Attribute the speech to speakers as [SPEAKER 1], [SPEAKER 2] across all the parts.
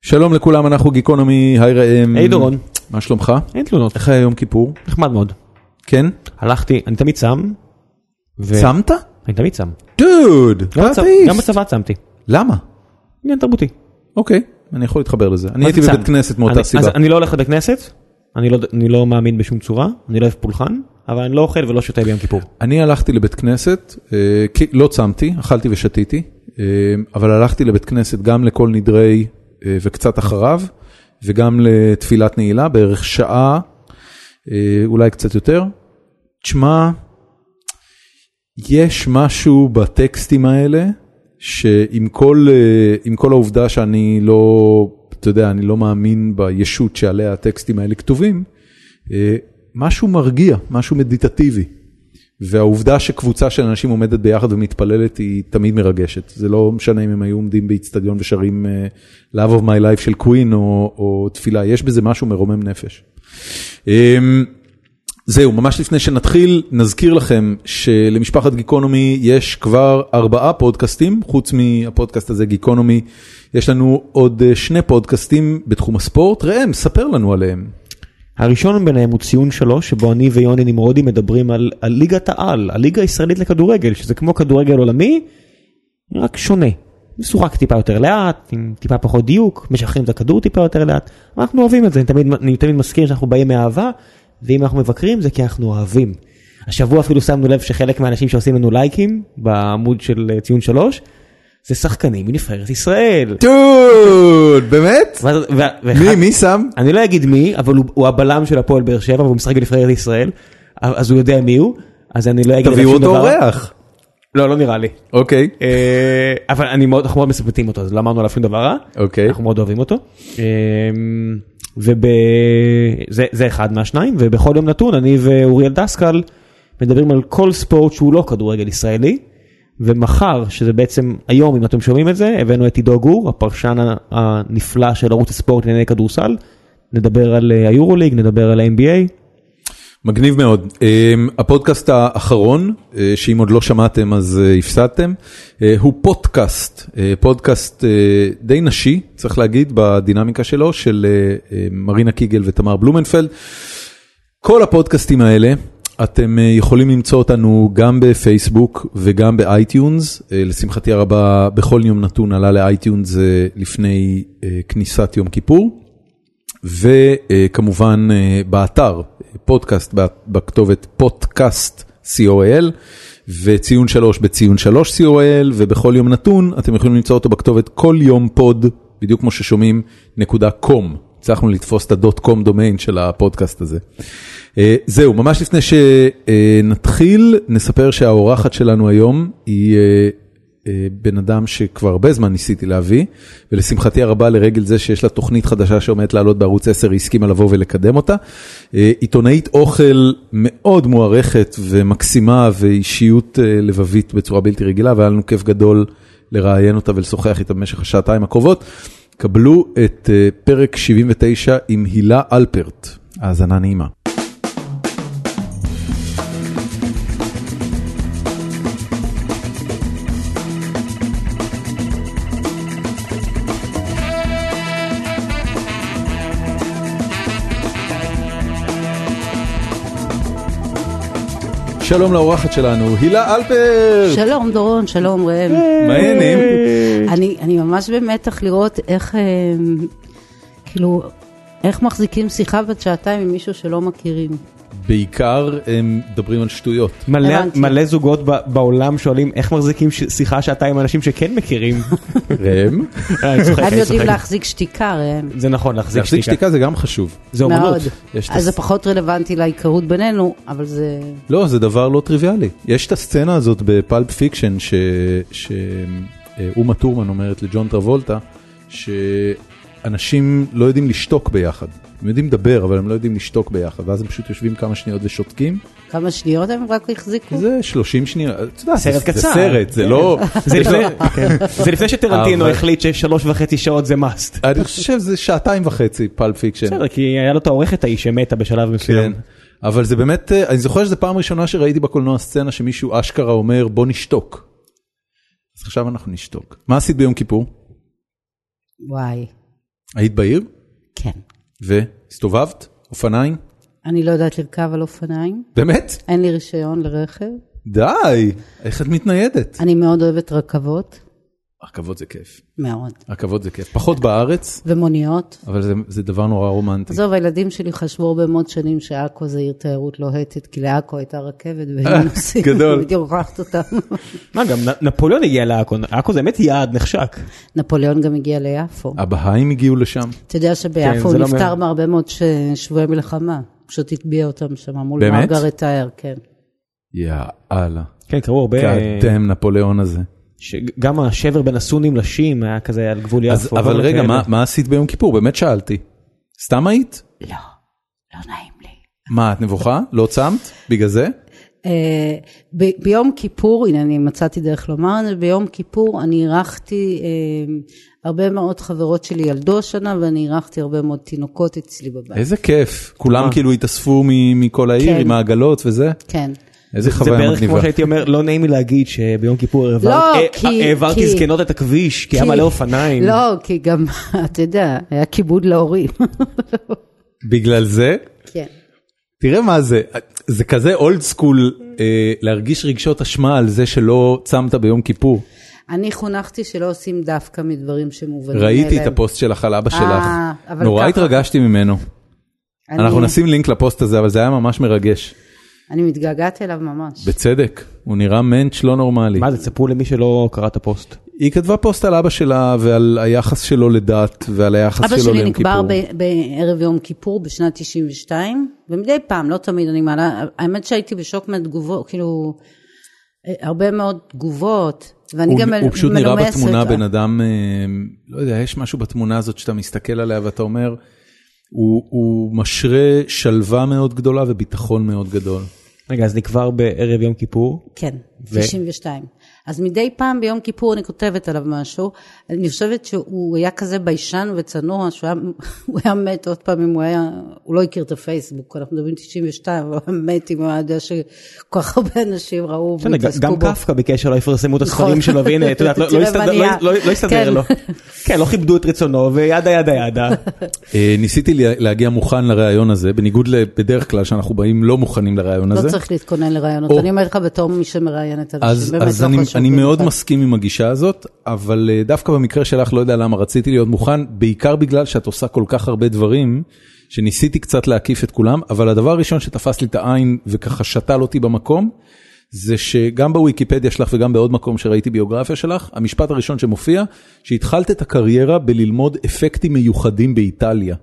[SPEAKER 1] שלום לכולם, אנחנו גיקונומי, היי ראם.
[SPEAKER 2] היי דורון.
[SPEAKER 1] מה שלומך?
[SPEAKER 2] אין תלונות,
[SPEAKER 1] איך היה יום כיפור?
[SPEAKER 2] נחמד מאוד.
[SPEAKER 1] כן?
[SPEAKER 2] הלכתי, אני תמיד צם. ו-
[SPEAKER 1] צמת?
[SPEAKER 2] אני תמיד צם.
[SPEAKER 1] דוד,
[SPEAKER 2] גם
[SPEAKER 1] what
[SPEAKER 2] בצבא-
[SPEAKER 1] is?
[SPEAKER 2] גם בצבא צמתי.
[SPEAKER 1] למה?
[SPEAKER 2] עניין תרבותי.
[SPEAKER 1] אוקיי, אני יכול להתחבר לזה. אני
[SPEAKER 2] מה
[SPEAKER 1] הייתי
[SPEAKER 2] זה צם?
[SPEAKER 1] בבית כנסת מאותה
[SPEAKER 2] אני-
[SPEAKER 1] סיבה.
[SPEAKER 2] אז אני לא הולך לבית כנסת, אני לא- אני לא מאמין בשום צורה, אני לא אוהב פולחן, אבל אני לא אוכל ולא שותה ביום כיפור.
[SPEAKER 1] אני הלכתי לבית כנסת, אה, כי- לא צמתי, אכלתי ושתיתי, אה, אבל הלכתי לבית כנסת גם לכל נדרי אה, וקצת אחריו, וגם לתפילת נעילה, בערך שעה, אה, אולי קצת יותר. תשמע, יש משהו בטקסטים האלה, שעם כל, אה, עם כל העובדה שאני לא, אתה יודע, אני לא מאמין בישות שעליה הטקסטים האלה כתובים, אה, משהו מרגיע, משהו מדיטטיבי. והעובדה שקבוצה של אנשים עומדת ביחד ומתפללת היא תמיד מרגשת. זה לא משנה אם הם היו עומדים באיצטדיון ושרים אה, Love of my life של קווין או, או תפילה, יש בזה משהו מרומם נפש. אמ, זהו, ממש לפני שנתחיל, נזכיר לכם שלמשפחת גיקונומי יש כבר ארבעה פודקאסטים, חוץ מהפודקאסט הזה גיקונומי, יש לנו עוד אה, שני פודקאסטים בתחום הספורט. ראם, ספר לנו עליהם.
[SPEAKER 2] הראשון ביניהם הוא ציון שלוש, שבו אני ויוני נמרודי מדברים על על ליגת העל, הליגה הישראלית לכדורגל, שזה כמו כדורגל עולמי, רק שונה. משוחק טיפה יותר לאט, עם טיפה פחות דיוק, משחררים את הכדור טיפה יותר לאט. אנחנו אוהבים את זה, אני תמיד, אני תמיד מזכיר שאנחנו באים מאהבה, ואם אנחנו מבקרים זה כי אנחנו אוהבים. השבוע אפילו שמנו לב שחלק מהאנשים שעושים לנו לייקים בעמוד של אה, ציון שלוש, זה שחקנים מנבחרת ישראל.
[SPEAKER 1] דוד, באמת?
[SPEAKER 2] ואז- ו- ואחד-
[SPEAKER 1] מי, מי שם?
[SPEAKER 2] אני לא אגיד מי, אבל הוא, הוא הבלם של הפועל באר שבע והוא משחק בנבחרת ישראל, אז הוא יודע מי הוא, אז אני לא אגיד עליו
[SPEAKER 1] תביאו
[SPEAKER 2] שום
[SPEAKER 1] אותו
[SPEAKER 2] דבר.
[SPEAKER 1] אורח.
[SPEAKER 2] לא, לא נראה לי.
[SPEAKER 1] אוקיי.
[SPEAKER 2] אה, אבל אני מאוד, אנחנו מאוד מספטים אותו, אז לא אמרנו עליו שום דבר רע.
[SPEAKER 1] אוקיי.
[SPEAKER 2] אנחנו מאוד אוהבים אותו. אמ, וזה אחד מהשניים, ובכל יום נתון אני ואוריאל דסקל מדברים על כל ספורט שהוא לא כדורגל ישראלי. ומחר, שזה בעצם היום אם אתם שומעים את זה, הבאנו את עידו גור, הפרשן ה- הנפלא של ערוץ הספורט לענייני כדורסל. נדבר על אה, היורוליג, נדבר על ה-NBA.
[SPEAKER 1] מגניב מאוד. אמ, הפודקאסט האחרון, אה, שאם עוד לא שמעתם אז אה, הפסדתם, אה, הוא פודקאסט, אה, פודקאסט אה, די נשי, צריך להגיד, בדינמיקה שלו, של אה, אה, מרינה קיגל ותמר בלומנפלד. כל הפודקאסטים האלה, אתם אה, יכולים למצוא אותנו גם בפייסבוק וגם באייטיונס. אה, לשמחתי הרבה, בכל יום נתון עלה לאייטיונס אה, לפני אה, כניסת יום כיפור. וכמובן אה, באתר, פודקאסט ב- בכתובת פודקאסט co.il וציון שלוש בציון שלוש co.il ובכל יום נתון אתם יכולים למצוא אותו בכתובת כל יום פוד, בדיוק כמו ששומעים, נקודה קום. הצלחנו לתפוס את הדוט קום דומיין של הפודקאסט הזה. אה, זהו, ממש לפני שנתחיל, נספר שהאורחת שלנו היום היא אה, אה, בן אדם שכבר הרבה זמן ניסיתי להביא, ולשמחתי הרבה לרגל זה שיש לה תוכנית חדשה שעומדת לעלות בערוץ 10, היא הסכימה לבוא ולקדם אותה. אה, עיתונאית אוכל מאוד מוערכת ומקסימה ואישיות אה, לבבית בצורה בלתי רגילה, והיה לנו כיף גדול לראיין אותה ולשוחח איתה במשך השעתיים הקרובות. קבלו את אה, פרק 79 עם הילה אלפרט. האזנה נעימה. שלום לאורחת שלנו, הילה אלפרט!
[SPEAKER 3] שלום דורון, שלום ראם.
[SPEAKER 1] מה העניינים?
[SPEAKER 3] אני, אני ממש במתח לראות איך, אה, כאילו, איך מחזיקים שיחה בת שעתיים עם מישהו שלא מכירים.
[SPEAKER 1] בעיקר הם מדברים על שטויות.
[SPEAKER 2] מלא,
[SPEAKER 3] הבנתי.
[SPEAKER 2] מלא זוגות ב- בעולם שואלים איך מחזיקים ש- שיחה שעתיים עם אנשים שכן מכירים.
[SPEAKER 1] ראם?
[SPEAKER 2] אה, אני צוחק,
[SPEAKER 3] הם
[SPEAKER 2] אני
[SPEAKER 3] יודעים
[SPEAKER 2] צוחק.
[SPEAKER 3] להחזיק שתיקה ראם.
[SPEAKER 2] זה נכון, להחזיק
[SPEAKER 1] להחזיק
[SPEAKER 2] שתיקה.
[SPEAKER 1] שתיקה זה גם חשוב.
[SPEAKER 2] זה
[SPEAKER 3] מאוד.
[SPEAKER 2] אומנות.
[SPEAKER 1] יש את
[SPEAKER 3] אז זה
[SPEAKER 1] הס-
[SPEAKER 3] פחות רלוונטי להיכרות בינינו, אבל זה...
[SPEAKER 1] לא, זה דבר לא טריוויאלי. יש את הסצנה הזאת בפלפ פיקשן שאומה טורמן אומרת לג'ון טרבולטה, שאנשים לא יודעים לשתוק ביחד. הם יודעים לדבר, אבל הם לא יודעים לשתוק ביחד, ואז הם פשוט יושבים כמה שניות ושותקים.
[SPEAKER 3] כמה שניות הם רק החזיקו?
[SPEAKER 1] זה 30 שניות, אתה יודע,
[SPEAKER 2] כן. סרט
[SPEAKER 1] זה- זה
[SPEAKER 2] קצר. כן.
[SPEAKER 1] סרט, זה לא...
[SPEAKER 2] זה לפני- כן. זה לפני שטרנטינו
[SPEAKER 1] אבל-
[SPEAKER 2] החליט ששלוש וחצי שעות זה must.
[SPEAKER 1] אני חושב שזה שעתיים וחצי פלפ פיקשן.
[SPEAKER 2] בסדר, כי היה לו את העורכת ההיא שמתה בשלב
[SPEAKER 1] כן,
[SPEAKER 2] מסוים.
[SPEAKER 1] אבל זה באמת, אה, אני זוכר שזו פעם ראשונה שראיתי בקולנוע סצנה שמישהו אשכרה אומר בוא נשתוק. אז עכשיו אנחנו נשתוק. מה עשית ביום כיפור?
[SPEAKER 3] וואי.
[SPEAKER 1] היית בעיר
[SPEAKER 3] כן.
[SPEAKER 1] והסתובבת? אופניים?
[SPEAKER 3] אני לא יודעת לרכב על אופניים,
[SPEAKER 1] באמת?
[SPEAKER 3] אין לי רישיון לרכב,
[SPEAKER 1] די, איך את מתניידת?
[SPEAKER 3] אני מאוד אוהבת רכבות,
[SPEAKER 1] רכבות זה כיף,
[SPEAKER 3] מאוד,
[SPEAKER 1] רכבות זה כיף, פחות בארץ,
[SPEAKER 3] ומוניות.
[SPEAKER 1] אבל זה, זה דבר נורא רומנטי.
[SPEAKER 3] עזוב, הילדים שלי חשבו הרבה מאוד שנים שעכו זה עיר תיירות לוהטת, כי לעכו הייתה רכבת והם נוסעים,
[SPEAKER 1] אה, גדול.
[SPEAKER 3] בדיוק הוכחת אותם.
[SPEAKER 2] מה, גם נ- נפוליאון הגיע לעכו, עכו זה באמת יעד נחשק.
[SPEAKER 3] נפוליאון גם הגיע ליפו.
[SPEAKER 1] הבהאים הגיעו לשם,
[SPEAKER 3] אתה יודע
[SPEAKER 1] כן,
[SPEAKER 3] שביפו
[SPEAKER 2] זה
[SPEAKER 3] הוא
[SPEAKER 2] לא מה-
[SPEAKER 3] נפטר מהרבה מאוד ש- שבויי מלחמה, פשוט הטביע אותם שם מול
[SPEAKER 1] באמת?
[SPEAKER 3] מרגרט טייר, כן.
[SPEAKER 1] יאללה,
[SPEAKER 2] כן, קראו הרבה,
[SPEAKER 1] קאדם נפוליאון הזה.
[SPEAKER 2] גם השבר בין הסונים לשיעים היה כזה על גבול יפו. כן.
[SPEAKER 1] אז, אבל כן.
[SPEAKER 2] דברים
[SPEAKER 1] רגע,
[SPEAKER 2] כאלה.
[SPEAKER 1] מה, מה עשית ביום כיפור? באמת שאלתי. סתם היית?
[SPEAKER 3] לא, לא נעים לי.
[SPEAKER 1] מה, את נבוכה? לא צמת? בגלל זה?
[SPEAKER 3] אה, ב- ביום כיפור, הנה אני מצאתי דרך לומר את זה, ביום כיפור אני אירחתי אה, הרבה מאוד חברות שלי ילדו השנה ואני אירחתי הרבה מאוד תינוקות אצלי בבית.
[SPEAKER 1] איזה כיף. כולם
[SPEAKER 2] מה?
[SPEAKER 1] כאילו התאספו מ- מכל העיר
[SPEAKER 3] כן.
[SPEAKER 1] עם העגלות וזה?
[SPEAKER 3] כן.
[SPEAKER 1] איזה
[SPEAKER 2] זה
[SPEAKER 1] חוויה
[SPEAKER 2] בערך
[SPEAKER 1] מגניבה.
[SPEAKER 2] כמו שהייתי אומר, לא נעים לי להגיד שביום כיפור העברת-
[SPEAKER 3] לא,
[SPEAKER 2] אה,
[SPEAKER 3] כי-
[SPEAKER 2] אה, העברתי
[SPEAKER 3] כי-
[SPEAKER 2] זקנות את הכביש, כי היה
[SPEAKER 3] כי-
[SPEAKER 2] מלא אופניים.
[SPEAKER 3] לא, כי גם, אתה יודע, היה כיבוד להורים.
[SPEAKER 1] בגלל זה?
[SPEAKER 3] כן.
[SPEAKER 1] תראה מה זה, זה כזה אולד סקול אה, להרגיש רגשות אשמה על זה שלא צמת ביום כיפור.
[SPEAKER 3] אני חונכתי שלא עושים דווקא מדברים שמובנים מאליהם.
[SPEAKER 1] ראיתי את הפוסט שלך על אבא שלך,
[SPEAKER 3] אה, אבל
[SPEAKER 1] נורא
[SPEAKER 3] ככה.
[SPEAKER 1] התרגשתי ממנו.
[SPEAKER 3] אני-
[SPEAKER 1] אנחנו נשים לינק לפוסט הזה, אבל זה היה ממש מרגש.
[SPEAKER 3] אני מתגעגעת אליו ממש.
[SPEAKER 1] בצדק, הוא נראה מענץ' לא נורמלי.
[SPEAKER 2] מה זה, תספרו למי שלא קרא את הפוסט.
[SPEAKER 1] היא כתבה פוסט על אבא שלה ועל היחס שלו לדת ועל היחס
[SPEAKER 3] אבא
[SPEAKER 1] שלו
[SPEAKER 3] שלי
[SPEAKER 1] ליום כיפור.
[SPEAKER 3] נקבר ב- בערב יום כיפור בשנת 92, ומדי פעם, לא תמיד אני מעלה, האמת שהייתי בשוק מהתגובות, כאילו, אה, הרבה מאוד תגובות, ואני
[SPEAKER 1] הוא,
[SPEAKER 3] גם
[SPEAKER 1] הוא פשוט נראה
[SPEAKER 3] מנומסת.
[SPEAKER 1] בתמונה בן אדם, אה, לא יודע, יש משהו בתמונה הזאת שאתה מסתכל עליה ואתה אומר, הוא, הוא משרה שלווה מאוד גדולה וביטחון מאוד גדול.
[SPEAKER 2] רגע, אז נקבר בערב יום כיפור.
[SPEAKER 3] כן,
[SPEAKER 2] ו-
[SPEAKER 3] ו... 92. אז מדי פעם ביום כיפור אני כותבת עליו משהו. אני חושבת שהוא היה כזה ביישן וצנוע, שהוא היה, הוא היה מת עוד פעם אם הוא היה, הוא לא הכיר את הפייסבוק, אנחנו מדברים 92, אבל הוא היה מת אם הוא היה יודע שכל כך הרבה אנשים ראו
[SPEAKER 1] כן,
[SPEAKER 2] בסדר, גם- גם קפקא ביקש שלא יפרסמו את הספרים
[SPEAKER 3] נכון.
[SPEAKER 2] שלו, והנה, את יודעת, לא- לא
[SPEAKER 3] תראה
[SPEAKER 2] הסתדר-
[SPEAKER 3] מה נהיה.
[SPEAKER 2] לא- לא- לא הסתדר
[SPEAKER 3] כן.
[SPEAKER 2] לו. כן, לא כיבדו את רצונו, וידה ידה ידה.
[SPEAKER 1] אה, ניסיתי לה- להגיע מוכן לראיון הזה, בניגוד לבדרך כלל שאנחנו באים לא מוכנים לראיון הזה.
[SPEAKER 3] לא צריך להתכונן לראיונות,
[SPEAKER 1] או-
[SPEAKER 3] אני אומרת לך בתור מי שמראיין את אנשים,
[SPEAKER 1] אז,
[SPEAKER 3] באמת
[SPEAKER 1] אז
[SPEAKER 3] לא
[SPEAKER 1] אני,
[SPEAKER 3] חשוב.
[SPEAKER 1] אני
[SPEAKER 3] במיוחד.
[SPEAKER 1] מאוד מסכים עם הגישה הזאת, אבל אה, דווקא במקרה שלך לא יודע למה רציתי להיות מוכן, בעיקר בגלל שאת עושה כל כך הרבה דברים, שניסיתי קצת להקיף את כולם, אבל הדבר הראשון שתפס לי את העין וככה שתל אותי במקום, זה שגם בוויקיפדיה שלך וגם בעוד מקום שראיתי ביוגרפיה שלך, המשפט הראשון שמופיע, שהתחלת את הקריירה בללמוד אפקטים מיוחדים באיטליה.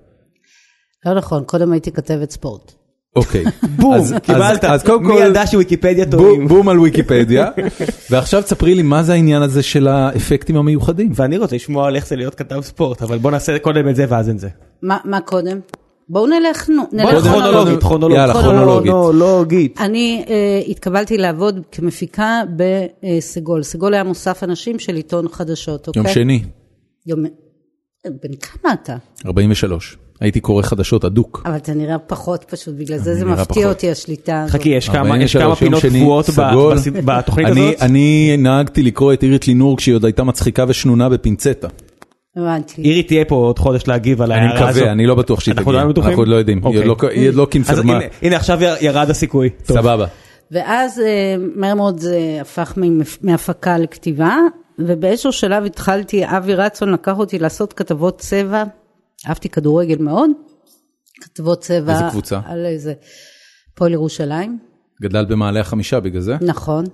[SPEAKER 3] לא נכון, קודם הייתי כתבת ספורט.
[SPEAKER 1] אוקיי.
[SPEAKER 2] בום,
[SPEAKER 1] אז- אז-
[SPEAKER 2] קיבלת.
[SPEAKER 1] אז קודם כל...
[SPEAKER 2] מי ידע שוויקיפדיה
[SPEAKER 1] בום,
[SPEAKER 2] טועים?
[SPEAKER 1] בום על ויקיפדיה, ועכשיו תספרי לי מה זה העניין הזה של האפקטים המיוחדים.
[SPEAKER 2] ואני רוצה לשמוע על איך זה להיות כתב ספורט, אבל בוא נעשה קודם את זה ואז את זה.
[SPEAKER 3] מה, מה קודם? בואו נלך, נו, נלך
[SPEAKER 1] קודם-
[SPEAKER 3] כרונולוגית.
[SPEAKER 1] קודם- נכון. יאללה,
[SPEAKER 2] יאללה,
[SPEAKER 1] כרונולוגית.
[SPEAKER 2] כרונולוגית.
[SPEAKER 3] אני uh, התקבלתי לעבוד כמפיקה בסגול. סגול היה מוסף אנשים של עיתון חדשות, אוקיי?
[SPEAKER 1] יום שני,
[SPEAKER 3] יום... בן כמה אתה?
[SPEAKER 1] 43. הייתי קורא חדשות אדוק.
[SPEAKER 3] אבל אתה נראה פחות פשוט, בגלל זה זה
[SPEAKER 1] נראה
[SPEAKER 3] מפתיע
[SPEAKER 1] פחות.
[SPEAKER 3] אותי השליטה הזאת.
[SPEAKER 2] חכי, יש כמה
[SPEAKER 1] 43,
[SPEAKER 2] יש כמה
[SPEAKER 1] יום
[SPEAKER 2] פינות
[SPEAKER 1] שני,
[SPEAKER 2] קבועות ב-
[SPEAKER 1] סגול.
[SPEAKER 2] בס- בתוכנית
[SPEAKER 1] אני-
[SPEAKER 2] הזאת?
[SPEAKER 1] אני נהגתי לקרוא את אירית לינור כשהיא עוד הייתה מצחיקה ושנונה בפינצטה. אה.
[SPEAKER 3] הבנתי.
[SPEAKER 2] אירי תהיה פה עוד חודש להגיב על
[SPEAKER 1] אני
[SPEAKER 2] ההערה הזאת.
[SPEAKER 1] מקווה, אני לא בטוח שהיא
[SPEAKER 2] אנחנו
[SPEAKER 1] תגיע.
[SPEAKER 2] לא בטוחים?
[SPEAKER 1] אנחנו עוד לא יודעים. היא עוד לא-
[SPEAKER 2] אוקיי.
[SPEAKER 1] היא עוד לא
[SPEAKER 2] אז
[SPEAKER 1] קימצמה.
[SPEAKER 2] הנה- הנה עכשיו יר- ירד הסיכוי. טוב.
[SPEAKER 1] סבבה.
[SPEAKER 3] ואז אה, מהר מאוד זה הפך ממפ- מהפקה לכתיבה, ובאיזשהו שלב התחלתי, אבי רצון לקח אותי לעשות כתבות צבע, אהבתי כדורגל מאוד, כתבות צבע.
[SPEAKER 1] איזה קבוצה?
[SPEAKER 3] על איזה... פועל ירושלים.
[SPEAKER 1] גדלת במעלה החמישה בגלל זה?
[SPEAKER 3] נכון.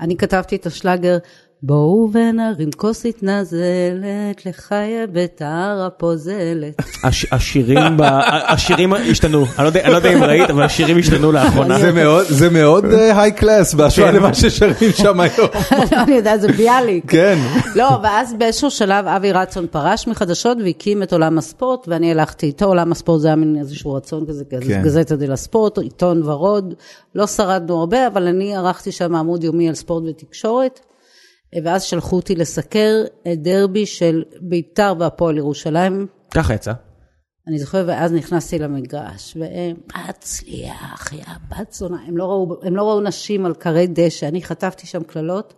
[SPEAKER 3] אני כתבתי את השלאגר, בואו ונרים כוסית נזלת, לחיה ביתר הפוזלת.
[SPEAKER 2] הש- השירים ב- השירים השתנו. אני לא יודע- אני לא יודע אם ראית, אבל השירים השתנו לאחרונה.
[SPEAKER 1] זה מאוד- זה מאוד היי קלאס בהשוואה
[SPEAKER 2] נכון. כן.
[SPEAKER 1] למה ששרים שם היום.
[SPEAKER 3] לא, אני יודעת, זה ביאליק.
[SPEAKER 1] כן.
[SPEAKER 3] לא, ואז באיזשהו שלב אבי רצון פרש מחדשות והקים את עולם הספורט, ואני הלכתי איתו, עולם הספורט זה היה מין איזשהו רצון כזה,
[SPEAKER 1] כן.
[SPEAKER 3] כן. גזטה דה לספורט, עיתון ורוד, לא שרדנו הרבה, אבל אני ערכתי שם עמוד יומי על ספורט ותקשורת, ואז שלחו אותי לסקר את דרבי של ביתר והפועל ירושלים,
[SPEAKER 2] ככה יצא.
[SPEAKER 3] אני זוכרת, ואז נכנסתי למגרש, והם, הצליח, יא בת זונה, הם לא ראו, הם לא ראו נשים על כרי דשא, אני חטפתי שם קללות,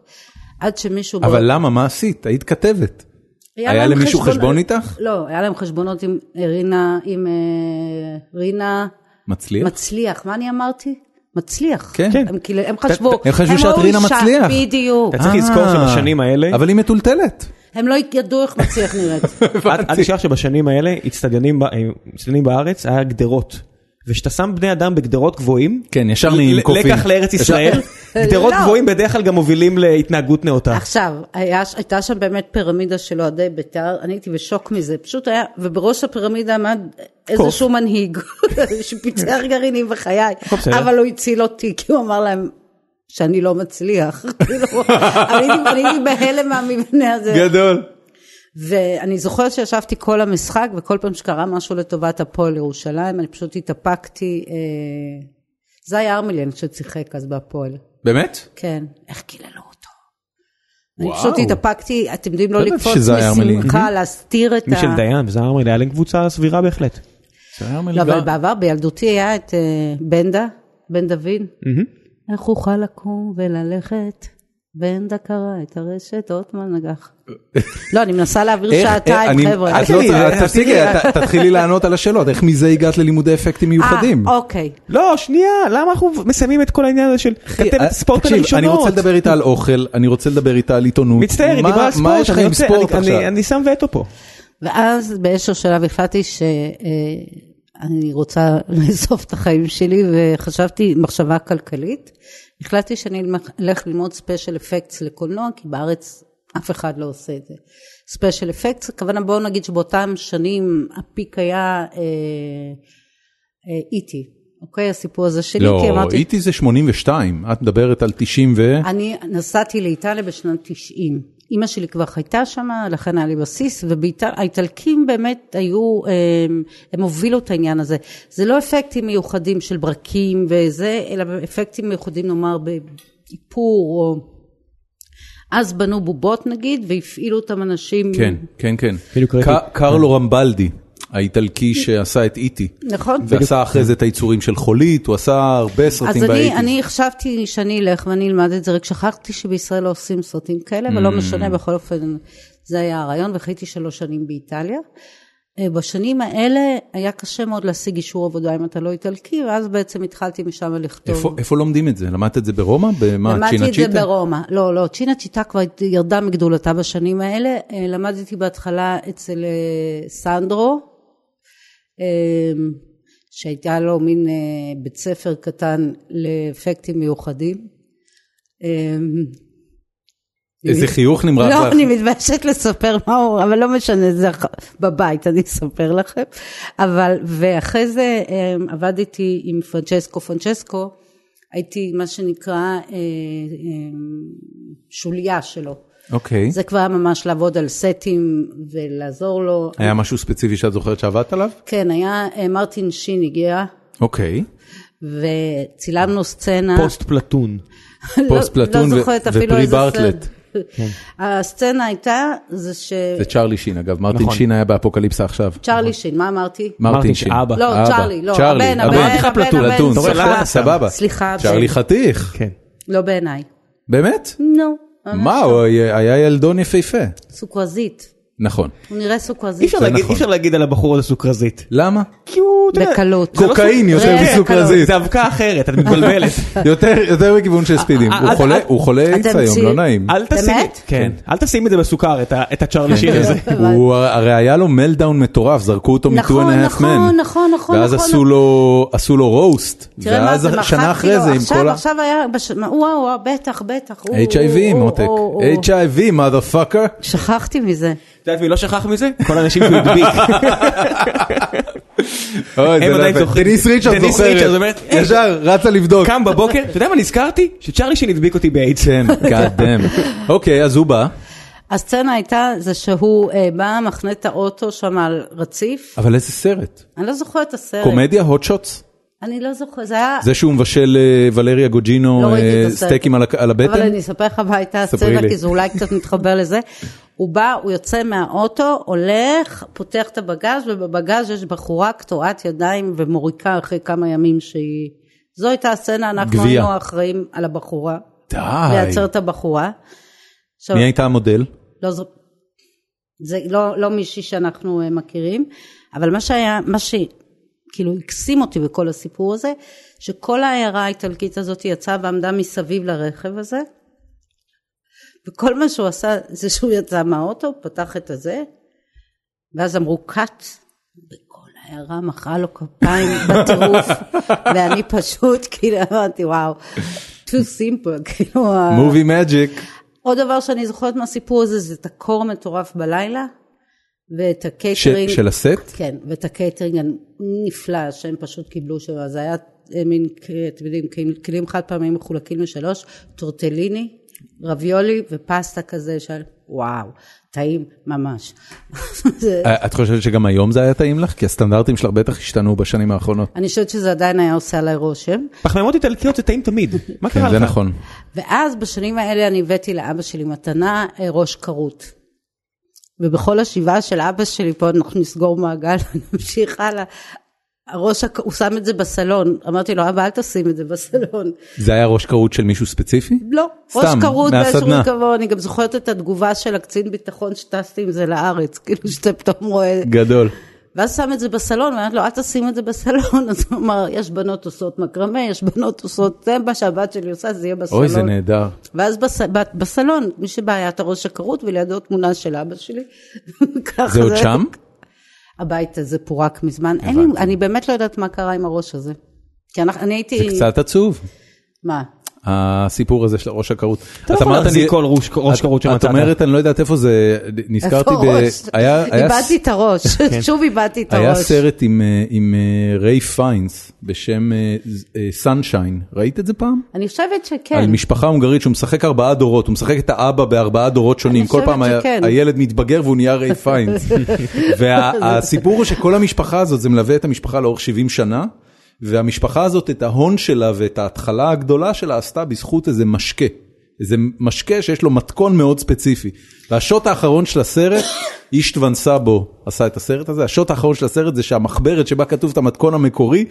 [SPEAKER 3] עד שמישהו...
[SPEAKER 1] אבל למה? מה עשית? היית כתבת. היה
[SPEAKER 3] להם
[SPEAKER 1] למישהו חשבון איתך?
[SPEAKER 3] לא, היה להם חשבונות עם רינה, עם אה, רינה
[SPEAKER 1] מצליח?
[SPEAKER 3] מצליח, מה אני אמרתי? מצליח.
[SPEAKER 1] כן.
[SPEAKER 2] כן.
[SPEAKER 3] הם כאילו, הם חשבו,
[SPEAKER 1] הם חשבו שאת
[SPEAKER 3] ראו
[SPEAKER 1] רינה
[SPEAKER 3] אישה,
[SPEAKER 1] מצליח.
[SPEAKER 3] בדיוק.
[SPEAKER 2] אתה צריך לזכור
[SPEAKER 1] אה,
[SPEAKER 2] שבשנים האלה-
[SPEAKER 1] אבל היא מטולטלת.
[SPEAKER 3] הם לא ידעו איך מצליח נראית.
[SPEAKER 2] אל אל תשכח שבשנים האלה הצטדיינים ב- אה, הצטדיינים בארץ היה גדרות. וכשאתה שם בני אדם בגדרות גבוהים,
[SPEAKER 1] כן, ישר נהיים
[SPEAKER 2] ל-
[SPEAKER 1] קופים.
[SPEAKER 2] לקח לארץ
[SPEAKER 1] ישר-
[SPEAKER 2] ישראל, גדרות
[SPEAKER 3] לא.
[SPEAKER 2] גבוהים בדרך כלל גם מובילים להתנהגות נאותה.
[SPEAKER 3] עכשיו, היה, הייתה שם באמת פירמידה של אוהדי בית"ר, אני הייתי בשוק מזה, פשוט היה, ובראש הפירמידה עמד איזשהו מנהיג, שפיצח גרעינים בחיי,
[SPEAKER 2] הכל בסדר.
[SPEAKER 3] אבל הוא הציל אותי, כי הוא אמר להם שאני לא מצליח, כאילו, אני הייתי- אני הייתי בהלם מהמבנה הזה.
[SPEAKER 2] גדול.
[SPEAKER 3] ואני זוכרת שישבתי כל המשחק, וכל פעם שקרה משהו לטובת הפועל ירושלים, אני פשוט התאפקתי, אה, זה היה ארמליאן ששיחק אז בהפועל.
[SPEAKER 1] באמת?
[SPEAKER 3] כן, איך קיללו אותו.
[SPEAKER 1] וואו.
[SPEAKER 3] אני פשוט התאפקתי, אתם יודעים לא
[SPEAKER 1] לא ידעתי
[SPEAKER 3] לקפוץ
[SPEAKER 1] שזה היה ארמלי.
[SPEAKER 3] משמחה, להסתיר את ה...
[SPEAKER 2] מישל דיין וזהר מרלי, היה להם קבוצה סבירה בהחלט.
[SPEAKER 3] לא, אבל בעבר, בילדותי היה את אה, בנדה, בן דוד. איך אוכל לקום וללכת? בנדה קרע את הרשת, עותמן נגח. לא, אני מנסה להעביר
[SPEAKER 1] איך-
[SPEAKER 3] שעתיים,
[SPEAKER 1] אני-
[SPEAKER 3] חבר'ה.
[SPEAKER 1] את לא
[SPEAKER 2] תגידי,
[SPEAKER 1] צריכה-
[SPEAKER 2] אה,
[SPEAKER 1] תפסיקי, את- תתחילי לענות על השאלות, איך מזה הגעת ללימודי אפקטים מיוחדים?
[SPEAKER 3] אה, אוקיי.
[SPEAKER 2] לא, שנייה, למה אנחנו מסיימים את כל העניין הזה של כתבת ספורט על
[SPEAKER 1] אה, תקשיב,
[SPEAKER 2] הראשונות?
[SPEAKER 1] אני רוצה לדבר איתה על אוכל, אני רוצה לדבר איתה על עיתונות.
[SPEAKER 2] מצטער, היא
[SPEAKER 1] מה-
[SPEAKER 2] דיברה על ספורט,
[SPEAKER 1] מה יש לך
[SPEAKER 2] אני
[SPEAKER 1] עם
[SPEAKER 2] רוצה-
[SPEAKER 1] ספורט
[SPEAKER 2] אני-
[SPEAKER 1] עכשיו?
[SPEAKER 2] אני- אני שם וטו פה.
[SPEAKER 3] ואז באיזשהו שלב החלטתי שאני רוצה לאסוף את החיים שלי וחשבתי מחשבה כלכלית. החלטתי שאני אלך ללמוד ספיישל אפקטס לקולנוע כי בארץ אף אחד לא עושה את זה. ספיישל אפקטס, הכוונה בואו נגיד שבאותם שנים הפיק היה אה, אה, איטי, אוקיי? הסיפור הזה שלי, כי
[SPEAKER 1] לא,
[SPEAKER 3] אמרתי,
[SPEAKER 1] איטי זה 82, את מדברת על 90 ו...
[SPEAKER 3] אני נסעתי לאיטליה בשנת 90. אימא שלי כבר חייתה שם, לכן היה לי בסיס, והאיטלקים באמת היו, הם, הם הובילו את העניין הזה. זה לא אפקטים מיוחדים של ברקים וזה, אלא אפקטים מיוחדים נאמר באיפור או... אז בנו בובות נגיד, והפעילו אותם אנשים.
[SPEAKER 1] כן, כן, כן.
[SPEAKER 2] בדיוק ראיתי.
[SPEAKER 1] ק- קרלו רמבלדי, האיטלקי שעשה את איטי.
[SPEAKER 3] נכון?
[SPEAKER 1] ועשה אחרי זה את היצורים של חולית, הוא עשה הרבה סרטים
[SPEAKER 3] אז אני,
[SPEAKER 1] באיטי.
[SPEAKER 3] אני חשבתי שאני אלך ואני אלמד את זה, רק שכחתי שבישראל לא עושים סרטים כאלה,
[SPEAKER 1] Mm.
[SPEAKER 3] אבל לא משנה, בכל אופן זה היה הרעיון, וחייתי שלוש שנים באיטליה. אה, בשנים האלה היה קשה מאוד להשיג אישור עבודה אם אתה לא איטלקי, ואז בעצם התחלתי משם לכתוב.
[SPEAKER 1] איפה- איפה לומדים את זה? למדת את זה ברומא? במה?
[SPEAKER 3] למדתי
[SPEAKER 1] צ'ינה
[SPEAKER 3] את זה
[SPEAKER 1] צ'יטה?
[SPEAKER 3] ברומא, לא, לא, צ'ינה צ'יטה כבר הת- ירדה מגדולתה בשנים האלה, אה, למדתי בהתחלה אצל אה, סנדרו, אה, שהייתה לו מין אה, בית ספר קטן לאפקטים מיוחדים. אה,
[SPEAKER 1] איזה חיוך נמרח
[SPEAKER 3] לא,
[SPEAKER 1] לך.
[SPEAKER 3] אני מתביישת לספר מה הוא, אבל לא משנה, זה אח- בבית, אני אספר לכם. אבל, ואחרי זה אה, עבדתי עם פרנצ'סקו פרנצ'סקו, הייתי מה שנקרא אה, אה, אמ, שוליה שלו.
[SPEAKER 1] אוקיי.
[SPEAKER 3] זה כבר היה ממש לעבוד על סטים ולעזור לו.
[SPEAKER 1] היה משהו ספציפי שאת זוכרת שעבדת עליו?
[SPEAKER 3] כן, היה אה, מרטין שין הגיע,
[SPEAKER 1] אוקיי.
[SPEAKER 3] וצילמנו סצנה.
[SPEAKER 2] פוסט פלטון.
[SPEAKER 3] לא-
[SPEAKER 1] פוסט פלטון
[SPEAKER 3] לא
[SPEAKER 1] ו-
[SPEAKER 3] זוכרת אפילו
[SPEAKER 1] ופרי
[SPEAKER 3] איזה
[SPEAKER 1] בארטלט. כן.
[SPEAKER 3] סצנה. הסצנה הייתה, זה ש...
[SPEAKER 1] זה צ'רלי שין אגב, מרטין
[SPEAKER 2] נכון.
[SPEAKER 1] שין היה באפוקליפסה עכשיו.
[SPEAKER 3] צ'רלי שין, מה אמרתי?
[SPEAKER 1] מרטין
[SPEAKER 2] מרטין
[SPEAKER 1] שין.
[SPEAKER 2] שאבא.
[SPEAKER 3] לא,
[SPEAKER 1] אבא.
[SPEAKER 3] צ'רלי, לא,
[SPEAKER 1] צ'רלי,
[SPEAKER 3] הבן,
[SPEAKER 1] הבן.
[SPEAKER 3] הבן,
[SPEAKER 1] אמרתי לך
[SPEAKER 3] הבן,
[SPEAKER 1] פלטון,
[SPEAKER 3] הבן,
[SPEAKER 1] נתון,
[SPEAKER 3] אתה רואה,
[SPEAKER 1] סבבה,
[SPEAKER 2] למה?
[SPEAKER 1] סבבה.
[SPEAKER 3] סליחה,
[SPEAKER 1] צ'רלי
[SPEAKER 3] הבן.
[SPEAKER 1] חתיך.
[SPEAKER 2] כן.
[SPEAKER 3] לא בעיניי. לא,
[SPEAKER 1] באמת?
[SPEAKER 3] נו.
[SPEAKER 1] מה, הוא היה- היה ילדון יפהפה.
[SPEAKER 3] סוכרזית.
[SPEAKER 1] נכון.
[SPEAKER 3] הוא נראה
[SPEAKER 2] אי
[SPEAKER 3] סוכרזית.
[SPEAKER 2] אפשר להגיד-
[SPEAKER 1] נכון.
[SPEAKER 2] אי אפשר להגיד על הבחור הזה סוכרזית.
[SPEAKER 1] למה?
[SPEAKER 2] כי הוא... אתה יודע,
[SPEAKER 3] בקלות.
[SPEAKER 2] זה לא
[SPEAKER 1] אה, קוקאין
[SPEAKER 2] סוכ-
[SPEAKER 1] יותר
[SPEAKER 2] זה-
[SPEAKER 1] מסוכרזית.
[SPEAKER 2] זה אבקה אחרת, את מתבלבלת.
[SPEAKER 1] יותר יותר בכיוון של ספידים.
[SPEAKER 2] אה,
[SPEAKER 1] הוא
[SPEAKER 2] אה,
[SPEAKER 1] חולה-
[SPEAKER 2] אה,
[SPEAKER 1] הוא חולה
[SPEAKER 3] אתם
[SPEAKER 1] איידס היום, לא
[SPEAKER 3] צי-
[SPEAKER 1] נעים.
[SPEAKER 2] אל תשים...
[SPEAKER 3] באמת?
[SPEAKER 2] כן. אל תשים את זה בסוכר, את ה- את הצ'רלי שין הזה.
[SPEAKER 1] כן, הוא הרי היה לו מלדאון מטורף, זרקו אותו מ-2.5
[SPEAKER 3] כן. נכון,
[SPEAKER 1] men.
[SPEAKER 3] נכון, נכון, נכון,
[SPEAKER 1] ואז
[SPEAKER 3] נכון.
[SPEAKER 1] עשו לו, עשו לו רוסט.
[SPEAKER 3] תראה מה זה,
[SPEAKER 1] ואז
[SPEAKER 3] מחקתי לו.
[SPEAKER 1] שנה אחרי זה עם
[SPEAKER 3] עכשיו-
[SPEAKER 1] כל ה...
[SPEAKER 3] עכשיו היה, בש- מה, וואו, וואו, בטח, בטח. הוא-
[SPEAKER 1] HIV
[SPEAKER 3] הוא-
[SPEAKER 1] מותק.
[SPEAKER 3] הוא- הוא- הוא-
[SPEAKER 1] HIV, mother fucker.
[SPEAKER 3] שכחתי מזה.
[SPEAKER 2] את יודעת מי לא שכח מזה? כל האנשים שהוא הדביק.
[SPEAKER 1] אוי,
[SPEAKER 2] הם
[SPEAKER 1] זה לא
[SPEAKER 2] עדיין
[SPEAKER 1] יפה.
[SPEAKER 2] זוכרים.
[SPEAKER 1] דניס ריצ'רד
[SPEAKER 2] דניס ריצ'רדס
[SPEAKER 1] זוכרת.
[SPEAKER 2] אומרת, "היי."
[SPEAKER 1] ישר, רצה לבדוק.
[SPEAKER 2] קם בבוקר, אתה יודע מה נזכרתי? שצ'רלי שין הדביק אותי באיידס.
[SPEAKER 1] כן, god damn. אוקיי, אז הוא בא,
[SPEAKER 3] הסצנה הייתה זה שהוא אה, בא, מחנה את האוטו שם על רציף.
[SPEAKER 1] אבל איזה סרט.
[SPEAKER 3] אני לא זוכרת את הסרט.
[SPEAKER 1] קומדיה, הוט שוטס.
[SPEAKER 3] אני לא זוכרת, זה היה...
[SPEAKER 1] זה שהוא מבשל אה, ולריה
[SPEAKER 3] לא
[SPEAKER 1] גוג'ינו
[SPEAKER 3] ראיתי את
[SPEAKER 1] אה,
[SPEAKER 3] הסרט.
[SPEAKER 1] סטייקים על ה- על
[SPEAKER 3] אבל
[SPEAKER 1] הבטן.
[SPEAKER 3] אני אספר לך מה הייתה
[SPEAKER 1] ספרי
[SPEAKER 3] הסצנה,
[SPEAKER 1] לי.
[SPEAKER 3] כי זה אולי קצת מתחבר לזה. הוא בא, הוא יוצא מהאוטו, הולך, פותח את הבגז, ובבגז יש בחורה קטועת ידיים ומוריקה אחרי כמה ימים שהיא... זו הייתה הסצנה, אנחנו
[SPEAKER 1] גבייה.
[SPEAKER 3] היינו האחראים על הבחורה,
[SPEAKER 1] די.
[SPEAKER 3] לייצר את הבחורה. עכשיו,
[SPEAKER 1] מי הייתה המודל?
[SPEAKER 3] לא זו... זה לא, לא מישהי שאנחנו אה, מכירים, אבל מה שהיה, מה שכאילו הקסים אותי בכל הסיפור הזה, שכל העיירה האיטלקית הזאת יצאה ועמדה מסביב לרכב הזה, וכל מה שהוא עשה זה שהוא יצא מהאוטו, פתח את הזה, ואז אמרו קאט, וכל העיירה מחאה לו כפיים בטירוף, ואני פשוט כאילו אמרתי וואו, too simple, כאילו, ה-
[SPEAKER 1] מובי מג'יק.
[SPEAKER 3] עוד דבר שאני זוכרת מהסיפור הזה, זה את הקור המטורף בלילה, ואת הקייטרינג.
[SPEAKER 1] ש- של הסט?
[SPEAKER 3] כן, ואת הקייטרינג הנפלא שהם פשוט קיבלו שם, זה היה אה, מין, אה, אתם יודעים, כלים- כלים חד פעמים מחולקים לשלוש, טורטליני, רביולי ופסטה כזה של וואו, טעים ממש. זה-
[SPEAKER 1] אה, את חושבת שגם היום זה היה טעים לך? כי הסטנדרטים שלך בטח השתנו בשנים האחרונות.
[SPEAKER 3] אני חושבת שזה עדיין היה עושה עליי רושם.
[SPEAKER 2] פחמימות איטלקיות זה טעים תמיד, מה קרה
[SPEAKER 1] כן,
[SPEAKER 2] לך?
[SPEAKER 1] זה נכון.
[SPEAKER 3] ואז בשנים האלה אני הבאתי לאבא שלי מתנה אה, ראש כרות. ובכל השבעה של אבא שלי, פה אנחנו נסגור מעגל ונמשיך הלאה. הראש, הכ- הוא שם את זה בסלון, אמרתי לו, אבא אל תשים את זה בסלון.
[SPEAKER 1] זה היה ראש כרות של מישהו ספציפי?
[SPEAKER 3] לא,
[SPEAKER 1] סתם,
[SPEAKER 3] ראש כרות
[SPEAKER 1] מהסדנה.
[SPEAKER 3] באיזשהו כבוד, אני גם זוכרת את התגובה של הקצין ביטחון שטסתי עם זה לארץ, כאילו שאתה פתאום רואה,
[SPEAKER 1] גדול.
[SPEAKER 3] ואז שם את זה בסלון, ואמרתי לו, אל תשים את זה בסלון, אז הוא אמר, יש בנות עושות מקרמה, יש בנות עושות, זה מה שהבת שלי עושה, זה יהיה בסלון.
[SPEAKER 1] אוי, זה נהדר.
[SPEAKER 3] ואז בס... ב- בסלון, מי שבא היה את הראש הכרות ולידו תמונה של אבא שלי. ככה
[SPEAKER 1] זה עוד שם?
[SPEAKER 3] הבית הזה פורק מזמן. אין לי, אני באמת לא יודעת מה קרה עם הראש הזה. כי אנחנו, אני הייתי...
[SPEAKER 1] זה קצת עצוב,
[SPEAKER 3] מה?
[SPEAKER 1] הסיפור הזה של ראש הכרות.
[SPEAKER 2] אתה לא
[SPEAKER 1] את
[SPEAKER 2] יכול
[SPEAKER 1] אמרת
[SPEAKER 2] להחזיק
[SPEAKER 1] לי-
[SPEAKER 2] כל ראש- ראש
[SPEAKER 1] את-
[SPEAKER 2] כרות
[SPEAKER 1] את
[SPEAKER 2] שמצאת.
[SPEAKER 1] אומרת, אני לא יודעת איפה זה, נזכרתי
[SPEAKER 3] איפה
[SPEAKER 1] ב...
[SPEAKER 3] הראש?
[SPEAKER 1] היה- היה כן.
[SPEAKER 3] איבדתי את הראש, שוב איבדתי את
[SPEAKER 1] היה
[SPEAKER 3] הראש.
[SPEAKER 1] סרט עם, אה, עם אה, ריי פיינס בשם אה, סנשיין, ראית את זה פעם?
[SPEAKER 3] אני חושבת
[SPEAKER 1] על
[SPEAKER 3] שכן.
[SPEAKER 1] משפחה הונגרית שהוא משחק ארבעה דורות, הוא משחק את האבא בארבעה דורות שונים, כל
[SPEAKER 3] חושבת
[SPEAKER 1] פעם היה-
[SPEAKER 3] שכן.
[SPEAKER 1] הילד מתבגר והוא נהיה ריי פיינס. והסיפור הוא שכל המשפחה הזאת, זה מלווה את המשפחה לאורך 70 שנה, והמשפחה הזאת את ההון שלה ואת ההתחלה הגדולה שלה עשתה בזכות איזה משקה. איזה משקה שיש לו מתכון מאוד ספציפי. והשוט האחרון של הסרט, אישטוון סאבו עשה את הסרט הזה, השוט האחרון של הסרט זה שהמחברת שבה כתוב את המתכון המקורי,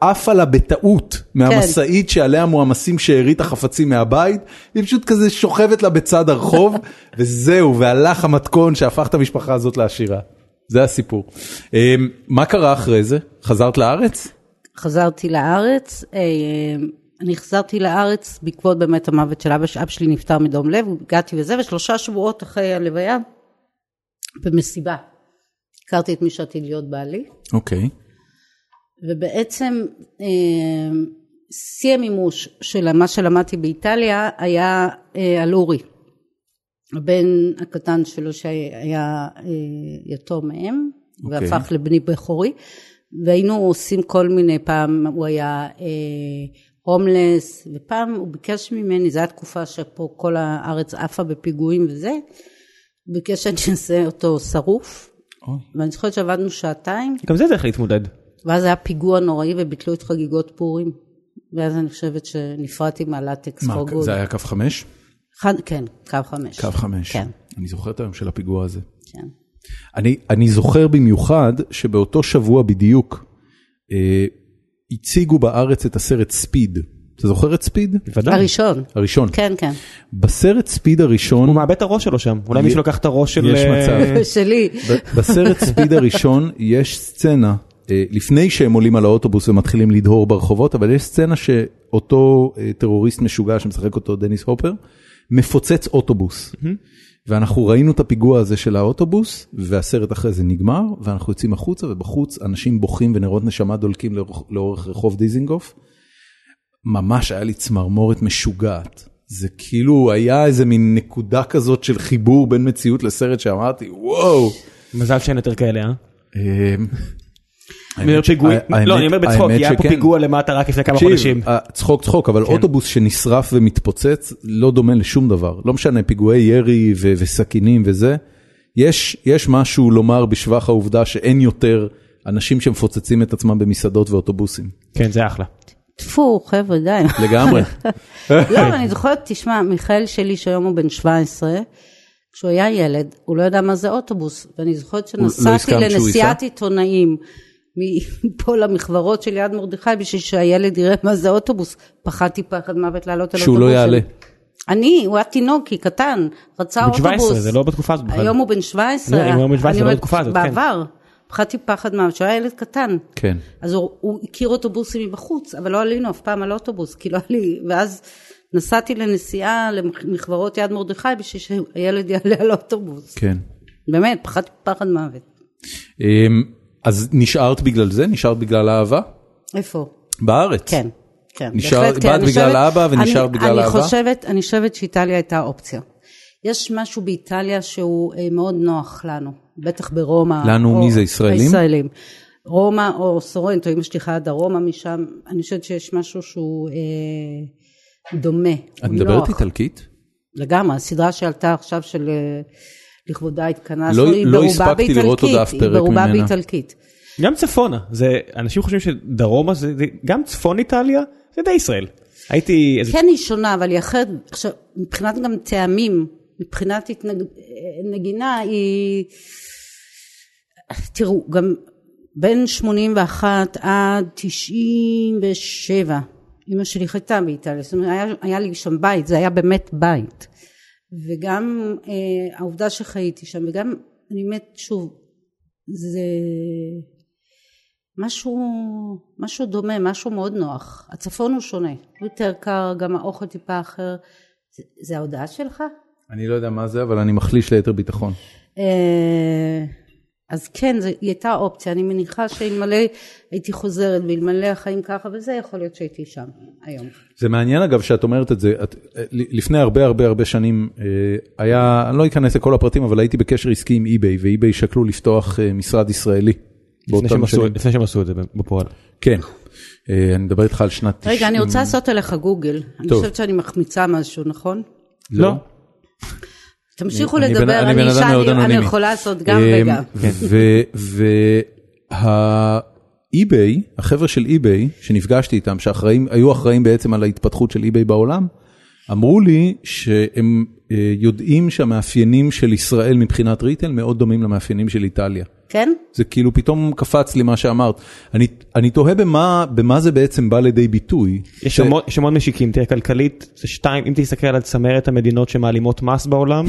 [SPEAKER 1] עפה לה בטעות
[SPEAKER 3] כן.
[SPEAKER 1] מהמשאית שעליה מועמסים שארית החפצים מהבית, היא פשוט כזה שוכבת לה בצד הרחוב, וזהו, והלך המתכון שהפך את המשפחה הזאת לעשירה. זה הסיפור. אמ, מה קרה אחרי זה? חזרת לארץ?
[SPEAKER 3] חזרתי לארץ, אה, אני חזרתי לארץ בעקבות באמת המוות של אבא, אבא שלי נפטר מדום לב, הגעתי וזה, ושלושה שבועות אחרי הלוויה, במסיבה, הכרתי את מי שעתיד להיות בעלי.
[SPEAKER 1] אוקיי.
[SPEAKER 3] ובעצם אה, שיא המימוש של מה שלמדתי באיטליה היה אה, על אורי, הבן הקטן שלו שהיה אה, יתום מהם,
[SPEAKER 1] אוקיי.
[SPEAKER 3] והפך לבני בכורי, והיינו עושים כל מיני, פעם הוא היה אה, הומלס, ופעם הוא ביקש ממני, זו הייתה תקופה שפה כל הארץ עפה בפיגועים וזה, הוא ביקש שאני אעשה אותו שרוף,
[SPEAKER 1] אוי.
[SPEAKER 3] ואני זוכרת שעבדנו שעתיים,
[SPEAKER 2] גם זה דרך להתמודד.
[SPEAKER 3] ואז היה פיגוע נוראי וביטלו את חגיגות פורים. ואז אני חושבת שנפרדתי מהלטקס
[SPEAKER 1] מה,
[SPEAKER 3] חוגות.
[SPEAKER 1] זה היה קו חמש?
[SPEAKER 3] חד, כן, קו חמש.
[SPEAKER 1] קו חמש.
[SPEAKER 3] כן,
[SPEAKER 1] אני זוכר את היום של הפיגוע הזה.
[SPEAKER 3] כן.
[SPEAKER 1] אני, אני זוכר במיוחד שבאותו שבוע בדיוק אה, הציגו בארץ את הסרט ספיד. אתה זוכר את ספיד?
[SPEAKER 2] בוודאי.
[SPEAKER 3] הראשון.
[SPEAKER 1] לא. הראשון.
[SPEAKER 3] כן, כן.
[SPEAKER 1] בסרט ספיד הראשון,
[SPEAKER 2] הוא מאבד את הראש שלו שם, אולי
[SPEAKER 1] יש-
[SPEAKER 2] מישהו לקח את הראש של... אה,
[SPEAKER 1] יש מצב.
[SPEAKER 3] שלי.
[SPEAKER 1] ב- בסרט ספיד הראשון יש סצנה, אה, לפני שהם עולים על האוטובוס ומתחילים לדהור ברחובות, אבל יש סצנה שאותו אה, טרוריסט משוגע שמשחק אותו דניס הופר, מפוצץ אוטובוס. ואנחנו ראינו את הפיגוע הזה של האוטובוס, והסרט אחרי זה נגמר, ואנחנו יוצאים החוצה, ובחוץ אנשים בוכים ונרות נשמה דולקים לאורך- לאורך רחוב דיזינגוף. ממש היה לי צמרמורת משוגעת. זה כאילו היה איזה מין נקודה כזאת של חיבור בין מציאות לסרט שאמרתי, וואו.
[SPEAKER 2] מזל שאין יותר כאלה, אה?
[SPEAKER 1] אמ,
[SPEAKER 2] אני אומר
[SPEAKER 1] האמת ש-
[SPEAKER 2] פיגועים,
[SPEAKER 1] האמת-
[SPEAKER 2] לא אני אומר בצחוק,
[SPEAKER 1] האמת
[SPEAKER 2] כי היה פה
[SPEAKER 1] שכן.
[SPEAKER 2] פיגוע כן. למטה רק לפני כמה
[SPEAKER 1] תקשיב,
[SPEAKER 2] חודשים.
[SPEAKER 1] אה, צחוק צחוק, אבל אוטובוס שנשרף ומתפוצץ לא דומה לשום דבר. לא משנה, פיגועי ירי ו- וסכינים וזה. יש, יש משהו לומר בשבח העובדה שאין יותר אנשים שמפוצצים את עצמם במסעדות ואוטובוסים.
[SPEAKER 2] כן זה אחלה.
[SPEAKER 3] טפו, חבר'ה, די.
[SPEAKER 1] לגמרי.
[SPEAKER 3] לא, אבל אני זוכרת, תשמע, מיכאל שלי, שהיום הוא בן 17, כשהוא היה ילד, הוא לא ידע מה זה אוטובוס, ואני זוכרת
[SPEAKER 1] לא
[SPEAKER 3] שנסעתי
[SPEAKER 1] הסכמת שהוא
[SPEAKER 3] לנסיעת
[SPEAKER 1] ייסע?
[SPEAKER 3] עיתונאים מפה למחברות של יד מרדכי, בשביל שהילד יראה מה זה אוטובוס. פחדתי פחד מוות לעלות על אוטובוס.
[SPEAKER 1] שהוא לא יעלה.
[SPEAKER 3] אני, הוא היה תינוקי, קטן, רצה
[SPEAKER 2] הוא בן
[SPEAKER 3] אוטובוס.
[SPEAKER 2] 17, זה לא בתקופה הזאת בכלל.
[SPEAKER 3] היום הוא בן 17.
[SPEAKER 2] לא, אם הוא היה בן 17,
[SPEAKER 3] אני
[SPEAKER 2] זה לא
[SPEAKER 3] אומרת,
[SPEAKER 2] בתקופה הזאת, כן.
[SPEAKER 3] בעבר, פחדתי פחד מה, כשהוא היה ילד קטן.
[SPEAKER 1] כן.
[SPEAKER 3] אז הוא, הוא הכיר אוטובוסים מבחוץ, אבל לא עלינו אף פעם על אוטובוס, כי לא היה לי, ואז נסעתי לנסיעה למכברות יד מרדכי בשביל שהילד יעלה על אוטובוס.
[SPEAKER 1] כן.
[SPEAKER 3] באמת, פחדתי פחד מוות.
[SPEAKER 1] אמ, אז נשארת בגלל זה? נשארת בגלל האהבה?
[SPEAKER 3] איפה?
[SPEAKER 1] בארץ.
[SPEAKER 3] כן, כן.
[SPEAKER 1] נשאר-
[SPEAKER 3] בהחלט, כן.
[SPEAKER 1] באת
[SPEAKER 3] אני
[SPEAKER 1] בגלל
[SPEAKER 3] חושבת-
[SPEAKER 1] האבא ונשארת
[SPEAKER 3] אני-
[SPEAKER 1] בגלל
[SPEAKER 3] אני
[SPEAKER 1] האהבה?
[SPEAKER 3] חושבת, אני חושבת שאיטליה הייתה אופציה. יש משהו באיטליה שהוא אה, מאוד נוח לנו, בטח ברומא.
[SPEAKER 1] לנו,
[SPEAKER 3] או-
[SPEAKER 1] מי זה, ישראלים?
[SPEAKER 3] הישראלים. רומא או סורנטו, אמא שלי חיה דרומה משם, אני חושבת שיש משהו שהוא אה, דומה.
[SPEAKER 1] את
[SPEAKER 3] הוא
[SPEAKER 1] מדברת
[SPEAKER 3] נוח.
[SPEAKER 2] לא.
[SPEAKER 1] איטלקית?
[SPEAKER 3] לגמרי, הסדרה שעלתה עכשיו של אה, לכבודה התכנסנו,
[SPEAKER 1] לא-
[SPEAKER 3] היא
[SPEAKER 1] לא
[SPEAKER 3] ברובה
[SPEAKER 1] הספקתי לראות עוד
[SPEAKER 3] באיטלקית,
[SPEAKER 1] אף
[SPEAKER 3] היא
[SPEAKER 1] פרק
[SPEAKER 3] ברובה
[SPEAKER 1] ממנה.
[SPEAKER 3] באיטלקית.
[SPEAKER 2] גם צפונה, זה, אנשים חושבים שדרומה זה, זה גם צפון איטליה, זה די ישראל. הייתי, איזה,
[SPEAKER 3] כן היא שונה, אבל היא אחרת, עכשיו, מבחינת גם טעמים, מבחינת התנג... נגינה היא... תראו, גם בין 81 עד 97, אמא שלי חייתה באיטליה, זאת אומרת, היה, היה לי שם בית, זה היה באמת בית. וגם אה, העובדה שחייתי שם, וגם, אני באמת, שוב, זה... משהו, משהו דומה, משהו מאוד נוח. הצפון הוא שונה, הוא יותר קר, גם האוכל טיפה אחר. זה, זה ההודעה שלך?
[SPEAKER 1] אני לא יודע מה זה, אבל אני מחליש ליתר ביטחון.
[SPEAKER 3] אה, אז כן, זו, היא הייתה אופציה, אני מניחה שאלמלא הייתי חוזרת ואלמלא החיים ככה וזה, יכול להיות שהייתי שם היום.
[SPEAKER 1] זה מעניין אגב שאת אומרת את זה, את, אה, לפני הרבה הרבה הרבה שנים אה, היה, אני לא אכנס לכל הפרטים, אבל הייתי בקשר עסקי עם אי-ביי, ואי-ביי שקלו לפתוח אה, משרד ישראלי.
[SPEAKER 2] לפני שהם
[SPEAKER 1] באותם
[SPEAKER 2] עשו-
[SPEAKER 1] שנים.
[SPEAKER 2] לפני שהם עשו את זה בפועל.
[SPEAKER 1] כן, אה, אני מדבר איתך על שנת 90.
[SPEAKER 3] רגע, אני רוצה לעשות עליך גוגל. אני
[SPEAKER 1] טוב.
[SPEAKER 3] חושבת שאני מחמיצה משהו, נכון?
[SPEAKER 1] לא.
[SPEAKER 3] תמשיכו
[SPEAKER 1] אני בן-
[SPEAKER 3] לדבר,
[SPEAKER 1] אני
[SPEAKER 3] אני
[SPEAKER 1] בן אדם
[SPEAKER 3] אישה,
[SPEAKER 1] מאוד
[SPEAKER 3] אני- אני
[SPEAKER 1] אנונימי.
[SPEAKER 3] יכולה לעשות גם
[SPEAKER 1] אה,
[SPEAKER 3] וגם.
[SPEAKER 1] ו- והאי-ביי, החבר'ה של אי-ביי, שנפגשתי איתם, שאחראים, היו אחראים בעצם על ההתפתחות של אי-ביי בעולם, אמרו לי שהם אה, יודעים שהמאפיינים של ישראל מבחינת ריטל מאוד דומים למאפיינים של איטליה.
[SPEAKER 3] כן?
[SPEAKER 1] זה כאילו פתאום קפץ לי מה שאמרת. אני, אני תוהה במה, במה זה בעצם בא לידי ביטוי.
[SPEAKER 2] יש
[SPEAKER 1] זה-
[SPEAKER 2] המון- יש המון משיקים, תראה כלכלית, זה שתיים, אם תסתכל על צמרת המדינות שמעלימות מס בעולם,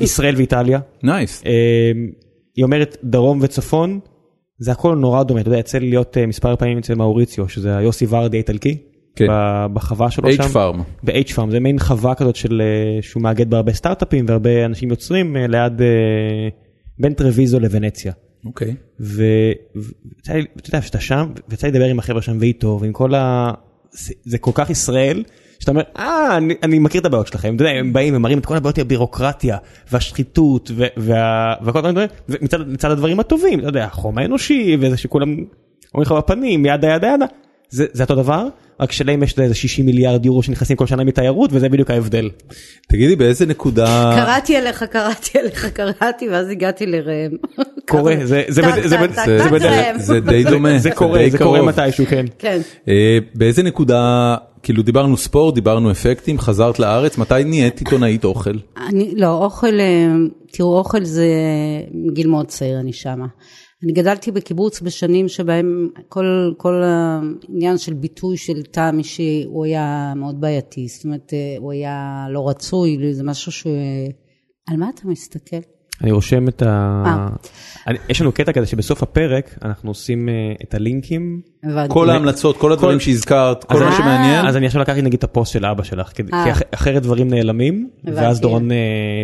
[SPEAKER 2] ישראל ואיטליה,
[SPEAKER 1] נייס.
[SPEAKER 2] אמ, היא אומרת דרום וצפון, זה הכל נורא דומה, אתה יודע, יצא לי להיות אה, מספר פעמים אצל מאוריציו, שזה היוסי ורדי האיטלקי,
[SPEAKER 1] כן.
[SPEAKER 2] ב- בחווה שלו שם.
[SPEAKER 1] H farm.
[SPEAKER 2] ב-H farm, זה מין חווה כזאת של אה, שהוא מאגד בהרבה סטארט-אפים והרבה אנשים יוצרים אה, ליד, אה, בין טרוויזו לוונציה.
[SPEAKER 1] אוקיי.
[SPEAKER 2] ואתה יודע שאתה שם ויצא לי לדבר עם החבר'ה שם ואיתו ועם כל ה... זה- זה כל כך ישראל שאתה אומר אה אני, אני מכיר את הבעיות שלכם אתה יודע, הם באים הם מראים את כל הבעיות עם הבירוקרטיה והשחיתות ו- וה- וכל הדברים האלה ומצד מצד הדברים הטובים אתה יודע החום האנושי וזה שכולם אומרים לך בפנים ידה ידה ידה זה, זה אותו דבר רק שלהם יש איזה 60 מיליארד יורו שנכנסים כל שנה מתיירות וזה בדיוק ההבדל.
[SPEAKER 1] תגידי באיזה
[SPEAKER 2] אה,
[SPEAKER 1] נקודה...
[SPEAKER 3] קראתי עליך, קראתי עליך, קראתי, ואז הגעתי לראם.
[SPEAKER 2] קורה, זה- זה
[SPEAKER 3] טק,
[SPEAKER 2] בד- זה
[SPEAKER 3] טק,
[SPEAKER 2] בד-
[SPEAKER 3] טק,
[SPEAKER 1] זה-
[SPEAKER 3] טק,
[SPEAKER 1] זה בד-
[SPEAKER 3] ראם.
[SPEAKER 1] זה די דומה.
[SPEAKER 2] זה קורה
[SPEAKER 1] די
[SPEAKER 2] זה קורה
[SPEAKER 1] קרוב.
[SPEAKER 2] מתישהו כן.
[SPEAKER 3] כן.
[SPEAKER 1] אה, באיזה נקודה, כאילו דיברנו ספורט, דיברנו אפקטים, חזרת לארץ, מתי נהיית עיתונאית אוכל?
[SPEAKER 3] אני, לא, אוכל, אה, תראו, אוכל זה מגיל מאוד צעיר, אני שמה. אני גדלתי בקיבוץ בשנים שבהם כל, כל העניין של ביטוי של טעם אישי, הוא היה מאוד בעייתי. זאת אומרת, אה, הוא היה לא רצוי, זה משהו ש... על מה אתה מסתכל?
[SPEAKER 2] אני רושם את ה...
[SPEAKER 3] אה.
[SPEAKER 2] אני, יש לנו קטע כזה שבסוף הפרק אנחנו עושים אה, את הלינקים.
[SPEAKER 3] הבנתי.
[SPEAKER 1] כל ההמלצות, כל הדברים
[SPEAKER 2] כל- אה,
[SPEAKER 1] שהזכרת, כל מה
[SPEAKER 2] אז-
[SPEAKER 1] שמעניין.
[SPEAKER 2] אז אני עכשיו לקחתי נגיד את הפוסט של אבא שלך, כדי-
[SPEAKER 3] כן. אה.
[SPEAKER 2] כי אח- אחרת דברים נעלמים,
[SPEAKER 3] הבנתי.
[SPEAKER 2] ואז דורון אה,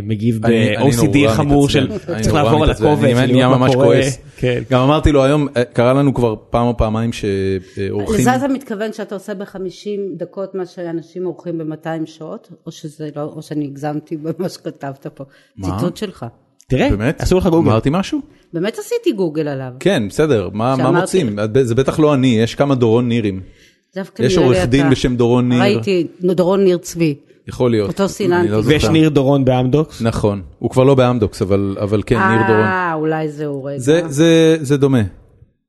[SPEAKER 2] מגיב
[SPEAKER 1] אני- אני נורא
[SPEAKER 2] ב-OCD חמור של
[SPEAKER 1] מתעצבן. אני
[SPEAKER 2] צריך
[SPEAKER 1] נורא
[SPEAKER 2] לעבור על
[SPEAKER 1] מתעצבן.
[SPEAKER 2] הקובץ,
[SPEAKER 1] אני נהיה
[SPEAKER 2] לראות מה
[SPEAKER 1] ממש
[SPEAKER 2] קורה.
[SPEAKER 1] כועס.
[SPEAKER 2] כן.
[SPEAKER 1] גם אמרתי לו היום, אה, קרה לנו כבר פעם או פעמיים שאורחים...
[SPEAKER 3] לזה אתה מתכוון שאתה עושה ב-50 דקות מה שאנשים עורכים ב-200 שעות, או שזה לא, או שאני הגזמתי במה שכתבת פה?
[SPEAKER 1] מה?
[SPEAKER 3] ציטוט שלך.
[SPEAKER 2] כן. תראה,
[SPEAKER 1] באמת?
[SPEAKER 2] אה, עשו לך גוגל.
[SPEAKER 1] אמרתי משהו?
[SPEAKER 3] באמת עשיתי גוגל עליו.
[SPEAKER 1] כן, בסדר, מה מה
[SPEAKER 3] שאמרתי.
[SPEAKER 1] מוצאים? את- זה בטח לא אני, יש כמה דורון נירים.
[SPEAKER 3] דווקא
[SPEAKER 1] יש
[SPEAKER 3] נראה לי
[SPEAKER 1] עורך
[SPEAKER 3] אתה.
[SPEAKER 1] דין בשם דורון ניר.
[SPEAKER 3] ראיתי, נו, דורון ניר צבי.
[SPEAKER 1] יכול להיות.
[SPEAKER 3] אותו
[SPEAKER 1] אני
[SPEAKER 3] סיננתי.
[SPEAKER 1] לא זוכר.
[SPEAKER 2] ויש ניר דורון באמדוקס.
[SPEAKER 1] נכון, הוא כבר לא באמדוקס, אבל אבל כן, ניר דורון.
[SPEAKER 3] אה, אולי זהו רגע.
[SPEAKER 1] זה, זה, זה דומה.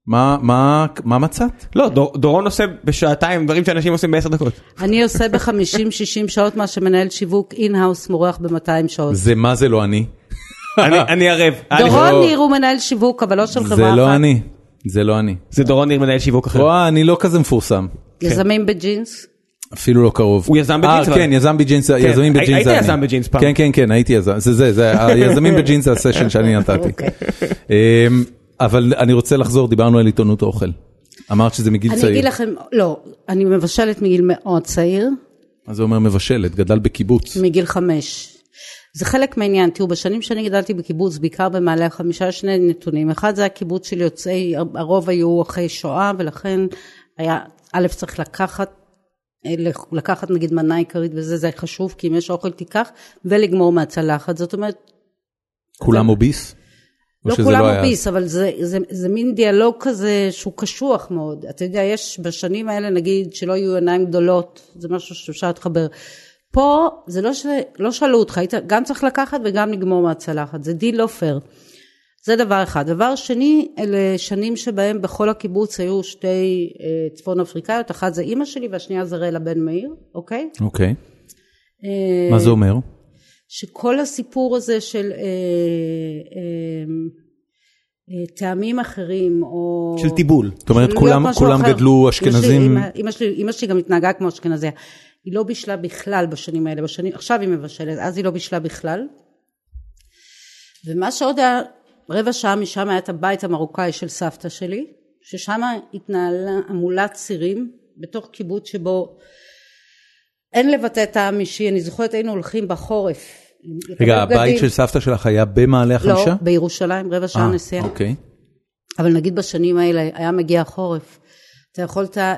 [SPEAKER 1] מה, מה, מה מצאת?
[SPEAKER 2] לא, דור- דורון עושה בשעתיים דברים שאנשים עושים בעשר דקות.
[SPEAKER 3] אני עושה ב-50-60 שעות מה שמנהל שיווק אין-האוס מורח ב-200 שעות.
[SPEAKER 1] זה מה זה לא אני?
[SPEAKER 2] אני- אני ערב.
[SPEAKER 3] דורון
[SPEAKER 1] לא.
[SPEAKER 3] ניר הוא מנהל שיווק, אבל לא של חברה אחת.
[SPEAKER 1] זה לא אני. זה לא אני.
[SPEAKER 2] זה דורון ניר מנהל שיווק אחר.
[SPEAKER 1] רואה, אני לא כזה מפורסם.
[SPEAKER 3] יזמים בג'ינס?
[SPEAKER 1] אפילו לא קרוב.
[SPEAKER 2] הוא יזם בג'ינס,
[SPEAKER 1] אה,
[SPEAKER 2] אבל.
[SPEAKER 1] כן, יזם בג'ינס, יזמים
[SPEAKER 2] הי-
[SPEAKER 1] בג'ינס.
[SPEAKER 2] היית
[SPEAKER 1] זה אני.
[SPEAKER 2] יזם בג'ינס פעם.
[SPEAKER 1] כן, כן, כן, הייתי יזם. זה זה, זה, היזמים בג'ינס זה הסשן שאני נתתי.
[SPEAKER 3] אוקיי.
[SPEAKER 1] אמ, אבל אני רוצה לחזור, דיברנו על עיתונות אוכל. אמרת שזה מגיל
[SPEAKER 3] אני אגיד
[SPEAKER 1] צעיר.
[SPEAKER 3] לכם, לא, אני מבשלת מגיל מאוד צעיר,
[SPEAKER 1] מה זה אומר מבשלת? גדל בקיבוץ.
[SPEAKER 3] מגיל חמש. זה חלק מהעניין, תראו, בשנים שאני גדלתי בקיבוץ, בעיקר במעלה החמישה, שני נתונים. אחד זה הקיבוץ של יוצאי, הרוב היו אחרי שואה, ולכן היה, א', צריך לקחת, אה, לק- לקחת נגיד מנה עיקרית וזה, זה חשוב, כי אם יש אוכל תיקח, ולגמור מהצלחת. זאת אומרת,
[SPEAKER 1] כולם אוביס? או
[SPEAKER 3] לא
[SPEAKER 1] שזה
[SPEAKER 3] כולם
[SPEAKER 1] היה?
[SPEAKER 3] אוביס, אבל זה, זה, זה מין דיאלוג כזה שהוא קשוח מאוד. אתה יודע, יש בשנים האלה, נגיד, שלא יהיו עיניים גדולות, זה משהו שאפשר להתחבר. פה, זה לא, ש... לא שאלו אותך, היית גם צריך לקחת וגם לגמור מהצלחת, זה דיל לא פייר. זה דבר אחד. דבר שני, אלה שנים שבהם בכל הקיבוץ היו שתי אה, צפון אפריקאיות, אחת זה אימא שלי והשנייה זה רלה בן מאיר, אוקיי?
[SPEAKER 1] אוקיי.
[SPEAKER 3] אה,
[SPEAKER 1] מה זה אומר?
[SPEAKER 3] שכל הסיפור הזה של אה, אה, אה, טעמים אחרים או...
[SPEAKER 2] של טיבול.
[SPEAKER 1] זאת אומרת,
[SPEAKER 3] להיות
[SPEAKER 1] כולם-
[SPEAKER 3] משהו
[SPEAKER 1] כולם
[SPEAKER 3] אחר.
[SPEAKER 1] גדלו
[SPEAKER 3] אמא שלי-
[SPEAKER 1] אשכנזים?
[SPEAKER 3] אמא- אמא שלי- אמא שלי גם התנהגה כמו אשכנזיה. היא לא בישלה בכלל בשנים האלה, בשנים, עכשיו היא מבשלת, אז היא לא בישלה בכלל. ומה שעוד היה, רבע שעה משם היה את הבית המרוקאי של סבתא שלי, ששם התנהלה המולת צירים, בתוך קיבוץ שבו אין לבטא טעם אישי, אני זוכרת היינו הולכים בחורף.
[SPEAKER 1] רגע,
[SPEAKER 3] לקבל
[SPEAKER 1] הבית
[SPEAKER 3] בגדים.
[SPEAKER 1] של סבתא שלך היה במעלה החמישה?
[SPEAKER 3] לא, בירושלים, רבע שעה
[SPEAKER 1] אה,
[SPEAKER 3] נסיעה.
[SPEAKER 1] אוקיי.
[SPEAKER 3] אבל נגיד בשנים האלה היה מגיע חורף, אתה יכולת אה,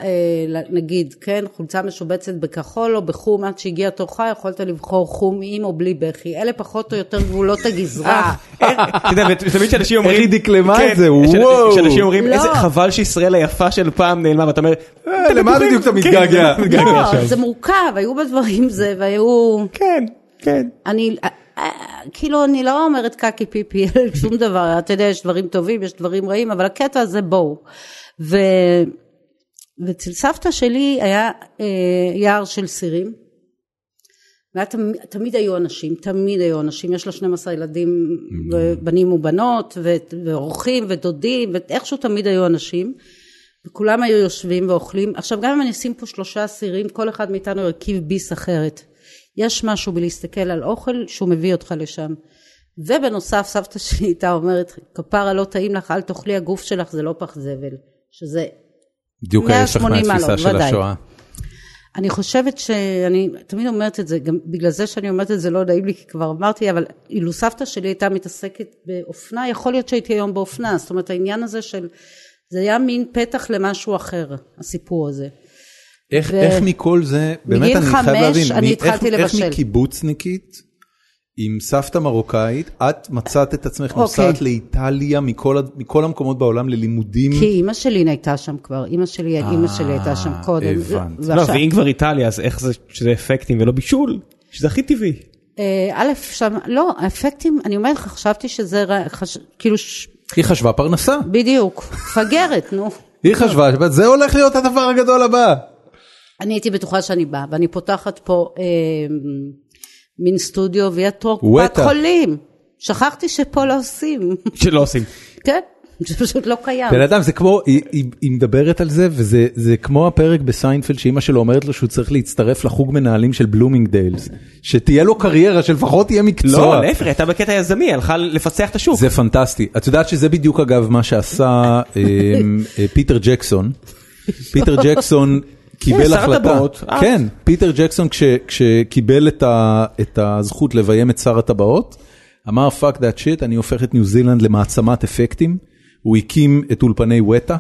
[SPEAKER 3] ל- נגיד, כן, חולצה משובצת בכחול או בחום עד שהגיע תורך, יכולת לבחור חום עם או בלי בכי, אלה פחות או יותר גבולות הגזרה.
[SPEAKER 1] אה,
[SPEAKER 2] אתה יודע, ותמיד כשאנשים אומרים,
[SPEAKER 1] איך היא דקלמה
[SPEAKER 2] כן,
[SPEAKER 1] את כן. זה?
[SPEAKER 2] כש-
[SPEAKER 1] וואו.
[SPEAKER 2] כשאנשים אומרים,
[SPEAKER 3] לא.
[SPEAKER 2] איזה חבל שישראל היפה של פעם נעלמה, ואתה אומר, "אתם
[SPEAKER 1] אה, למה
[SPEAKER 2] בטוחים?"
[SPEAKER 1] בדיוק אתה
[SPEAKER 2] כן,
[SPEAKER 1] מתגעגע?
[SPEAKER 2] אתה מתגעגע
[SPEAKER 3] לא,
[SPEAKER 2] עכשיו.
[SPEAKER 3] זה מורכב, היו בדברים זה, והיו...
[SPEAKER 2] כן, כן.
[SPEAKER 3] אני, אה, אה, כאילו, אני לא אומרת קקי פיפי, אין שום דבר, אתה יודע, יש דברים טובים, יש דברים רעים, אבל הקטע הזה בואו. ו... ואצל סבתא שלי היה אה, יער של סירים, ותמיד היו אנשים, תמיד היו אנשים, יש לה 12 ילדים, בנים ובנות, ו- ואורחים ודודים, ואיכשהו תמיד היו אנשים, וכולם היו יושבים ואוכלים. עכשיו גם אם אני אשים פה שלושה אסירים, כל אחד מאיתנו הרכיב ביס אחרת. יש משהו בלהסתכל על אוכל שהוא מביא אותך לשם. ובנוסף סבתא שלי הייתה אומרת, כפרה לא טעים לך, אל תאכלי, הגוף שלך זה לא פח זבל, שזה
[SPEAKER 1] בדיוק ההפך
[SPEAKER 3] 180 מעלות,
[SPEAKER 1] מהתפיסה של
[SPEAKER 3] ודאי.
[SPEAKER 1] השואה.
[SPEAKER 3] אני חושבת שאני תמיד אומרת את זה, גם בגלל זה שאני אומרת את זה לא נעים לי כי כבר אמרתי, אבל אילו סבתא שלי הייתה מתעסקת באופנה, יכול להיות שהייתי היום באופנה, זאת אומרת העניין הזה של, זה היה מין פתח למשהו אחר, הסיפור הזה.
[SPEAKER 1] איך,
[SPEAKER 3] ו-
[SPEAKER 1] איך מכל זה, באמת
[SPEAKER 3] מגיל
[SPEAKER 1] אני חייב
[SPEAKER 3] חמש
[SPEAKER 1] להבין,
[SPEAKER 3] אני
[SPEAKER 1] מ-
[SPEAKER 3] התחלתי
[SPEAKER 1] איך,
[SPEAKER 3] לבשל.
[SPEAKER 1] איך מקיבוצניקית עם סבתא מרוקאית, את מצאת את עצמך
[SPEAKER 3] אוקיי.
[SPEAKER 1] נוסעת לאיטליה מכל, ה- מכל המקומות בעולם ללימודים.
[SPEAKER 3] כי אימא שלי הייתה שם כבר, אימא שלי, אימא שלי הייתה שם
[SPEAKER 1] אה,
[SPEAKER 3] קודם.
[SPEAKER 1] הבנתי.
[SPEAKER 2] לא,
[SPEAKER 3] ועכשיו-
[SPEAKER 2] ואם כבר איטליה, אז איך זה שזה אפקטים ולא בישול? שזה הכי טבעי.
[SPEAKER 3] אה, א', שם, לא, האפקטים, אני אומרת לך, חשבתי שזה, ר- חש- כאילו, ש-
[SPEAKER 1] היא חשבה פרנסה,
[SPEAKER 3] בדיוק, פגרת, נו.
[SPEAKER 1] היא חשבה, אבל זה הולך להיות הדבר הגדול הבא.
[SPEAKER 3] אני הייתי בטוחה שאני באה, ואני פותחת פה אה, מין סטודיו ויהיה תור קופת
[SPEAKER 1] וטה.
[SPEAKER 3] חולים. שכחתי שפה לא עושים,
[SPEAKER 2] שלא עושים.
[SPEAKER 3] כן? זה פשוט לא קיים.
[SPEAKER 1] בן אדם זה כמו, היא, היא, היא מדברת על זה וזה זה כמו הפרק בסיינפלד שאימא שלו אומרת לו שהוא צריך להצטרף לחוג מנהלים של בלומינגדיילס, שתהיה לו קריירה שלפחות תהיה מקצוע.
[SPEAKER 2] לא, להפך, הייתה בקטע יזמי, הלכה לפצח את השוק.
[SPEAKER 1] זה פנטסטי. את יודעת שזה בדיוק אגב מה שעשה אמ, אה, פיטר ג'קסון. פיטר ג'קסון קיבל
[SPEAKER 2] שר
[SPEAKER 1] החלטה.
[SPEAKER 2] הטבעות, אה.
[SPEAKER 1] כן, פיטר ג'קסון כש- כשקיבל את ה- את הזכות לביים את שר הטבעות, אמר fuck that shit, אני הופך את ניו זילנד למעצמת אפקטים. הוא הקים את אולפני וטה,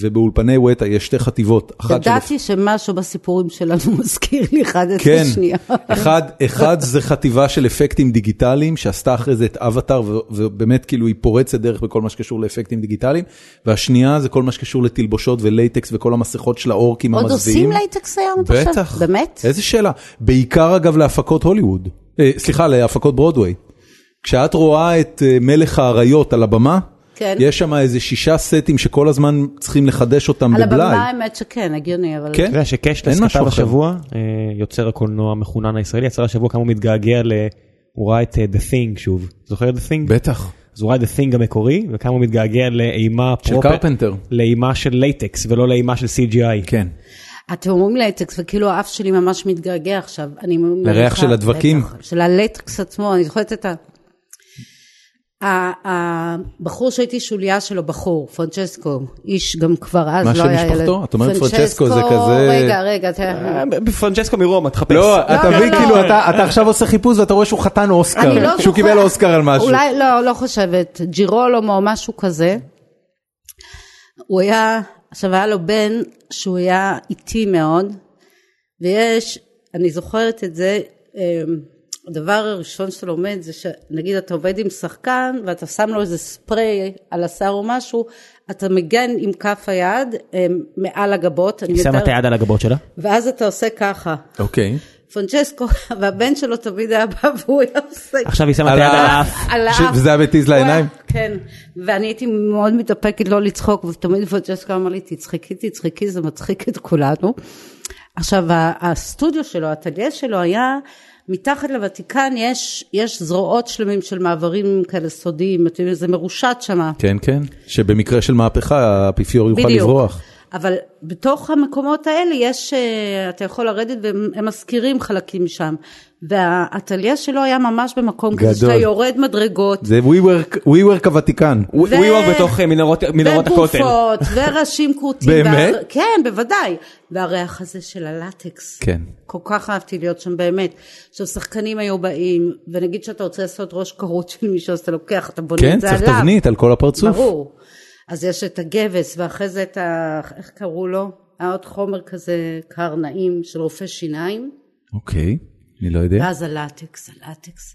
[SPEAKER 1] ובאולפני וטה יש שתי חטיבות, אחת של
[SPEAKER 3] ידעתי שמשהו בסיפורים שלנו מזכיר לי אחד את
[SPEAKER 1] כן,
[SPEAKER 3] השנייה.
[SPEAKER 1] אחד, אחד זה חטיבה של אפקטים דיגיטליים שעשתה אחרי זה את אבטאר ו- ובאמת כאילו היא פורצת דרך בכל מה שקשור לאפקטים דיגיטליים והשנייה זה כל מה שקשור לתלבושות ולייטקס וכל המסכות של האורקים
[SPEAKER 3] עוד
[SPEAKER 1] המזוויעים.
[SPEAKER 3] עושים לייטקס היום? אתה חושב?
[SPEAKER 1] בטח.
[SPEAKER 3] באמת?
[SPEAKER 1] איזה שאלה. בעיקר אגב להפקות הוליווד, אה, סליחה להפקות ברודוויי. כשאת רואה את אה, מלך האריות על הבמה,
[SPEAKER 3] כן.
[SPEAKER 1] יש שם איזה שישה סטים שכל הזמן צריכים לחדש אותם
[SPEAKER 3] על
[SPEAKER 1] בבלאי.
[SPEAKER 3] הבמה האמת שכן, הגיוני, אבל...
[SPEAKER 1] כן.
[SPEAKER 2] אתה יודע שקשטס
[SPEAKER 1] אין משהו
[SPEAKER 2] כתב
[SPEAKER 1] אחר.
[SPEAKER 2] השבוע, אה, יוצר הקולנוע המחונן הישראלי, יצר השבוע כמה הוא מתגעגע ל... הוא ראה את אה, The Thing שוב. זוכר את The Thing?
[SPEAKER 1] בטח.
[SPEAKER 2] אז הוא ראה את The Thing המקורי, וכמה הוא מתגעגע לאימה
[SPEAKER 1] של
[SPEAKER 2] פרופר-
[SPEAKER 1] קרפנטר.
[SPEAKER 2] לאימה של לייטקס ולא לאימה של CGI.
[SPEAKER 1] כן.
[SPEAKER 3] אתם אומרים לטקס, וכאילו האף שלי ממש מתגעגע עכשיו. אני מניחה-
[SPEAKER 1] לריח של הדבקים?
[SPEAKER 3] בטח, של הלטקס עצמו, אני זוכרת את ה... ה- הבחור שהייתי שוליה שלו, בחור, פרנצ'סקו, איש גם כבר אז
[SPEAKER 1] מה
[SPEAKER 3] לא
[SPEAKER 1] שם
[SPEAKER 3] היה ילד.
[SPEAKER 1] משפחתו? את אומרת פרנצ'סקו, זה כזה-
[SPEAKER 3] רגע, רגע, אתה...
[SPEAKER 2] אה, בפרנצ'סקו מרומא, תחפש.
[SPEAKER 1] לא,
[SPEAKER 3] לא,
[SPEAKER 1] אתה מבין,
[SPEAKER 3] לא.
[SPEAKER 1] כאילו, אתה אתה עכשיו עושה חיפוש ואתה רואה שהוא חתן
[SPEAKER 3] אני לא
[SPEAKER 1] אוסקר, שהוא
[SPEAKER 3] זוכרת.
[SPEAKER 1] קיבל אוסקר על משהו.
[SPEAKER 3] אולי, לא, לא חושבת, ג'ירולומו או משהו כזה. הוא היה, עכשיו היה לו בן שהוא היה איטי מאוד, ויש, אני זוכרת את זה, אמ, הדבר הראשון שאתה לומד זה שנגיד אתה עובד עם שחקן ואתה שם לו איזה ספרי על השיער או משהו, אתה מגן עם כף היד אמ, מעל הגבות, אני
[SPEAKER 2] היא שמה את
[SPEAKER 3] מתאר-
[SPEAKER 2] היד על הגבות שלה?
[SPEAKER 3] ואז אתה עושה ככה.
[SPEAKER 1] אוקיי.
[SPEAKER 3] פרנצ'סקו והבן שלו תמיד היה בא והוא היה עושה
[SPEAKER 2] עכשיו היא שמה את
[SPEAKER 1] על
[SPEAKER 2] היד על
[SPEAKER 1] האף.
[SPEAKER 2] האף.
[SPEAKER 3] על
[SPEAKER 1] ש-
[SPEAKER 3] האף.
[SPEAKER 1] וזה היה מתיז
[SPEAKER 3] הוא היה-
[SPEAKER 1] לעיניים?
[SPEAKER 3] כן, ואני הייתי מאוד מתאפקת לא לצחוק, ותמיד פרנצ'סקו אמר לי, תצחקי, תצחקי, זה מצחיק את כולנו. עכשיו, ה- הסטודיו שלו, הטליה שלו היה, מתחת לוותיקן יש, יש זרועות שלמים של מעברים כאלה סודיים, אתם יודעים, זה מרושת שמה.
[SPEAKER 1] כן, כן. שבמקרה של מהפכה האפיפיור יוכל
[SPEAKER 3] בדיוק.
[SPEAKER 1] לברוח.
[SPEAKER 3] אבל בתוך המקומות האלה יש, אה, אתה יכול לרדת והם הם מזכירים חלקים שם. והאטליה שלו היה ממש במקום כזה
[SPEAKER 1] גדול.
[SPEAKER 3] שאתה יורד מדרגות.
[SPEAKER 1] זה WeWork WeWork הוותיקן.
[SPEAKER 2] הוא הוא בתוך אה, מנהרות מנהרות הכותל.
[SPEAKER 3] וגופות, וראשים כרותים.
[SPEAKER 1] באמת?
[SPEAKER 3] והר- כן, בוודאי. והריח הזה של הלטקס.
[SPEAKER 1] כן.
[SPEAKER 3] כל כך אהבתי להיות שם באמת. עכשיו, שחקנים היו באים, ונגיד שאתה רוצה לעשות ראש כרות של מישהו, אז אתה לוקח, אתה בונה
[SPEAKER 1] כן,
[SPEAKER 3] את זה עליו.
[SPEAKER 1] צריך תבנית על כל הפרצוף.
[SPEAKER 3] ברור. אז יש את הגבס, ואחרי זה את ה... איך קראו לו? היה עוד חומר כזה קר נעים של רופא שיניים.
[SPEAKER 1] אוקיי, אני לא יודע.
[SPEAKER 3] ואז הלטקס, הלטקס.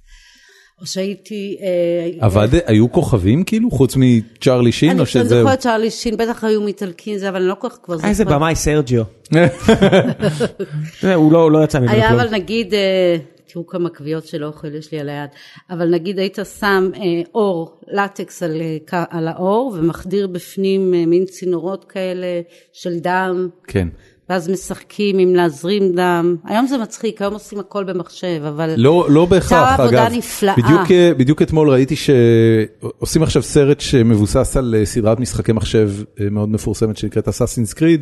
[SPEAKER 3] או שהייתי... אה,
[SPEAKER 1] עבד, היו כוכבים כאילו, חוץ מצ'רלי שין
[SPEAKER 3] אני לא
[SPEAKER 1] או
[SPEAKER 3] עכשיו
[SPEAKER 1] שזהו? אה,
[SPEAKER 3] זוכרת שרלי שין, בטח היו מאיטלקים זה, אבל אני לא כל כך כבר זוכרת.
[SPEAKER 2] איזה במאי סרג'יו. זה, הוא לא הוא לא יצא ממנו
[SPEAKER 3] היה
[SPEAKER 2] כלום.
[SPEAKER 3] אבל נגיד, אה, תראו כמה כוויות של אוכל יש לי על היד, אבל נגיד היית שם אה, אור, לטקס על, אה, כ- על האור ומחדיר בפנים אה, מין צינורות כאלה של דם,
[SPEAKER 1] כן.
[SPEAKER 3] ואז משחקים עם להזרים דם. היום זה מצחיק, היום עושים הכל במחשב, אבל...
[SPEAKER 1] לא, לא בהכרח,
[SPEAKER 3] הייתה
[SPEAKER 1] אגב.
[SPEAKER 3] עבודה נפלאה.
[SPEAKER 1] בדיוק, אה, בדיוק אתמול ראיתי שעושים עכשיו סרט שמבוסס על אה, סדרת משחקי מחשב אה, מאוד מפורסמת שנקראת Assassin's Creed,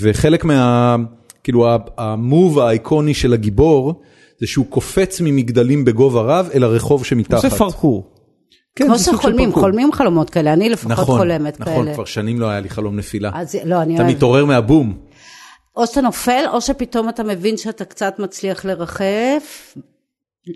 [SPEAKER 1] וחלק מה... כאילו ה- המוב האיקוני של הגיבור, זה שהוא קופץ ממגדלים בגובה רב אל הרחוב שמתחת.
[SPEAKER 2] עושה פרקור.
[SPEAKER 1] כן,
[SPEAKER 3] כמו
[SPEAKER 1] זה סוג של
[SPEAKER 3] שחולמים,
[SPEAKER 1] פרקור.
[SPEAKER 3] חולמים חלומות כאלה, אני לפחות
[SPEAKER 1] נכון,
[SPEAKER 3] חולמת
[SPEAKER 1] נכון,
[SPEAKER 3] כאלה.
[SPEAKER 1] כבר שנים לא היה לי חלום נפילה.
[SPEAKER 3] אז לא, אני
[SPEAKER 1] אתה
[SPEAKER 3] אוהבת.
[SPEAKER 1] מתעורר מהבום.
[SPEAKER 3] או שאתה נופל, או שפתאום אתה מבין שאתה קצת מצליח לרחף.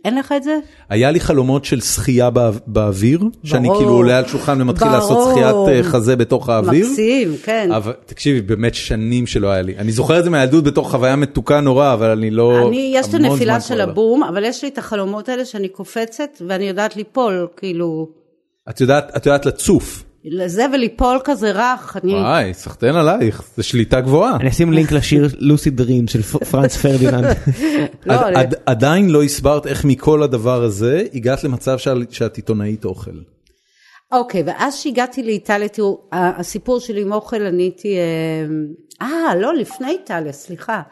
[SPEAKER 3] אין לך את זה?
[SPEAKER 1] היה לי חלומות של שחייה באו- באוויר, שאני
[SPEAKER 3] ברור.
[SPEAKER 1] כאילו עולה על שולחן ומתחיל
[SPEAKER 3] ברור.
[SPEAKER 1] לעשות שחיית אה, חזה בתוך האוויר.
[SPEAKER 3] מקסים, כן.
[SPEAKER 1] אבל תקשיבי, באמת שנים שלא היה לי. אני זוכר את זה מהילדות בתור חוויה מתוקה נורא, אבל אני לא...
[SPEAKER 3] אני, יש את
[SPEAKER 1] המון
[SPEAKER 3] הנפילה
[SPEAKER 1] זמן כבר
[SPEAKER 3] של
[SPEAKER 1] לא.
[SPEAKER 3] הבום, אבל יש לי את החלומות האלה שאני קופצת ואני יודעת ליפול, כאילו,
[SPEAKER 1] את יודעת, את יודעת לצוף.
[SPEAKER 3] לזה וליפול כזה רך, אני...
[SPEAKER 1] וואי, סחטיין עלייך, זו שליטה גבוהה.
[SPEAKER 2] אני אשים לינק לשיר לוסי דרים של פ- פרנץ פרדיננד.
[SPEAKER 3] לא,
[SPEAKER 1] עד-
[SPEAKER 3] אני-
[SPEAKER 1] עד- עדיין לא הסברת איך מכל הדבר הזה הגעת למצב שעל- שאת עיתונאית אוכל.
[SPEAKER 3] אוקיי, ואז שהגעתי לאיטליה, תראו, ה- הסיפור שלי עם אוכל, אני הייתי... אה, אה, לא, לפני איטליה, סליחה.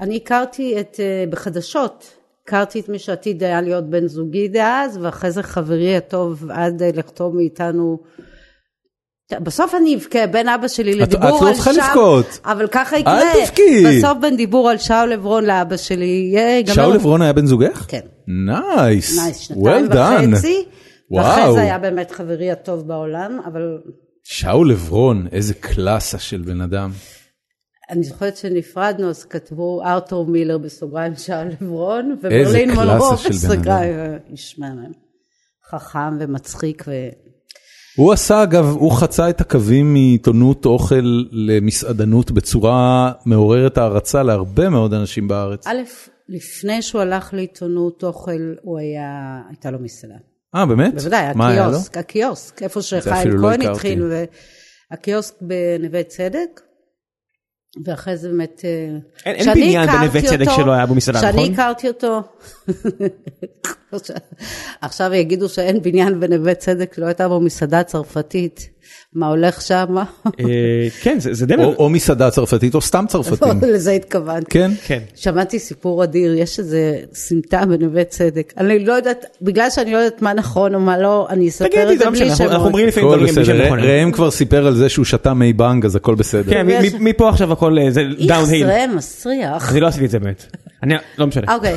[SPEAKER 3] אני הכרתי את, אה, בחדשות, הכרתי את מי שעתיד היה להיות בן זוגי דאז, ואחרי זה חברי הטוב עד אה, לכתוב מאיתנו. ת- בסוף אני אבכה בין אבא שלי לדיבור
[SPEAKER 1] את
[SPEAKER 3] על
[SPEAKER 1] לא צריכה
[SPEAKER 3] שאול-
[SPEAKER 1] לבכות.
[SPEAKER 3] אבל ככה יקרה.
[SPEAKER 1] אל תבכי.
[SPEAKER 3] בסוף בין דיבור על שאול עברון לאבא שלי, יהיה... ייגמר-
[SPEAKER 1] שאול עברון היה בן זוגך?
[SPEAKER 3] לא. כן.
[SPEAKER 1] נייס.
[SPEAKER 3] נייס, שנתיים
[SPEAKER 1] Well done.
[SPEAKER 3] וחצי. ואחרי
[SPEAKER 1] וואו.
[SPEAKER 3] זה היה באמת חברי הטוב בעולם, אבל
[SPEAKER 1] שאול עברון, איזה קלאסה של בן אדם.
[SPEAKER 3] אני זוכרת שנפרדנו, אז כתבו ארתור מילר בסוגריים שעל לברון,
[SPEAKER 1] איזה
[SPEAKER 3] וברלין
[SPEAKER 1] קלאסה
[SPEAKER 3] מונרו
[SPEAKER 1] של בן
[SPEAKER 3] בסוגריים, איש מהמם. חכם ומצחיק ו...
[SPEAKER 1] הוא עשה אגב, הוא חצה את הקווים מעיתונות אוכל למסעדנות בצורה מעוררת הערצה להרבה מאוד אנשים בארץ.
[SPEAKER 3] א', לפני שהוא הלך לעיתונות אוכל, הוא היה, הייתה לו מסעדה.
[SPEAKER 1] אה באמת?
[SPEAKER 3] בוודאי,
[SPEAKER 1] מה היה לו?
[SPEAKER 3] הקיוסק, הקיוסק, איפה שחיים
[SPEAKER 1] אפילו לא
[SPEAKER 3] כהן
[SPEAKER 1] הכרתי.
[SPEAKER 3] התחיל, והקיוסק בנווה צדק. ואחרי זה באמת, אה,
[SPEAKER 2] אין
[SPEAKER 3] כשאני
[SPEAKER 2] בניין
[SPEAKER 3] הכרתי
[SPEAKER 2] בנווה צדק
[SPEAKER 3] אותו-
[SPEAKER 2] שלא היה בו מסעדה,
[SPEAKER 3] כשאני
[SPEAKER 2] נכון?
[SPEAKER 3] הכרתי אותו, עכשיו יגידו שאין בניין בנווה צדק, לא הייתה בו מסעדה צרפתית. מה הולך שם,
[SPEAKER 2] אה, כן, זה זה די...
[SPEAKER 1] או, או מסעדה צרפתית או סתם צרפתים.
[SPEAKER 3] לא, לזה התכוונתי.
[SPEAKER 1] כן?
[SPEAKER 2] כן.
[SPEAKER 3] שמעתי סיפור אדיר, יש איזה סמטה בנווה צדק. אני לא יודעת, בגלל שאני לא יודעת מה נכון או מה לא, אני אספר את זה בלי
[SPEAKER 2] תגידי,
[SPEAKER 3] שמות.
[SPEAKER 2] זה לא משנה, אנחנו- אנחנו אומרים לפעמים
[SPEAKER 1] הכל
[SPEAKER 2] דברים בלי
[SPEAKER 1] בסדר.
[SPEAKER 2] שהם
[SPEAKER 1] ר-
[SPEAKER 2] נכונים.
[SPEAKER 1] ראם כבר סיפר על זה שהוא שתה מי בנג אז הכל בסדר.
[SPEAKER 2] כן, מ- מ- מפה עכשיו הכל אה, זה דאון היל.
[SPEAKER 3] איכס, ראם מסריח.
[SPEAKER 2] אני לא עשיתי את זה באמת. אני לא משנה.
[SPEAKER 3] אוקיי,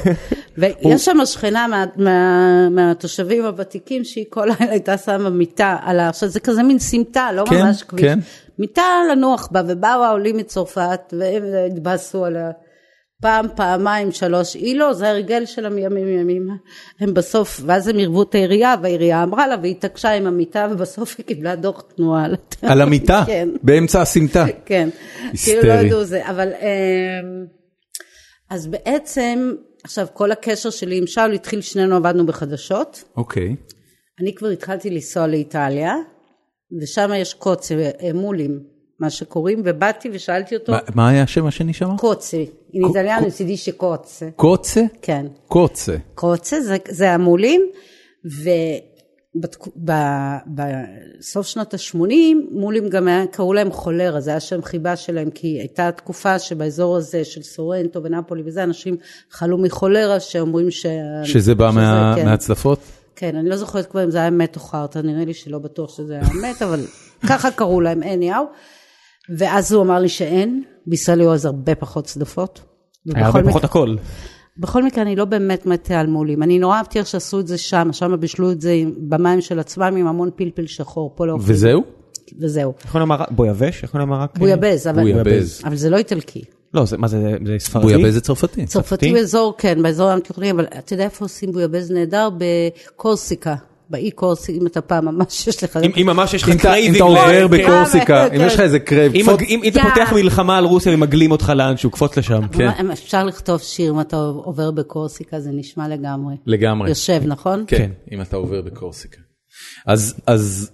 [SPEAKER 3] ויש שם שכנה מה- מה- מהתושבים הוותיקים שהיא כל לילה הייתה שמה מיטה על ה... עכשיו זה כזה מין סמטה, לא
[SPEAKER 1] כן,
[SPEAKER 3] ממש כביש.
[SPEAKER 1] כן.
[SPEAKER 3] מיטה לנוח בה, ובאו העולים מצרפת, והם התבאסו עליה פעם, פעמיים, שלוש. היא לא, זה הרגל שלה מימים ימימה. הם בסוף, ואז הם עירבו את העירייה, והעירייה אמרה לה, והיא התעקשה עם המיטה, ובסוף היא קיבלה דוח תנועה. על הטעם.
[SPEAKER 1] על המיטה,
[SPEAKER 3] כן.
[SPEAKER 1] באמצע הסמטה.
[SPEAKER 3] כן.
[SPEAKER 1] היסטרי.
[SPEAKER 3] כאילו לא ידעו זה, אבל... אמ, אז בעצם, עכשיו כל הקשר שלי עם שאול התחיל, שנינו עבדנו בחדשות.
[SPEAKER 1] אוקיי.
[SPEAKER 3] אני כבר התחלתי לנסוע לאיטליה, ושם יש קוצי, אה, מולים, מה שקוראים, ובאתי ושאלתי אותו,
[SPEAKER 1] מה- מה היה השם השני שם?
[SPEAKER 3] קוצי, in
[SPEAKER 1] קו-
[SPEAKER 3] italiano
[SPEAKER 1] קו-
[SPEAKER 3] si dice קוצי,
[SPEAKER 1] קוצה?
[SPEAKER 3] כן.
[SPEAKER 1] קוצה.
[SPEAKER 3] קוצה, זה, זה המולים, ובסוף שנות ה-80 מולים גם היה, קראו להם חולרה, זה היה שם חיבה שלהם, כי הייתה תקופה שבאזור הזה של סורנטו ונפולי וזה, אנשים חלו מחולרה שאומרים ש...
[SPEAKER 1] שזה בא מה-
[SPEAKER 3] כן.
[SPEAKER 1] מהצלפות?
[SPEAKER 3] כן, אני לא זוכרת כבר אם זה היה מת או חרטא, נראה לי שלא בטוח שזה היה מת, אבל ככה קראו להם, anyhow. ואז הוא אמר לי שאין, בישראל היו אז הרבה פחות צדפות.
[SPEAKER 2] היה
[SPEAKER 3] ובכל
[SPEAKER 2] הרבה
[SPEAKER 3] מקרה-
[SPEAKER 2] פחות הכל.
[SPEAKER 3] בכל מקרה, אני לא באמת מתה על מולים. אני נורא אהבתי איך שעשו את זה שם, שם בישלו את זה עם- במים של עצמם עם המון פלפל שחור, פה לא...
[SPEAKER 1] וזהו?
[SPEAKER 3] וזהו.
[SPEAKER 2] איך קוראים למרק? בויבש? איך קוראים למרק?
[SPEAKER 3] בויאבז, אבל...
[SPEAKER 1] בויאבז.
[SPEAKER 3] אבל זה לא איטלקי.
[SPEAKER 2] לא, זה- מה זה, זה ספרדי?
[SPEAKER 1] בויאבה זה צרפתי.
[SPEAKER 3] צרפתי באזור, כן, באזור הים התיכוני, אבל אתה יודע איפה עושים בויאבז נהדר? בקורסיקה, באי קורסיקה, אם אתה פעם ממש יש לך...
[SPEAKER 2] אם- אם ממש יש לך
[SPEAKER 1] אם אתה- אם
[SPEAKER 2] קרייבינג.
[SPEAKER 1] אתה עובר
[SPEAKER 2] ל- כן.
[SPEAKER 1] בקורסיקה,
[SPEAKER 3] כן.
[SPEAKER 1] אם יש לך איזה קרב,
[SPEAKER 2] אם-
[SPEAKER 1] קפוץ-
[SPEAKER 2] אם אם אתה פותח מלחמה על רוסיה ומגלים אותך לאנשהו, קפוץ לשם.
[SPEAKER 1] כן.
[SPEAKER 3] אם אפשר לכתוב שיר אם אתה עובר בקורסיקה, זה נשמע לגמרי.
[SPEAKER 1] לגמרי.
[SPEAKER 3] יושב, נכון?
[SPEAKER 1] כן, אם אתה עובר בקורסיקה. אז, אז,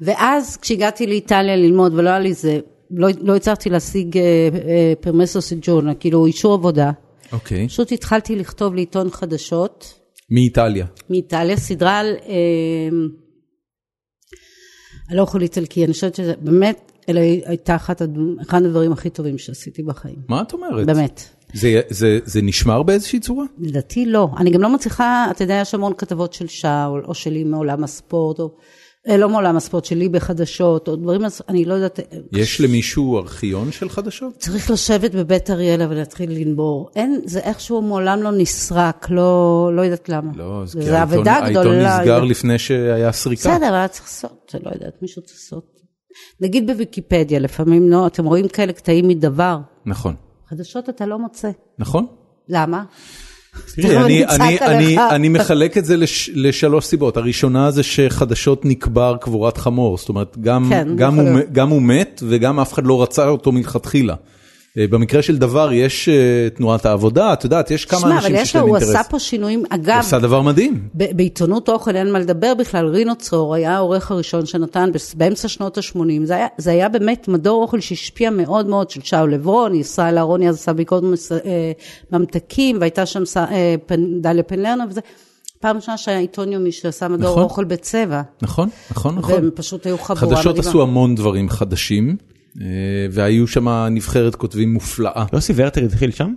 [SPEAKER 3] ואז כשהגעתי לאיטליה ללמוד ולא היה לי זה, לא, לא הצלחתי להשיג אה, אה, פרמסו סג'ורנה, כאילו אישור עבודה.
[SPEAKER 1] אוקיי.
[SPEAKER 3] פשוט התחלתי לכתוב לעיתון חדשות
[SPEAKER 1] מאיטליה.
[SPEAKER 3] מאיטליה, סדרה על... אה, על האוכל איטלקי, אני חושבת שזה באמת, אלה הייתה אחת, הד- אחד הדברים הכי טובים שעשיתי בחיים,
[SPEAKER 1] מה את אומרת?
[SPEAKER 3] באמת.
[SPEAKER 1] זה, זה, זה נשמר באיזושהי צורה?
[SPEAKER 3] לדעתי לא. אני גם לא מצליחה, אתה יודע, יש המון כתבות של שאול, או שלי מעולם הספורט, או... אה, לא מעולם הספורט, שלי בחדשות, או דברים, אז אני לא יודעת...
[SPEAKER 1] יש למישהו ארכיון של חדשות?
[SPEAKER 3] צריך לשבת בבית אריאלה ולהתחיל לנבור. אין, זה איכשהו מעולם לא נסרק, לא, לא יודעת למה.
[SPEAKER 1] לא, אז כי
[SPEAKER 3] זה אבדה גדולה. לא
[SPEAKER 1] העיתון נסגר לפני שהיה סריקה.
[SPEAKER 3] בסדר, אבל היה צריך לעשות, אני לא יודעת, מישהו צריך לעשות. נגיד בוויקיפדיה, לפעמים לא, אתם רואים כאלה קטעים מדבר,
[SPEAKER 1] נכון.
[SPEAKER 3] חדשות אתה לא מוצא.
[SPEAKER 1] נכון?
[SPEAKER 3] למה? לא
[SPEAKER 1] תראי,
[SPEAKER 3] טוב,
[SPEAKER 1] אני,
[SPEAKER 3] אני אצעק
[SPEAKER 1] אני, אני,
[SPEAKER 3] עליך.
[SPEAKER 1] אני מחלק את זה לש, לשלוש סיבות. הראשונה זה שחדשות נקבר קבורת חמור, זאת אומרת, גם,
[SPEAKER 3] כן,
[SPEAKER 1] גם,
[SPEAKER 3] יכול
[SPEAKER 1] הוא,
[SPEAKER 3] להיות.
[SPEAKER 1] מ- גם הוא מת וגם אף אחד לא רצה אותו מלכתחילה. אה, במקרה של דבר יש אה, תנועת העבודה, את יודעת, יש כמה
[SPEAKER 3] שמע, אבל
[SPEAKER 1] אנשים
[SPEAKER 3] יש
[SPEAKER 1] שיש
[SPEAKER 3] לו,
[SPEAKER 1] להם
[SPEAKER 3] הוא
[SPEAKER 1] אינטרס.
[SPEAKER 3] עשה פה שינויים,
[SPEAKER 1] הוא
[SPEAKER 3] אגב,
[SPEAKER 1] עשה דבר מדהים.
[SPEAKER 3] ב- בעיתונות אוכל אין מה לדבר בכלל, רינו צור היה העורך הראשון שנתן בס- באמצע שנות ה-80, זה, היה- זה היה באמת מדור אוכל שהשפיע מאוד מאוד של שאול לברון, ישראל אהרוני אז עשה ביקורת מס- אה, ממתקים, והייתה שם ס- אה, פן- דליה פנלרנה וזה. פעם ראשונה שהיה עיתון יומי שעשה מדור
[SPEAKER 1] נכון.
[SPEAKER 3] אוכל בצבע,
[SPEAKER 1] נכון, נכון, נכון.
[SPEAKER 3] והם פשוט היו חבורה
[SPEAKER 1] חדשות
[SPEAKER 3] מדהימה.
[SPEAKER 1] עשו המון דברים חדשים, אה, והיו שם נבחרת כותבים מופלאה.
[SPEAKER 2] יוסי ורטר התחיל שם?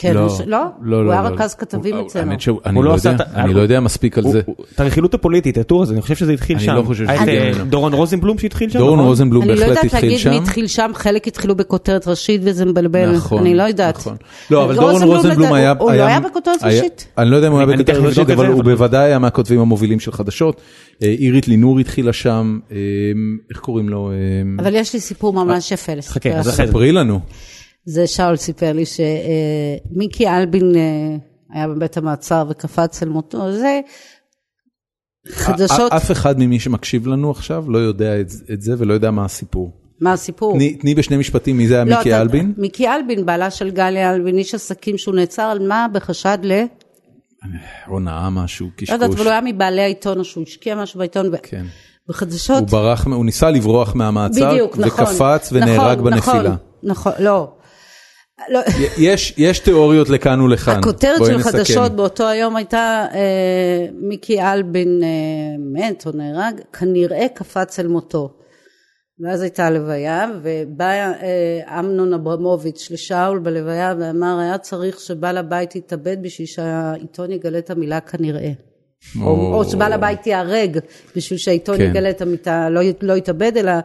[SPEAKER 3] כן,
[SPEAKER 1] לא,
[SPEAKER 3] יש- לא,
[SPEAKER 1] לא,
[SPEAKER 3] הוא
[SPEAKER 1] לא,
[SPEAKER 3] היה
[SPEAKER 1] לא.
[SPEAKER 3] רכז כתבים
[SPEAKER 1] הוא-
[SPEAKER 3] אצלנו.
[SPEAKER 1] האמת שהוא- אני
[SPEAKER 2] הוא
[SPEAKER 1] לא
[SPEAKER 2] לא עשה
[SPEAKER 1] יודע,
[SPEAKER 2] את ה-
[SPEAKER 1] אני לא יודע מספיק על זה.
[SPEAKER 2] הוא- הוא- את הרכילות הפוליטית, הטור הזה, אני חושב שזה התחיל
[SPEAKER 1] אני
[SPEAKER 2] שם.
[SPEAKER 1] לא חושב
[SPEAKER 2] היה
[SPEAKER 1] שזה
[SPEAKER 2] את,
[SPEAKER 1] הגיע
[SPEAKER 2] אה,
[SPEAKER 1] ממנו.
[SPEAKER 2] דורון רוזנבלום שהתחיל שם?
[SPEAKER 1] דורון
[SPEAKER 2] נכון?
[SPEAKER 1] רוזנבלום
[SPEAKER 3] אני לא
[SPEAKER 1] בהחלט
[SPEAKER 3] יודעת
[SPEAKER 1] התחיל
[SPEAKER 3] להגיד
[SPEAKER 1] שם.
[SPEAKER 3] מי התחיל שם, חלק התחילו בכותרת ראשית וזה מבלבל,
[SPEAKER 1] נכון,
[SPEAKER 3] אני לא יודעת.
[SPEAKER 1] נכון. לא, אבל דורון
[SPEAKER 3] רוזנבלום
[SPEAKER 1] רוזנבלום
[SPEAKER 3] לדע-
[SPEAKER 1] היה...
[SPEAKER 3] הוא לא היה בכותרת
[SPEAKER 1] היה-
[SPEAKER 3] ראשית?
[SPEAKER 1] אני לא יודע אם הוא היה
[SPEAKER 2] אני- אני
[SPEAKER 1] בכותרת
[SPEAKER 2] תכף
[SPEAKER 1] ראשית,
[SPEAKER 2] אבדוק את
[SPEAKER 1] אבל
[SPEAKER 2] זה,
[SPEAKER 1] הוא
[SPEAKER 2] אבל-
[SPEAKER 1] בוודאי היה מהכותבים המובילים של חדשות. אה, אירית לינור התחילה שם, אה, איך קוראים לו? אה,
[SPEAKER 3] אבל יש לי סיפור ממש יפה לספר.
[SPEAKER 2] חכה, אז אחרי זה.
[SPEAKER 1] ספרי לנו.
[SPEAKER 3] זה שאול סיפר לי שמיקי אלבין אה, היה בבית המעצר וקפץ אל מותו, זה חדשות,
[SPEAKER 1] א- אף אחד ממי שמקשיב לנו עכשיו לא יודע את את זה ולא יודע מה הסיפור.
[SPEAKER 3] מה הסיפור?
[SPEAKER 1] תני- תני בשני משפטים מי זה היה
[SPEAKER 3] לא,
[SPEAKER 1] מיקי
[SPEAKER 3] אתה-
[SPEAKER 1] אלבין.
[SPEAKER 3] מיקי אלבין, בעלה של גליה אלבין, איש עסקים שהוא נעצר על מה? בחשד ל...
[SPEAKER 1] הונאה משהו,
[SPEAKER 3] לא
[SPEAKER 1] קשקוש.
[SPEAKER 3] יודעת, אבל הוא היה מבעלי העיתון או שהוא השקיע משהו בעיתון. ו-
[SPEAKER 1] כן.
[SPEAKER 3] בחדשות,
[SPEAKER 1] הוא ברח, הוא ניסה לברוח מהמעצר,
[SPEAKER 3] בדיוק, נכון.
[SPEAKER 1] וקפץ ונהרג
[SPEAKER 3] נכון,
[SPEAKER 1] בנפילה.
[SPEAKER 3] נכון, נכון, לא. לא.
[SPEAKER 1] יש, יש תיאוריות לכאן ולכאן.
[SPEAKER 3] הכותרת
[SPEAKER 1] בואי
[SPEAKER 3] של
[SPEAKER 1] נסכם.
[SPEAKER 3] חדשות באותו היום הייתה אה, מיקי אלבין אה, מת או נהרג, כנראה קפץ אל מותו. ואז הייתה הלוויה, ובא אה, אמנון אברמוביץ' לשאול בלוויה ואמר, היה צריך שבעל הבית יתאבד בשביל שהעיתון יגלה את המילה כנראה. או, או שבעל הבית ייהרג בשביל שהעיתון
[SPEAKER 1] כן.
[SPEAKER 3] יגלה את המיטה, לא, י- לא יתאבד, אלא אה,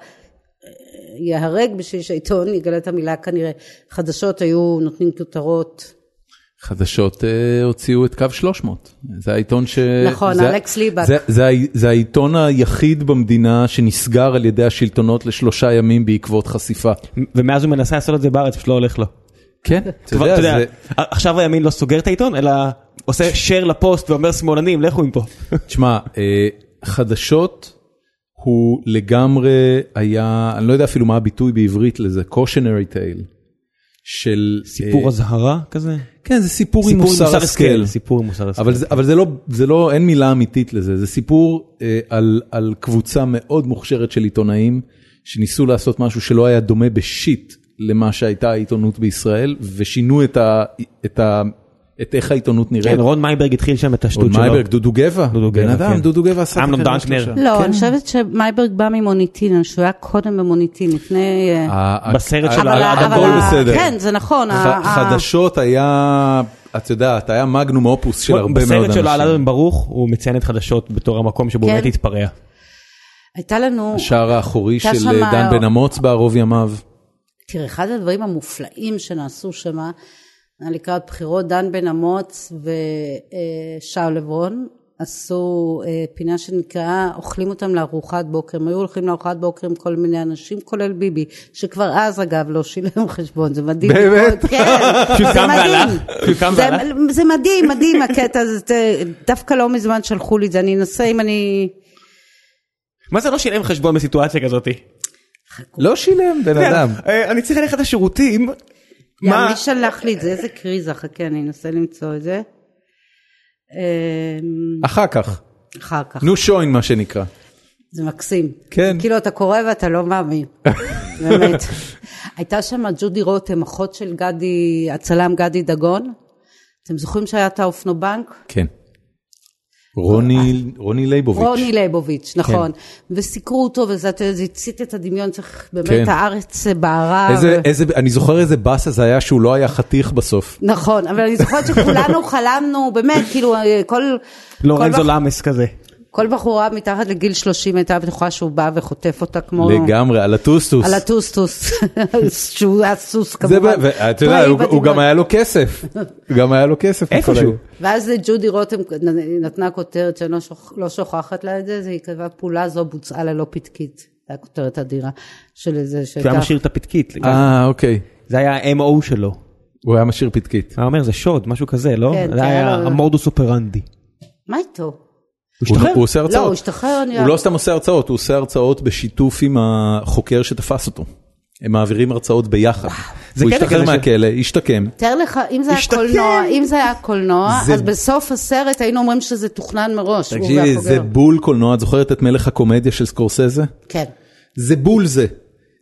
[SPEAKER 3] ייהרג בשביל שהעיתון יגלה את המילה כנראה. חדשות היו נותנים כותרות.
[SPEAKER 1] חדשות אה, הוציאו את קו 300, זה העיתון ש...
[SPEAKER 3] נכון,
[SPEAKER 1] זה-
[SPEAKER 3] אלכס ליבק.
[SPEAKER 1] זה, זה, ה- זה העיתון היחיד במדינה שנסגר על ידי השלטונות לשלושה ימים בעקבות חשיפה.
[SPEAKER 2] ומאז הוא מנסה לעשות את זה בארץ, פשוט לא הולך לו.
[SPEAKER 1] כן, אתה
[SPEAKER 2] כבר,
[SPEAKER 1] יודע, זה...
[SPEAKER 2] עכשיו הימין לא סוגר את העיתון, אלא עושה share לפוסט ואומר שמאלנים, לכו מפה.
[SPEAKER 1] תשמע, אה, חדשות הוא לגמרי היה, אני לא יודע אפילו מה הביטוי בעברית לזה, cautionary tale. של אה,
[SPEAKER 2] סיפור אזהרה כזה?
[SPEAKER 1] כן זה סיפור עם מוסר השכל
[SPEAKER 2] סיפור עם מוסר השכל.
[SPEAKER 3] כן.
[SPEAKER 1] אבל זה, אבל זה לא, זה לא, אין מילה אמיתית לזה, זה סיפור אה, על, על קבוצה מאוד מוכשרת של עיתונאים, שניסו לעשות משהו שלא היה דומה בשיט למה שהייתה העיתונות בישראל, ושינו את, ה, את, ה, את איך העיתונות נראית.
[SPEAKER 2] כן, רון מייברג התחיל שם את השטות
[SPEAKER 1] עוד
[SPEAKER 2] שלו.
[SPEAKER 1] מייברג, דודו גבע,
[SPEAKER 2] דודו
[SPEAKER 1] בן
[SPEAKER 2] גבע,
[SPEAKER 1] אדם,
[SPEAKER 2] כן.
[SPEAKER 1] דודו גבע עשה
[SPEAKER 2] אמנון
[SPEAKER 1] תקנה
[SPEAKER 2] דנקנר.
[SPEAKER 1] שלושה.
[SPEAKER 3] לא, אני חושבת שמייברג בא ממוניטין, אני שהוא היה קודם במוניטין, לפני... אה,
[SPEAKER 1] ה- ה-
[SPEAKER 2] בסרט
[SPEAKER 1] ה-
[SPEAKER 2] של
[SPEAKER 1] אבל-
[SPEAKER 2] האדם,
[SPEAKER 1] הכל
[SPEAKER 3] ה-
[SPEAKER 1] בסדר.
[SPEAKER 3] כן, זה נכון. ה-
[SPEAKER 1] ח-
[SPEAKER 3] ה-
[SPEAKER 1] חדשות היה, את יודעת, היה מגנום אופוס של כאילו, הרבה מאוד אנשים.
[SPEAKER 2] בסרט שלו על אדם ברוך הוא מציין את חדשות בתור המקום שבו
[SPEAKER 3] כן.
[SPEAKER 2] באמת התפרע.
[SPEAKER 3] הייתה לנו...
[SPEAKER 1] השער האחורי של אה,
[SPEAKER 3] הייתה שמה-
[SPEAKER 1] דן בן אמוץ בערוב ימיו.
[SPEAKER 3] תראה, אחד הדברים המופלאים שנעשו שם, היה לקראת בחירות, דן בן אמוץ אה, ושאול לברון עשו אה, פינה שנקראה אוכלים אותם לארוחת בוקר, הם היו הולכים לארוחת בוקר עם כל מיני אנשים, כולל ביבי, שכבר אז אגב לא שילם חשבון, זה מדהים.
[SPEAKER 1] באמת?
[SPEAKER 3] מאוד, כן,
[SPEAKER 2] שהוא
[SPEAKER 3] זה
[SPEAKER 2] קם והלך?
[SPEAKER 3] מדהים.
[SPEAKER 2] שהוא קם
[SPEAKER 3] זה-
[SPEAKER 2] והלך?
[SPEAKER 3] זה מדהים, מדהים הקטע הזה, זה- דווקא לא מזמן שלחו לי את זה, אני אנסה אם אני...
[SPEAKER 2] מה זה לא שילם חשבון בסיטואציה כזאת?
[SPEAKER 1] לא שילם, בן אדם.
[SPEAKER 2] אה, אני צריך ללכת לשירותים.
[SPEAKER 3] יא,
[SPEAKER 2] מה?
[SPEAKER 3] מי שלח לי את זה? איזה קריזה, חכה, אני אנסה למצוא את זה. אמ,
[SPEAKER 1] אחר כך.
[SPEAKER 3] אחר כך,
[SPEAKER 1] נו שוין מה שנקרא.
[SPEAKER 3] זה מקסים.
[SPEAKER 1] כן.
[SPEAKER 3] כאילו אתה קורא ואתה לא מאמין, באמת. הייתה שם ג'ודי רותם, אחות של גדי, הצלם גדי דגון. אתם זוכרים שהיה את האופנובנק?
[SPEAKER 1] כן. רוני, רוני ליבוביץ'.
[SPEAKER 3] רוני
[SPEAKER 1] כן.
[SPEAKER 3] ליבוביץ', נכון. וסיקרו אותו, וזה אתה יודע, זה הצית את הדמיון, צריך
[SPEAKER 1] כן.
[SPEAKER 3] באמת הארץ בערה.
[SPEAKER 1] איזה,
[SPEAKER 3] ו-
[SPEAKER 1] איזה, אני זוכר איזה באסה זה היה שהוא לא היה חתיך בסוף.
[SPEAKER 3] נכון, אבל אני זוכרת שכולנו חלמנו, באמת, כאילו, אה, כל...
[SPEAKER 1] לא,
[SPEAKER 3] כל
[SPEAKER 2] לורנזו למס כזה.
[SPEAKER 3] כל בחורה מתחת לגיל 30 הייתה בטוחה שהוא בא וחוטף אותה כמו...
[SPEAKER 1] לגמרי, על הטוסטוס.
[SPEAKER 3] על הטוסטוס, שהוא היה סוס
[SPEAKER 1] זה ב-
[SPEAKER 3] כמובן.
[SPEAKER 1] ואתה יודע,
[SPEAKER 3] פראי
[SPEAKER 1] הוא- הוא
[SPEAKER 3] בדמיון.
[SPEAKER 1] גם היה לו כסף. גם היה לו כסף. מכל
[SPEAKER 2] איפשהו.
[SPEAKER 1] היום.
[SPEAKER 3] ואז ג'ודי רותם נ- נתנה כותרת שאני לא שוכ- לא שוכחת לה את זה, זה היא כתבה פעולה זו בוצעה ללא פתקית. זו הייתה כותרת אדירה של איזה
[SPEAKER 2] שהוא היה
[SPEAKER 3] שהייתה...
[SPEAKER 2] משאיר את הפתקית.
[SPEAKER 1] אה, אוקיי.
[SPEAKER 2] זה היה ה-MO שלו.
[SPEAKER 1] הוא היה משאיר פתקית.
[SPEAKER 2] היה אומר זה שוד, משהו כזה, לא?
[SPEAKER 3] כן,
[SPEAKER 2] זה
[SPEAKER 3] כן,
[SPEAKER 2] היה
[SPEAKER 3] לא, לא.
[SPEAKER 2] המורדוס אופרנדי.
[SPEAKER 3] מה איתו?
[SPEAKER 1] הוא
[SPEAKER 2] השתחרר.
[SPEAKER 1] הוא עושה הרצאות.
[SPEAKER 3] לא, הוא השתחרר, אני-
[SPEAKER 1] הוא לא סתם עושה הרצאות, הוא עושה הרצאות בשיתוף עם החוקר שתפס אותו. הם מעבירים הרצאות ביחד.
[SPEAKER 2] זה
[SPEAKER 1] הוא
[SPEAKER 2] קטע
[SPEAKER 1] השתחרר
[SPEAKER 2] כזה ש-
[SPEAKER 1] מהכלא, השתקם.
[SPEAKER 3] תאר לך, אם זה היה
[SPEAKER 2] השתקם.
[SPEAKER 3] קולנוע, אם זה היה קולנוע,
[SPEAKER 1] זה-
[SPEAKER 3] אז בסוף הסרט היינו אומרים שזה תוכנן מראש. הוא
[SPEAKER 1] תקשיבי,
[SPEAKER 3] והחוגר.
[SPEAKER 1] זה בול קולנוע, את זוכרת את מלך הקומדיה של סקורסזה?
[SPEAKER 3] כן.
[SPEAKER 1] זה בול זה.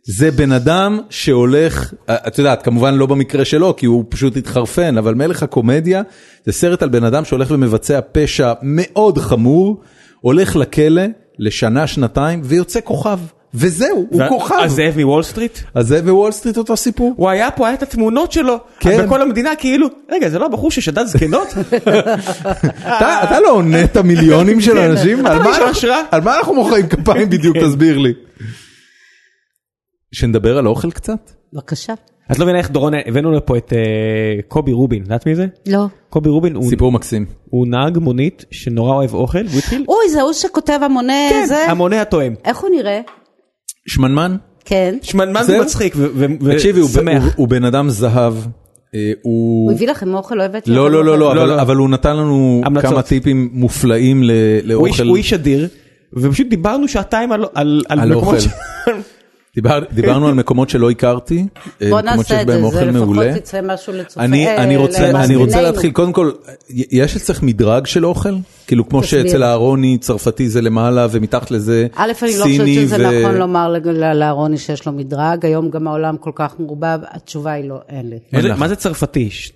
[SPEAKER 1] זה בן אדם שהולך, אה, את יודעת, כמובן לא במקרה שלו, כי הוא פשוט התחרפן, אבל מלך הקומדיה זה סרט על בן אדם שהולך ומבצע פשע מאוד חמור, הולך לכלא לשנה, שנתיים, ויוצא כוכב. וזהו, הוא
[SPEAKER 2] זה-
[SPEAKER 1] כוכב.
[SPEAKER 2] הזאב מוול סטריט?
[SPEAKER 1] אז זה ווול סטריט אותו סיפור.
[SPEAKER 2] הוא היה פה, היה את התמונות שלו,
[SPEAKER 1] כן.
[SPEAKER 2] בכל המדינה כאילו, רגע, זה לא הבחור ששדד זקנות?
[SPEAKER 1] אתה אתה לא עונה את המיליונים של אנשים? על
[SPEAKER 2] אתה
[SPEAKER 1] מה
[SPEAKER 2] איש
[SPEAKER 1] אנחנו-
[SPEAKER 2] השראה.
[SPEAKER 1] על מה אנחנו מוחאים כפיים בדיוק, תסביר לי. שנדבר על אוכל קצת?
[SPEAKER 3] בבקשה.
[SPEAKER 2] את לא מבינה איך דורון, הבאנו לפה את אה, קובי רובין, יודעת מי זה?
[SPEAKER 3] לא.
[SPEAKER 2] קובי רובין הוא-
[SPEAKER 1] סיפור מקסים.
[SPEAKER 2] הוא נהג מונית שנורא אוהב אוכל, והוא התחיל,
[SPEAKER 3] אוי, זה הוא שכותב המונה
[SPEAKER 2] כן.
[SPEAKER 3] זה?
[SPEAKER 2] המונה התואם.
[SPEAKER 3] איך הוא נראה?
[SPEAKER 1] שמנמן?
[SPEAKER 3] כן.
[SPEAKER 2] שמנמן
[SPEAKER 1] זהו.
[SPEAKER 2] ומצחיק ו- ו-
[SPEAKER 1] תקשיבי, הוא ב-
[SPEAKER 2] ושמח.
[SPEAKER 1] הוא- הוא בן אדם זהב. אה, הוא...
[SPEAKER 3] הוא הביא לכם אוכל, לא הבאתי
[SPEAKER 1] לא,
[SPEAKER 3] לכם
[SPEAKER 1] לא,
[SPEAKER 3] אוכל?
[SPEAKER 1] לא, לא, אבל-
[SPEAKER 2] לא.
[SPEAKER 1] אבל הוא נתן לנו
[SPEAKER 2] המלצות.
[SPEAKER 1] כמה טיפים מופלאים ל-
[SPEAKER 2] הוא איש-
[SPEAKER 1] לאוכל.
[SPEAKER 2] הוא איש אדיר, ופשוט דיברנו שעתיים על- על על
[SPEAKER 1] על
[SPEAKER 2] מקומות
[SPEAKER 1] אוכל.
[SPEAKER 2] ש-
[SPEAKER 1] דיבר- דיברנו על מקומות שלא הכרתי, אה,
[SPEAKER 3] בוא
[SPEAKER 1] מקומות
[SPEAKER 3] נעשה
[SPEAKER 1] שיש
[SPEAKER 3] את זה,
[SPEAKER 1] בהם
[SPEAKER 3] זה
[SPEAKER 1] אוכל
[SPEAKER 3] לפחות
[SPEAKER 1] מעולה.
[SPEAKER 3] יצא משהו לצופה.
[SPEAKER 1] אני,
[SPEAKER 3] אה,
[SPEAKER 1] אני רוצה, אני רוצה
[SPEAKER 3] למאזיננו.
[SPEAKER 1] להתחיל, קודם כל, י- יש אצלך מדרג של אוכל? כאילו כמו
[SPEAKER 3] תסביר.
[SPEAKER 1] שאצל אהרוני צרפתי זה למעלה ומתחת לזה
[SPEAKER 3] א', אני לא חושבת
[SPEAKER 1] סיני
[SPEAKER 3] שזה נכון לומר לג- ל- לאהרוני שיש לו מדרג, היום גם העולם כל כך מעורבב, התשובה היא לא, אין לי.
[SPEAKER 2] מה זה-
[SPEAKER 1] לך.
[SPEAKER 2] מה זה צרפתי? ש-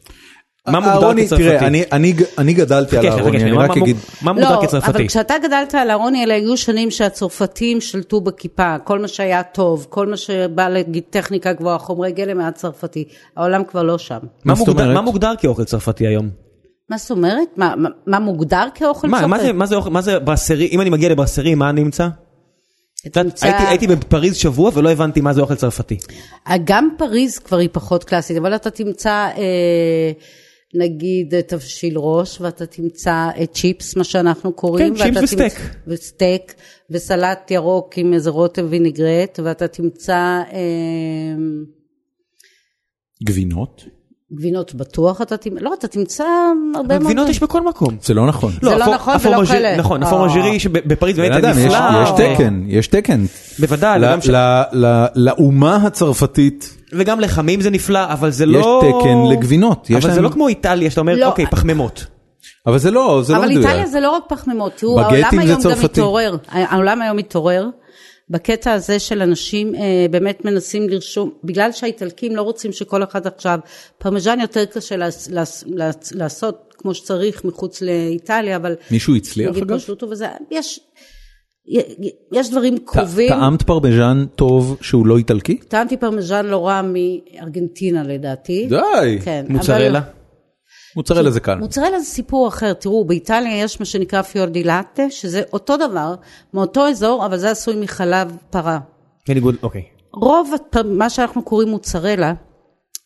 [SPEAKER 2] מה מוגדר
[SPEAKER 1] אהרוני,
[SPEAKER 2] כצרפתי?
[SPEAKER 1] תראה, אני- אני ג- אני גדלתי על
[SPEAKER 2] חכה, חכה,
[SPEAKER 1] אהרוני,
[SPEAKER 2] שנייה,
[SPEAKER 1] כן, אוקיי, אני
[SPEAKER 2] מה-
[SPEAKER 1] רק
[SPEAKER 2] מה-
[SPEAKER 1] אגיד,
[SPEAKER 2] מה מוגדר
[SPEAKER 3] לא, אבל
[SPEAKER 2] כצרפתי?
[SPEAKER 3] כשאתה גדלת על אהרוני, אלה היו שנים שהצרפתים שלטו בכיפה, כל מה שהיה טוב, כל מה שבא להגיד טכניקה גבוהה, חומרי גלם היה צרפתי, העולם כבר לא שם.
[SPEAKER 1] מה
[SPEAKER 2] מה
[SPEAKER 1] זאת
[SPEAKER 2] מוגדר-
[SPEAKER 1] אומרת?
[SPEAKER 2] מה מוגדר כאוכל צרפתי היום?
[SPEAKER 3] מה זאת אומרת? מה, מה, מה מוגדר כאוכל
[SPEAKER 2] מה,
[SPEAKER 3] צרפתי?
[SPEAKER 2] מה זה, מה זה, אוכל- מה זה ברסרי, אם אני מגיע לברסרי, מה אני אמצא? את יודעת,
[SPEAKER 3] תמצא-
[SPEAKER 2] הייתי, הייתי בפריז שבוע ולא הבנתי מה זה אוכל צרפתי.
[SPEAKER 3] אה, גם פריז כבר היא פחות קלאסית, אבל אתה תמצא אה, נגיד אה, תבשיל ראש, ואתה תמצא אה, צ'יפס, מה שאנחנו קוראים.
[SPEAKER 2] כן, צ'יפס
[SPEAKER 3] ואתה תמצא-
[SPEAKER 2] וסטייק.
[SPEAKER 3] וסטייק, וסלט ירוק עם איזה רוטב וינגרט, ואתה תמצא אה,
[SPEAKER 1] גבינות?
[SPEAKER 3] גבינות בטוח, אתה תמצא, לא, אתה תמצא הרבה מאוד...
[SPEAKER 2] גבינות
[SPEAKER 3] דברים.
[SPEAKER 2] יש בכל מקום.
[SPEAKER 1] זה לא נכון.
[SPEAKER 3] זה לא
[SPEAKER 2] הפור-
[SPEAKER 3] נכון ולא
[SPEAKER 2] הפורמאז'י-
[SPEAKER 3] קלה.
[SPEAKER 2] נכון,
[SPEAKER 3] אה.
[SPEAKER 2] הפורמאז'רי שבפריז
[SPEAKER 1] בן
[SPEAKER 2] באמת
[SPEAKER 1] אדם,
[SPEAKER 2] זה
[SPEAKER 1] יש-
[SPEAKER 2] נפלא. אה,
[SPEAKER 1] יש תקן, יש תקן.
[SPEAKER 2] בוודאי,
[SPEAKER 1] ל-
[SPEAKER 2] וגם ש-
[SPEAKER 1] ל- ל- לאומה הצרפתית,
[SPEAKER 2] וגם לחמים זה נפלא, אבל זה
[SPEAKER 1] יש
[SPEAKER 2] לא...
[SPEAKER 1] תקן לגבינות, יש
[SPEAKER 2] אבל זה
[SPEAKER 1] להם-
[SPEAKER 2] לא כמו איטליה, שאתה אומר,
[SPEAKER 3] לא.
[SPEAKER 2] אוקיי, פחמימות.
[SPEAKER 1] אבל זה לא, זה לא
[SPEAKER 3] אבל
[SPEAKER 1] מדויק.
[SPEAKER 3] איטליה זה לא רק פחמימות, תראו,
[SPEAKER 1] בגטים
[SPEAKER 3] העולם
[SPEAKER 1] זה
[SPEAKER 3] היום גם
[SPEAKER 1] צרפתי.
[SPEAKER 3] מתעורר, העולם היום מתעורר, בקטע הזה של אנשים אה, באמת מנסים לרשום, בגלל שהאיטלקים לא רוצים שכל אחד עכשיו, פרמיז'ן יותר קשה לעש- לעש- לעש- לעשות כמו שצריך מחוץ לאיטליה, אבל...
[SPEAKER 1] מישהו הצליח
[SPEAKER 3] נגיד
[SPEAKER 1] אגב?
[SPEAKER 3] פרשלוטו וזה, יש, יש דברים קרובים.
[SPEAKER 1] טעמת פרבז'ן טוב שהוא לא איטלקי?
[SPEAKER 3] טעמתי פרמיז'ן לא רע מארגנטינה לדעתי.
[SPEAKER 1] די.
[SPEAKER 3] כן, אבל-
[SPEAKER 2] מוצרלה.
[SPEAKER 3] כן.
[SPEAKER 1] מוצרלה זה
[SPEAKER 2] אה.
[SPEAKER 1] קל.
[SPEAKER 3] מוצרלה זה סיפור אחר, תראו, באיטליה יש מה שנקרא פיורדי לאטה, שזה אותו דבר, מאותו אזור, אבל זה עשוי מחלב פרה.
[SPEAKER 2] בניגוד, אוקיי.
[SPEAKER 3] רוב הפ- מה שאנחנו קוראים מוצרלה,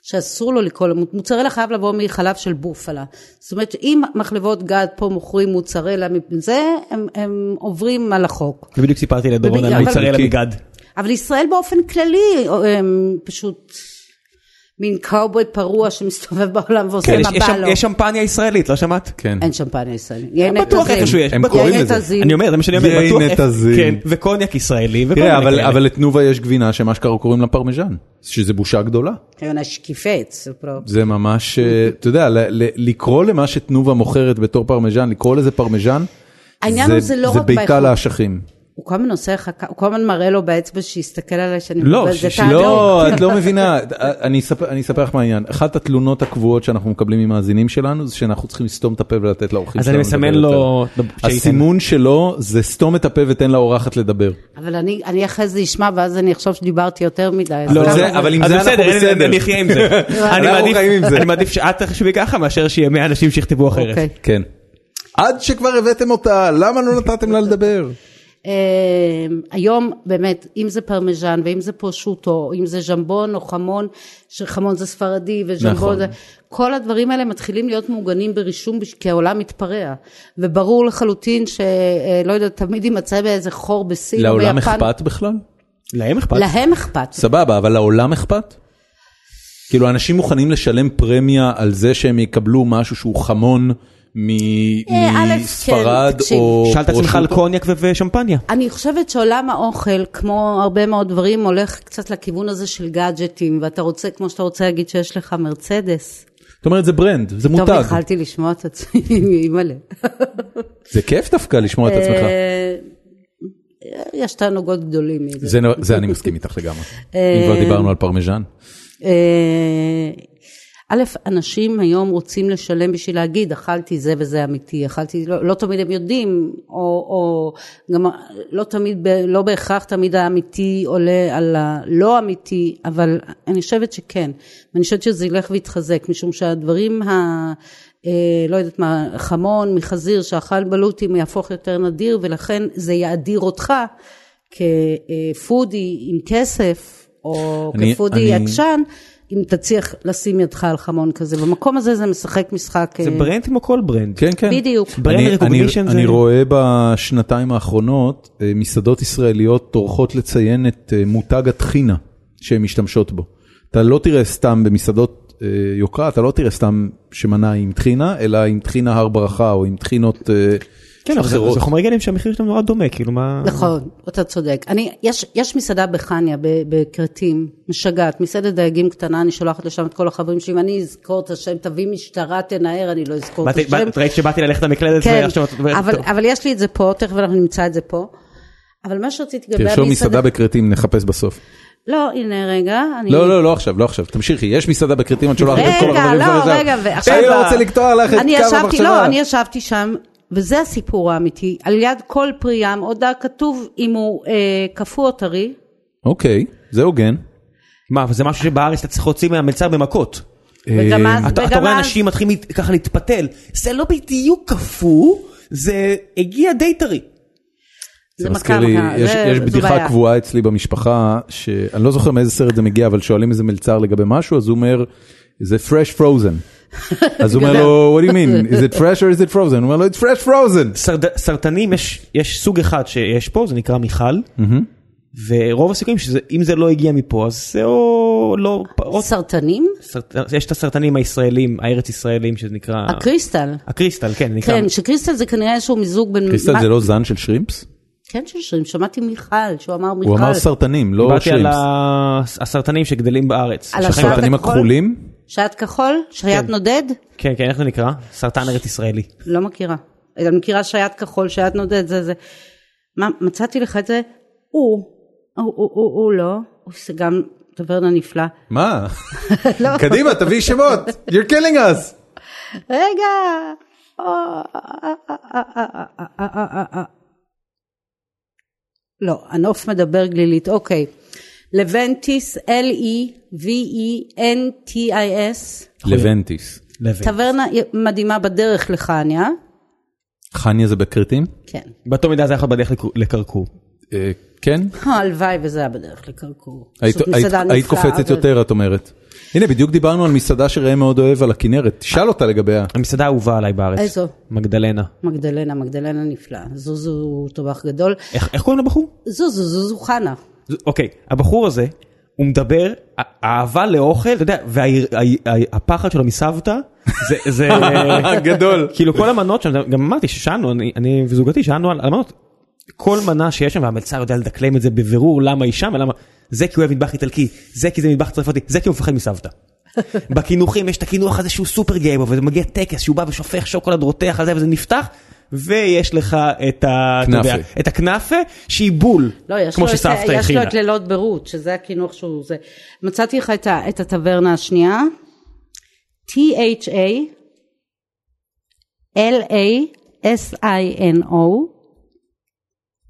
[SPEAKER 3] שאסור לו לקרוא, לו- מוצרלה חייב לבוא מחלב של בופלה. זאת אומרת, אם מחלבות גד פה מוכרים מוצרלה מזה, הם, הם עוברים על החוק.
[SPEAKER 2] ובדיוק סיפרתי לדורון
[SPEAKER 3] ובגלל-
[SPEAKER 2] על
[SPEAKER 3] אבל- כן,
[SPEAKER 2] מוצרלה
[SPEAKER 1] איטלקי.
[SPEAKER 2] מגד.
[SPEAKER 3] אבל ישראל באופן כללי, הם פשוט מין קאובוי פרוע שמסתובב בעולם ועושה
[SPEAKER 2] כן, יש-
[SPEAKER 3] מה
[SPEAKER 2] יש
[SPEAKER 3] בא
[SPEAKER 2] שם-
[SPEAKER 3] לו.
[SPEAKER 2] יש שמפניה ישראלית, לא שמעת?
[SPEAKER 1] כן.
[SPEAKER 3] אין שמפניה ישראלית. יהיה
[SPEAKER 2] בטוח
[SPEAKER 3] נטזים.
[SPEAKER 2] איפשהו יש,
[SPEAKER 1] הם
[SPEAKER 2] בטוח.
[SPEAKER 1] קוראים
[SPEAKER 3] יהיה
[SPEAKER 1] לזה.
[SPEAKER 3] נטזים.
[SPEAKER 2] אני אומר, זה מה שאני אומר,
[SPEAKER 1] ייי
[SPEAKER 2] בטוח.
[SPEAKER 1] נטזים.
[SPEAKER 2] כן, וקוניאק ישראלי, וכל
[SPEAKER 1] תראה,
[SPEAKER 2] מיני
[SPEAKER 1] אבל,
[SPEAKER 3] כן.
[SPEAKER 2] כאלה.
[SPEAKER 1] אבל לתנובה יש גבינה שמה שקרה קוראים לה פרמיז'ן, שזה בושה גדולה.
[SPEAKER 3] יונה שקיפץ. פרו-
[SPEAKER 1] זה ממש, אה, אתה יודע, ל- ל- לקרוא למה שתנובה מוכרת בתור פרמיז'ן, לקרוא לזה פרמיז'ן,
[SPEAKER 3] העניין הוא זה לא
[SPEAKER 1] זה
[SPEAKER 3] רק
[SPEAKER 1] בעיטה
[SPEAKER 3] באיכות.
[SPEAKER 1] לאשכים.
[SPEAKER 3] הוא כל הזמן עושה לך, כ- הוא כל הזמן מראה לו באצבע שיסתכל עליי שאני...
[SPEAKER 2] לא,
[SPEAKER 3] זה
[SPEAKER 2] ש-
[SPEAKER 3] תענוג.
[SPEAKER 1] לא, את לא מבינה, אני אספר- אני אספר לך מה העניין. אחת התלונות הקבועות שאנחנו מקבלים ממאזינים שלנו, זה שאנחנו צריכים לסתום את הפה ולתת לאורחים
[SPEAKER 2] אז
[SPEAKER 1] שלנו
[SPEAKER 2] אני מסמן
[SPEAKER 1] לדבר
[SPEAKER 2] לו-
[SPEAKER 1] יותר.
[SPEAKER 2] שייתן.
[SPEAKER 1] הסימון שלו זה סתום את הפה ותן לאורחת לדבר.
[SPEAKER 3] אבל אני אני אחרי זה אשמע, ואז אני אחשוב שדיברתי יותר מדי. אז
[SPEAKER 1] לא,
[SPEAKER 3] כמה
[SPEAKER 1] זה- אבל עם
[SPEAKER 2] אז
[SPEAKER 1] זה אנחנו
[SPEAKER 2] בסדר, אין-
[SPEAKER 1] בסדר.
[SPEAKER 2] אני אחיה עם זה. אני
[SPEAKER 1] אנחנו
[SPEAKER 2] מעדיף-
[SPEAKER 1] חיים עם זה.
[SPEAKER 2] אני מעדיף שאת תחשבי ככה מאשר שיהיה 100 אנשים שיכתבו אחרת.
[SPEAKER 3] אוקיי.
[SPEAKER 1] כן. עד שכבר הבאתם אותה, למה לא נתתם לה לדבר?
[SPEAKER 3] אמ, היום באמת, אם זה פרמיז'ן ואם זה פרשוטו, או אם זה ז'מבון או חמון, שחמון זה ספרדי וז'מבון
[SPEAKER 1] נכון.
[SPEAKER 3] זה... כל הדברים האלה מתחילים להיות מעוגנים ברישום בש- כי העולם מתפרע. וברור לחלוטין שלא יודעת, תמיד יימצא באיזה חור בסין או ביפן.
[SPEAKER 1] לעולם אכפת בכלל?
[SPEAKER 2] להם אכפת.
[SPEAKER 3] להם אכפת.
[SPEAKER 1] סבבה, אבל לעולם אכפת? כאילו אנשים מוכנים לשלם פרמיה על זה שהם יקבלו משהו שהוא חמון מ-
[SPEAKER 3] אה, א', כן,
[SPEAKER 1] מספרד
[SPEAKER 3] תקשיב.
[SPEAKER 1] או...
[SPEAKER 2] שאל את עצמך על
[SPEAKER 1] פרושוטו?
[SPEAKER 2] קוניאק ו- ושמפניה.
[SPEAKER 3] אני חושבת שעולם האוכל, כמו הרבה מאוד דברים, הולך קצת לכיוון הזה של גאדג'טים, ואתה רוצה, כמו שאתה רוצה להגיד שיש לך מרצדס.
[SPEAKER 1] זאת אומרת זה ברנד, זה
[SPEAKER 3] טוב,
[SPEAKER 1] מותג.
[SPEAKER 3] התחלתי לשמוע את עצמי, אימא'לה.
[SPEAKER 1] זה כיף דווקא לשמוע את עצמך.
[SPEAKER 3] אה, יש תענוגות גדולים מזה.
[SPEAKER 1] זה נו- זה אני מסכים איתך לגמרי. אם כבר דיברנו על פרמיז'ן.
[SPEAKER 3] אה, א', אנשים היום רוצים לשלם בשביל להגיד, אכלתי זה וזה אמיתי, אכלתי, לא, לא תמיד הם יודעים, או, או גם לא תמיד, ב- לא בהכרח תמיד האמיתי עולה על הלא אמיתי, אבל אני חושבת שכן, ואני חושבת שזה ילך ויתחזק, משום שהדברים ה... אה, לא יודעת מה, חמון מחזיר שאכל בלוטים יהפוך יותר נדיר ולכן זה יאדיר אותך כפודי עם כסף או
[SPEAKER 1] אני-
[SPEAKER 3] כפודי
[SPEAKER 1] אני-
[SPEAKER 3] עקשן, אם תצליח לשים ידך על חמון כזה. במקום הזה זה משחק משחק...
[SPEAKER 2] זה
[SPEAKER 3] אה,
[SPEAKER 2] ברנד כמו כל ברנד.
[SPEAKER 1] כן, כן.
[SPEAKER 3] בדיוק.
[SPEAKER 1] אני-
[SPEAKER 2] ברנד
[SPEAKER 1] אני-
[SPEAKER 2] recognition זה-
[SPEAKER 1] אני רואה בשנתיים האחרונות אה, מסעדות ישראליות טורחות לציין את אה, מותג הטחינה שהן משתמשות בו. אתה לא תראה סתם במסעדות אה, יוקרה, אתה לא תראה סתם שמנה עם טחינה, אלא עם טחינה הר ברכה או עם טחינות אה,
[SPEAKER 2] כן, אבל זה-
[SPEAKER 1] אחרות.
[SPEAKER 2] זה חומרי גלם שהמחיר שלהם נורא דומה, כאילו מה...
[SPEAKER 3] נכון, אתה צודק. אני, יש, יש מסעדה בחניה, ב- בכרתים, משגעת, מסעדת דייגים קטנה, אני שולחת לשם את כל החברים שלי, אם אני אזכור את השם, תביא משטרה, תנער, אני לא אזכור את
[SPEAKER 2] באתי-
[SPEAKER 3] השם.
[SPEAKER 2] באת- ראית שבאתי ללכת למקלדת
[SPEAKER 3] כן,
[SPEAKER 2] ועכשיו את אומרת,
[SPEAKER 3] אבל,
[SPEAKER 2] טוב.
[SPEAKER 3] אבל יש לי את זה פה, תכף אנחנו נמצא את זה פה. אבל מה שרציתי לגבי
[SPEAKER 1] תרשום מסעדה בכרתים, נחפש בסוף.
[SPEAKER 3] לא, הנה רגע, אני...
[SPEAKER 1] לא, לא, לא עכשיו, לא עכשיו, תמשיכי, יש מסעדה בכרתים, את שולחת את כל
[SPEAKER 3] רגע,
[SPEAKER 1] החברים
[SPEAKER 3] לא,
[SPEAKER 1] כבר
[SPEAKER 3] רגע, ועכשיו...
[SPEAKER 1] אני לא
[SPEAKER 3] ה-
[SPEAKER 1] רוצה לקטוע לך את
[SPEAKER 3] אני
[SPEAKER 1] קו
[SPEAKER 3] ישבתי-
[SPEAKER 1] המחשבה.
[SPEAKER 3] לא, אני ישבתי שם, וזה הסיפור האמיתי. על יד כל פרי ים, עוד היה כתוב אם הוא אה, קפוא או טרי.
[SPEAKER 1] אוקיי, זה הוגן.
[SPEAKER 2] מה, אבל זה משהו שבארץ אתה צריך להוציא מהמלצר במכות.
[SPEAKER 3] וגם
[SPEAKER 1] אה,
[SPEAKER 3] אז,
[SPEAKER 2] אתה, אתה
[SPEAKER 3] וגם
[SPEAKER 2] רואה
[SPEAKER 3] אז-
[SPEAKER 2] אנשים מתחילים להת- ככה להתפתל, זה לא בדיוק קפוא, זה הגיע די טרי.
[SPEAKER 1] זה
[SPEAKER 3] זה
[SPEAKER 1] מזכיר
[SPEAKER 3] מכה,
[SPEAKER 1] לי,
[SPEAKER 3] מכה,
[SPEAKER 1] יש,
[SPEAKER 3] זה-
[SPEAKER 1] יש
[SPEAKER 3] זו
[SPEAKER 1] בדיחה
[SPEAKER 3] בעיה.
[SPEAKER 1] קבועה אצלי במשפחה, שאני לא זוכר מאיזה סרט זה מגיע, אבל שואלים איזה מלצר לגבי משהו, אז הוא אומר, זה fresh frozen. אז הוא אומר לו, what do you mean, is it fresh or is it frozen? הוא אומר לו, it's fresh frozen.
[SPEAKER 2] סרד, סרטנים, יש, יש סוג אחד שיש פה, זה נקרא מיכל, ורוב הסיכויים שאם זה לא הגיע מפה, אז זה או לא, או,
[SPEAKER 3] סרטנים?
[SPEAKER 2] סרט, יש את הסרטנים הישראלים, הארץ ישראלים, שזה נקרא,
[SPEAKER 1] אה.
[SPEAKER 3] הקריסטל.
[SPEAKER 2] הקריסטל, כן, נקרא,
[SPEAKER 3] כן, שקריסטל זה כנראה איזשהו מיזוג בין...
[SPEAKER 1] קריסטל
[SPEAKER 3] מה-
[SPEAKER 1] זה לא זן של שרימפס?
[SPEAKER 3] כן, של שירים, שמעתי מיכל, שהוא אמר מיכל.
[SPEAKER 1] הוא אמר סרטנים, לא
[SPEAKER 2] דיברתי על
[SPEAKER 1] שרימפס.
[SPEAKER 2] ה- הסרטנים שגדלים בארץ.
[SPEAKER 3] על
[SPEAKER 2] שחיים
[SPEAKER 3] השד
[SPEAKER 2] בארץ.
[SPEAKER 1] הסרטנים
[SPEAKER 3] הכחול?
[SPEAKER 1] הכחולים?
[SPEAKER 3] שייט כחול? שייט
[SPEAKER 2] כן.
[SPEAKER 3] נודד?
[SPEAKER 2] כן, כן, איך זה נקרא? סרטן ארץ ישראלי.
[SPEAKER 3] לא מכירה. אני מכירה שייט כחול, שייט נודד, זה זה. מה, מצאתי לך את זה? הוא. הוא, הוא, הוא, הוא לא. הוא זה גם טברנה נפלא.
[SPEAKER 1] מה?
[SPEAKER 3] לא.
[SPEAKER 1] קדימה, תביאי שמות, you're killing us.
[SPEAKER 3] רגע! אה, אה, אה, אה, אה, אה, אה, אה, אה. לא, הנוף מדבר גלילית, אוקיי. לבנטיס, L-E-V-E-N-T-I-S,
[SPEAKER 1] לבנטיס.
[SPEAKER 3] טברנה מדהימה בדרך לחניה.
[SPEAKER 1] חניה זה בכרתים?
[SPEAKER 3] כן.
[SPEAKER 2] באותו מידה זה יכול להיות בדרך לקר- לקרקור.
[SPEAKER 1] אה, כן?
[SPEAKER 3] הלוואי וזה היה בדרך לקרקור.
[SPEAKER 1] היית-
[SPEAKER 3] זאת
[SPEAKER 1] היית-
[SPEAKER 3] מסעדה
[SPEAKER 1] היית
[SPEAKER 3] נפלאה, כן.
[SPEAKER 1] קופצת
[SPEAKER 3] אבל-
[SPEAKER 1] יותר את אומרת. הנה בדיוק דיברנו על מסעדה שראם מאוד אוהב על הכנרת, תשאל אותה לגביה.
[SPEAKER 2] המסעדה האהובה עליי בארץ.
[SPEAKER 3] איזו?
[SPEAKER 2] מגדלנה.
[SPEAKER 3] מגדלנה, מגדלנה נפלאה. זוזו הוא טבח גדול.
[SPEAKER 2] איך איך קוראים לבחור?
[SPEAKER 3] זוזו, זוזו חנה.
[SPEAKER 2] ז- אוקיי, הבחור הזה, הוא מדבר, ה- האהבה לאוכל, אתה יודע, והפחד שלו מסבתא, זה, זה,
[SPEAKER 1] גדול.
[SPEAKER 2] כאילו כל המנות שם, גם אמרתי ששאלנו, אני, אני וזוגתי שאלנו על על המנות, כל מנה שיש שם, והמלצר יודע לדקלם את זה בבירור למה היא שם ולמה, זה כי הוא אוהב מטבח איטלקי, זה כי זה מטבח צרפתי, זה כי הוא מפחד מסבתא. בקינוחים יש את הקינוח הזה שהוא סופר גאה בו, וזה מגיע טקס שהוא בא ושופך שוקולד רותח על זה וזה נפתח. ויש לך את, ה, אתה יודע,
[SPEAKER 1] כנאפה.
[SPEAKER 2] את הכנאפה שהיא בול,
[SPEAKER 3] לא, יש
[SPEAKER 2] כמו
[SPEAKER 3] לו את,
[SPEAKER 2] שסבתא
[SPEAKER 3] יש
[SPEAKER 2] הכינה.
[SPEAKER 3] לו את לילות ברות, שזה הקינוח שהוא זה. מצאתי לך את, ה- את הטברנה השנייה, T-H-A, L-A-S-I-N-O,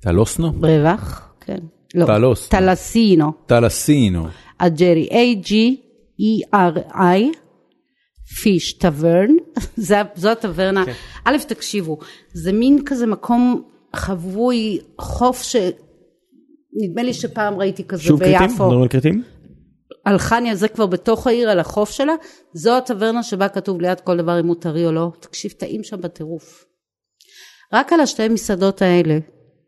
[SPEAKER 1] טלוסנו?
[SPEAKER 3] רווח, כן. לא,
[SPEAKER 1] טלוס.
[SPEAKER 3] טלסינו,
[SPEAKER 1] טלסינו.
[SPEAKER 3] אג'רי, E A-G-E-R-I, פיש טברן, זה- זו הטברנה. א', תקשיבו, זה מין כזה מקום חבוי, חוף ש... נדמה לי שפעם ראיתי כזה
[SPEAKER 2] שוב
[SPEAKER 3] ביפו.
[SPEAKER 2] כרתים? מדברים על כרתים?
[SPEAKER 3] על חניה זה כבר בתוך העיר, על החוף שלה, זו הטברנה שבה כתוב ליד כל דבר אם הוא טרי או לא. תקשיב, טעים שם בטירוף. רק על השתי מסעדות האלה,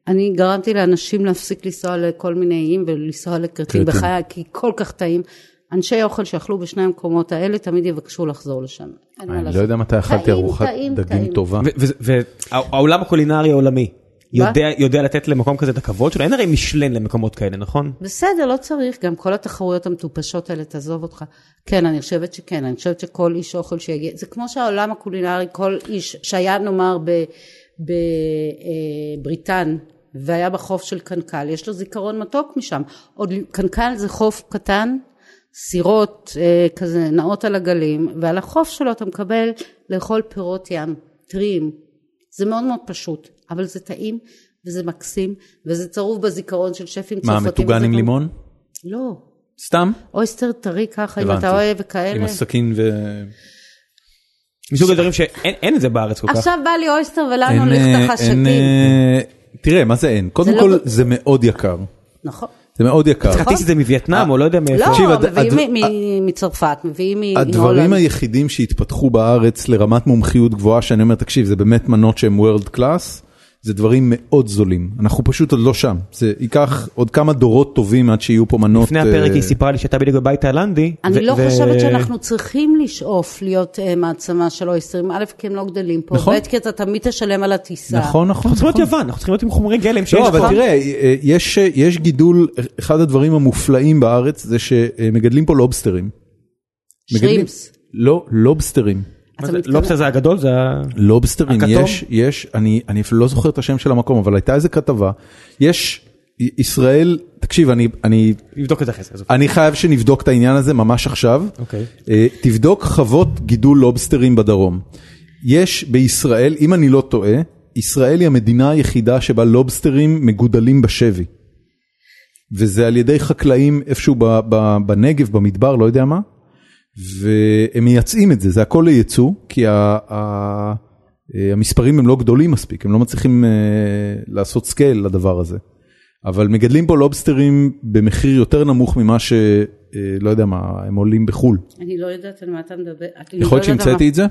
[SPEAKER 3] אני גרמתי לאנשים להפסיק לנסוע לכל מיני איים ולנסוע לכרתים
[SPEAKER 1] כרתים.
[SPEAKER 3] בחיי, כי כל כך טעים. אנשי אוכל שאכלו בשני המקומות האלה, תמיד יבקשו לחזור לשם. אין מה
[SPEAKER 1] אני לא
[SPEAKER 3] לעשות.
[SPEAKER 1] יודע מתי אכלתי
[SPEAKER 3] טעים,
[SPEAKER 1] ארוחת
[SPEAKER 3] טעים,
[SPEAKER 1] דגים
[SPEAKER 3] טעים.
[SPEAKER 1] טובה.
[SPEAKER 2] והעולם הקולינרי העולמי יודע, יודע לתת למקום כזה את הכבוד שלו? אין הרי משלן למקומות כאלה, נכון?
[SPEAKER 3] בסדר, לא צריך, גם כל התחרויות המטופשות האלה, תעזוב אותך. כן, אני חושבת שכן, אני חושבת שכל איש אוכל שיגיע, זה כמו שהעולם הקולינרי, כל איש שהיה נאמר בבריטן, והיה בחוף של קנקל, יש לו זיכרון מתוק משם. עוד ל- קנקל זה חוף קטן, סירות אה, כזה נעות על הגלים, ועל החוף שלו אתה מקבל לאכול פירות ים, טריים, זה מאוד מאוד פשוט, אבל זה טעים, וזה מקסים, וזה צרוב בזיכרון של שפים צרפתים.
[SPEAKER 1] מה, מטוגן
[SPEAKER 3] וזה
[SPEAKER 1] עם
[SPEAKER 3] גם-
[SPEAKER 1] לימון?
[SPEAKER 3] לא.
[SPEAKER 1] סתם?
[SPEAKER 3] אויסטר טרי ככה, אם
[SPEAKER 1] הבנתי.
[SPEAKER 3] אתה אוהב וכאלה.
[SPEAKER 1] עם הסכין ו...
[SPEAKER 2] מסוג הדברים שאין אין את זה בארץ כל כך.
[SPEAKER 3] עכשיו בא לי אויסטר
[SPEAKER 1] אין,
[SPEAKER 3] ולנו ליכטה
[SPEAKER 1] אה, אין,
[SPEAKER 3] חשקים.
[SPEAKER 1] אה, תראה, מה זה אין? קודם
[SPEAKER 3] לא נכון.
[SPEAKER 1] כל,
[SPEAKER 3] ב-
[SPEAKER 1] זה מאוד יקר.
[SPEAKER 3] נכון.
[SPEAKER 1] זה מאוד יקר.
[SPEAKER 2] תטיס את זה מווייטנאם או לא יודע מאיפה.
[SPEAKER 3] לא,
[SPEAKER 1] אה, תקשיב, הד-
[SPEAKER 3] מביאים
[SPEAKER 1] הד-
[SPEAKER 3] מ- מ- מצרפת, מביאים מהולנד.
[SPEAKER 1] הדברים היחידים שהתפתחו בארץ לרמת מומחיות גבוהה, שאני אומר, תקשיב, זה באמת מנות שהן וורד קלאס, זה דברים מאוד זולים. אנחנו פשוט עוד לא שם. זה ייקח עוד כמה דורות טובים עד שיהיו פה מנות...
[SPEAKER 2] לפני הפרק
[SPEAKER 1] אה,
[SPEAKER 2] היא סיפרה לי שהייתה בדיוק בבית תאילנדי.
[SPEAKER 3] אני
[SPEAKER 2] ו-
[SPEAKER 3] לא
[SPEAKER 2] ו-
[SPEAKER 3] חושבת שאנחנו צריכים לשאוף להיות אה, מעצמה של אויסטרים. א', כי הם לא גדלים פה.
[SPEAKER 1] נכון.
[SPEAKER 3] ב', כי אתה תמיד תשלם על הטיסה.
[SPEAKER 1] נכון, נכון.
[SPEAKER 2] אנחנו צריכים להיות
[SPEAKER 1] נכון.
[SPEAKER 2] יוון, אנחנו צריכים להיות עם חומרי גלם שיש
[SPEAKER 1] לא,
[SPEAKER 2] פה.
[SPEAKER 1] אבל תראה, אה, יש, אה, יש גידול, אחד הדברים המופלאים בארץ זה שמגדלים פה לובסטרים. מגדלים-
[SPEAKER 3] שרימפס.
[SPEAKER 1] לא, לובסטרים.
[SPEAKER 2] מה
[SPEAKER 3] אתה
[SPEAKER 2] זה,
[SPEAKER 3] מתכוון-
[SPEAKER 2] לובסטר זה הגדול, זה ה-
[SPEAKER 1] לובסטרים,
[SPEAKER 2] הכתום?
[SPEAKER 1] יש, יש, אני, אני אפילו לא זוכר את השם של המקום, אבל הייתה איזה כתבה, יש י- ישראל, תקשיב, אני, אני,
[SPEAKER 2] נבדוק את זה אחרי זה. עזוב.
[SPEAKER 1] אני חייב שנבדוק את העניין הזה ממש עכשיו.
[SPEAKER 2] אוקיי.
[SPEAKER 1] אה, תבדוק חוות גידול לובסטרים בדרום. יש בישראל, אם אני לא טועה, ישראל היא המדינה היחידה שבה לובסטרים מגודלים בשבי. וזה על ידי חקלאים איפשהו ב, ב, בנגב, במדבר, לא יודע מה. והם מייצאים את זה, זה הכל לייצוא, כי ה, ה, אה, המספרים הם לא גדולים מספיק, הם לא מצליחים אה, לעשות סקייל לדבר הזה. אבל מגדלים פה לובסטרים במחיר יותר נמוך ממה ש... אה, לא יודע מה, הם עולים בחו"ל.
[SPEAKER 3] אני לא יודעת על מה אתה מדבר. אני
[SPEAKER 1] יכול
[SPEAKER 3] לא
[SPEAKER 1] להיות
[SPEAKER 3] יודעת על
[SPEAKER 1] שהמצאתי
[SPEAKER 3] מה-
[SPEAKER 1] את זה?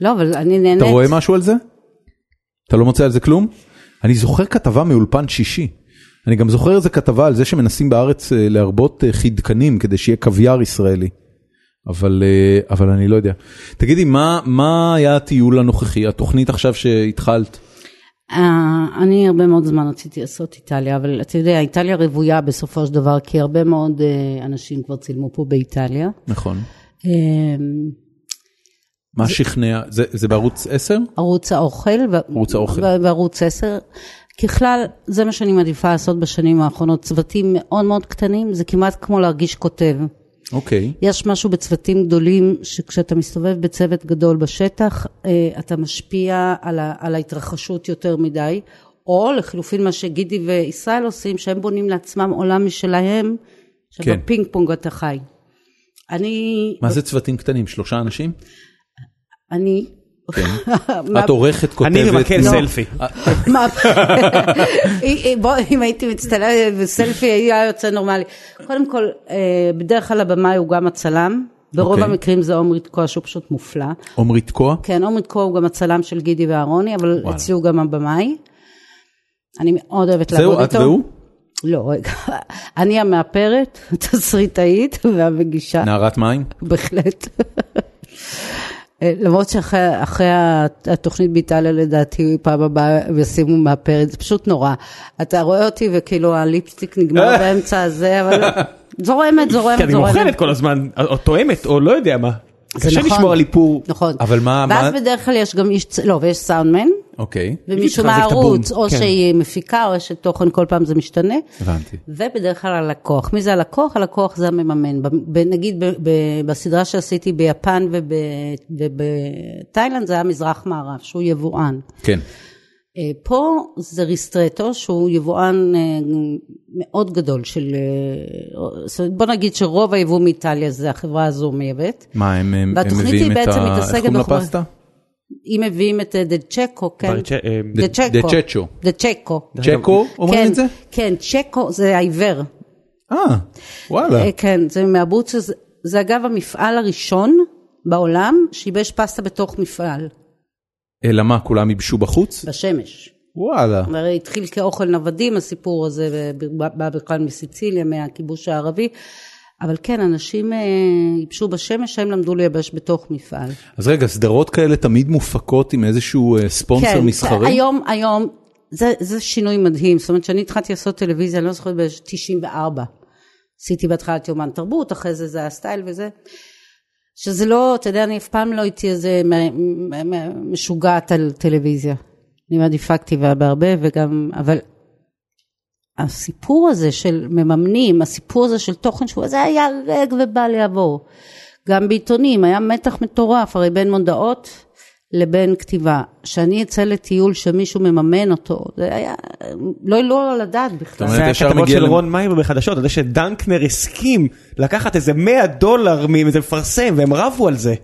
[SPEAKER 3] לא, אבל אני נהנית.
[SPEAKER 1] אתה רואה משהו על זה? אתה לא מוצא על זה כלום? אני זוכר כתבה מאולפן שישי. אני גם זוכר איזה כתבה על זה שמנסים בארץ אה, להרבות אה, חידקנים כדי שיהיה קוויאר ישראלי. אבל, אה, אבל אני לא יודע. תגידי, מה, מה היה הטיול הנוכחי, התוכנית עכשיו שהתחלת?
[SPEAKER 3] אה, אני הרבה מאוד זמן רציתי לעשות איטליה, אבל אתה יודע, איטליה רוויה בסופו של דבר, כי הרבה מאוד אה, אנשים כבר צילמו פה באיטליה.
[SPEAKER 1] נכון.
[SPEAKER 3] אה,
[SPEAKER 1] מה שכנע, זה, זה בערוץ 10?
[SPEAKER 3] ערוץ האוכל, ו-
[SPEAKER 1] ערוץ האוכל.
[SPEAKER 3] ו- וערוץ 10. ככלל, זה מה שאני מעדיפה לעשות בשנים האחרונות, צוותים מאוד מאוד קטנים, זה כמעט כמו להרגיש כותב.
[SPEAKER 1] אוקיי.
[SPEAKER 3] יש משהו בצוותים גדולים, שכשאתה מסתובב בצוות גדול בשטח, אה, אתה משפיע על, ה- על ההתרחשות יותר מדי, או לחילופין מה שגידי וישראל עושים, שהם בונים לעצמם עולם משלהם,
[SPEAKER 1] כן.
[SPEAKER 3] שבפינג פונג אתה חי. אני,
[SPEAKER 1] מה זה צוותים קטנים? שלושה אנשים?
[SPEAKER 3] אני, מה-
[SPEAKER 1] כן. את עורכת, כותבת...
[SPEAKER 2] אני ומקל
[SPEAKER 3] לא.
[SPEAKER 1] נו.
[SPEAKER 2] סלפי.
[SPEAKER 3] מה, אי- אי, בוא, אם הייתי מצטלמת בסלפי היה יוצא נורמלי. קודם כל, אה, בדרך כלל הבמאי הוא גם הצלם, ברוב
[SPEAKER 1] אוקיי.
[SPEAKER 3] המקרים זה עומרי תקוע שהוא פשוט מופלא.
[SPEAKER 1] עמרי תקוע?
[SPEAKER 3] כן, עומרי תקוע הוא גם הצלם של גידי ואהרוני, אבל
[SPEAKER 1] וואלה.
[SPEAKER 3] אצלי הוא גם הבמאי. אני מאוד אוהבת כן. לעבוד
[SPEAKER 1] זהו,
[SPEAKER 3] איתו.
[SPEAKER 1] את והוא?
[SPEAKER 3] לא, רגע. אני המאפרת, התסריטאית והמגישה.
[SPEAKER 1] נערת מים?
[SPEAKER 3] בהחלט. אה, למרות שאחרי אחרי התוכנית באיטליה לדעתי פעם הבאה ישימו מהפרק, זה פשוט נורא. אתה רואה אותי וכאילו הליפסטיק נגמר באמצע הזה, אבל זורמת,
[SPEAKER 2] כי
[SPEAKER 3] זורמת,
[SPEAKER 2] אני
[SPEAKER 3] זורמת.
[SPEAKER 2] מוכרת כל הזמן, או תואמת, או לא יודע מה.
[SPEAKER 3] זה
[SPEAKER 2] קשה
[SPEAKER 3] נכון.
[SPEAKER 2] לשמור על איפור.
[SPEAKER 3] נכון.
[SPEAKER 1] אבל מה-
[SPEAKER 3] ואז
[SPEAKER 1] מה-
[SPEAKER 3] בדרך כלל יש גם איש, צ- לא, ויש סאונדמן,
[SPEAKER 1] אוקיי.
[SPEAKER 3] ומישהו
[SPEAKER 2] תחזק את הבום,
[SPEAKER 3] מהערוץ, או
[SPEAKER 2] כן.
[SPEAKER 3] שהיא מפיקה, או אשת תוכן, כל פעם זה משתנה.
[SPEAKER 1] כן, הבנתי.
[SPEAKER 3] ובדרך כלל הלקוח. מי זה הלקוח? הלקוח זה המממן. ב- ב- נגיד ב- ב- בסדרה שעשיתי ביפן ובתאילנד זה היה מזרח מערב, שהוא יבואן.
[SPEAKER 1] כן.
[SPEAKER 3] אה, פה זה ריסטרטו שהוא יבואן אה, מאוד גדול של, אה, זאת אומרת, בוא נגיד שרוב היבוא מאיטליה זה החברה הזו מייבאת.
[SPEAKER 1] מה, הם, הם, הם
[SPEAKER 3] והתוכנית
[SPEAKER 1] מביאים
[SPEAKER 3] היא
[SPEAKER 1] את ה...
[SPEAKER 3] בעצם
[SPEAKER 1] איך
[SPEAKER 3] מתעסקת
[SPEAKER 1] קוראים
[SPEAKER 3] בחומר- לא,
[SPEAKER 1] לפסטה?
[SPEAKER 3] אם מביאים את אה, דה צ'קו, כן?
[SPEAKER 2] אבל צ'- אה,
[SPEAKER 3] דה צ'קו.
[SPEAKER 1] דה צ'צ'ו.
[SPEAKER 3] דה צ'קו.
[SPEAKER 1] צ'קו אומרים
[SPEAKER 3] כן,
[SPEAKER 1] את זה?
[SPEAKER 3] כן, צ'קו זה העיוור.
[SPEAKER 1] אה, וואלה.
[SPEAKER 3] אה, כן, זה מהבוץ, שזה- זה אגב המפעל הראשון בעולם שייבש פסטה בתוך מפעל,
[SPEAKER 1] אלא מה, כולם ייבשו בחוץ?
[SPEAKER 3] בשמש.
[SPEAKER 1] וואלה.
[SPEAKER 3] הרי התחיל כאוכל נוודים הסיפור הזה, ובא בכלל מסיציליה, מהכיבוש הערבי. אבל כן, אנשים אה, ייבשו בשמש, הם למדו לייבש בתוך מפעל.
[SPEAKER 1] אז רגע, סדרות כאלה תמיד מופקות עם איזשהו אה, ספונסר
[SPEAKER 3] כן,
[SPEAKER 1] מסחרי?
[SPEAKER 3] היום, היום, זה, זה שינוי מדהים. זאת אומרת, כשאני התחלתי לעשות טלוויזיה, אני לא זוכרת ב-94. עשיתי בהתחלה את יומן תרבות, אחרי זה זה היה סטייל וזה. שזה לא, אתה יודע, אני אף פעם לא הייתי איזה מ- מ- מ- משוגעת על טלוויזיה. אני מעדיפה כתיבה בהרבה, וגם, אבל הסיפור הזה של מממנים, הסיפור הזה של תוכן שהוא, זה היה ריק ובל יעבור. גם בעיתונים היה מתח מטורף, הרי בין מודעות לבין כתיבה. שאני אצא לטיול שמישהו מממן אותו, זה היה, לא העלו על הדעת בכלל.
[SPEAKER 1] אומרת,
[SPEAKER 2] זה
[SPEAKER 1] ישר
[SPEAKER 2] הכתבות
[SPEAKER 1] מגיע
[SPEAKER 2] של
[SPEAKER 1] למ-
[SPEAKER 2] רון מאיר בחדשות, על זה שדנקנר הסכים לקחת איזה 100 דולר מאיזה מפרסם, והם רבו על זה.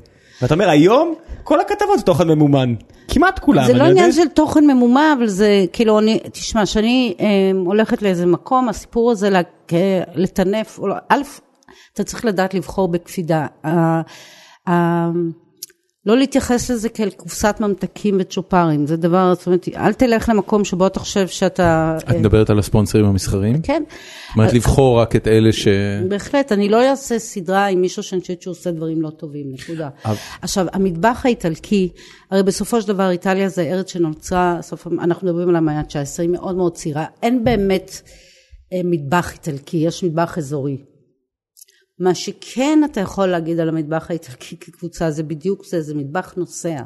[SPEAKER 2] ואתה אומר, היום כל הכתבות זה תוכן ממומן. כמעט כולם.
[SPEAKER 3] זה
[SPEAKER 2] אני
[SPEAKER 3] לא
[SPEAKER 2] יודע.
[SPEAKER 3] עניין של תוכן ממומה, אבל זה כאילו, אני, תשמע, כשאני אה, הולכת לאיזה מקום, הסיפור הזה לה- אה, לטנף, או לא, א', אתה צריך לדעת לבחור בקפידה. אה, אה, לא להתייחס לזה כאל קופסת ממתקים וצ'ופרים, זה דבר, זאת אומרת, אל תלך למקום שבו אתה חושב שאתה...
[SPEAKER 1] את
[SPEAKER 3] אה,
[SPEAKER 1] מדברת על הספונסרים המסחריים?
[SPEAKER 3] כן.
[SPEAKER 1] זאת אומרת, לבחור רק את אלה ש...
[SPEAKER 3] בהחלט, אני לא אעשה סדרה עם מישהו שאני חושבת שהוא עושה דברים לא טובים, נקודה. עכשיו, המטבח האיטלקי, הרי בסופו של דבר איטליה זה ארץ שנוצרה, סוף, אנחנו מדברים על המאה ה-19, היא מאוד מאוד צעירה, אין באמת אה, מטבח איטלקי, יש מטבח אזורי. מה שכן אתה יכול להגיד על המטבח האיטלקי כקבוצה זה בדיוק זה, זה מטבח נוסע.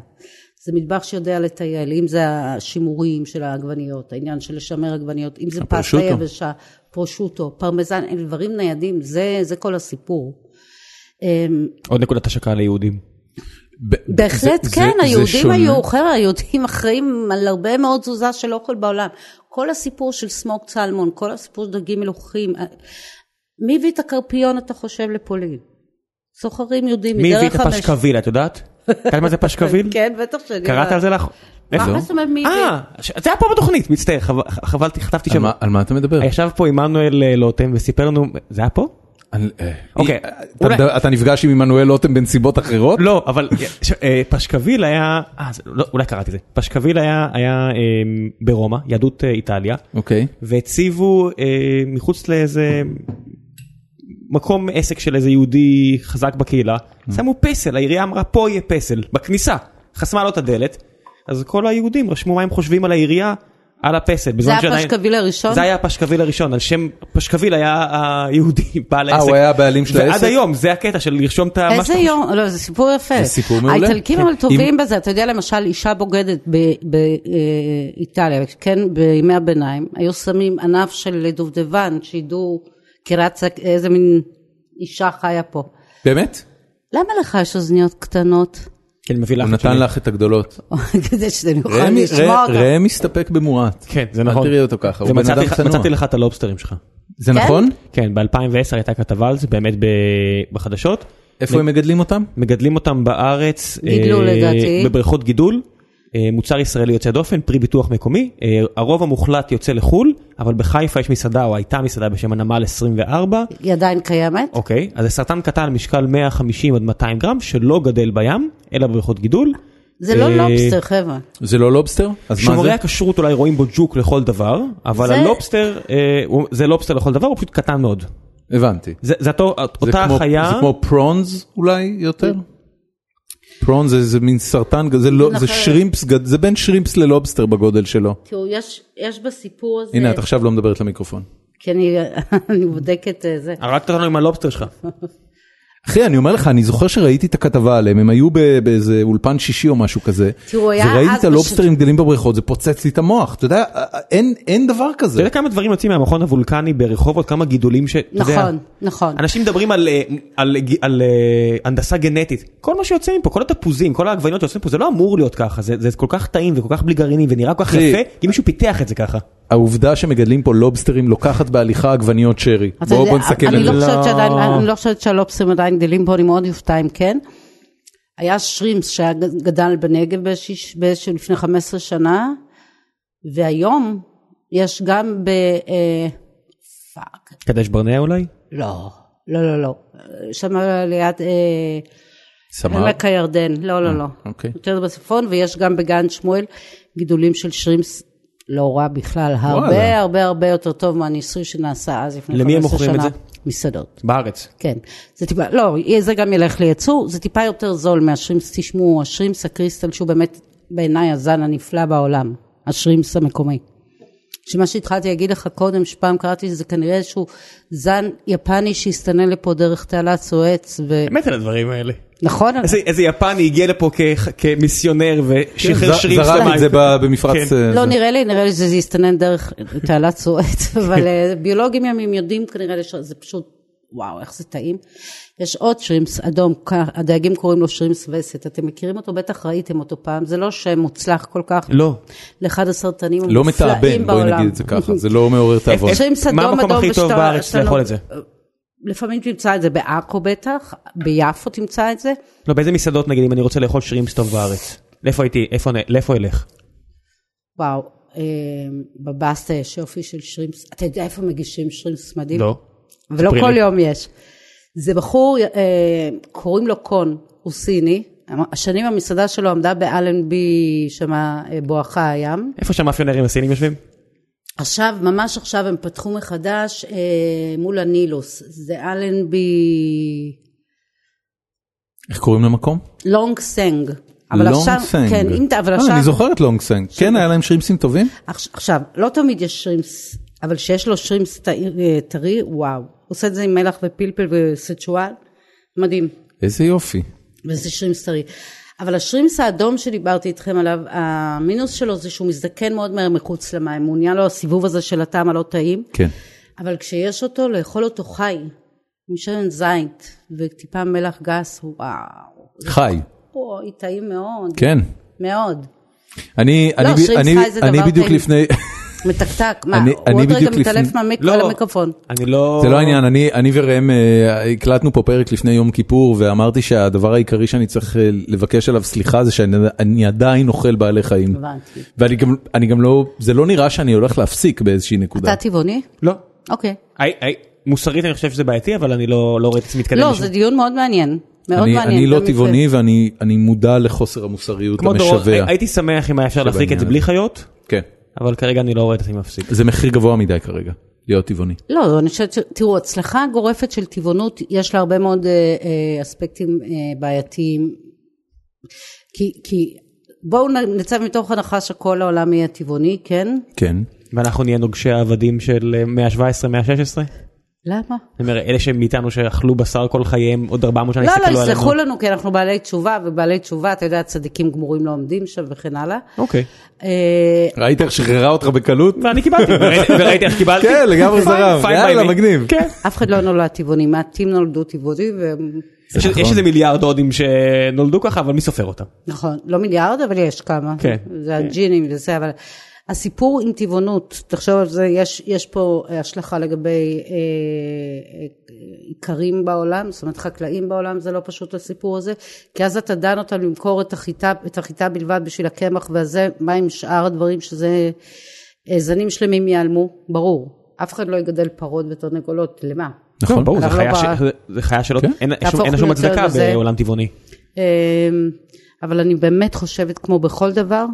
[SPEAKER 3] זה מטבח שיודע לטייל, אם זה השימורים של העגבניות, העניין של לשמר עגבניות, אם זה פסטה
[SPEAKER 1] הפרושוטו.
[SPEAKER 3] יבשה, פרושוטו, פרמזן, הם דברים ניידים, זה, זה כל הסיפור. אמ,
[SPEAKER 2] עוד נקודת השקה ליהודים.
[SPEAKER 1] ב-
[SPEAKER 3] בהחלט
[SPEAKER 1] זה-
[SPEAKER 3] זה, כן,
[SPEAKER 1] זה-
[SPEAKER 3] זה,
[SPEAKER 1] זה
[SPEAKER 3] היהודים
[SPEAKER 1] שונה.
[SPEAKER 3] זה היו, חבר'ה, היהודים אחראים על הרבה מאוד תזוזה של אוכל בעולם. כל הסיפור של סמוק צלמון, כל הסיפור של דגים מלוכים, אה, מי הביא את הקרפיון, אתה חושב, לפולין? סוחרים יהודים
[SPEAKER 2] מי הביא
[SPEAKER 3] מדרך
[SPEAKER 2] את הפשקוויל, את יודעת? את יודעת מה זה פשקוויל?
[SPEAKER 3] כן, בטח שאני...
[SPEAKER 2] קראת
[SPEAKER 3] יודעת.
[SPEAKER 2] על זה לאחרונה?
[SPEAKER 1] לא?
[SPEAKER 3] מה זאת אומרת מי הביא?
[SPEAKER 2] אה, ש- זה היה פה בתוכנית, מצטער, חבל- חבלתי, חטפתי
[SPEAKER 1] על
[SPEAKER 2] שם.
[SPEAKER 1] מה- על מה אתה מדבר?
[SPEAKER 2] ישב פה עמנואל אה, לוטם וסיפר לנו, זה היה פה?
[SPEAKER 1] אני- אה,
[SPEAKER 2] אוקיי,
[SPEAKER 1] אה, אתה
[SPEAKER 2] אולי-
[SPEAKER 1] מדבר- אתה נפגש עם עמנואל לוטם בנסיבות אחרות?
[SPEAKER 2] לא, אבל ש- אה, פשקוויל היה, אה, זה- לא, אולי קראתי את זה, פשקוויל היה היה, אה, ברומא, יהדות אה, איטליה,
[SPEAKER 1] אוקיי.
[SPEAKER 2] והציבו אה, מחוץ לאיזה מקום עסק של איזה יהודי חזק בקהילה,
[SPEAKER 1] Mm.
[SPEAKER 2] שמו פסל, העירייה אמרה פה יהיה פסל, בכניסה, חסמה לו את הדלת, אז כל היהודים רשמו מה הם חושבים על העירייה, על הפסל. בזמן
[SPEAKER 3] זה היה
[SPEAKER 2] שעדיין-
[SPEAKER 3] הפשקוויל הראשון?
[SPEAKER 2] זה היה הפשקוויל הראשון, על שם פשקוויל היה היהודי, בעל
[SPEAKER 1] אה,
[SPEAKER 2] העסק.
[SPEAKER 1] הוא היה הבעלים של העסק?
[SPEAKER 2] ועד היום, זה הקטע של לרשום את ה... מה
[SPEAKER 3] איזה
[SPEAKER 2] שאתה
[SPEAKER 3] יום, לא, זה סיפור יפה.
[SPEAKER 1] זה סיפור מעולה.
[SPEAKER 3] האיטלקים
[SPEAKER 1] כן.
[SPEAKER 3] אבל טובים בזה, אתה יודע למשל אישה בוגדת באיטליה, כן, בימי הביניים, היו שמים ענף של דובדבן, שידעו קרצה, איזה מין אישה חיה פה.
[SPEAKER 1] באמת?
[SPEAKER 2] לא,
[SPEAKER 3] למה לך יש אוזניות קטנות?
[SPEAKER 2] כן, מביא לך.
[SPEAKER 1] הוא
[SPEAKER 2] את
[SPEAKER 1] נתן
[SPEAKER 2] שלי.
[SPEAKER 1] לך את הגדולות.
[SPEAKER 3] כדי שאני
[SPEAKER 2] אוקיי,
[SPEAKER 3] אוכל
[SPEAKER 1] ראם-
[SPEAKER 3] לשמוע אותה.
[SPEAKER 1] ראם מסתפק במועט.
[SPEAKER 2] כן, זה
[SPEAKER 1] אל
[SPEAKER 2] נכון.
[SPEAKER 1] תראי אותו ככה, הוא בן
[SPEAKER 2] ומצאתי
[SPEAKER 1] אדם
[SPEAKER 2] לך-
[SPEAKER 1] צנוע.
[SPEAKER 2] מצאתי לך את הלובסטרים שלך.
[SPEAKER 1] זה
[SPEAKER 3] כן?
[SPEAKER 1] נכון?
[SPEAKER 2] כן, ב-2010 הייתה כתבה על זה, באמת ב- בחדשות.
[SPEAKER 1] איפה הם מגדלים אותם?
[SPEAKER 2] מגדלים אותם בארץ. אה,
[SPEAKER 3] גידלו, לדעתי.
[SPEAKER 2] בבריכות גידול. אה, מוצר ישראלי יוצא דופן, פרי ביטוח מקומי. אה, הרוב המוחלט יוצא לחו"ל, אבל בחיפה יש מסעדה, או הייתה מסעדה בשם הנמל 24.
[SPEAKER 3] היא עדיין קיימת?
[SPEAKER 2] אוקיי, אז זה סרטן קטן משקל 150 עד 200 גרם שלא גדל בים, אלא בבריכות גידול.
[SPEAKER 3] זה לא
[SPEAKER 2] אה,
[SPEAKER 3] לובסטר, חבר'ה.
[SPEAKER 1] זה לא לובסטר? אז מה
[SPEAKER 2] שומרי
[SPEAKER 1] זה?
[SPEAKER 2] הכשרות אולי רואים בו ג'וק לכל דבר, אבל
[SPEAKER 3] זה-
[SPEAKER 2] הלובסטר, אה, הוא- זה לובסטר לכל דבר, הוא פשוט קטן מאוד.
[SPEAKER 1] הבנתי.
[SPEAKER 2] זה זה אותו-
[SPEAKER 1] זה
[SPEAKER 2] אותה
[SPEAKER 1] כמו-
[SPEAKER 2] חיה,
[SPEAKER 1] זה כמו פרונז אולי יותר? פרונז זה- זה מין סרטן, כזה, זה לא- זה
[SPEAKER 3] נכון.
[SPEAKER 1] שרימפס, גד- זה בין שרימפס ללובסטר בגודל שלו.
[SPEAKER 3] תראו, יש- יש בסיפור הזה,
[SPEAKER 2] אה.
[SPEAKER 1] הנה, את עכשיו לא מדברת למיקרופון.
[SPEAKER 3] כי אני אני בודקת אה, זה.
[SPEAKER 2] הרגת אותנו עם הלובסטר שלך.
[SPEAKER 1] אחי, אני אומר לך, אני זוכר שראיתי את הכתבה עליהם, הם היו ב- באיזה אולפן שישי או משהו כזה,
[SPEAKER 3] תראו, היה
[SPEAKER 1] וראיתי
[SPEAKER 3] אז
[SPEAKER 1] את הלובסטרים גדלים בבריכות, זה פוצץ לי את המוח, אתה יודע, א- א- אין- אין דבר
[SPEAKER 2] אתה
[SPEAKER 1] כזה.
[SPEAKER 2] יודע כמה דברים יוצאים מהמכון הוולקני ברחובות, כמה גידולים ש... אתה יודע,
[SPEAKER 3] נכון, נכון.
[SPEAKER 2] אנשים מדברים על, אה, על, על, על אה, הנדסה גנטית, כל מה שיוצא מפה, כל התפוזים, כל העגבניות שיוצאים פה, זה לא אמור להיות ככה, זה, זה כל כך טעים וכל כך בלי גרעינים ונראה כל כך
[SPEAKER 1] אחי.
[SPEAKER 2] יפה, כי מישהו פיתח את זה ככה.
[SPEAKER 1] העובדה שמגדלים פה לובסטרים לוקחת בהליכה עגבניות שרי.
[SPEAKER 3] אתה
[SPEAKER 1] בואו
[SPEAKER 3] יודע,
[SPEAKER 1] בוא נסכם את
[SPEAKER 3] אני
[SPEAKER 1] זה.
[SPEAKER 3] לא חושבת שעדיין,
[SPEAKER 2] לא.
[SPEAKER 3] אני לא חושבת שהלובסטרים עדיין גדלים פה, אני מאוד אופתע אם כן. היה שרימפס שגדל בנגב באיזשהו- באיזשהו לפני 15 שנה, והיום יש גם ב... אה, פאק,
[SPEAKER 2] קדש ברנע אולי?
[SPEAKER 3] לא, לא, לא, לא. שם ליד אה,
[SPEAKER 1] סמר?
[SPEAKER 3] עמק הירדן, לא, לא, לא.
[SPEAKER 1] אוקיי.
[SPEAKER 3] יותר בצפון, ויש גם בגן שמואל גידולים של שרימפס. לא רע בכלל, הרבה הרבה הרבה יותר טוב מהניסוי שנעשה אז לפני 15 שנה.
[SPEAKER 2] למי הם מוכרים את זה?
[SPEAKER 3] מסעדות.
[SPEAKER 2] בארץ.
[SPEAKER 3] כן, זה טיפה, לא, זה גם ילך לייצוא, זה טיפה יותר זול מהשרימפס, תשמעו, השרימפס הקריסטל שהוא באמת בעיניי הזן הנפלא בעולם, השרימפס המקומי. שמה שהתחלתי להגיד לך קודם, שפעם קראתי שזה כנראה איזשהו זן יפני שהסתנן לפה דרך תעלת סואץ, ו...
[SPEAKER 2] מת על הדברים האלה.
[SPEAKER 3] נכון?
[SPEAKER 2] איזה, איזה יפני הגיע לפה כ, כמיסיונר ושחרר
[SPEAKER 1] כן, ז-
[SPEAKER 2] שרירים
[SPEAKER 1] זרק את זה ב- במפרץ...
[SPEAKER 2] כן.
[SPEAKER 1] אה,
[SPEAKER 3] לא
[SPEAKER 1] זה.
[SPEAKER 3] נראה לי, נראה לי שזה הסתנן דרך תעלת סואץ, אבל אה, ביולוגים ימים יודעים כנראה, לש- זה פשוט, וואו, איך זה טעים. יש עוד שרימפס אדום, כ- הדייגים קוראים לו שרימפס וסת, אתם מכירים אותו? בטח ראיתם אותו פעם, זה לא שם מוצלח כל כך.
[SPEAKER 2] לא.
[SPEAKER 3] לאחד הסרטנים
[SPEAKER 1] לא
[SPEAKER 3] המופלאים
[SPEAKER 1] מתאבן,
[SPEAKER 3] בעולם.
[SPEAKER 1] בואי נגיד את זה ככה, זה לא מעורר תיאבון.
[SPEAKER 2] איפה-
[SPEAKER 3] שרימפס
[SPEAKER 2] מה
[SPEAKER 3] אדום
[SPEAKER 2] המקום
[SPEAKER 3] אדום
[SPEAKER 2] הכי טוב
[SPEAKER 3] ושאתה-
[SPEAKER 2] בארץ
[SPEAKER 3] שאתה לא-
[SPEAKER 2] לאכול את זה?
[SPEAKER 3] לפעמים תמצא את זה בעכו בטח, ביפו תמצא את זה.
[SPEAKER 2] לא, באיזה מסעדות נגיד אם אני רוצה לאכול שרימפס טוב בארץ? לאיפה הייתי? איפה, נ- לאיפה אלך?
[SPEAKER 3] וואו, אה, בבאסטה יש יופי של שרימפס. אתה יודע איפה מגישים שרימפס מדהים?
[SPEAKER 2] לא.
[SPEAKER 1] לא.
[SPEAKER 3] ולא
[SPEAKER 2] ספרי
[SPEAKER 3] כל
[SPEAKER 2] לי.
[SPEAKER 3] יום יש. זה בחור, אה, קוראים לו קון, הוא סיני. השנים המסעדה שלו עמדה באלנבי, שמה אה, בואכה הים.
[SPEAKER 2] איפה שהמאפיונרים הסינים יושבים?
[SPEAKER 3] עכשיו, ממש עכשיו הם פתחו מחדש אה, מול הנילוס. זה אלנבי
[SPEAKER 1] איך קוראים למקום?
[SPEAKER 3] לונג סנג. אבל עכשיו,
[SPEAKER 1] לונגסנג.
[SPEAKER 3] כן, אם אתה, אבל
[SPEAKER 1] אה,
[SPEAKER 3] עכשיו,
[SPEAKER 1] אני זוכר את לונגסנג. כן, היה להם שרימפסים טובים?
[SPEAKER 3] עכש- עכשיו, לא תמיד יש שרימפס, אבל שיש לו שרימפס טעי- אה, טרי, וואו. הוא עושה את זה עם מלח ופלפל וסצ'ואל, מדהים.
[SPEAKER 1] איזה יופי.
[SPEAKER 3] וזה שרימפס טרי. אבל השרימס האדום שדיברתי איתכם עליו, המינוס שלו זה שהוא מזדקן מאוד מהר מחוץ למים, הוא נהיה לו הסיבוב הזה של הטעם הלא טעים,
[SPEAKER 1] כן.
[SPEAKER 3] אבל כשיש אותו, לאכול אותו חי, עם שמן זית וטיפה מלח גס, וואו,
[SPEAKER 1] חי,
[SPEAKER 3] אוי, טעים מאוד,
[SPEAKER 1] כן.
[SPEAKER 3] מאוד.
[SPEAKER 1] אני, אני,
[SPEAKER 3] שרימפס
[SPEAKER 1] אני,
[SPEAKER 3] חי זה
[SPEAKER 1] אני
[SPEAKER 3] לא, דבר
[SPEAKER 1] בדיוק
[SPEAKER 3] טעים.
[SPEAKER 1] לפני,
[SPEAKER 3] מתקתק, מה,
[SPEAKER 1] אני- אני
[SPEAKER 3] הוא עוד רגע
[SPEAKER 1] בדיוק
[SPEAKER 3] מתעלף
[SPEAKER 1] לפני-
[SPEAKER 3] מהמיק-
[SPEAKER 2] לא.
[SPEAKER 3] למיקרופון.
[SPEAKER 2] אני לא...
[SPEAKER 1] זה לא העניין, אני, אני וראם אה, הקלטנו פה פרק לפני יום כיפור ואמרתי שהדבר העיקרי שאני צריך אה, לבקש עליו סליחה זה שאני אני עדיין אוכל בעלי חיים.
[SPEAKER 3] הבנתי.
[SPEAKER 1] ואני גם, אני גם לא, זה לא נראה שאני הולך להפסיק באיזושהי נקודה.
[SPEAKER 3] אתה טבעוני?
[SPEAKER 2] לא.
[SPEAKER 3] אוקיי.
[SPEAKER 2] היי, היי, מוסרית אני חושב שזה בעייתי, אבל אני לא לא רואה את עצמי מתקדם
[SPEAKER 3] לא,
[SPEAKER 2] לשם.
[SPEAKER 3] זה דיון מאוד מעניין. מאוד
[SPEAKER 1] אני,
[SPEAKER 3] מעניין.
[SPEAKER 1] אני לא
[SPEAKER 3] גם יפה.
[SPEAKER 1] טבעוני ואני אני מודע לחוסר המוסריות
[SPEAKER 2] כמו דורון,
[SPEAKER 1] המשווע.
[SPEAKER 2] הי- הייתי שמח אם היה אפשר להחזיק את זה
[SPEAKER 1] שבעניין.
[SPEAKER 2] בלי חיות,
[SPEAKER 1] כן.
[SPEAKER 2] אבל כרגע אני לא רואה את עצמי מפסיק.
[SPEAKER 1] זה מחיר גבוה מדי כרגע, להיות טבעוני.
[SPEAKER 3] לא, אני חושבת ש... תראו, הצלחה גורפת של טבעונות, יש לה הרבה מאוד אה, אה, אספקטים אה, בעייתיים. כי, כי בואו נ- נצא מתוך הנחה שכל העולם יהיה טבעוני, כן?
[SPEAKER 1] כן.
[SPEAKER 2] ואנחנו נהיה נוגשי העבדים של אה, מאה ה-17, מאה ה-16?
[SPEAKER 3] למה?
[SPEAKER 2] זאת אומרת, אלה שמאיתנו שאכלו בשר כל חייהם, עוד 400 שנה
[SPEAKER 3] לא, לא,
[SPEAKER 2] יסתכלו עלינו.
[SPEAKER 3] יסלחו לנו, כי אנחנו בעלי תשובה, ובעלי תשובה, אתה יודע, צדיקים גמורים לא עומדים שם וכן הלאה.
[SPEAKER 2] אוקיי.
[SPEAKER 3] אה,
[SPEAKER 1] ראית איך שחררה אותך בקלות?
[SPEAKER 2] ואני קיבלתי, וראיתי- וראיתי איך קיבלתי.
[SPEAKER 1] כן, לגמרי
[SPEAKER 2] Fine,
[SPEAKER 1] זרם.
[SPEAKER 2] fine by
[SPEAKER 1] יאללה,
[SPEAKER 2] me.
[SPEAKER 1] מגניב.
[SPEAKER 2] כן.
[SPEAKER 3] אף אחד לא נולד טבעוני, מעטים נולדו טבעוני, והם
[SPEAKER 2] יש-
[SPEAKER 1] נכון.
[SPEAKER 2] יש איזה מיליארד הודים שנולדו ככה, אבל מי סופר אותם?
[SPEAKER 3] נכון, לא מיליארד, אבל יש כמה.
[SPEAKER 2] כן.
[SPEAKER 3] זה הג'ינים וזה, אבל הסיפור עם טבעונות, תחשוב על זה, יש, יש פה אה, השלכה לגבי אה, אה, איכרים בעולם, זאת אומרת חקלאים בעולם, זה לא פשוט הסיפור הזה, כי אז אתה דן אותם למכור את החיטה, את החיטה בלבד בשביל הקמח והזה, מה עם שאר הדברים שזה, אה, זנים שלמים ייעלמו, ברור. אף אחד לא יגדל פרות ותרנגולות, למה?
[SPEAKER 1] נכון.
[SPEAKER 2] לא, ברור, זה
[SPEAKER 3] אבל
[SPEAKER 2] חיה
[SPEAKER 3] לא
[SPEAKER 2] ש-
[SPEAKER 3] ב-
[SPEAKER 2] זה- זה חיה שלא,
[SPEAKER 1] כן.
[SPEAKER 2] אין אין שום-
[SPEAKER 3] תהפוך
[SPEAKER 2] אין לה שום
[SPEAKER 3] לצד
[SPEAKER 2] הצדקה
[SPEAKER 3] הזה.
[SPEAKER 2] בעולם טבעוני.
[SPEAKER 3] אמ, אבל אני באמת חושבת, כמו בכל דבר,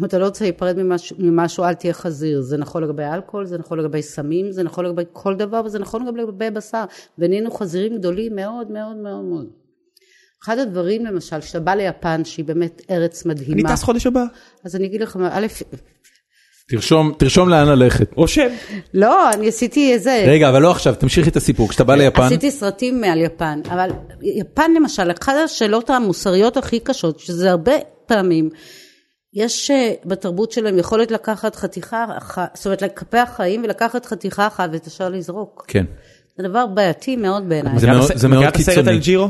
[SPEAKER 3] אם אתה לא רוצה להיפרד ממשהו, ממשהו, אל תהיה חזיר. זה נכון לגבי אלכוהול, זה נכון לגבי סמים, זה נכון לגבי כל דבר, וזה נכון גם לגבי בשר. ונהיינו חזירים גדולים מאוד מאוד מאוד מאוד. אחד הדברים, למשל, כשאתה בא ליפן, שהיא באמת ארץ
[SPEAKER 2] אני
[SPEAKER 3] מדהימה,
[SPEAKER 2] טס חודש הבא.
[SPEAKER 3] אז אני אגיד לך, מה, א',
[SPEAKER 1] תרשום, תרשום לאן ללכת.
[SPEAKER 3] כן.
[SPEAKER 2] רושם.
[SPEAKER 3] לא, אני עשיתי איזה...
[SPEAKER 1] רגע, אבל לא עכשיו, תמשיכי את הסיפור. כשאתה בא ליפן,
[SPEAKER 3] עשיתי סרטים על יפן, אבל יפן למשל, אחת השאלות המוסריות הכי קשות, שזה הרבה פעמים, יש אה, בתרבות שלהם יכולת לקחת חתיכה אחת, זאת אומרת לקפח חיים ולקחת חתיכה אחת ואת השאר לזרוק.
[SPEAKER 1] כן.
[SPEAKER 3] זה דבר בעייתי מאוד בעיניי.
[SPEAKER 1] זה מאוד- זה מאוד
[SPEAKER 2] מכירה את הסרט
[SPEAKER 1] קיצוני.
[SPEAKER 2] על ג'ירו?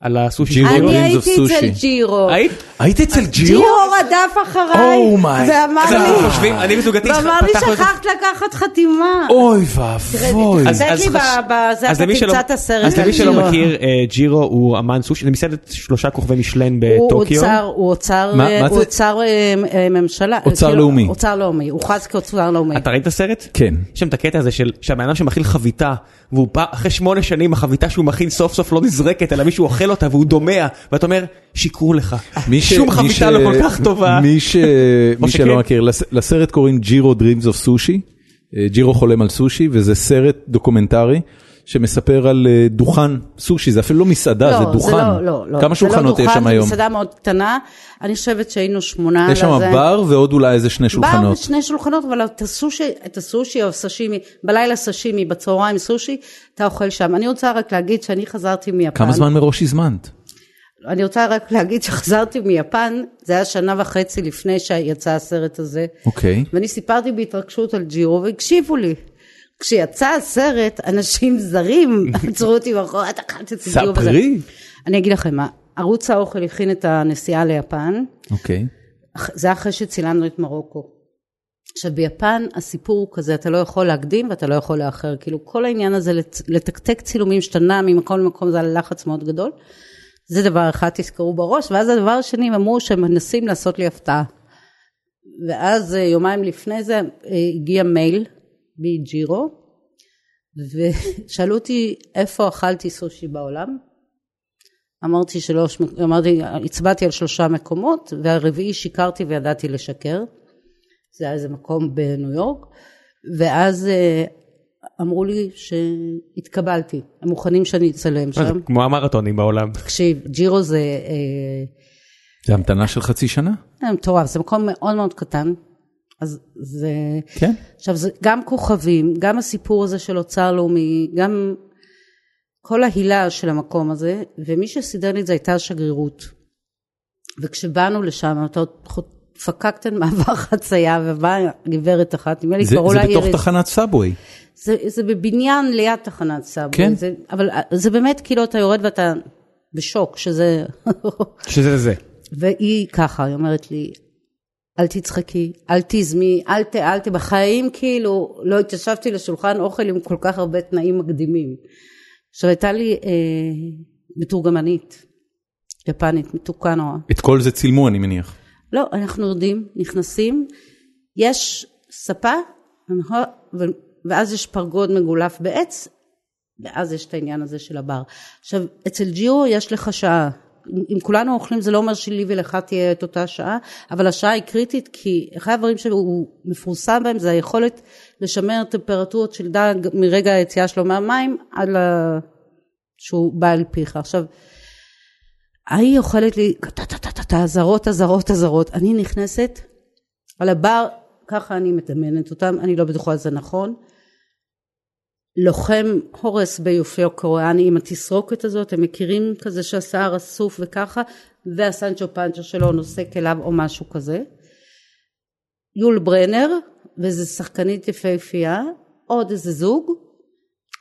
[SPEAKER 2] על הסושי?
[SPEAKER 1] ג'ירו.
[SPEAKER 2] שלו?
[SPEAKER 3] אני
[SPEAKER 1] Kings of
[SPEAKER 3] הייתי אצל
[SPEAKER 1] Sushi.
[SPEAKER 3] ג'ירו.
[SPEAKER 2] היית?
[SPEAKER 1] היית אצל
[SPEAKER 3] ג'ירו רדף אחריי,
[SPEAKER 1] אומיי.
[SPEAKER 3] ואמר
[SPEAKER 2] אז אנחנו
[SPEAKER 3] לי,
[SPEAKER 2] חושבים, אני וזוגתי
[SPEAKER 3] ואמר לי
[SPEAKER 2] פתחנו את זה.
[SPEAKER 3] שכחת לקחת חתימה.
[SPEAKER 1] אוי ואבוי.
[SPEAKER 3] אז- תן לי
[SPEAKER 2] חש-
[SPEAKER 3] ב- בזה,
[SPEAKER 2] אז
[SPEAKER 3] אתה
[SPEAKER 2] למי
[SPEAKER 3] תמצא
[SPEAKER 2] שלא-
[SPEAKER 3] את הסרט
[SPEAKER 2] אז
[SPEAKER 3] על
[SPEAKER 2] למי שלא
[SPEAKER 3] ג'ירו.
[SPEAKER 2] מכיר, אה, ג'ירו הוא אמן סושי, זה מסעדת שלושה כוכבי משלן
[SPEAKER 3] הוא
[SPEAKER 2] בטוקיו.
[SPEAKER 3] אוצר, הוא אוצר,
[SPEAKER 1] מה- מה
[SPEAKER 3] הוא
[SPEAKER 1] זה?
[SPEAKER 3] אוצר אה, אה, ממשלה.
[SPEAKER 1] אוצר
[SPEAKER 3] כאילו,
[SPEAKER 1] לאומי.
[SPEAKER 3] אוצר לאומי, הוכרז כאוצר לאומי.
[SPEAKER 2] אתה ראית את הסרט?
[SPEAKER 1] כן.
[SPEAKER 2] יש שם את הקטע הזה של שהבן אדם שמכיל חביתה והוא בא אחרי שמונה שנים החביתה שהוא מכין סוף סוף לא נזרקת אלא מישהו אוכל אותה והוא דומע ואתה אומר שיקרו לך
[SPEAKER 1] מי ש-
[SPEAKER 2] שום
[SPEAKER 1] מי ש-
[SPEAKER 2] חביתה לא כל כך טובה
[SPEAKER 1] מי ש- מי
[SPEAKER 2] משה,
[SPEAKER 1] שלא
[SPEAKER 2] כן.
[SPEAKER 1] מכיר, לס- לסרט קוראים ג'ירו Dreams of Sushi, אה, ג'ירו חולם על סושי, וזה סרט דוקומנטרי שמספר על אה, דוכן סושי, זה אפילו לא מסעדה, זה
[SPEAKER 3] לא,
[SPEAKER 1] דוכן.
[SPEAKER 3] לא, לא,
[SPEAKER 1] כמה
[SPEAKER 3] לא. זה לא
[SPEAKER 1] שולחנות יש
[SPEAKER 3] דוכן,
[SPEAKER 1] שם היום?
[SPEAKER 3] זו מסעדה מאוד קטנה, אני חושבת שהיינו שמונה.
[SPEAKER 1] יש שם
[SPEAKER 3] לזה.
[SPEAKER 1] בר ועוד אולי איזה שני
[SPEAKER 3] בר
[SPEAKER 1] שולחנות.
[SPEAKER 3] ושני שולחנות, אבל את הסושי, את הסושי או סשימי, בלילה סשימי, בצהריים סושי, אתה אוכל שם. אני רוצה רק להגיד שאני חזרתי מיפן.
[SPEAKER 1] כמה זמן מראש הזמנת?
[SPEAKER 3] אני רוצה רק להגיד שחזרתי מיפן, זה היה שנה וחצי לפני שיצא הסרט הזה.
[SPEAKER 1] אוקיי.
[SPEAKER 3] ואני סיפרתי בהתרגשות על ג'ירו והקשיבו לי. כשיצא הסרט, אנשים זרים עצרו אותי מאחורי, את אכלת את ג'ירו וזה.
[SPEAKER 1] ספרי.
[SPEAKER 3] אני אגיד לכם מה, ערוץ האוכל הכין את הנסיעה ליפן,
[SPEAKER 1] אוקיי.
[SPEAKER 3] אח- זה אחרי שצילמנו את מרוקו. עכשיו ביפן הסיפור הוא כזה, אתה לא יכול להקדים ואתה לא יכול לאחר, כאילו כל העניין הזה לצ- לתקתק צילומים שאתה נע ממקום למקום זה היה לחץ מאוד גדול, זה דבר אחד תזכרו בראש, ואז הדבר השני הם אמרו שהם מנסים לעשות לי הפתעה. ואז אה, יומיים לפני זה אה, הגיע מייל מג'ירו, ושאלו אותי איפה אכלתי סושי בעולם, אמרתי שלוש, מק- אמרתי, הצבעתי על שלושה מקומות, והרביעי שיקרתי וידעתי לשקר. זה היה איזה מקום בניו יורק, ואז אה, אמרו לי שהתקבלתי, הם מוכנים שאני אצלם
[SPEAKER 2] מה זה,
[SPEAKER 3] שם.
[SPEAKER 2] כמו המרתונים בעולם
[SPEAKER 3] תקשיב, ג'ירו זה אה,
[SPEAKER 1] זה המתנה של חצי שנה?
[SPEAKER 3] אה, מטורף, זה מקום מאוד מאוד קטן, אז זה...
[SPEAKER 1] כן.
[SPEAKER 3] עכשיו, זה גם כוכבים, גם הסיפור הזה של אוצר לאומי, גם כל ההילה של המקום הזה, ומי שסידר לי את זה הייתה השגרירות. וכשבאנו לשם, אתה עוד חו- פקקתן מעבר חצייה, ובאה גברת אחת, נדמה לי
[SPEAKER 1] זה,
[SPEAKER 3] קראו
[SPEAKER 1] זה
[SPEAKER 3] לה
[SPEAKER 1] בתוך
[SPEAKER 3] איריס.
[SPEAKER 1] תחנת סאבווי.
[SPEAKER 3] זה, זה בבניין ליד תחנת סאבווי.
[SPEAKER 1] כן.
[SPEAKER 3] זה, אבל זה באמת כאילו אתה יורד ואתה בשוק שזה...
[SPEAKER 2] שזה זה.
[SPEAKER 3] והיא ככה, היא אומרת לי, אל תצחקי, אל תזמי, אל ת... אל ת... בחיים כאילו לא התיישבתי לשולחן אוכל עם כל כך הרבה תנאים מקדימים. עכשיו הייתה לי אה, מתורגמנית, יפנית, מתוקה נורא.
[SPEAKER 1] את כל זה צילמו אני מניח.
[SPEAKER 3] לא, אנחנו יורדים, נכנסים, יש ספה, ו- ואז יש פרגוד מגולף בעץ, ואז יש את העניין הזה של הבר. עכשיו, אצל ג'ירו יש לך שעה. אם- אם כולנו אוכלים זה לא אומר שלי ולך תהיה את אותה שעה, אבל השעה היא קריטית כי אחד הדברים שהוא מפורסם בהם זה היכולת לשמר טמפרטורות של דג מרגע היציאה שלו מהמים עד ל- שהוא בא אל פיך. עכשיו, ההיא אוכלת לי טה-טה-טה-טה, אזהרות, אזהרות, אזהרות. אני נכנסת על הבר, ככה אני מדמיינת אותם, אני לא בטוחה שזה נכון. לוחם הורס ביופיו קוריאני עם התסרוקת הזאת, הם מכירים כזה שהשיער אסוף וככה, והסנצ'ו פנצ'ו שלו נושא כליו או משהו כזה. יול ברנר, ואיזה שחקנית יפהפייה, עוד איזה זוג.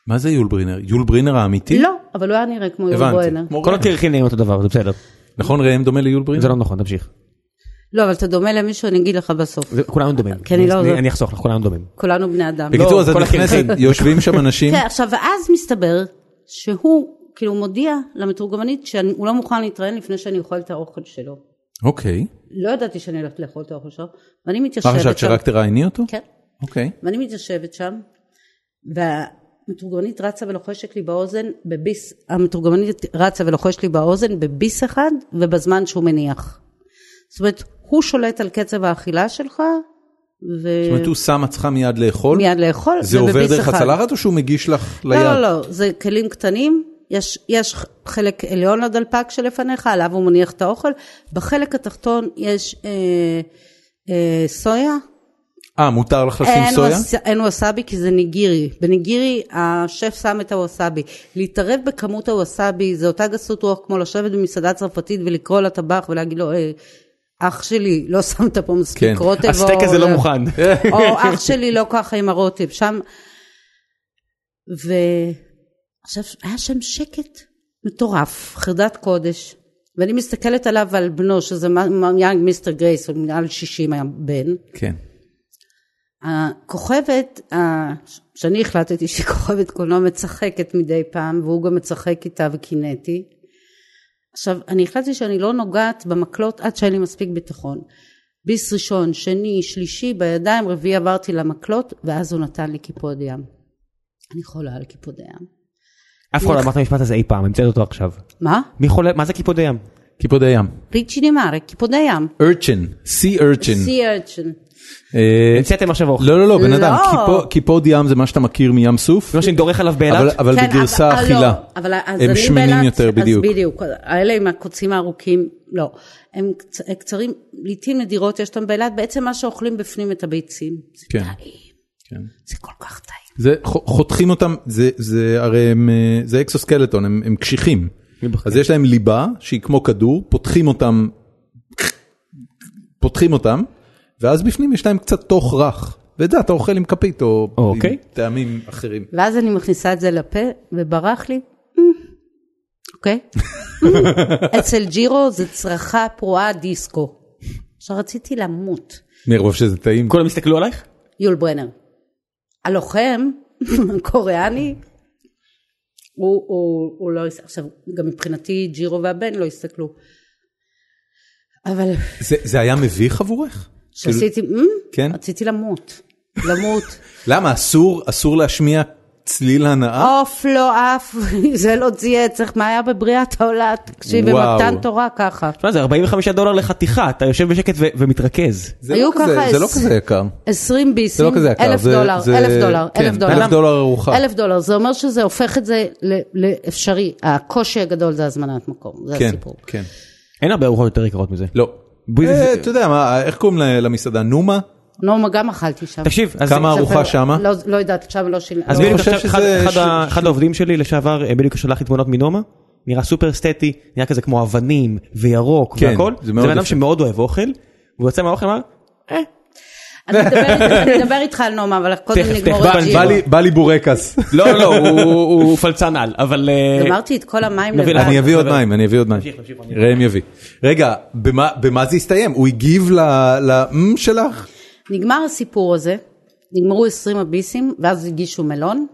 [SPEAKER 1] מה זה יול ברינר? יול ברינר האמיתי?
[SPEAKER 3] לא, אבל הוא היה נראה כמו יול ברנר.
[SPEAKER 1] הבנתי. כמו
[SPEAKER 2] כל
[SPEAKER 1] ראם.
[SPEAKER 2] הקרחים נראים אותו דבר, זה בסדר.
[SPEAKER 1] נכון ראם דומה ליול
[SPEAKER 2] זה
[SPEAKER 1] ברינר?
[SPEAKER 2] לא נכון, תמשיך.
[SPEAKER 3] לא, אבל אתה דומה למישהו, אני אגיד לך בסוף.
[SPEAKER 2] זה- כולנו דומים.
[SPEAKER 3] כן, אני לא-
[SPEAKER 2] אני- אני אחסוך לך, כולנו דומים.
[SPEAKER 3] כולנו בני אדם.
[SPEAKER 1] בקיצור
[SPEAKER 2] לא,
[SPEAKER 1] אז את
[SPEAKER 2] כל
[SPEAKER 1] נכנסת,
[SPEAKER 2] הקרחים.
[SPEAKER 1] יושבים שם אנשים,
[SPEAKER 3] כן, עכשיו, ואז מסתבר שהוא כאילו מודיע למתורגמנית שהוא לא מוכן להתראיין לפני שאני אוכל את האוכל שלו.
[SPEAKER 1] אוקיי.
[SPEAKER 3] לא ידעתי שאני הולכת לאכול את האוכל שלו, ואני
[SPEAKER 1] מה
[SPEAKER 3] מתיישבת שם.
[SPEAKER 1] חשבת שרק תראייני אותו?
[SPEAKER 3] כן.
[SPEAKER 1] אוקיי.
[SPEAKER 3] ואני מתיישבת שם, והמתורגמנית רצה ולוחשת לי באוזן בביס, המתורגמנית רצה ולוחשת לי באוזן בביס אחד ובזמן שהוא מניח. זאת אומרת, הוא שולט על קצב האכילה שלך,
[SPEAKER 1] זאת אומרת הוא שם את צריכה מיד לאכול?
[SPEAKER 3] ומיד לאכול,
[SPEAKER 1] זה עובר
[SPEAKER 3] ובביס
[SPEAKER 1] דרך
[SPEAKER 3] אחד.
[SPEAKER 1] הצלחת או שהוא מגיש לך ליד?
[SPEAKER 3] לא, לא, לא, זה כלים קטנים, יש, יש חלק עליון לדלפק שלפניך, עליו הוא מניח את האוכל, בחלק התחתון יש אה, אה, סויה,
[SPEAKER 1] אה, מותר לך לשים
[SPEAKER 3] אין,
[SPEAKER 1] סויה?
[SPEAKER 3] וס, אין ווסאבי כי זה ניגירי, בניגירי השף שם את הווסאבי, להתערב בכמות הווסאבי זה אותה גסות רוח כמו לשבת במסעדה צרפתית ולקרוא לטבח ולהגיד לו, אה, אח שלי, לא שמת פה מספיק
[SPEAKER 1] כן.
[SPEAKER 3] רוטב,
[SPEAKER 2] הסטייק
[SPEAKER 3] או- אה,
[SPEAKER 2] הזה לא מוכן.
[SPEAKER 3] או אח שלי לא ככה עם הרוטב, שם. ועכשיו היה שם שקט מטורף, חרדת קודש. ואני מסתכלת עליו ועל בנו, שזה יאנג מיסטר גרייס, הוא מעל 60 היה בן.
[SPEAKER 1] כן.
[SPEAKER 3] הכוכבת, ה- שאני החלטתי שהיא כוכבת קולנוע מצחקת מדי פעם, והוא גם מצחק איתה וקינאתי. עכשיו, אני החלטתי שאני לא נוגעת במקלות עד שאין לי מספיק ביטחון. ביס ראשון, שני, שלישי, בידיים, רביעי עברתי למקלות, ואז הוא נתן לי קיפוד ים. אני חולה על קיפוד ים.
[SPEAKER 2] אף אחד לא אמר את המשפט הזה אי פעם, המצאת אותו עכשיו.
[SPEAKER 3] מה?
[SPEAKER 2] מי חולה, מה זה קיפוד הים?
[SPEAKER 1] קיפוד הים.
[SPEAKER 3] ריצ'י נימארה, קיפוד הים.
[SPEAKER 1] ארצ'ן, סי ארצ'ן.
[SPEAKER 3] סי ארצ'ן.
[SPEAKER 1] אה,
[SPEAKER 2] המצאתם עכשיו אוכל.
[SPEAKER 1] לא, לא, לא, בן
[SPEAKER 3] לא.
[SPEAKER 1] אדם, קיפו- קיפוד ים זה מה שאתה מכיר מים סוף,
[SPEAKER 2] זה מה שאני דורך עליו
[SPEAKER 1] אבל-
[SPEAKER 2] באילת?
[SPEAKER 1] אבל
[SPEAKER 3] כן,
[SPEAKER 1] בגרסה
[SPEAKER 3] אבל- אה,
[SPEAKER 1] אכילה.
[SPEAKER 3] לא, אבל אז
[SPEAKER 1] הם
[SPEAKER 3] אני
[SPEAKER 1] שמנים
[SPEAKER 3] באילת,
[SPEAKER 1] יותר, בדיוק.
[SPEAKER 3] אז בדיוק, האלה עם הקוצים הארוכים, לא. הם קצ- קצרים, לעיתים נדירות יש אותם באילת, בעצם מה שאוכלים בפנים את הביצים. זה
[SPEAKER 1] כן.
[SPEAKER 3] טעים,
[SPEAKER 1] כן.
[SPEAKER 3] זה כל כך טעים.
[SPEAKER 1] זה ח- חותכים אותם, זה- זה הרי הם, אה, זה אקסוסקלטון, הם הם קשיחים. אז יש להם ליבה שהיא כמו כדור, פותחים אותם, פותחים אותם, ואז בפנים יש להם קצת תוך רך. ואת זה אתה אוכל עם כפית או עם
[SPEAKER 2] אוקיי.
[SPEAKER 1] טעמים אחרים.
[SPEAKER 3] ואז אני מכניסה את זה לפה, וברח לי, "מ, אוקיי? "אה, אצל ג'ירו זה צרחה פרועה דיסקו. שרציתי למות.
[SPEAKER 1] מרוב שזה טעים.
[SPEAKER 2] כולם הסתכלו עלייך?
[SPEAKER 3] יול ברנר. הלוחם הקוריאני, הוא, הוא, הוא לא, הס- עכשיו גם מבחינתי ג'ירו והבן לא הסתכלו. אבל
[SPEAKER 1] זה, זה היה מביך עבורך?
[SPEAKER 3] כשעשיתי, "מ?"
[SPEAKER 1] כן?
[SPEAKER 3] רציתי למות, למות,
[SPEAKER 1] למה אסור אסור להשמיע צליל הנאה?
[SPEAKER 3] עוף לא עף, זה לא צייץ, איך- מה היה בבריאת העולם, תקשיב,
[SPEAKER 1] וואו.
[SPEAKER 3] במתן תורה ככה.
[SPEAKER 2] תשמע, לא, זה 45 דולר לחתיכה, אתה יושב בשקט ו- ומתרכז.
[SPEAKER 1] זה
[SPEAKER 3] היו
[SPEAKER 1] לא כזה,
[SPEAKER 3] ככה
[SPEAKER 1] זה לא
[SPEAKER 3] עש-
[SPEAKER 1] כזה יקר.
[SPEAKER 3] 20
[SPEAKER 1] זה
[SPEAKER 3] ביסים,
[SPEAKER 1] לא כזה יקר.
[SPEAKER 3] אלף
[SPEAKER 1] זה-
[SPEAKER 3] דולר,
[SPEAKER 1] זה-
[SPEAKER 3] אלף דולר,
[SPEAKER 1] כן,
[SPEAKER 3] אלף דולר.
[SPEAKER 1] אלף דולר ארוחה.
[SPEAKER 3] אלף דולר, זה אומר שזה הופך את זה ל- לאפשרי. הקושי הגדול זה הזמנת מקום, זה
[SPEAKER 1] כן,
[SPEAKER 3] הסיפור.
[SPEAKER 1] כן.
[SPEAKER 2] אין הרבה ארוחות יותר יקרות מזה.
[SPEAKER 1] לא.
[SPEAKER 2] בואי
[SPEAKER 1] אה,
[SPEAKER 2] נס-
[SPEAKER 1] אתה יודע מה, איך קוראים ל- למסעדה? נומה?
[SPEAKER 3] נורמה גם אכלתי שם.
[SPEAKER 2] תקשיב, אז
[SPEAKER 1] אוקיי. כמה
[SPEAKER 3] זה-
[SPEAKER 1] ארוחה שמה?
[SPEAKER 3] לא- לא יודעת, שם לא שילמתי.
[SPEAKER 2] אז
[SPEAKER 1] אני
[SPEAKER 2] בדיוק
[SPEAKER 1] חושב
[SPEAKER 2] עכשיו,
[SPEAKER 1] שזה
[SPEAKER 2] אחד- אחד
[SPEAKER 1] ש-
[SPEAKER 2] ה- אחד העובדים שלי לשעבר אה, בדיוק שלח לי תמונות מנומה, נראה סופר אסתטי, נראה כזה כמו אבנים וירוק
[SPEAKER 1] כן,
[SPEAKER 2] והכל.
[SPEAKER 1] זה
[SPEAKER 2] זה
[SPEAKER 1] מאוד
[SPEAKER 2] בן אדם
[SPEAKER 1] יפה.
[SPEAKER 2] שמאוד אוהב אוכל, והוא יוצא מהאוכל ואמר, אה,
[SPEAKER 3] אני מדבר- אני מדבר איתך על נעמה, אבל קודם
[SPEAKER 2] תכף,
[SPEAKER 3] נגמור
[SPEAKER 2] תכף,
[SPEAKER 1] בא-
[SPEAKER 3] את
[SPEAKER 2] בנג'י.
[SPEAKER 1] בא
[SPEAKER 3] ג'ירו.
[SPEAKER 1] לי- בא לי בורקס.
[SPEAKER 2] לא לא לא, הוא- הוא פלצן על, אבל... אה,
[SPEAKER 3] גמרתי את כל המים
[SPEAKER 2] נביא
[SPEAKER 3] לבד.
[SPEAKER 2] לך.
[SPEAKER 1] אני אביא עוד
[SPEAKER 2] אבל-
[SPEAKER 1] מים, אני אביא עוד מים.
[SPEAKER 2] תמשיך, תמשיך, אני-
[SPEAKER 1] ראם יביא. רגע, במה- במה זה הסתיים? הוא הגיב לאם שלך?
[SPEAKER 3] נגמר הסיפור הזה, נגמרו 20 הביסים, ואז הגישו מלון.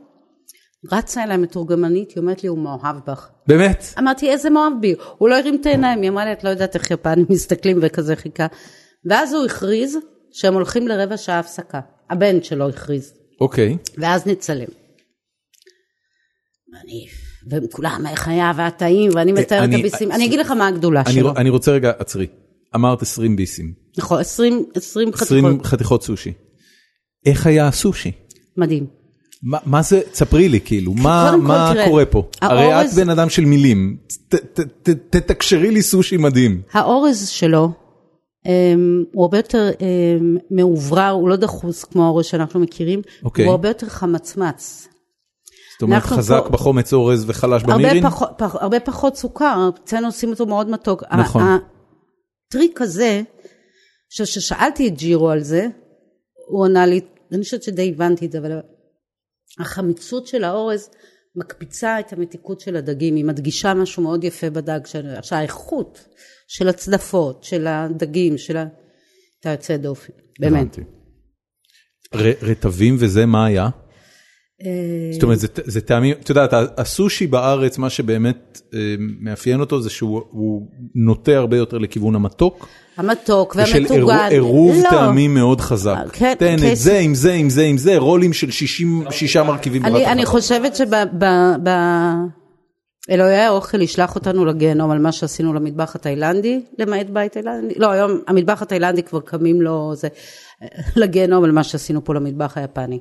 [SPEAKER 3] רצה אליי מתורגמנית, היא אומרת לי, הוא מאוהב בך.
[SPEAKER 1] באמת?
[SPEAKER 3] אמרתי, איזה מאוהב בי? הוא לא הרים את העיניים, היא אמרה לי, את לא יודעת איך יפנים מסתכלים וכזה חיכה. ואז הוא הכריז שהם הולכים לרבע שעה הפסקה. הבן שלו הכריז.
[SPEAKER 1] אוקיי.
[SPEAKER 3] ואז נצלם. ואני, והם כולם, איך היה, והיה טעים, ואני מתארת את
[SPEAKER 1] אה, אני-
[SPEAKER 3] הביסים. אני אגיד לך מה הגדולה
[SPEAKER 1] אני
[SPEAKER 3] שלו.
[SPEAKER 1] רוא- אני רוצה רגע, עצרי. אמרת 20 ביסים,
[SPEAKER 3] נכון, 20 20 חתיכות.
[SPEAKER 1] 20 חתיכות סושי. איך היה הסושי?
[SPEAKER 3] מדהים.
[SPEAKER 1] מה- מה זה, ספרי לי כאילו, מה
[SPEAKER 3] קודם כל,
[SPEAKER 1] מה
[SPEAKER 3] תראה,
[SPEAKER 1] קורה פה? הרי את
[SPEAKER 3] האורז-
[SPEAKER 1] בן אדם של מילים, ת- ת- ת- תתקשרי לי סושי מדהים.
[SPEAKER 3] האורז שלו אמ, הוא הרבה יותר אמ, מאוברר, הוא לא דחוס כמו האורז שאנחנו מכירים,
[SPEAKER 1] אוקיי.
[SPEAKER 3] הוא הרבה יותר חמצמץ.
[SPEAKER 1] זאת אומרת
[SPEAKER 3] אנחנו
[SPEAKER 1] חזק
[SPEAKER 3] פה-
[SPEAKER 1] בחומץ אורז וחלש
[SPEAKER 3] הרבה
[SPEAKER 1] במירין?
[SPEAKER 3] פחות, פח, הרבה פחות סוכר, אצלנו עושים אותו מאוד מתוק. ה-
[SPEAKER 1] נכון.
[SPEAKER 3] הטריק הזה, כששאלתי את ג'ירו על זה, הוא ענה לי, אני חושבת שדי הבנתי את זה, אבל החמיצות של האורז מקפיצה את המתיקות של הדגים, היא מדגישה משהו מאוד יפה בדג, של- עכשיו האיכות של הצדפות, של הדגים, של ה... אתה יוצא דופן, באמת.
[SPEAKER 1] הבנתי. ר- רטבים וזה מה היה?
[SPEAKER 3] אה,
[SPEAKER 1] זאת אומרת זה- זה טעמים, את יודעת הסושי בארץ מה שבאמת אה, מאפיין אותו זה שהוא הוא נוטה הרבה יותר לכיוון המתוק.
[SPEAKER 3] המתוק
[SPEAKER 1] ושל עירוב-
[SPEAKER 3] והמטוגן.
[SPEAKER 1] עירוב
[SPEAKER 3] לא.
[SPEAKER 1] טעמים מאוד חזק.
[SPEAKER 3] כן,
[SPEAKER 1] תן
[SPEAKER 3] כן.
[SPEAKER 1] את זה עם זה עם זה עם זה רולים של 66 מרכיבים. בבת
[SPEAKER 3] אני,
[SPEAKER 1] אחת.
[SPEAKER 3] אני חושבת שב... ב, ב, אלוהי האוכל ישלח אותנו לגיהנום על מה שעשינו למטבח התאילנדי, למעט בית תאילנדי, לא היום המטבח התאילנדי כבר קמים לו זה, לגיהנום על מה שעשינו פה למטבח היפני.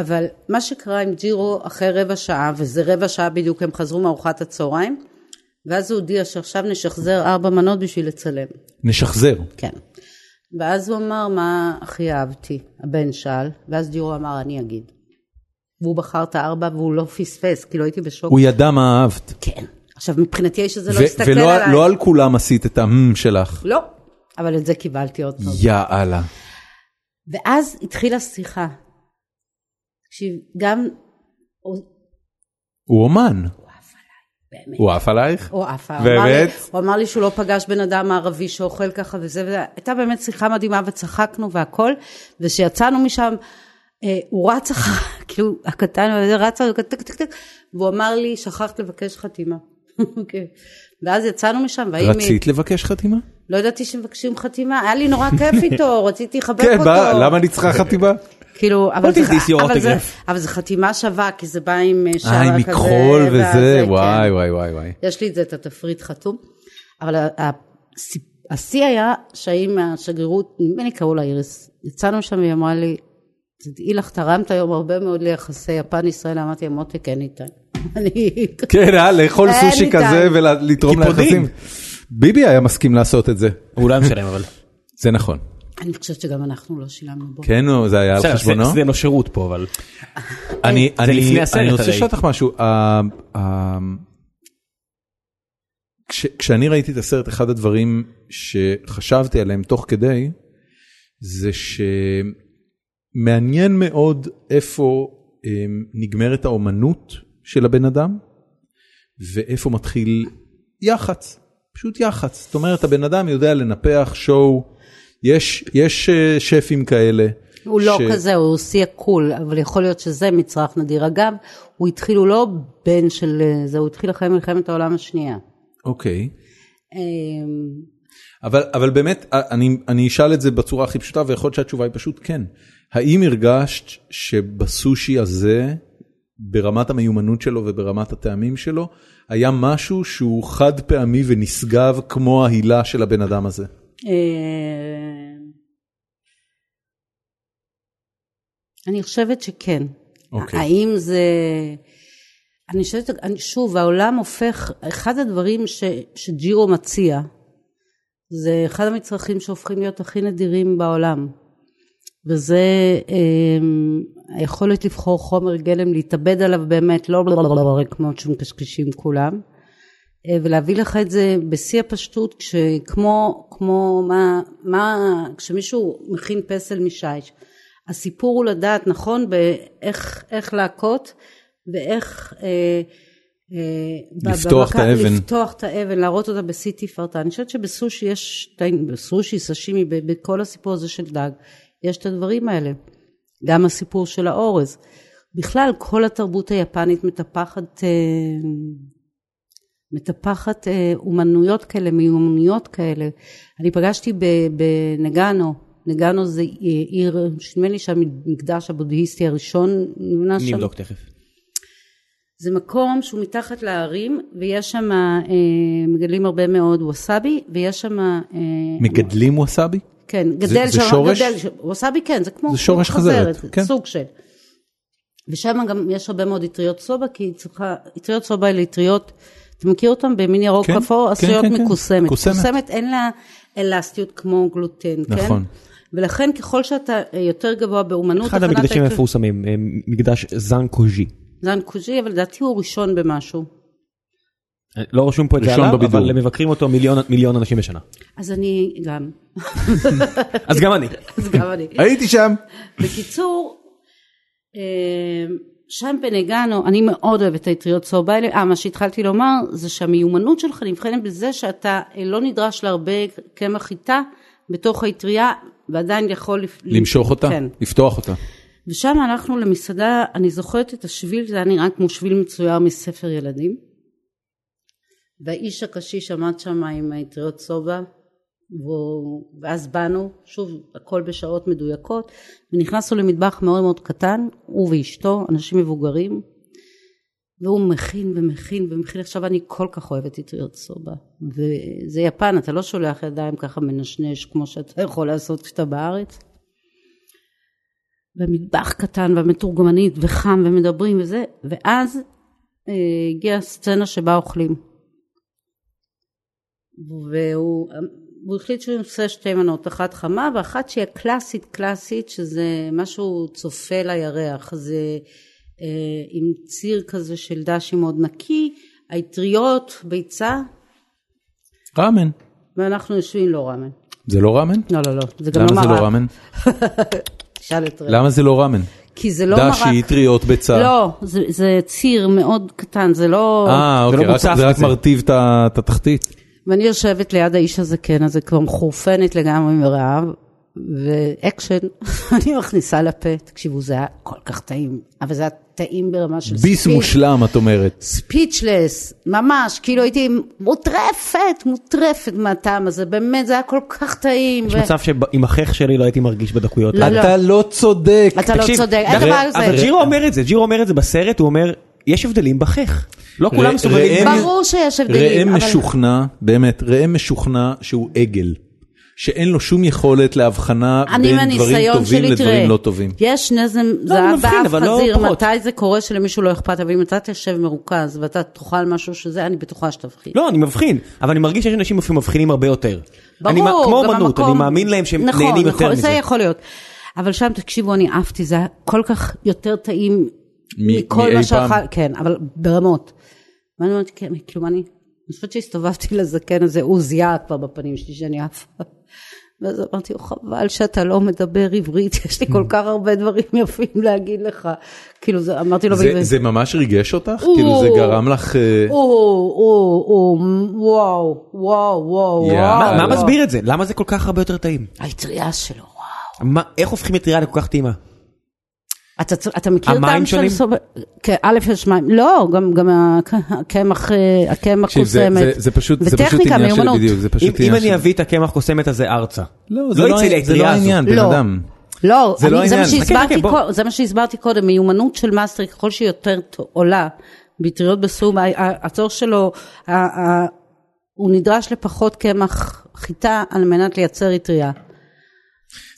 [SPEAKER 3] אבל מה שקרה עם ג'ירו אחרי רבע שעה, וזה רבע שעה בדיוק, הם חזרו מארוחת הצהריים, ואז הוא הודיע שעכשיו נשחזר ארבע מנות בשביל לצלם.
[SPEAKER 1] נשחזר.
[SPEAKER 3] כן. ואז הוא אמר, מה הכי אהבתי? הבן שאל, ואז דיורו אמר, אני אגיד. והוא בחר את הארבע והוא לא פספס, כאילו הייתי בשוק.
[SPEAKER 1] הוא ידע מה אהבת.
[SPEAKER 3] כן. עכשיו, מבחינתי האיש הזה לא
[SPEAKER 1] ו-
[SPEAKER 3] הסתכל
[SPEAKER 1] ולא
[SPEAKER 3] עליי.
[SPEAKER 1] לא על כולם עשית את ה"מ" שלך.
[SPEAKER 3] לא, אבל את זה קיבלתי עוד פעם.
[SPEAKER 1] יאללה.
[SPEAKER 3] ואז התחילה שיחה. תקשיב, גם הוא
[SPEAKER 1] הוא אומן.
[SPEAKER 3] באמת.
[SPEAKER 1] הוא עף עלייך?
[SPEAKER 3] הוא עף, הוא אמר לי-
[SPEAKER 1] באמת?
[SPEAKER 3] הוא אמר לי שהוא לא פגש בן אדם ערבי שאוכל ככה וזה וזה, הייתה באמת שיחה מדהימה וצחקנו והכל, וכשיצאנו משם, אה, הוא רץ אחר, כאילו הקטן הזה רץ, אחר- טק טק טק, והוא אמר לי שכחת לבקש חתימה. אוקיי. ואז יצאנו משם, והאם היא,
[SPEAKER 1] רצית לבקש חתימה?
[SPEAKER 3] לא ידעתי שמבקשים חתימה, היה לי נורא כיף איתו, רציתי לחבק
[SPEAKER 1] כן,
[SPEAKER 3] אותו.
[SPEAKER 1] מה- למה אני צריכה חתימה?
[SPEAKER 3] כאילו, אבל
[SPEAKER 2] What
[SPEAKER 3] זה,
[SPEAKER 2] is this, your
[SPEAKER 3] אבל, זה,
[SPEAKER 2] autograph?
[SPEAKER 3] אבל זה חתימה שווה, כי זה בא עם אה,
[SPEAKER 1] אה, עם
[SPEAKER 3] שער
[SPEAKER 1] מכחול
[SPEAKER 3] כזה,
[SPEAKER 1] וזה,
[SPEAKER 3] והזה,
[SPEAKER 1] וואי
[SPEAKER 3] כן.
[SPEAKER 1] וואי וואי וואי.
[SPEAKER 3] יש לי את זה, את התפריט חתום. אבל ה- ה- השיא היה שהיא מהשגרירות, נדמה לי קראו לה איריס, יצאנו שם והיא אמרה לי, תדעי לך, תרמת היום הרבה מאוד ליחסי יפן-ישראל, אמרתי, מותק, אין איתה. אני...
[SPEAKER 1] כן, אה, לאכול
[SPEAKER 3] אין
[SPEAKER 1] סושי
[SPEAKER 3] איתם.
[SPEAKER 1] כזה ולתרום
[SPEAKER 2] קיפודים.
[SPEAKER 1] ליחסים. ביבי היה מסכים לעשות את זה.
[SPEAKER 2] הוא לא היה משלם אבל.
[SPEAKER 1] זה נכון.
[SPEAKER 3] אני חושבת שגם אנחנו לא שילמנו בו.
[SPEAKER 1] כן, נו, זה היה על
[SPEAKER 2] בסדר,
[SPEAKER 1] חשבונו.
[SPEAKER 2] זה- זה לו שירות פה אבל.
[SPEAKER 1] אני,
[SPEAKER 2] זה
[SPEAKER 1] אני,
[SPEAKER 2] לפני הסרט
[SPEAKER 1] אני רוצה
[SPEAKER 2] הרי.
[SPEAKER 1] לשאול אותך משהו. אה, ה- ה- כש, כשאני ראיתי את הסרט, אחד הדברים שחשבתי עליהם תוך כדי, זה שמעניין מאוד איפה אמ, נגמרת האומנות של הבן אדם, ואיפה מתחיל יח"צ, פשוט יח"צ. זאת אומרת, הבן אדם יודע לנפח שואו, יש, יש אה, שפים כאלה.
[SPEAKER 3] הוא לא
[SPEAKER 1] ש-
[SPEAKER 3] כזה, הוא שיא הקול, אבל יכול להיות שזה מצרך נדיר. אגב, הוא התחיל, הוא לא בן של אה, זה, הוא התחיל אחרי מלחמת העולם השנייה.
[SPEAKER 1] אוקיי.
[SPEAKER 3] אמ,
[SPEAKER 1] אבל, אבל באמת, אני, אני אשאל את זה בצורה הכי פשוטה, ויכול להיות שהתשובה היא פשוט כן. האם הרגשת שבסושי הזה, ברמת המיומנות שלו וברמת הטעמים שלו, היה משהו שהוא חד פעמי ונשגב כמו ההילה של הבן אדם הזה?
[SPEAKER 3] אה, אני חושבת שכן.
[SPEAKER 1] אוקיי.
[SPEAKER 3] האם זה... אני חושבת, אני- שוב, העולם הופך, אחד הדברים ש, שג'ירו מציע, זה אחד המצרכים שהופכים להיות הכי נדירים בעולם. וזה אמ, היכולת לבחור חומר גלם, להתאבד עליו באמת, לא כמו שמקשקשים כולם, אה, ולהביא לך את זה בשיא הפשטות, כשכמו, כמו מה, מה, כשמישהו מכין פסל משיש, הסיפור הוא לדעת, נכון, באיך איך להכות ואיך... אה, אה,
[SPEAKER 1] לפתוח את האבן.
[SPEAKER 3] לפתוח את האבן, להראות אותה בשיא תפארתה. אני חושבת שבסושי יש, טעים- בסושי, סשימי, ב- בכל הסיפור הזה של דג, יש את הדברים האלה. גם הסיפור של האורז. בכלל, כל התרבות היפנית מטפחת, אה, מטפחת אה, אומנויות כאלה, מיומנויות כאלה. אני פגשתי ב- בנגאנו, נגאנו זה אה, עיר, נדמה לי שהמקדש הבודהיסטי הראשון נבנה שם.
[SPEAKER 2] נבדוק תכף.
[SPEAKER 3] זה מקום שהוא מתחת להרים, ויש שם, אה, מגדלים הרבה מאוד ווסאבי, ויש שם... אה,
[SPEAKER 1] מגדלים ווסאבי?
[SPEAKER 3] כן, גדל
[SPEAKER 1] זה
[SPEAKER 3] שם,
[SPEAKER 1] שורש?
[SPEAKER 3] גדל שם, ווסאבי כן, זה כמו
[SPEAKER 1] זה שורש
[SPEAKER 3] כמו חזרת,
[SPEAKER 1] חזרת, כן.
[SPEAKER 3] סוג של. ושם גם יש הרבה מאוד אטריות סובה, כי היא צריכה, אטריות סובה אלה אטריות, אתה מכיר אותן במין ירוק
[SPEAKER 1] כן,
[SPEAKER 3] כפור,
[SPEAKER 1] כן,
[SPEAKER 3] עשויות
[SPEAKER 1] כן, כן.
[SPEAKER 3] מקוסמת.
[SPEAKER 1] מקוסמת.
[SPEAKER 3] מקוסמת אין לה אלסטיות כמו גלוטן, כן?
[SPEAKER 1] נכון.
[SPEAKER 3] ולכן ככל שאתה אה, יותר גבוה באומנות,
[SPEAKER 2] אחד
[SPEAKER 3] הכנת
[SPEAKER 2] המקדשים
[SPEAKER 3] האטריות-
[SPEAKER 2] המפורסמים, אה, מקדש זן קוז'י.
[SPEAKER 3] זן קוז'י, אבל לדעתי הוא ראשון במשהו.
[SPEAKER 2] לא רשום פה את זה
[SPEAKER 1] ראשון
[SPEAKER 2] עליו,
[SPEAKER 1] בבידור.
[SPEAKER 2] אבל מבקרים אותו מיליון- מיליון אנשים בשנה.
[SPEAKER 3] אז אני גם,
[SPEAKER 2] אז גם אני.
[SPEAKER 3] אז גם אני.
[SPEAKER 1] הייתי שם.
[SPEAKER 3] בקיצור, אמ, שם בנגנו, אני מאוד אוהבת את האטריות סובה האלה. אה, מה שהתחלתי לומר, זה שהמיומנות שלך נבחנת בזה שאתה אה, לא נדרש להרבה קמח חיטה בתוך האטריה, ועדיין יכול... לפ-
[SPEAKER 1] למשוך אותה?
[SPEAKER 3] כן.
[SPEAKER 1] לפתוח אותה.
[SPEAKER 3] ושם הלכנו למסעדה, אני זוכרת את השביל, זה היה נראה כמו שביל מצויר מספר ילדים. והאיש הקשיש עמד שם עם האטריות סובה, והוא- ואז באנו, שוב, הכל בשעות מדויקות, ונכנסנו למטבח מאוד מאוד קטן, הוא ואשתו, אנשים מבוגרים, והוא מכין ומכין ומכין. עכשיו אני כל כך אוהבת אטריות סובה, וזה יפן, אתה לא שולח ידיים ככה מנשנש כמו שאתה יכול לעשות כשאתה בארץ. במטבח קטן והמתורגמנית וחם ומדברים וזה, ואז אה, הגיעה הסצנה שבה אוכלים. והוא הוא החליט שהוא עושה שתי מנות, אחת חמה ואחת שהיא הקלאסית קלאסית, שזה משהו צופה לירח, זה אה, עם ציר כזה של דשי מאוד נקי, האטריות, ביצה,
[SPEAKER 1] ראמן.
[SPEAKER 3] ואנחנו יושבים לא ראמן.
[SPEAKER 1] זה לא ראמן?
[SPEAKER 3] לא, לא, לא, זה גם
[SPEAKER 1] למה
[SPEAKER 3] לא
[SPEAKER 1] זה
[SPEAKER 3] מרק.
[SPEAKER 1] לא ראמן?
[SPEAKER 3] שאל את ראם.
[SPEAKER 1] למה זה לא ראמן?
[SPEAKER 3] כי זה לא מרק.
[SPEAKER 1] דשי, אטריות, ביצה.
[SPEAKER 3] לא, זה, זה ציר מאוד קטן, זה לא...
[SPEAKER 1] אה,
[SPEAKER 2] זה
[SPEAKER 1] אוקיי,
[SPEAKER 2] לא
[SPEAKER 1] רק-
[SPEAKER 2] מוצף
[SPEAKER 1] זה רק
[SPEAKER 2] בזה.
[SPEAKER 1] מרטיב את ה- את התחתית.
[SPEAKER 3] ואני יושבת ליד האיש הזקן הזה, כן, כבר מחורפנת לגמרי מרעב, ואקשן, אני מכניסה לפה, תקשיבו, זה היה כל כך טעים, אבל זה היה טעים ברמה של
[SPEAKER 1] ביס מושלם, את אומרת.
[SPEAKER 3] ספיצ'לס, ממש, כאילו הייתי מוטרפת, מוטרפת מהטעם הזה, באמת, זה היה כל כך טעים.
[SPEAKER 2] יש
[SPEAKER 3] ו-
[SPEAKER 2] מצב שעם אחיך שלי לא הייתי מרגיש בדקויות.
[SPEAKER 3] לא,
[SPEAKER 2] האלה.
[SPEAKER 3] לא.
[SPEAKER 1] אתה לא צודק.
[SPEAKER 3] אתה לא
[SPEAKER 2] תקשיב,
[SPEAKER 3] צודק, אין
[SPEAKER 2] ר-
[SPEAKER 3] דבר
[SPEAKER 2] אבל
[SPEAKER 3] כזה.
[SPEAKER 2] ג'ירו אומר את זה, ג'ירו אומר את זה בסרט, הוא אומר, יש הבדלים בחך. לא
[SPEAKER 1] ר-
[SPEAKER 2] כולם מסוגלים.
[SPEAKER 1] ראם-
[SPEAKER 3] ברור שיש הבדלים,
[SPEAKER 1] ראם
[SPEAKER 3] אבל...
[SPEAKER 1] משוכנע, באמת, ראם משוכנע שהוא עגל. שאין לו שום יכולת להבחנה
[SPEAKER 3] אני
[SPEAKER 1] בין דברים
[SPEAKER 3] מהניסיון
[SPEAKER 1] טובים
[SPEAKER 3] שלי, תראה,
[SPEAKER 1] לדברים לא טובים.
[SPEAKER 3] יש נזם
[SPEAKER 2] אני
[SPEAKER 3] זהב
[SPEAKER 2] מבחין,
[SPEAKER 3] באף
[SPEAKER 2] אבל לא
[SPEAKER 3] חזיר,
[SPEAKER 2] פחות.
[SPEAKER 3] מתי זה קורה שלמישהו לא אכפת, אבל אם אתה תשב מרוכז ואתה תאכל משהו שזה, אני בטוחה שתבחין.
[SPEAKER 2] לא, אני מבחין, אבל אני מרגיש שיש אנשים אפילו מבחינים הרבה יותר.
[SPEAKER 3] ברור,
[SPEAKER 2] אני, מ- כמו
[SPEAKER 3] גם
[SPEAKER 2] אמנות,
[SPEAKER 3] המקום-
[SPEAKER 2] אני מאמין להם שהם
[SPEAKER 3] נכון,
[SPEAKER 2] נהנים
[SPEAKER 3] נכון,
[SPEAKER 2] יותר
[SPEAKER 3] זה
[SPEAKER 2] מזה.
[SPEAKER 3] יכול להיות. אבל שם, תקשיבו, אני עפתי, זה היה כל כך יותר טעים
[SPEAKER 1] מ-
[SPEAKER 3] מכל
[SPEAKER 1] מאי פעם?
[SPEAKER 3] מה שאכל, כן, אבל ברמות. ואני אומרת, כן, כאילו, מה אני, אני חושבת שהסתובבתי לזקן הזה, הוא זיהה כבר בפנים שלי שאני עפה. ואז אמרתי לו, חבל שאתה לא מדבר עברית, יש לי כל כך הרבה דברים יפים להגיד לך. כאילו, זה- אמרתי לו,
[SPEAKER 1] זה-
[SPEAKER 3] בעברית.
[SPEAKER 1] זה ממש ריגש אותך?
[SPEAKER 3] או.
[SPEAKER 1] כאילו זה גרם לך... אה,
[SPEAKER 3] או, או, או, וואו, וואו, וואו,
[SPEAKER 1] יאללה.
[SPEAKER 2] מה-
[SPEAKER 3] וואו.
[SPEAKER 2] מה
[SPEAKER 1] לא.
[SPEAKER 2] מסביר את זה? למה זה כל כך הרבה יותר טעים?
[SPEAKER 3] האטריה שלו, וואו.
[SPEAKER 2] מה- איך הופכים מטריה לכל כך טעימה?
[SPEAKER 3] אתה, צר- אתה מכיר
[SPEAKER 2] המים
[SPEAKER 3] טעם
[SPEAKER 2] שונים?
[SPEAKER 3] של סובה? כן, א' יש מים, לא, גם, גם ה- הקמח, אה, הקמח
[SPEAKER 1] תקשיב, זה-
[SPEAKER 3] קוסמת.
[SPEAKER 1] זה- זה פשוט זה פשוט
[SPEAKER 3] וטכניקה,
[SPEAKER 1] עניין של...
[SPEAKER 3] מיומנות.
[SPEAKER 1] בדיוק, זה
[SPEAKER 2] אם
[SPEAKER 1] פשוט
[SPEAKER 2] אם
[SPEAKER 1] עניין
[SPEAKER 2] אני
[SPEAKER 1] של...
[SPEAKER 2] אביא את הקמח קוסמת הזה ארצה,
[SPEAKER 1] זה
[SPEAKER 2] לא יצא
[SPEAKER 1] זה
[SPEAKER 2] לי
[SPEAKER 1] לא
[SPEAKER 2] האטריה הזו.
[SPEAKER 1] העניין, בן
[SPEAKER 3] לא.
[SPEAKER 1] אדם.
[SPEAKER 3] לא,
[SPEAKER 1] זה
[SPEAKER 3] אני,
[SPEAKER 1] לא
[SPEAKER 3] זה, מה
[SPEAKER 1] העניין. חכה,
[SPEAKER 2] חכה,
[SPEAKER 3] שהסברתי
[SPEAKER 2] בוא.
[SPEAKER 3] כל, זה מה שהסברתי קודם, מיומנות של מאסטרי, ככל שהיא יותר ת- עולה בטריות בסום, ה- ה- הצורך שלו, ה- ה- הוא נדרש לפחות קמח חיטה על מנת לייצר אטריה.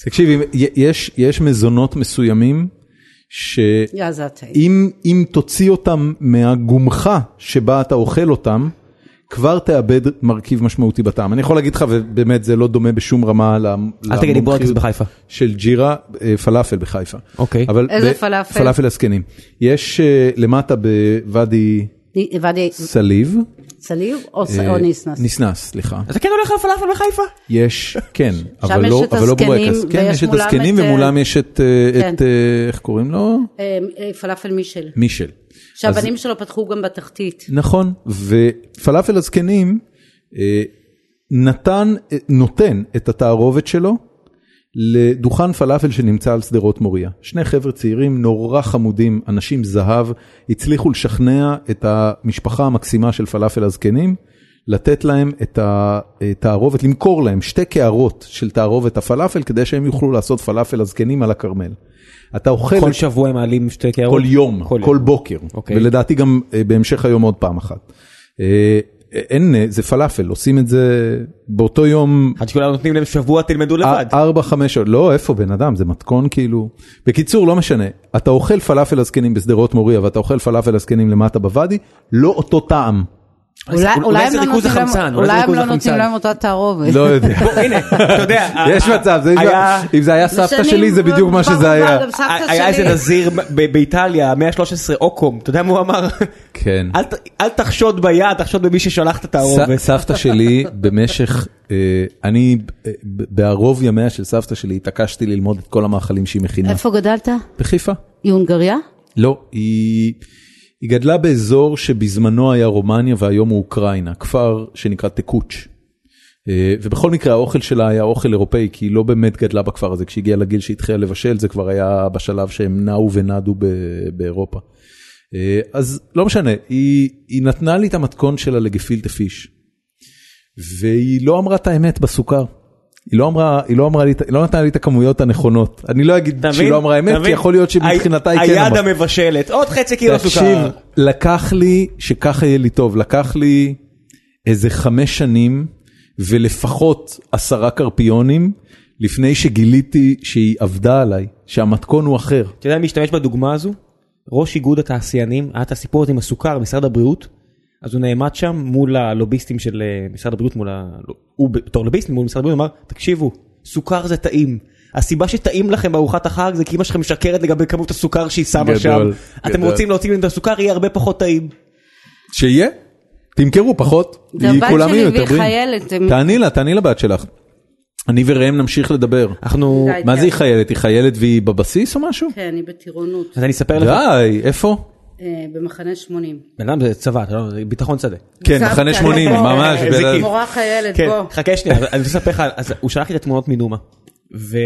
[SPEAKER 1] תקשיבי, יש- יש מזונות מסוימים ש...
[SPEAKER 3] יא, זה הטעים.
[SPEAKER 1] אם, אם תוציא אותם מהגומחה שבה אתה אוכל אותם, כבר תאבד מרכיב משמעותי בטעם. אני יכול להגיד לך, ובאמת זה לא דומה בשום רמה ל-
[SPEAKER 2] אל תגיד לי בורקס
[SPEAKER 1] למומחיות
[SPEAKER 2] בחיפה.
[SPEAKER 1] של ג'ירה, אה, פלאפל בחיפה.
[SPEAKER 2] אוקיי.
[SPEAKER 1] אבל
[SPEAKER 3] איזה פלאפל?
[SPEAKER 1] פלאפל הזקנים. יש אה, למטה בוואדי
[SPEAKER 3] ואני,
[SPEAKER 1] סליב.
[SPEAKER 3] צליב או ס-
[SPEAKER 1] אה,
[SPEAKER 3] או נסנס.
[SPEAKER 1] נסנס, סליחה.
[SPEAKER 2] אתה כן הולך לפלאפל בחיפה?
[SPEAKER 1] יש, כן, אבל
[SPEAKER 3] יש
[SPEAKER 1] לא
[SPEAKER 3] את
[SPEAKER 1] אבל לא
[SPEAKER 3] הזקנים,
[SPEAKER 1] בורקס. כן,
[SPEAKER 3] ויש
[SPEAKER 1] יש את
[SPEAKER 3] מולם
[SPEAKER 1] הזקנים
[SPEAKER 3] את, אה,
[SPEAKER 1] ומולם יש את, אה,
[SPEAKER 3] כן.
[SPEAKER 1] את, אה, איך קוראים לו?
[SPEAKER 3] אה, אה, פלאפל מישל.
[SPEAKER 1] מישל.
[SPEAKER 3] שהבנים שלו פתחו גם בתחתית.
[SPEAKER 1] נכון, ופלאפל הזקנים אה, נתן, אה, נותן את התערובת שלו לדוכן פלאפל שנמצא על שדרות מוריה. שני חבר'ה צעירים נורא חמודים, אנשים זהב, הצליחו לשכנע את המשפחה המקסימה של פלאפל הזקנים. לתת להם את התערובת, למכור להם שתי קערות של תערובת הפלאפל כדי שהם יוכלו לעשות פלאפל הזקנים על הכרמל. אתה אוכל
[SPEAKER 2] כל
[SPEAKER 1] את
[SPEAKER 2] שבוע הם מעלים שתי קערות?
[SPEAKER 1] כל יום, כל, כל בוקר,
[SPEAKER 2] אוקיי.
[SPEAKER 1] ולדעתי גם אה, בהמשך היום עוד פעם אחת. אה, אין, אה, זה פלאפל, עושים את זה באותו יום,
[SPEAKER 2] עד שכולם נותנים להם שבוע תלמדו לבד.
[SPEAKER 1] א- ארבע, חמש שעות, לא, איפה בן אדם, זה מתכון כאילו. בקיצור, לא משנה, אתה אוכל פלאפל הזקנים בשדרות מוריה ואתה אוכל פלאפל הזקנים למטה בוואדי, לא אותו טעם.
[SPEAKER 3] אולי
[SPEAKER 2] אולי
[SPEAKER 3] אולי הם
[SPEAKER 2] זה
[SPEAKER 3] לא
[SPEAKER 2] ריכוז
[SPEAKER 3] נותנים להם-
[SPEAKER 2] החמצן, אולי זה
[SPEAKER 3] אולי הם
[SPEAKER 2] ריכוז
[SPEAKER 3] לא נותנים
[SPEAKER 2] החמצן.
[SPEAKER 3] להם אותה תערובת.
[SPEAKER 1] לא יודע.
[SPEAKER 2] בוא, הנה, אתה יודע,
[SPEAKER 1] אה, יש
[SPEAKER 2] ה-
[SPEAKER 1] מצב, זה-
[SPEAKER 2] היה-
[SPEAKER 1] אם זה היה סבתא שלי זה בדיוק מה שזה היה.
[SPEAKER 3] גם סבתא
[SPEAKER 2] היה איזה
[SPEAKER 3] שלי.
[SPEAKER 2] נזיר ב- באיטליה, המאה ה-13, אוקום, אתה יודע מה הוא אמר?
[SPEAKER 1] כן.
[SPEAKER 2] "אל ת- אל תחשוד ביד, תחשוד במי ששלח את התערובת.
[SPEAKER 1] ס- סבתא שלי במשך, אה, אני אה, ב- בערוב ימיה של סבתא שלי התעקשתי ללמוד את כל המאכלים שהיא מכינה.
[SPEAKER 3] איפה גדלת?
[SPEAKER 1] בחיפה.
[SPEAKER 3] היא הונגריה?
[SPEAKER 1] לא, היא, היא גדלה באזור שבזמנו היה רומניה והיום הוא אוקראינה, כפר שנקרא תקוץ'. אה, ובכל מקרה האוכל שלה היה אוכל אירופאי, כי היא לא באמת גדלה בכפר הזה. כשהיא הגיעה לגיל שהתחילה לבשל, זה כבר היה בשלב שהם נעו ונדו ב- באירופה. אה, אז לא משנה, היא, היא נתנה לי את המתכון שלה לגפילטה פיש. והיא לא אמרה את האמת בסוכר. היא לא אמרה, היא לא אמרה לי, את- היא לא נתנה לי את הכמויות הנכונות. אני לא אגיד
[SPEAKER 2] אתה מבין?
[SPEAKER 1] שהיא לא אמרה
[SPEAKER 2] אתה
[SPEAKER 1] אמת, כי
[SPEAKER 2] מבין?
[SPEAKER 1] יכול להיות שמבחינתה היא כן אמרה.
[SPEAKER 2] היד המבשלת, עוד חצי קילו סוכר.
[SPEAKER 1] תקשיב, לקח לי, שככה יהיה לי טוב, לקח לי איזה חמש שנים ולפחות עשרה קרפיונים לפני שגיליתי שהיא עבדה עליי, שהמתכון הוא אחר.
[SPEAKER 2] אתה יודע מי משתמש בדוגמה הזו? ראש איגוד התעשיינים, היה את הסיפור הזה עם הסוכר, משרד הבריאות, אז הוא נעמד שם מול הלוביסטים של אה, משרד הבריאות, מול ה... הוא בתור לוביסט מול משרד הבריאות, אמר, תקשיבו, סוכר זה טעים. הסיבה שטעים לכם בארוחת החג זה כי אמא שלכם משקרת לגבי כמות הסוכר שהיא שמה
[SPEAKER 1] גדול,
[SPEAKER 2] שם. אתם
[SPEAKER 1] גדול.
[SPEAKER 2] רוצים להוציא מהם את הסוכר, יהיה הרבה פחות טעים.
[SPEAKER 1] שיהיה, תמכרו פחות,
[SPEAKER 3] זה
[SPEAKER 1] היא-
[SPEAKER 3] הבת
[SPEAKER 1] כולם
[SPEAKER 3] שלי
[SPEAKER 1] יהיו יותר
[SPEAKER 3] והיא
[SPEAKER 1] בריאים.
[SPEAKER 3] חיילת, הם-
[SPEAKER 1] תעני לה, תעני לבת שלך. אני וראם נמשיך לדבר.
[SPEAKER 2] אנחנו...
[SPEAKER 3] די.
[SPEAKER 1] מה זה היא חיילת? היא חיילת והיא בבסיס או משהו?
[SPEAKER 3] כן, היא בטירונות,
[SPEAKER 2] אז אני אספר לך,
[SPEAKER 1] די, איפה?
[SPEAKER 3] אה, במחנה 80.
[SPEAKER 2] בן אדם זה צבא, אתה לא- זה ביטחון שדה.
[SPEAKER 1] כן,
[SPEAKER 3] סבתא,
[SPEAKER 1] מחנה 80,
[SPEAKER 3] בוא.
[SPEAKER 1] ממש.
[SPEAKER 2] איזה
[SPEAKER 1] בלעד.
[SPEAKER 2] כיף.
[SPEAKER 3] מורה חיילת,
[SPEAKER 2] כן,
[SPEAKER 3] בוא.
[SPEAKER 2] חכה שנייה, אז אני רוצה לספר לך, אז הוא שלח לי את התמונות מנומה. ו...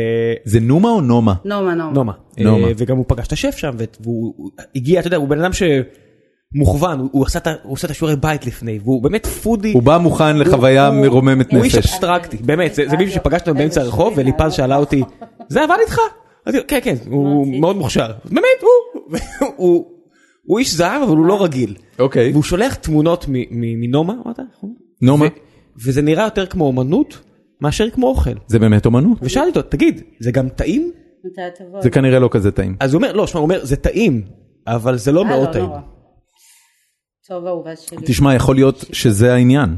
[SPEAKER 1] זה נומה או נומה?
[SPEAKER 3] נומה, נומה.
[SPEAKER 2] נומה.
[SPEAKER 1] נומה.
[SPEAKER 2] אה, וגם הוא פגש את השף שם, ואת- והוא הוא הגיע, אתה יודע, הוא בן אדם שמוכוון, הוא- הוא עשה את ה- הוא עשה את השיעורי בית לפני, והוא באמת פודי.
[SPEAKER 1] הוא בא מוכן לחוויה
[SPEAKER 2] הוא-
[SPEAKER 1] מרוממת
[SPEAKER 2] הוא איש
[SPEAKER 1] נפש.
[SPEAKER 2] אבסטרקטי, באמת, זה זה מישהו שפגשת אותו באמצע הרחוב, וליפז שאלה אותי, זה עבד איתך? אמרתי לו, כן, כן, הוא מאוד מוכשר. באמת, הוא- הוא... הוא איש זהב, אבל הוא לא רגיל.
[SPEAKER 1] אוקיי.
[SPEAKER 2] והוא שולח תמונות מ- מ- מנומה, אמרת? נכון?
[SPEAKER 1] נומה.
[SPEAKER 2] ו- וזה נראה יותר כמו אומנות, מאשר כמו אוכל.
[SPEAKER 1] זה באמת אומנות.
[SPEAKER 2] ושאלתי אותו, תגיד, זה גם טעים?
[SPEAKER 3] מתי תבוא?
[SPEAKER 1] זה כנראה לא כזה טעים.
[SPEAKER 2] אז הוא אומר, לא, שמע, הוא אומר, זה טעים, אבל זה לא
[SPEAKER 3] אה,
[SPEAKER 2] מאוד
[SPEAKER 3] לא,
[SPEAKER 2] טעים.
[SPEAKER 3] נורא. טוב, אהובה שלי.
[SPEAKER 1] תשמע, יכול להיות שזה העניין.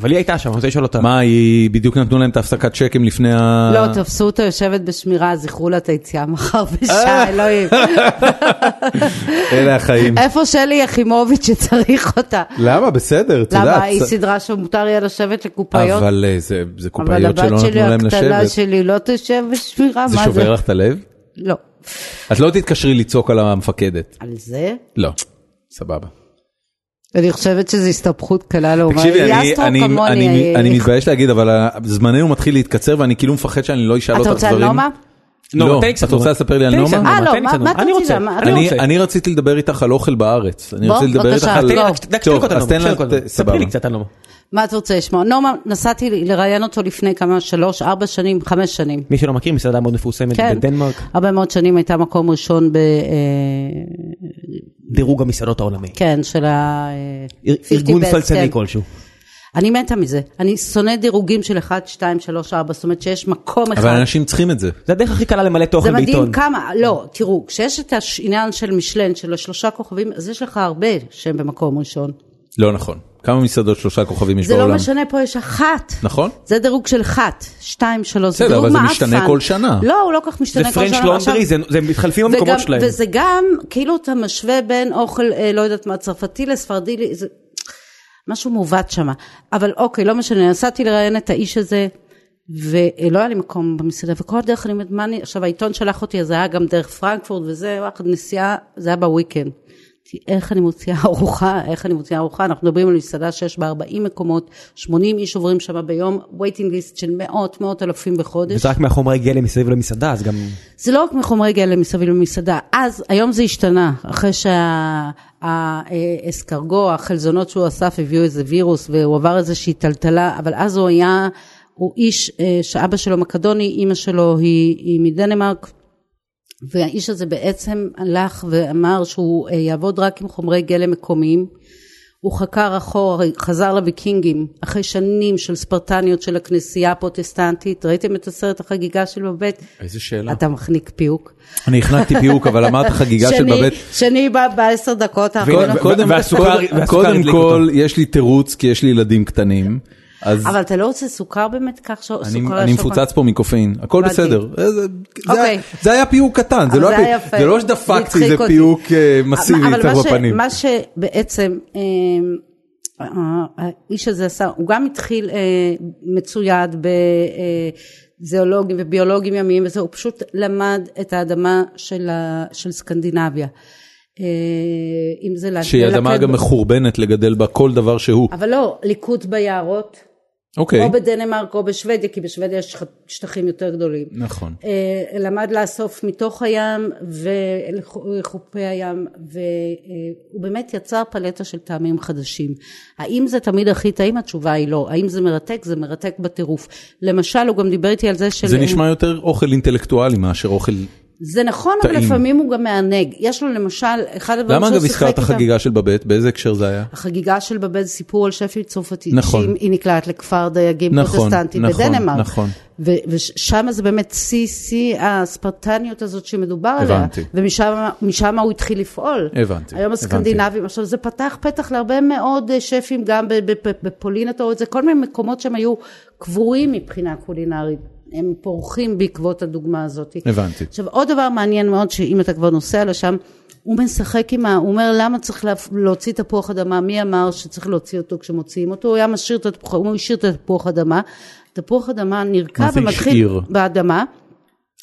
[SPEAKER 2] אבל היא הייתה שם, אני רוצה לשאול אותה.
[SPEAKER 1] מה, היא בדיוק נתנו להם את ההפסקת שקם לפני ה...
[SPEAKER 3] לא, תפסו אותה יושבת בשמירה, זכרו לה את היציאה מחר בשעה, אלוהים.
[SPEAKER 1] אלה החיים.
[SPEAKER 3] איפה שלי יחימוביץ' שצריך אותה?
[SPEAKER 1] למה? בסדר, את יודעת.
[SPEAKER 3] למה היא סידרה שמותר יהיה לשבת לקופאיות?
[SPEAKER 1] אבל אה, זה- זה
[SPEAKER 3] אבל
[SPEAKER 1] קופאיות
[SPEAKER 3] הבת
[SPEAKER 1] שלא
[SPEAKER 3] שלי
[SPEAKER 1] נתנו להם
[SPEAKER 3] הקטנה
[SPEAKER 1] לשבת.
[SPEAKER 3] שלי לא תשב בשמירה,
[SPEAKER 1] זה
[SPEAKER 3] מה זה?
[SPEAKER 1] שובר לך את הלב?
[SPEAKER 3] לא.
[SPEAKER 1] את לא תתקשרי לצעוק על המפקדת.
[SPEAKER 3] על זה?
[SPEAKER 1] לא. סבבה.
[SPEAKER 3] אני חושבת שזו הסתבכות קלה לעומת...
[SPEAKER 1] תקשיבי,
[SPEAKER 3] היא
[SPEAKER 1] אני-
[SPEAKER 3] אסטרו
[SPEAKER 1] אני-
[SPEAKER 3] כמוני, אה,
[SPEAKER 1] אני-
[SPEAKER 3] היא-
[SPEAKER 1] אני מתבייש להגיד, אבל אה, זמננו מתחיל להתקצר ואני כאילו מפחד שאני לא אשאל
[SPEAKER 3] אתה
[SPEAKER 1] אותך
[SPEAKER 3] רוצה
[SPEAKER 1] דברים.
[SPEAKER 3] על נומה?
[SPEAKER 2] נומה,
[SPEAKER 1] לא,
[SPEAKER 2] תן לי קצת
[SPEAKER 1] את רוצה
[SPEAKER 2] נומה.
[SPEAKER 1] לספר לי על
[SPEAKER 2] תן לי קצת
[SPEAKER 1] נומה?
[SPEAKER 2] נומה,
[SPEAKER 3] אה, לא,
[SPEAKER 2] תן לי
[SPEAKER 3] מה-
[SPEAKER 2] קצת
[SPEAKER 3] מה
[SPEAKER 2] נומה. אני
[SPEAKER 3] אתה
[SPEAKER 2] רוצה,
[SPEAKER 3] רוצה? מה-
[SPEAKER 2] אני
[SPEAKER 3] לא.
[SPEAKER 1] אני-
[SPEAKER 2] רוצה.
[SPEAKER 1] אני רציתי לדבר איתך על אוכל בארץ. אני
[SPEAKER 3] בוא,
[SPEAKER 1] רציתי לדבר איתך
[SPEAKER 3] בבקשה,
[SPEAKER 1] על...
[SPEAKER 2] תן לי
[SPEAKER 3] לא.
[SPEAKER 2] רק- רק שתי
[SPEAKER 1] טוב,
[SPEAKER 2] דקות על
[SPEAKER 1] אז תן
[SPEAKER 2] נומה,
[SPEAKER 1] לה-
[SPEAKER 2] שתי דקות.
[SPEAKER 1] ת-
[SPEAKER 2] ספרי לי
[SPEAKER 1] סבבה.
[SPEAKER 2] קצת על נומה.
[SPEAKER 3] מה אתה רוצה לשמוע? נומה, נסעתי לראיין אותו לפני כמה, שלוש, ארבע שנים, חמש שנים.
[SPEAKER 2] מי שלא מכיר, מסעדה מאוד מפורסמת
[SPEAKER 3] כן.
[SPEAKER 2] בדנמרק,
[SPEAKER 3] הרבה מאוד שנים הייתה מקום ראשון ב... אה,
[SPEAKER 2] דירוג המסעדות העולמי.
[SPEAKER 3] כן, של ה... אה,
[SPEAKER 2] אר-
[SPEAKER 3] 50
[SPEAKER 2] ארגון
[SPEAKER 3] best,
[SPEAKER 2] פלצני
[SPEAKER 3] כן.
[SPEAKER 2] כלשהו.
[SPEAKER 3] אני מתה מזה. אני שונא דירוגים של 1, 2, 3, 4, זאת אומרת שיש מקום אחד.
[SPEAKER 1] אבל אנשים צריכים את זה.
[SPEAKER 2] זה הדרך הכי קלה למלא
[SPEAKER 3] זה
[SPEAKER 2] תוכן בעיתון.
[SPEAKER 3] מדהים כמה, לא, תראו, כשיש את העניין של משלן, של השלושה כוכבים, אז יש לך הרבה שהם במקום ראשון.
[SPEAKER 1] לא נכון. כמה מסעדות שלושה כוכבים יש
[SPEAKER 3] זה
[SPEAKER 1] בעולם?
[SPEAKER 3] לא משנה, פה יש אחת.
[SPEAKER 1] נכון?
[SPEAKER 3] זה דירוג של אחת, שתיים, שלוש, זה
[SPEAKER 1] בסדר,
[SPEAKER 3] דירוג
[SPEAKER 1] אבל זה
[SPEAKER 3] מעפן.
[SPEAKER 1] משתנה כל שנה.
[SPEAKER 3] לא, הוא לא כל כך
[SPEAKER 2] זה
[SPEAKER 3] משתנה כל שנה.
[SPEAKER 2] פרנץ'
[SPEAKER 3] אבל עכשיו-
[SPEAKER 2] לונדרי, זה- זה מתחלפים
[SPEAKER 3] זה
[SPEAKER 2] המקומות
[SPEAKER 3] גם-
[SPEAKER 2] שלהם.
[SPEAKER 3] וזה גם, כאילו אתה משווה בין אוכל, אה, לא יודעת מה, צרפתי לספרדי, זה משהו מעוות שם. אבל אוקיי, לא משנה, נסעתי לראיין את האיש הזה, ולא היה לי מקום במסעדה, וכל הדרך אני אומרת, מה אני, עכשיו העיתון שלח אותי, אז זה היה גם דרך פרנקפורט וזה, וואחד, נסיעה, זה היה בוויקנד. אמרתי, איך אני מוציאה ארוחה, איך אני מוציאה ארוחה, אנחנו מדברים על מסעדה שיש בה 40 מקומות, 80 איש עוברים שם ביום, waiting list של מאות, מאות אלפים בחודש.
[SPEAKER 2] וזה רק מהחומרי גלם מסביב למסעדה, אז גם...
[SPEAKER 3] זה לא רק מחומרי גלם מסביב למסעדה, אז היום זה השתנה, אחרי שהאסקרגו, החלזונות שהוא אסף הביאו איזה וירוס והוא עבר איזושהי טלטלה, אבל אז הוא היה, הוא איש אה, שאבא שלו מקדוני, אימא שלו היא, היא מדנמרק, והאיש הזה בעצם הלך ואמר שהוא אה, יעבוד רק עם חומרי גלם מקומיים. הוא חקר אחורה, חזר לוויקינגים, אחרי שנים של ספרטניות של הכנסייה הפרוטסטנטית. ראיתם את הסרט החגיגה של בבית?
[SPEAKER 1] איזה שאלה.
[SPEAKER 3] אתה מחניק פיוק.
[SPEAKER 1] אני החנקתי פיוק, אבל אמרת חגיגה של
[SPEAKER 3] שני-
[SPEAKER 1] בבית.
[SPEAKER 3] שני בא בעשר דקות האחרונות.
[SPEAKER 1] קודם- קודם-
[SPEAKER 2] והסוכר-
[SPEAKER 1] קודם-
[SPEAKER 2] והסוכר
[SPEAKER 1] קודם
[SPEAKER 2] הדליק
[SPEAKER 1] כל, יש לי תירוץ, כי יש לי ילדים קטנים. אז
[SPEAKER 3] אבל אתה לא רוצה סוכר באמת כך ש...
[SPEAKER 1] אני-
[SPEAKER 3] סוכר
[SPEAKER 1] אני
[SPEAKER 3] לשבת?
[SPEAKER 1] מפוצץ פה מקופאין, הכל
[SPEAKER 3] הבנתי.
[SPEAKER 1] בסדר. אה, זה- זה- זה היה-
[SPEAKER 3] אוקיי.
[SPEAKER 1] זה היה פיוק קטן, זה
[SPEAKER 3] אבל
[SPEAKER 1] לא
[SPEAKER 3] אה, זה
[SPEAKER 1] היה
[SPEAKER 3] היה
[SPEAKER 1] פיוק-
[SPEAKER 3] יפה.
[SPEAKER 1] זה לא
[SPEAKER 3] זה
[SPEAKER 1] שדפקתי,
[SPEAKER 3] הצחיק
[SPEAKER 1] זה
[SPEAKER 3] אותי.
[SPEAKER 1] פיוק אה,
[SPEAKER 3] אבל-
[SPEAKER 1] מסיבי,
[SPEAKER 3] אבל מה
[SPEAKER 1] צריך
[SPEAKER 3] ש-
[SPEAKER 1] בפנים.
[SPEAKER 3] מה שבעצם אה, האיש הזה עשה, הוא גם התחיל אה, מצויד ב... אה, זואולוגים וביולוגים ימיים וזה, הוא פשוט למד את האדמה של, ה, של סקנדינביה. אה, אם זה... לק-
[SPEAKER 1] שהיא אדמה
[SPEAKER 3] ללקט
[SPEAKER 1] גם
[SPEAKER 3] ב-
[SPEAKER 1] מחורבנת לגדל בה כל דבר שהוא.
[SPEAKER 3] אבל לא, ליקוט ביערות,
[SPEAKER 1] אוקיי,
[SPEAKER 3] או בדנמרק או בשוודיה, כי בשוודיה יש שט- שטחים יותר גדולים.
[SPEAKER 1] נכון.
[SPEAKER 3] אה, למד לאסוף מתוך הים ולחופי הים, והוא באמת יצר פלטה של טעמים חדשים. האם זה תמיד הכי טעים? התשובה היא לא. האם זה מרתק? זה מרתק בטירוף. למשל, הוא גם דיבר איתי על זה של...
[SPEAKER 1] זה נשמע יותר אוכל אינטלקטואלי מאשר אוכל...
[SPEAKER 3] אה, זה נכון,
[SPEAKER 1] טעים.
[SPEAKER 3] אבל לפעמים הוא גם מענג. יש לו למשל, אחד הדברים
[SPEAKER 1] למה
[SPEAKER 3] שהוא
[SPEAKER 1] אגב
[SPEAKER 3] שיחק
[SPEAKER 1] הזכרת
[SPEAKER 3] איתם...
[SPEAKER 1] חגיגה של בבית? באיזה הקשר זה היה?
[SPEAKER 3] החגיגה של בבל זה סיפור על שפית צרפתית,
[SPEAKER 1] נכון.
[SPEAKER 3] שהיא היא נקלעת לכפר דייגים
[SPEAKER 1] נכון,
[SPEAKER 3] פרוטסטנטי
[SPEAKER 1] נכון,
[SPEAKER 3] בדנמרק.
[SPEAKER 1] נכון.
[SPEAKER 3] ו- ושם זה באמת שיא שיא הספרטניות הזאת שמדובר
[SPEAKER 1] הבנתי.
[SPEAKER 3] עליה. ומשם משם הוא התחיל לפעול.
[SPEAKER 1] הבנתי,
[SPEAKER 3] היום הסקנדינבים, עכשיו זה פתח פתח להרבה מאוד אה, שפים, גם ב- ב- ב- בפולין אתה רואה את זה, כל מיני מקומות שהם היו קבורים מבחינה קולינרית. הם פורחים בעקבות הדוגמה הזאת.
[SPEAKER 1] הבנתי.
[SPEAKER 3] עכשיו עוד דבר מעניין מאוד שאם אתה כבר נוסע לשם הוא משחק עם ה... הוא אומר למה צריך להפ- להוציא תפוח אדמה מי אמר שצריך להוציא אותו כשמוציאים אותו הוא היה משאיר את התפוח הוא השאיר את התפוח אדמה תפוח אדמה נרקע
[SPEAKER 1] מה זה
[SPEAKER 3] ומתחיל
[SPEAKER 1] השאיר?
[SPEAKER 3] באדמה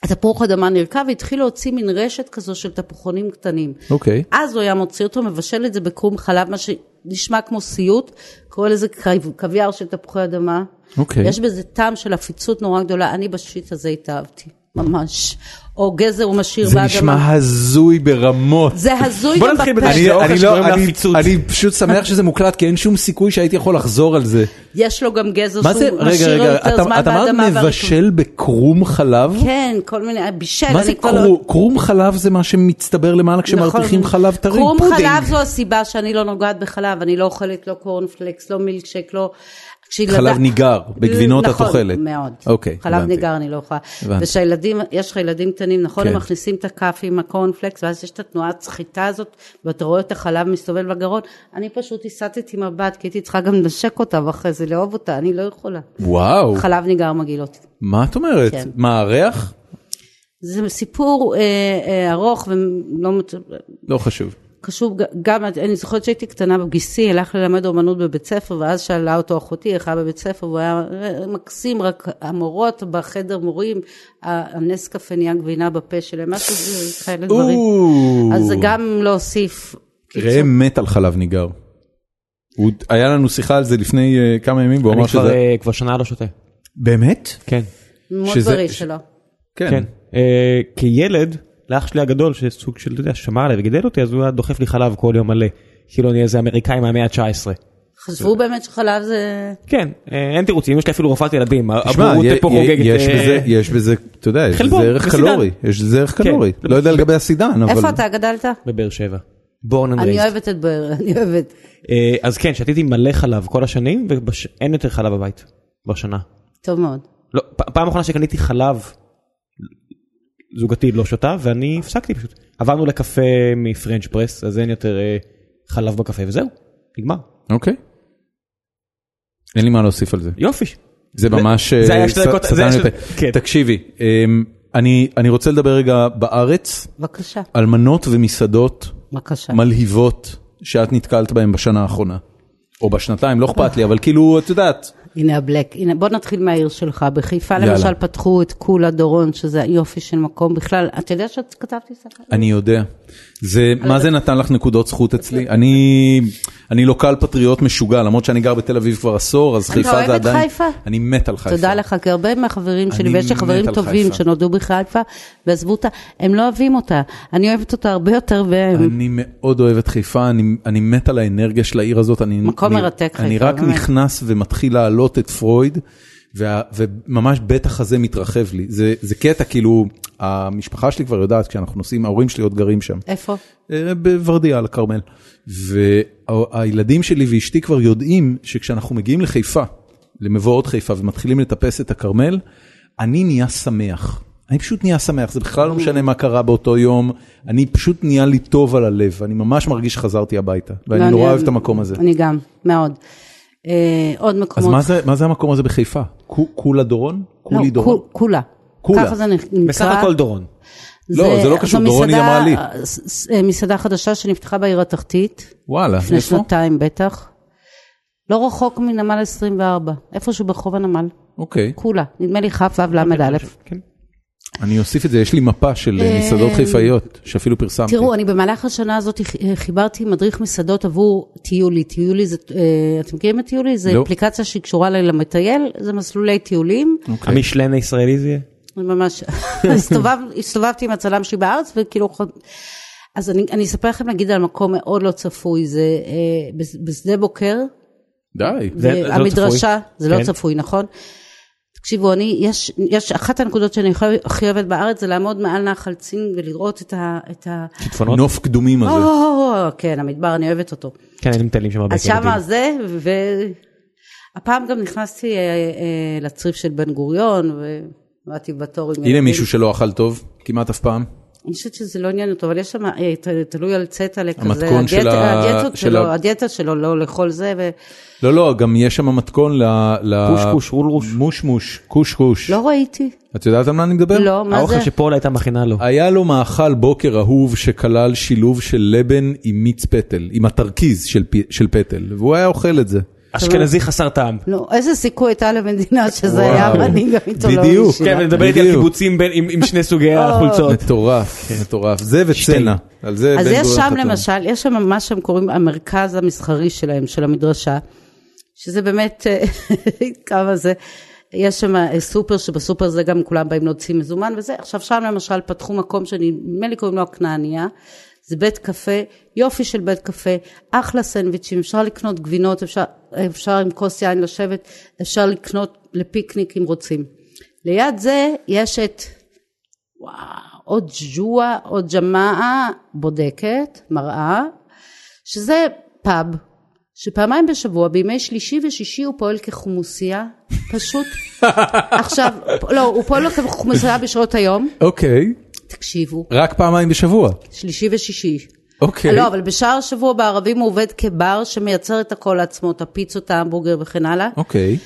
[SPEAKER 3] התפוח אדמה נרקע והתחיל להוציא מין רשת כזו של תפוחונים קטנים
[SPEAKER 1] אוקיי.
[SPEAKER 3] אז הוא היה מוציא אותו, מבשל את זה בקרום חלב, מה שנשמע כמו סיוט, קורא לזה קב- קוויאר של תפוחי אדמה.
[SPEAKER 1] אוקיי.
[SPEAKER 3] יש בזה טעם של עפיצות נורא גדולה, אני בשיט הזה התאהבתי, ממש. או גזר הוא משאיר
[SPEAKER 1] זה
[SPEAKER 3] באדמה.
[SPEAKER 1] נשמע הזוי ברמות.
[SPEAKER 3] זה הזוי
[SPEAKER 2] בוא
[SPEAKER 3] גם
[SPEAKER 2] נתחיל
[SPEAKER 3] בפה.
[SPEAKER 2] בזה.
[SPEAKER 1] אני,
[SPEAKER 2] זה אוכל
[SPEAKER 1] אני,
[SPEAKER 2] שגורם
[SPEAKER 1] לא, אני,
[SPEAKER 2] לעפיצות.
[SPEAKER 1] אני פשוט שמח שזה מוקלט כי אין שום סיכוי שהייתי יכול לחזור על זה.
[SPEAKER 3] יש לו גם גזר
[SPEAKER 1] מה זה,
[SPEAKER 3] שהוא
[SPEAKER 1] רגע, רגע,
[SPEAKER 3] משאיר יותר זמן
[SPEAKER 1] אתה אתה אמרת
[SPEAKER 3] באדמה. והרקוב-
[SPEAKER 1] מבשל בקרום חלב?
[SPEAKER 3] כן, כל מיני, בישל.
[SPEAKER 1] מה
[SPEAKER 3] אני
[SPEAKER 1] זה
[SPEAKER 3] כבר לא-
[SPEAKER 1] קרום? קרום חלב זה מה שמצטבר למעלה כשמרתיחים
[SPEAKER 3] נכון.
[SPEAKER 1] חלב טרי,
[SPEAKER 3] קרום
[SPEAKER 1] פודינג.
[SPEAKER 3] חלב זו הסיבה שאני לא נוגעת בחלב, אני לא אוכלת לא קורנפלקס, לא מילקשק, לא... כשילדה-
[SPEAKER 1] חלב ניגר, בגבינות את אוכלת.
[SPEAKER 3] נכון, מאוד.
[SPEAKER 1] אוקיי,
[SPEAKER 3] חלב
[SPEAKER 1] הבנתי.
[SPEAKER 3] ניגר אני לא אוכל.
[SPEAKER 1] הבנתי.
[SPEAKER 3] ושהילדים, יש לך ילדים קטנים, נכון?
[SPEAKER 1] כן.
[SPEAKER 3] הם מכניסים את הכף עם הקורנפלקס, ואז יש את התנועת סחיטה הזאת, ואתה רואה את החלב מסתובב בגרון. אני פשוט הסטתי מבט, כי הייתי צריכה גם לנשק אותה ואחרי זה לאהוב אותה, אני לא יכולה.
[SPEAKER 1] וואו,
[SPEAKER 3] חלב ניגר מגעיל אותי.
[SPEAKER 1] מה את אומרת?
[SPEAKER 3] כן.
[SPEAKER 1] מה, הריח?
[SPEAKER 3] זה סיפור אה, אה, ארוך ולא... מת-
[SPEAKER 1] לא חשוב.
[SPEAKER 3] קשור ג- גם, אני זוכרת שהייתי קטנה בגיסי, הלך ללמד אומנות בבית ספר, ואז שאלה אותו אחותי, איך היה בבית ספר, והוא היה אה, מקסים, רק המורות בחדר מורים, ה- הנס קפה נהיה גבינה בפה שלהם, משהו זה- כאלה דברים.
[SPEAKER 1] אוו.
[SPEAKER 3] אז זה גם לא הוסיף.
[SPEAKER 1] ראם מת על חלב ניגר. הוא- היה לנו שיחה על זה לפני אה, כמה ימים, והוא
[SPEAKER 2] אני
[SPEAKER 1] אמר
[SPEAKER 2] כבר,
[SPEAKER 1] שזה...
[SPEAKER 2] אה, כבר שנה לא שותה.
[SPEAKER 1] באמת?
[SPEAKER 2] כן,
[SPEAKER 3] מאוד
[SPEAKER 1] שזה-
[SPEAKER 3] בריא
[SPEAKER 1] ש-
[SPEAKER 3] שלו.
[SPEAKER 2] כן. אה, כילד, לאח שלי הגדול, שסוג של, אתה יודע, שמר עליי וגידל אותי, אז הוא היה דוחף לי חלב כל יום מלא. כאילו אני איזה אמריקאי מהמאה ה-19.
[SPEAKER 3] חשבו באמת שחלב זה...
[SPEAKER 2] כן, אה, אין תירוצים, יש לי אפילו רופאת ילדים,
[SPEAKER 1] תשמע,
[SPEAKER 2] הבורות
[SPEAKER 1] יה-
[SPEAKER 2] פה
[SPEAKER 1] יה-
[SPEAKER 2] חוגגת.
[SPEAKER 1] יש
[SPEAKER 2] אה,
[SPEAKER 1] בזה, יש בזה, אתה יודע, יש
[SPEAKER 2] חלבון,
[SPEAKER 1] בזה ערך
[SPEAKER 2] וסידן.
[SPEAKER 1] קלורי, יש בזה ערך קלורי.
[SPEAKER 2] כן.
[SPEAKER 1] לא יודע לגבי הסידן, אבל...
[SPEAKER 3] איפה אתה גדלת?
[SPEAKER 2] בבאר שבע. בורן אנד
[SPEAKER 3] אני אוהבת את באר, אני אוהבת.
[SPEAKER 2] אז כן, שתיתי מלא חלב כל השנים, ואין יותר חלב בבית. בשנה.
[SPEAKER 3] טוב מאוד.
[SPEAKER 2] לא, פ- פעם אחרונה שקניתי חלב, זוגתי לא שותה, ואני הפסקתי פשוט. עברנו לקפה מפרנץ' פרס, אז אין יותר אה, חלב בקפה, וזהו, נגמר.
[SPEAKER 1] אוקיי. אין לי מה להוסיף על זה.
[SPEAKER 2] יופי.
[SPEAKER 1] זה ממש
[SPEAKER 2] זה היה
[SPEAKER 1] אה,
[SPEAKER 2] שתי
[SPEAKER 1] ס-
[SPEAKER 2] דקות- זה
[SPEAKER 1] סתם
[SPEAKER 2] היה שתי-
[SPEAKER 1] לפה.
[SPEAKER 2] כן.
[SPEAKER 1] תקשיבי, אמ, אני אני רוצה לדבר רגע בארץ
[SPEAKER 3] בבקשה,
[SPEAKER 1] על מנות ומסעדות
[SPEAKER 3] בבקשה.
[SPEAKER 1] מלהיבות שאת נתקלת בהן בשנה האחרונה. או בשנתיים, לא אכפת לי, אבל כאילו, את יודעת,
[SPEAKER 3] הנה הבלק, הנה בוא נתחיל מהעיר שלך, בחיפה
[SPEAKER 1] יאללה.
[SPEAKER 3] למשל פתחו את קולה דורון, שזה יופי של מקום בכלל, אתה יודע שאת כתבתי ספר?
[SPEAKER 1] אני יודע. זה, מה זה נתן לך נקודות זכות אצלי? אני, אני לוקל פטריוט משוגע, למרות שאני גר בתל אביב כבר עשור, אז חיפה זה
[SPEAKER 3] אוהב
[SPEAKER 1] עדיין...
[SPEAKER 3] את חיפה?
[SPEAKER 1] אני מת על חיפה.
[SPEAKER 3] תודה לך, כי הרבה מהחברים שלי,
[SPEAKER 1] אני
[SPEAKER 3] ויש לי
[SPEAKER 1] מת
[SPEAKER 3] חברים
[SPEAKER 1] על
[SPEAKER 3] טובים
[SPEAKER 1] חיפה.
[SPEAKER 3] שנולדו בחיפה ועזבו אותה, הם לא אוהבים אותה, אני אוהבת אותה הרבה יותר מהם.
[SPEAKER 1] אני מאוד אוהב את חיפה, אני, אני מת על האנרגיה של העיר הזאת. אני,
[SPEAKER 3] מקום
[SPEAKER 1] אני,
[SPEAKER 3] מרתק,
[SPEAKER 1] אני
[SPEAKER 3] חיפה,
[SPEAKER 1] רק
[SPEAKER 3] באמת.
[SPEAKER 1] נכנס ומתחיל להעלות את פרויד, וה, וממש בטח הזה מתרחב לי. זה, זה קטע, כאילו, המשפחה שלי כבר יודעת, כשאנחנו נוסעים, ההורים שלי עוד גרים שם.
[SPEAKER 3] איפה?
[SPEAKER 1] אה, בוורדיה על הכרמל. והילדים שלי ואשתי כבר יודעים שכשאנחנו מגיעים לחיפה, למבואות חיפה ומתחילים לטפס את הכרמל, אני נהיה שמח. אני פשוט נהיה שמח, זה בכלל לא משנה מה קרה באותו יום, אני פשוט נהיה לי טוב על הלב, אני ממש מרגיש שחזרתי הביתה,
[SPEAKER 3] לא,
[SPEAKER 1] ואני נורא אוהב את המקום הזה.
[SPEAKER 3] אני גם, מאוד. אה, עוד
[SPEAKER 1] אז
[SPEAKER 3] מקומות.
[SPEAKER 1] מה זה- מה זה המקום הזה בחיפה? קו- קולה דורון?
[SPEAKER 3] לא,
[SPEAKER 1] קולי דורון?
[SPEAKER 3] קו- קולה.
[SPEAKER 1] קולה.
[SPEAKER 3] ככה זה נקרא.
[SPEAKER 2] בסך הכל דורון.
[SPEAKER 1] לא, זה לא קשור,
[SPEAKER 3] זו
[SPEAKER 1] דורון היא
[SPEAKER 3] מסעדה-
[SPEAKER 1] אמרה לי.
[SPEAKER 3] ס- ס- אה, מסעדה חדשה שנפתחה בעיר התחתית,
[SPEAKER 1] וואלה,
[SPEAKER 3] לפני
[SPEAKER 1] איפה?
[SPEAKER 3] שנתיים בטח. לא רחוק מנמל 24, איפשהו ברחוב הנמל.
[SPEAKER 1] אוקיי,
[SPEAKER 3] קולה, נדמה לי כ"ו ל"א.
[SPEAKER 2] כן.
[SPEAKER 1] אני אוסיף את זה, יש לי מפה של אה, מסעדות חיפאיות, שאפילו פרסמתי.
[SPEAKER 3] תראו, אני במהלך השנה הזאת ח- חיברתי מדריך מסעדות עבור טיולי. טיולי זה, אה, אתם מכירים את טיולי? זה
[SPEAKER 1] לא.
[SPEAKER 3] אפליקציה שהיא קשורה ל- למטייל, זה מסלולי טיולים.
[SPEAKER 1] אוקיי.
[SPEAKER 2] המשלן הישראלי זה יהיה?
[SPEAKER 3] אני ממש, הסתובב, הסתובבתי עם הצלם שלי בארץ וכאילו, ח- אז אני, אני אספר לכם נגיד על מקום מאוד לא צפוי, זה אה, בש- בשדה בוקר,
[SPEAKER 1] די.
[SPEAKER 2] זה- זה לא צפוי.
[SPEAKER 3] המדרשה, זה לא
[SPEAKER 2] כן.
[SPEAKER 3] צפוי, נכון? תקשיבו, אני, יש, יש אחת הנקודות שאני הכי אוהבת בארץ זה לעמוד מעל נחל צין ולראות את ה... את ה...
[SPEAKER 2] שיטפונות?
[SPEAKER 1] נוף קדומים
[SPEAKER 3] אה,
[SPEAKER 1] הזה.
[SPEAKER 3] או, כן, המדבר, אני אוהבת אותו.
[SPEAKER 2] כן, היינו מטיילים שם הרבה.
[SPEAKER 3] אז שמה
[SPEAKER 2] כילדים.
[SPEAKER 3] זה, והפעם גם נכנסתי אה, אה, לצריף של בן גוריון, ובאתי בתור עם...
[SPEAKER 1] הנה
[SPEAKER 3] ילדים.
[SPEAKER 1] מישהו שלא אכל טוב, כמעט אף פעם.
[SPEAKER 3] אני חושבת שזה לא עניין אותו, אבל יש שם, אה, ת- תלוי על צטלה כזה,
[SPEAKER 1] המתכון של
[SPEAKER 3] הדיאטה-
[SPEAKER 1] ה-
[SPEAKER 3] הדיאטות
[SPEAKER 1] של
[SPEAKER 3] שלו,
[SPEAKER 1] ה-
[SPEAKER 3] הדיאטה שלו, לא לאכול זה,
[SPEAKER 1] לא,
[SPEAKER 3] ולא
[SPEAKER 1] לא, גם יש שם מתכון ל... ל-
[SPEAKER 2] קושקוש, רולרוש.
[SPEAKER 1] מושמוש, קושקוש.
[SPEAKER 3] לא ראיתי.
[SPEAKER 1] את יודעת על מה אני מדבר?
[SPEAKER 3] לא, מה זה?
[SPEAKER 2] האוכל שפולה הייתה מכינה לו.
[SPEAKER 1] היה לו מאכל בוקר אהוב שכלל שילוב של לבן עם מיץ פטל, עם התרכיז של, פי- של פטל, והוא היה אוכל את זה.
[SPEAKER 2] אשכנזי
[SPEAKER 1] אה.
[SPEAKER 2] חסר טעם.
[SPEAKER 3] נו, לא, איזה סיכוי הייתה למדינה שזה היה
[SPEAKER 1] וואו.
[SPEAKER 3] מנהיג המיתולוגי
[SPEAKER 1] בדיוק.
[SPEAKER 3] שלה.
[SPEAKER 2] כן, ונדבר איתי על
[SPEAKER 1] בדיוק.
[SPEAKER 2] קיבוצים בין- עם- עם שני סוגי
[SPEAKER 1] אה,
[SPEAKER 3] אה.
[SPEAKER 2] החולצות.
[SPEAKER 1] מטורף, מטורף. זה וצנע. על זה
[SPEAKER 3] אז
[SPEAKER 1] בן
[SPEAKER 3] יש
[SPEAKER 1] גוריון
[SPEAKER 3] שם
[SPEAKER 1] חתום.
[SPEAKER 3] למשל, יש שם מה שהם קוראים המרכז המסחרי שלהם, של המדרשה, שזה באמת, אה, כמה זה, יש שם אה, סופר, שבסופר זה גם כולם באים להוציא מזומן וזה, עכשיו שם למשל פתחו מקום שנדמה לי קוראים לו הכנעניה, זה בית קפה, יופי של בית קפה, אחלה סנדוויצ'ים, אפשר לקנות גבינות, אפשר, אפשר עם כוס יין לשבת, אפשר לקנות לפיקניק אם רוצים. ליד זה יש את וואו, או ג'ואה או ג'מאה בודקת, מראה, שזה פאב, שפעמיים בשבוע, בימי שלישי ושישי הוא פועל כחומוסייה, פשוט. עכשיו, לא, הוא פועל כחומוסייה בשעות היום,
[SPEAKER 1] אוקיי,
[SPEAKER 3] תקשיבו,
[SPEAKER 1] רק פעמיים בשבוע.
[SPEAKER 3] שלישי ושישי.
[SPEAKER 1] אוקיי.
[SPEAKER 3] לא, אבל בשאר השבוע בערבים הוא עובד כבר שמייצר את הכל לעצמו, את הפיצות, ההמבורגר וכן הלאה.
[SPEAKER 1] אוקיי.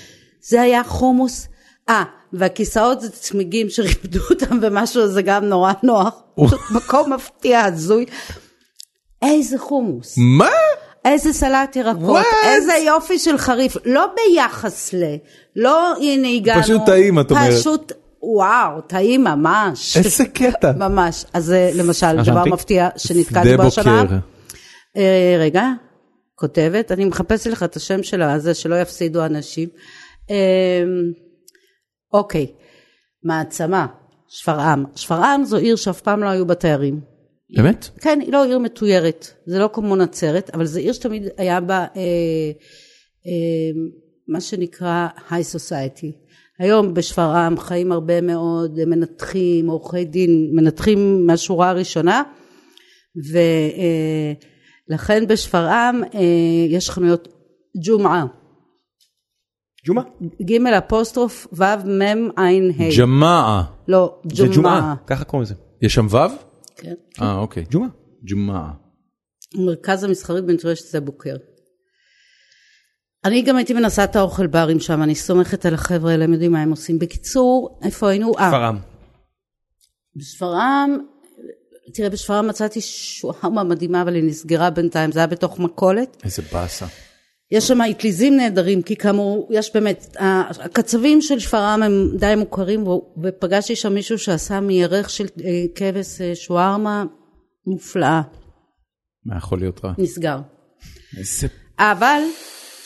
[SPEAKER 3] זה היה חומוס. אה, והכיסאות זה צמיגים שריפדו אותם ומשהו, זה גם נורא נוח. פשוט מקום מפתיע, הזוי. איזה חומוס,
[SPEAKER 1] מה?
[SPEAKER 3] איזה סלט ירקות,
[SPEAKER 1] What?
[SPEAKER 3] איזה יופי של חריף, לא ביחס ל... לא, הנה הגענו.
[SPEAKER 1] פשוט טעים, את אומרת.
[SPEAKER 3] פשוט, וואו, טעים ממש.
[SPEAKER 1] איזה קטע.
[SPEAKER 3] ממש. אז זה, למשל, דבר
[SPEAKER 2] רשמתי.
[SPEAKER 3] מפתיע שנתקלתי
[SPEAKER 1] שדה
[SPEAKER 3] בו השנה.
[SPEAKER 1] בוקר.
[SPEAKER 3] אה, רגע, כותבת, אני מחפשת לך את השם שלה, זה שלא יפסידו אנשים. אה, אוקיי, מעצמה, שפרעם. שפרעם זו עיר שאף פעם לא היו בה תיירים.
[SPEAKER 1] באמת?
[SPEAKER 3] כן, היא לא עיר מתוירת, זה לא כמו נצרת, אבל זו עיר שתמיד היה בה אה, אה, מה שנקרא high society. היום בשפרעם חיים הרבה מאוד מנתחים, עורכי דין, מנתחים מהשורה הראשונה, ולכן בשפרעם אה, יש חנויות ג'ומעה,
[SPEAKER 2] ג'ומא?
[SPEAKER 3] ג' אפוסטרוף ו' מ' עין ה',
[SPEAKER 1] ג'מאה.
[SPEAKER 3] לא,
[SPEAKER 2] זה ג'ומא.
[SPEAKER 3] ג'ומעה,
[SPEAKER 2] ככה קוראים לזה.
[SPEAKER 1] יש שם וו?
[SPEAKER 3] כן.
[SPEAKER 1] אה, אוקיי.
[SPEAKER 2] ג'ומא.
[SPEAKER 1] ג'מאה.
[SPEAKER 3] מרכז המסחרי בנטרשת זה בוקר. אני גם הייתי מנסה את האוכל ברים שם, אני סומכת על החבר'ה האלה, הם יודעים מה הם עושים. בקיצור, איפה היינו? אה,
[SPEAKER 2] שפרעם.
[SPEAKER 3] בשפרעם, תראה, בשפרעם מצאתי שווארמה מדהימה, אבל היא נסגרה בינתיים, זה היה בתוך מכולת.
[SPEAKER 1] איזה באסה.
[SPEAKER 3] יש שם אטליזים נהדרים, כי כאמור, יש באמת, ה- הקצבים של שפרעם הם די מוכרים, ו- ופגשתי שם מישהו שעשה מירך של אה, כבש אה, שווארמה מופלאה,
[SPEAKER 1] מה יכול להיות רע?
[SPEAKER 3] נסגר.
[SPEAKER 1] איזה...
[SPEAKER 3] אבל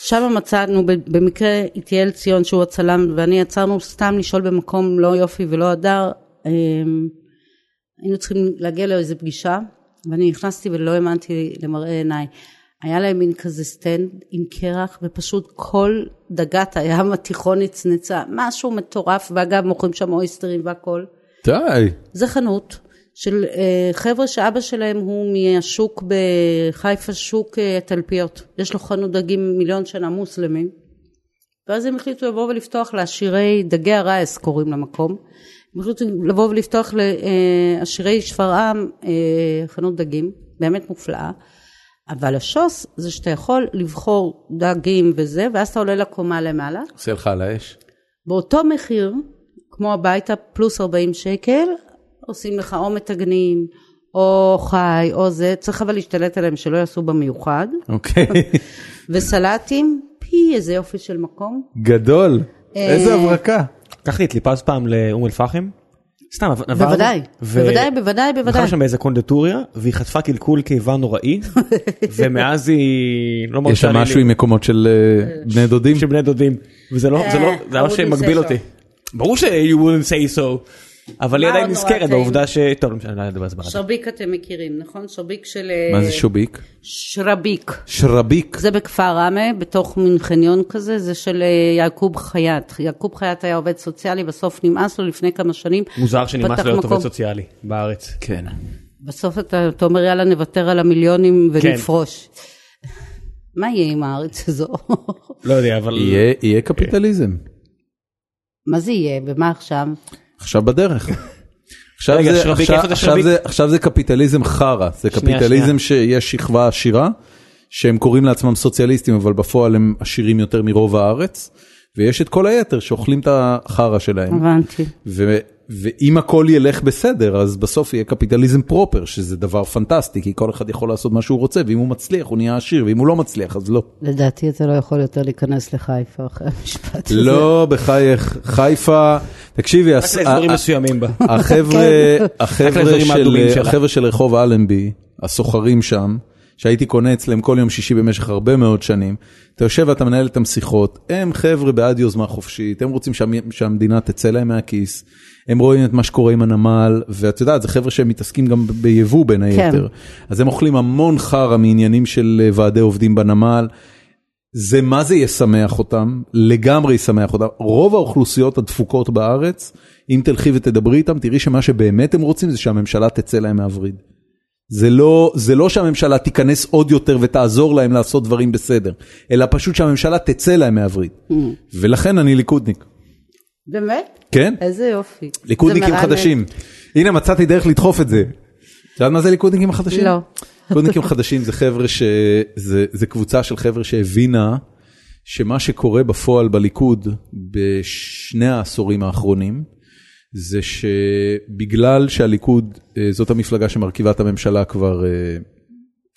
[SPEAKER 3] שם מצאנו, ב- במקרה איטיאל ציון שהוא הצלם ואני עצרנו סתם לשאול במקום לא יופי ולא הדר, אמ, היינו צריכים להגיע לאיזו פגישה ואני נכנסתי ולא האמנתי למראה עיניי. היה להם מין כזה סטנד עם קרח ופשוט כל דגת הים התיכון נצנצה, משהו מטורף ואגב מוכרים שם אויסטרים והכל.
[SPEAKER 1] די.
[SPEAKER 3] זה חנות של אה, חבר'ה שאבא שלהם הוא מהשוק בחיפה, שוק אה, תלפיות. יש לו חנות דגים מיליון שנה מוסלמים. ואז הם החליטו לבוא ולפתוח לעשירי דגי הרייס קוראים למקום. הם החליטו לבוא ולפתוח אה, לעשירי שפרעם אה, חנות דגים, באמת מופלאה. אבל השוס זה שאתה יכול לבחור דגים וזה, ואז אתה עולה לקומה למעלה,
[SPEAKER 1] עושה לך על האש.
[SPEAKER 3] באותו מחיר, כמו הביתה, פלוס 40 שקל, עושים לך או מתגנים, או חי, או זה, צריך אבל להשתלט עליהם שלא יעשו במיוחד.
[SPEAKER 1] אוקיי.
[SPEAKER 3] וסלטים, פי איזה יופי של מקום.
[SPEAKER 1] גדול. איזה הברקה.
[SPEAKER 2] לקחתי את ליפז פעם לאום אל פחם. סתם עבר- עברנו.
[SPEAKER 3] בוודאי,
[SPEAKER 2] ו-
[SPEAKER 3] בוודאי, בוודאי, בוודאי.
[SPEAKER 2] נכנסנו שם באיזה קונדטוריה והיא חטפה קלקול קיבה נוראי ומאז היא לא
[SPEAKER 1] יש
[SPEAKER 2] מרשה
[SPEAKER 1] שם
[SPEAKER 2] לי
[SPEAKER 1] משהו עם מקומות של אה, בני דודים?
[SPEAKER 2] של בני דודים וזה לא זה לא
[SPEAKER 3] אה,
[SPEAKER 2] זה ממש
[SPEAKER 3] I wouldn't
[SPEAKER 2] מגביל
[SPEAKER 3] say
[SPEAKER 2] אותי. ברור ש- you wouldn't say so. אבל היא
[SPEAKER 3] מה
[SPEAKER 2] עדיין
[SPEAKER 3] עוד נורא
[SPEAKER 2] נזכרת
[SPEAKER 3] טעים?
[SPEAKER 2] בעובדה ש... טוב, לא משנה, אני לא יודע לדבר על זה.
[SPEAKER 3] שרביק אתם מכירים, נכון? שרביק של... אה,
[SPEAKER 1] מה זה שוביק?
[SPEAKER 3] שרביק.
[SPEAKER 1] שרביק.
[SPEAKER 3] זה בכפר ראמה, בתוך מין חניון כזה, זה של אה, יעקוב חייט. יעקוב חייט היה עובד סוציאלי, בסוף נמאס לו לפני כמה שנים.
[SPEAKER 2] מוזר שנמאס
[SPEAKER 3] פתח
[SPEAKER 2] להיות עובד
[SPEAKER 3] מקום.
[SPEAKER 2] סוציאלי בארץ.
[SPEAKER 1] כן.
[SPEAKER 3] בסוף אתה, אתה אומר יאללה נוותר על המיליונים
[SPEAKER 1] כן.
[SPEAKER 3] ונפרוש. מה יהיה עם הארץ הזו?
[SPEAKER 2] לא יודע, אבל...
[SPEAKER 1] יהיה יהיה קפיטליזם.
[SPEAKER 3] מה זה יהיה? ומה עכשיו?
[SPEAKER 1] כן. עכשיו בדרך. עכשיו
[SPEAKER 2] רגע,
[SPEAKER 1] זה-
[SPEAKER 2] שרביק,
[SPEAKER 1] עכשיו-
[SPEAKER 2] איפה זה
[SPEAKER 1] עכשיו
[SPEAKER 2] שרביק?
[SPEAKER 1] זה- עכשיו זה קפיטליזם חרא, זה
[SPEAKER 2] שנייה,
[SPEAKER 1] קפיטליזם
[SPEAKER 2] שנייה.
[SPEAKER 1] שיש שכבה עשירה, שהם קוראים לעצמם סוציאליסטים, אבל בפועל הם עשירים יותר מרוב הארץ, ויש את כל היתר שאוכלים את החרא שלהם.
[SPEAKER 3] הבנתי.
[SPEAKER 1] ו- ואם הכל ילך בסדר אז בסוף יהיה קפיטליזם פרופר שזה דבר פנטסטי כי כל אחד יכול לעשות מה שהוא רוצה ואם הוא מצליח הוא נהיה עשיר ואם הוא לא מצליח אז לא.
[SPEAKER 3] לדעתי אתה לא יכול יותר להיכנס לחיפה אחרי המשפט הזה.
[SPEAKER 1] לא בחייך חיפה תקשיבי
[SPEAKER 2] רק
[SPEAKER 1] הס-
[SPEAKER 2] לאזורים
[SPEAKER 1] ה-
[SPEAKER 2] מסוימים בה.
[SPEAKER 1] החבר'ה
[SPEAKER 3] כן.
[SPEAKER 1] החבר'ה
[SPEAKER 2] לאזורים האדומים
[SPEAKER 1] של
[SPEAKER 2] שלה.
[SPEAKER 1] החבר'ה של רחוב אלנבי הסוחרים שם שהייתי קונה אצלם כל יום שישי במשך הרבה מאוד שנים אתה יושב ואתה מנהל איתם שיחות הם חבר'ה בעד יוזמה חופשית הם רוצים שהמ- שהמדינה תצא להם מהכיס הם רואים את מה שקורה עם הנמל ואת יודעת זה חבר'ה שהם מתעסקים גם ב- ביבוא בין היתר אז הם אוכלים המון חרא מעניינים של אה, ועדי עובדים בנמל. זה מה זה ישמח אותם, לגמרי ישמח אותם. רוב האוכלוסיות הדפוקות בארץ, אם תלכי ותדברי איתם, תראי שמה שבאמת הם רוצים זה שהממשלה תצא להם מהווריד. זה לא, זה לא שהממשלה תיכנס עוד יותר ותעזור להם לעשות דברים בסדר, אלא פשוט שהממשלה תצא להם מהווריד. ולכן אני ליכודניק,
[SPEAKER 3] Mm. באמת?
[SPEAKER 1] כן?
[SPEAKER 3] איזה יופי. זה
[SPEAKER 1] ליכודניקים
[SPEAKER 3] מרענן.
[SPEAKER 1] חדשים. הנה מצאתי דרך לדחוף את זה. את יודעת מה זה ליכודניקים החדשים?
[SPEAKER 3] לא.
[SPEAKER 1] ליכודניקים חדשים זה חבר'ה ש... זה, זה קבוצה של חבר'ה שהבינה שמה שקורה בפועל בליכוד בשני העשורים האחרונים, זה שבגלל שהליכוד, אה, זאת המפלגה שמרכיבה את הממשלה כבר, אה,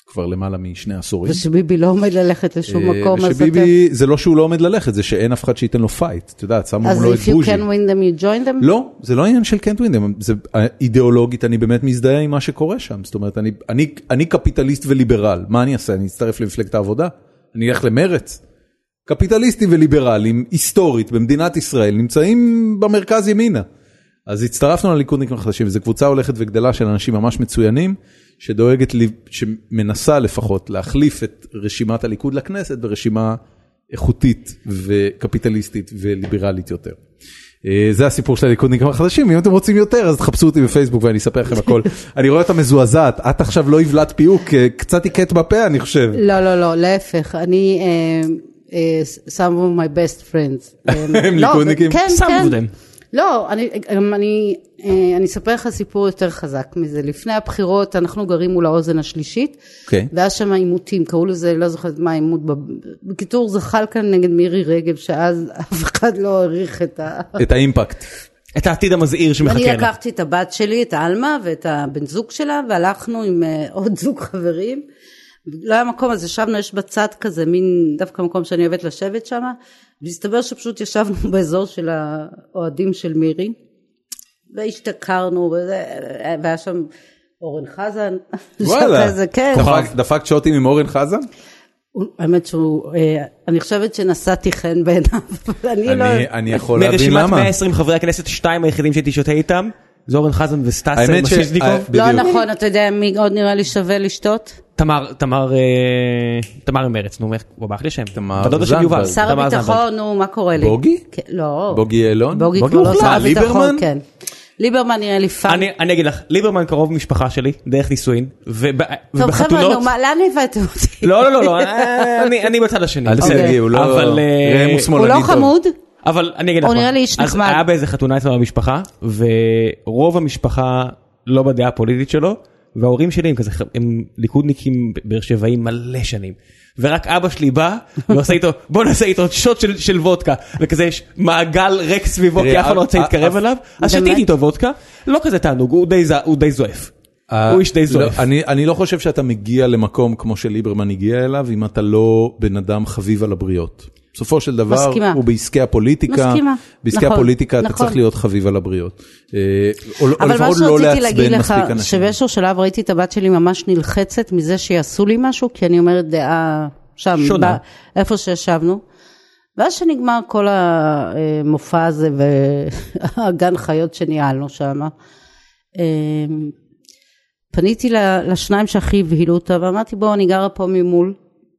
[SPEAKER 1] כבר למעלה משני עשורים.
[SPEAKER 3] ושביבי לא עומד ללכת לשום
[SPEAKER 1] אה,
[SPEAKER 3] מקום, אז אתה...
[SPEAKER 1] ושביבי, זה לא שהוא לא עומד ללכת, זה שאין אף אחד שייתן לו פייט, את יודעת, שמו
[SPEAKER 3] אז כן
[SPEAKER 1] מולו את
[SPEAKER 3] if you
[SPEAKER 1] בוז'י.
[SPEAKER 3] can win them you join them?
[SPEAKER 1] לא, זה לא עניין של קנט ווינדם, זה אה, אידיאולוגית, אני באמת מזדהה עם מה שקורה שם. זאת אומרת, אני, אני, אני קפיטליסט וליברל, מה אני אעשה? אני אצטרף למפלגת העבודה? אני אלך למרץ? קפיטליסטים וליברלים, היסטורית, במדינת ישראל, נמצאים במרכז ימינה. אז הצטרפנו לליכודניקים החדשים, וזו קבוצה הולכת וגדלה של אנשים ממש מצוינים, שדואגת, ל- שמנסה לפחות להחליף את רשימת הליכוד לכנסת ברשימה איכותית וקפיטליסטית וליברלית יותר. אה, זה הסיפור של הליכודניקים החדשים, אם אתם רוצים יותר אז תחפשו אותי בפייסבוק ואני אספר לכם הכל. אני רואה אותה מזועזעת, את עכשיו לא הבלעת פיוק, אה, קצת הכית בפה אני חושב.
[SPEAKER 3] לא, לא, לא, להפך, אני... אה, אה, some of my best friends.
[SPEAKER 1] הם
[SPEAKER 3] לא,
[SPEAKER 1] ליכודניקים?
[SPEAKER 3] כן,
[SPEAKER 2] Some
[SPEAKER 3] כן.
[SPEAKER 2] of them.
[SPEAKER 3] לא, אני, גם אני, אה, אני אספר לך סיפור יותר חזק מזה. לפני הבחירות אנחנו גרים מול האוזן השלישית,
[SPEAKER 1] אוקיי.
[SPEAKER 3] והיה שם עימותים, קראו לזה, לא זוכרת מה עימות, בב- בקיצור זחאלקה נגד מירי רגב, שאז אף אחד לא העריך את ה...
[SPEAKER 1] את האימפקט.
[SPEAKER 2] את העתיד המזהיר שמחכה
[SPEAKER 3] אני
[SPEAKER 2] לנו.
[SPEAKER 3] לקחתי את הבת שלי, את עלמה ואת הבן זוג שלה, והלכנו עם אה, עוד זוג חברים. לא היה מקום, אז ישבנו, יש בצד כזה, מין דווקא מקום שאני אוהבת לשבת שם. והסתבר שפשוט ישבנו באזור של האוהדים של מירי, והשתכרנו, וזה, והיה שם אורן חזן.
[SPEAKER 1] וואלה. נכון.
[SPEAKER 3] כזה, כן.
[SPEAKER 1] דפק-
[SPEAKER 2] אוקיי.
[SPEAKER 1] דפקת שוטים עם אורן חזן?
[SPEAKER 3] הוא- האמת שהוא, אה, אני חושבת שנשאתי חן בעיניו, אבל אני לא...
[SPEAKER 1] אני- אני יכול להבין
[SPEAKER 2] מרשימת
[SPEAKER 1] למה.
[SPEAKER 2] 120 חברי הכנסת, שתיים היחידים שהייתי שותה איתם, זה אורן חזן וסטס
[SPEAKER 1] האמת ש-
[SPEAKER 2] מסיזניקוב.
[SPEAKER 1] אה,
[SPEAKER 3] לא
[SPEAKER 1] בדיוק.
[SPEAKER 3] נכון, אתה יודע מי עוד נראה לי שווה לשתות?
[SPEAKER 2] תמר, תמר, אה, תמר ממרץ, נו, איך- הוא ברח לי שם.
[SPEAKER 1] תמר
[SPEAKER 2] הדודה של יובל.
[SPEAKER 1] זנדברג.
[SPEAKER 3] שר
[SPEAKER 2] תמר זנדברג.
[SPEAKER 3] הביטחון, נו, מה קורה לי?
[SPEAKER 1] בוגי?
[SPEAKER 3] כן, לא.
[SPEAKER 1] בוגי יעלון?
[SPEAKER 3] בוגי
[SPEAKER 1] בוגי
[SPEAKER 3] כבר לא
[SPEAKER 1] הוחלף.
[SPEAKER 3] שר
[SPEAKER 1] אה, ליברמן?
[SPEAKER 3] הביטחון, כן. ליברמן נראה לי פאנק.
[SPEAKER 2] אני- אני אגיד לך, ליברמן קרוב משפחה שלי, דרך נישואין, וב-
[SPEAKER 3] טוב, חבר'ה, נו,
[SPEAKER 2] ובחתונות...
[SPEAKER 3] מה- לאן הבאתם אותי?
[SPEAKER 2] לא, לא, לא, לא, אה, אני- אני בצד השני. אוקיי.
[SPEAKER 1] אל תדאגי, הוא לא...
[SPEAKER 2] אבל, אה,
[SPEAKER 1] ראם הוא
[SPEAKER 3] הוא
[SPEAKER 1] שמאלני
[SPEAKER 3] לא
[SPEAKER 1] טוב.
[SPEAKER 3] חמוד?
[SPEAKER 2] אבל אני אגיד לך
[SPEAKER 3] הוא
[SPEAKER 2] מה.
[SPEAKER 3] נראה לי איש נחמד.
[SPEAKER 2] אז היה באיזה חתונה אצלנו במשפחה, ורוב המשפחה לא בדעה הפוליטית שלו, וההורים שלי הם כזה, ח- הם ליכודניקים באר שבעים מלא שנים. ורק אבא שלי בא ועושה איתו, בוא נעשה איתו שוט של, של וודקה. וכזה יש מעגל ריק סביבו,
[SPEAKER 1] תראה,
[SPEAKER 2] כי אף אחד לא רוצה
[SPEAKER 1] אף-
[SPEAKER 2] להתקרב
[SPEAKER 1] אף-
[SPEAKER 2] אליו. אז
[SPEAKER 3] באמת?
[SPEAKER 2] שתיתי איתו וודקה, לא כזה תענוג, הוא די, ז- הוא די זועף.
[SPEAKER 1] אה,
[SPEAKER 2] הוא איש די
[SPEAKER 1] לא,
[SPEAKER 2] זועף.
[SPEAKER 1] אני- אני לא חושב שאתה מגיע למקום כמו שליברמן הגיע אליו, אם אתה לא בן אדם חביב על הבריות. בסופו של דבר,
[SPEAKER 3] מסכימה.
[SPEAKER 1] הוא בעסקי הפוליטיקה,
[SPEAKER 3] מסכימה.
[SPEAKER 1] בעסקי
[SPEAKER 3] נכון,
[SPEAKER 1] הפוליטיקה אתה
[SPEAKER 3] נכון.
[SPEAKER 1] צריך להיות חביב על הבריות. אה, או או
[SPEAKER 3] אבל מה
[SPEAKER 1] לפחות לא
[SPEAKER 3] שרציתי להגיד
[SPEAKER 1] לעצבן
[SPEAKER 3] לך,
[SPEAKER 1] מספיק אנשים.
[SPEAKER 3] שבאיזשהו שלב ראיתי את הבת שלי ממש נלחצת מזה שיעשו לי משהו, כי אני אומרת דעה שם,
[SPEAKER 2] שונה.
[SPEAKER 3] ב- איפה שישבנו. ואז שנגמר כל המופע הזה והגן חיות שניהלנו שם, אמ, פניתי ל- לשניים שהכי הבהילו אותה ואמרתי בואו אני גרה פה ממול,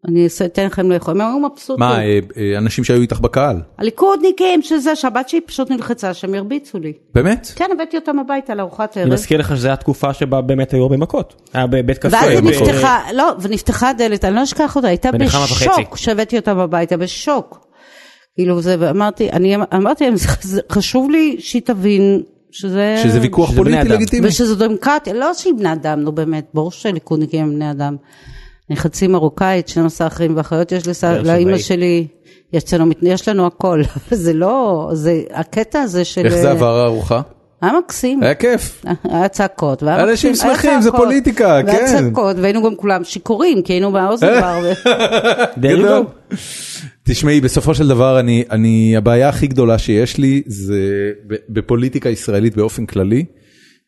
[SPEAKER 3] אני אעשה- אתן לכם לאכול, הם היו מבסוטים,
[SPEAKER 1] מה, אה, אה, אנשים שהיו איתך בקהל?
[SPEAKER 3] הליכודניקים שזה, שהבת שלי פשוט נלחצה שהם הרביצו לי,
[SPEAKER 1] באמת?
[SPEAKER 3] כן הבאתי אותם הביתה לארוחת
[SPEAKER 2] אני
[SPEAKER 3] ערב,
[SPEAKER 2] מזכיר לך שזו התקופה שבה באמת היו הרבה מכות. היה בבית קפה.
[SPEAKER 3] ואז היא
[SPEAKER 2] ב-
[SPEAKER 3] נפתחה, לא, ונפתחה הדלת, אני לא אשכח אותה, הייתה
[SPEAKER 2] בנחמה וחצי.
[SPEAKER 3] בשוק שהבאתי אותה בביתה, בשוק. כאילו זה, ואמרתי, אני אמרתי להם, "זה חז- חשוב לי שהיא תבין שזה...
[SPEAKER 1] שזה ויכוח
[SPEAKER 2] שזה בני
[SPEAKER 1] פוליטי
[SPEAKER 2] אדם.
[SPEAKER 1] לגיטימי?
[SPEAKER 3] ושזו דמוקרטיה, לא שהיא בני אדם, נו באמת, ברור שליכודניקים הם בני אדם. אני חצי מרוקאית, 12 אחים ואחיות, יש לס-
[SPEAKER 2] באר
[SPEAKER 3] לאימא
[SPEAKER 2] שבעי.
[SPEAKER 3] שלי, יש לנו, יש לנו הכל, אבל זה לא, זה, הקטע הזה של... אה,
[SPEAKER 1] איך זה עבר הארוחה?
[SPEAKER 3] היה מקסים.
[SPEAKER 1] היה כיף.
[SPEAKER 3] היה צעקות. והיה
[SPEAKER 1] אנשים
[SPEAKER 3] מקסים, היה
[SPEAKER 1] שמחים, זה
[SPEAKER 3] צעקות,
[SPEAKER 1] פוליטיקה, כן.
[SPEAKER 3] והיה צעקות, והיינו גם כולם שיכורים, כי היינו מהאוזן בר. ו-
[SPEAKER 2] There you
[SPEAKER 1] גדול.
[SPEAKER 2] go.
[SPEAKER 1] תשמעי, בסופו של דבר, אני, אני, הבעיה הכי גדולה שיש לי, זה ב- בפוליטיקה הישראלית באופן כללי,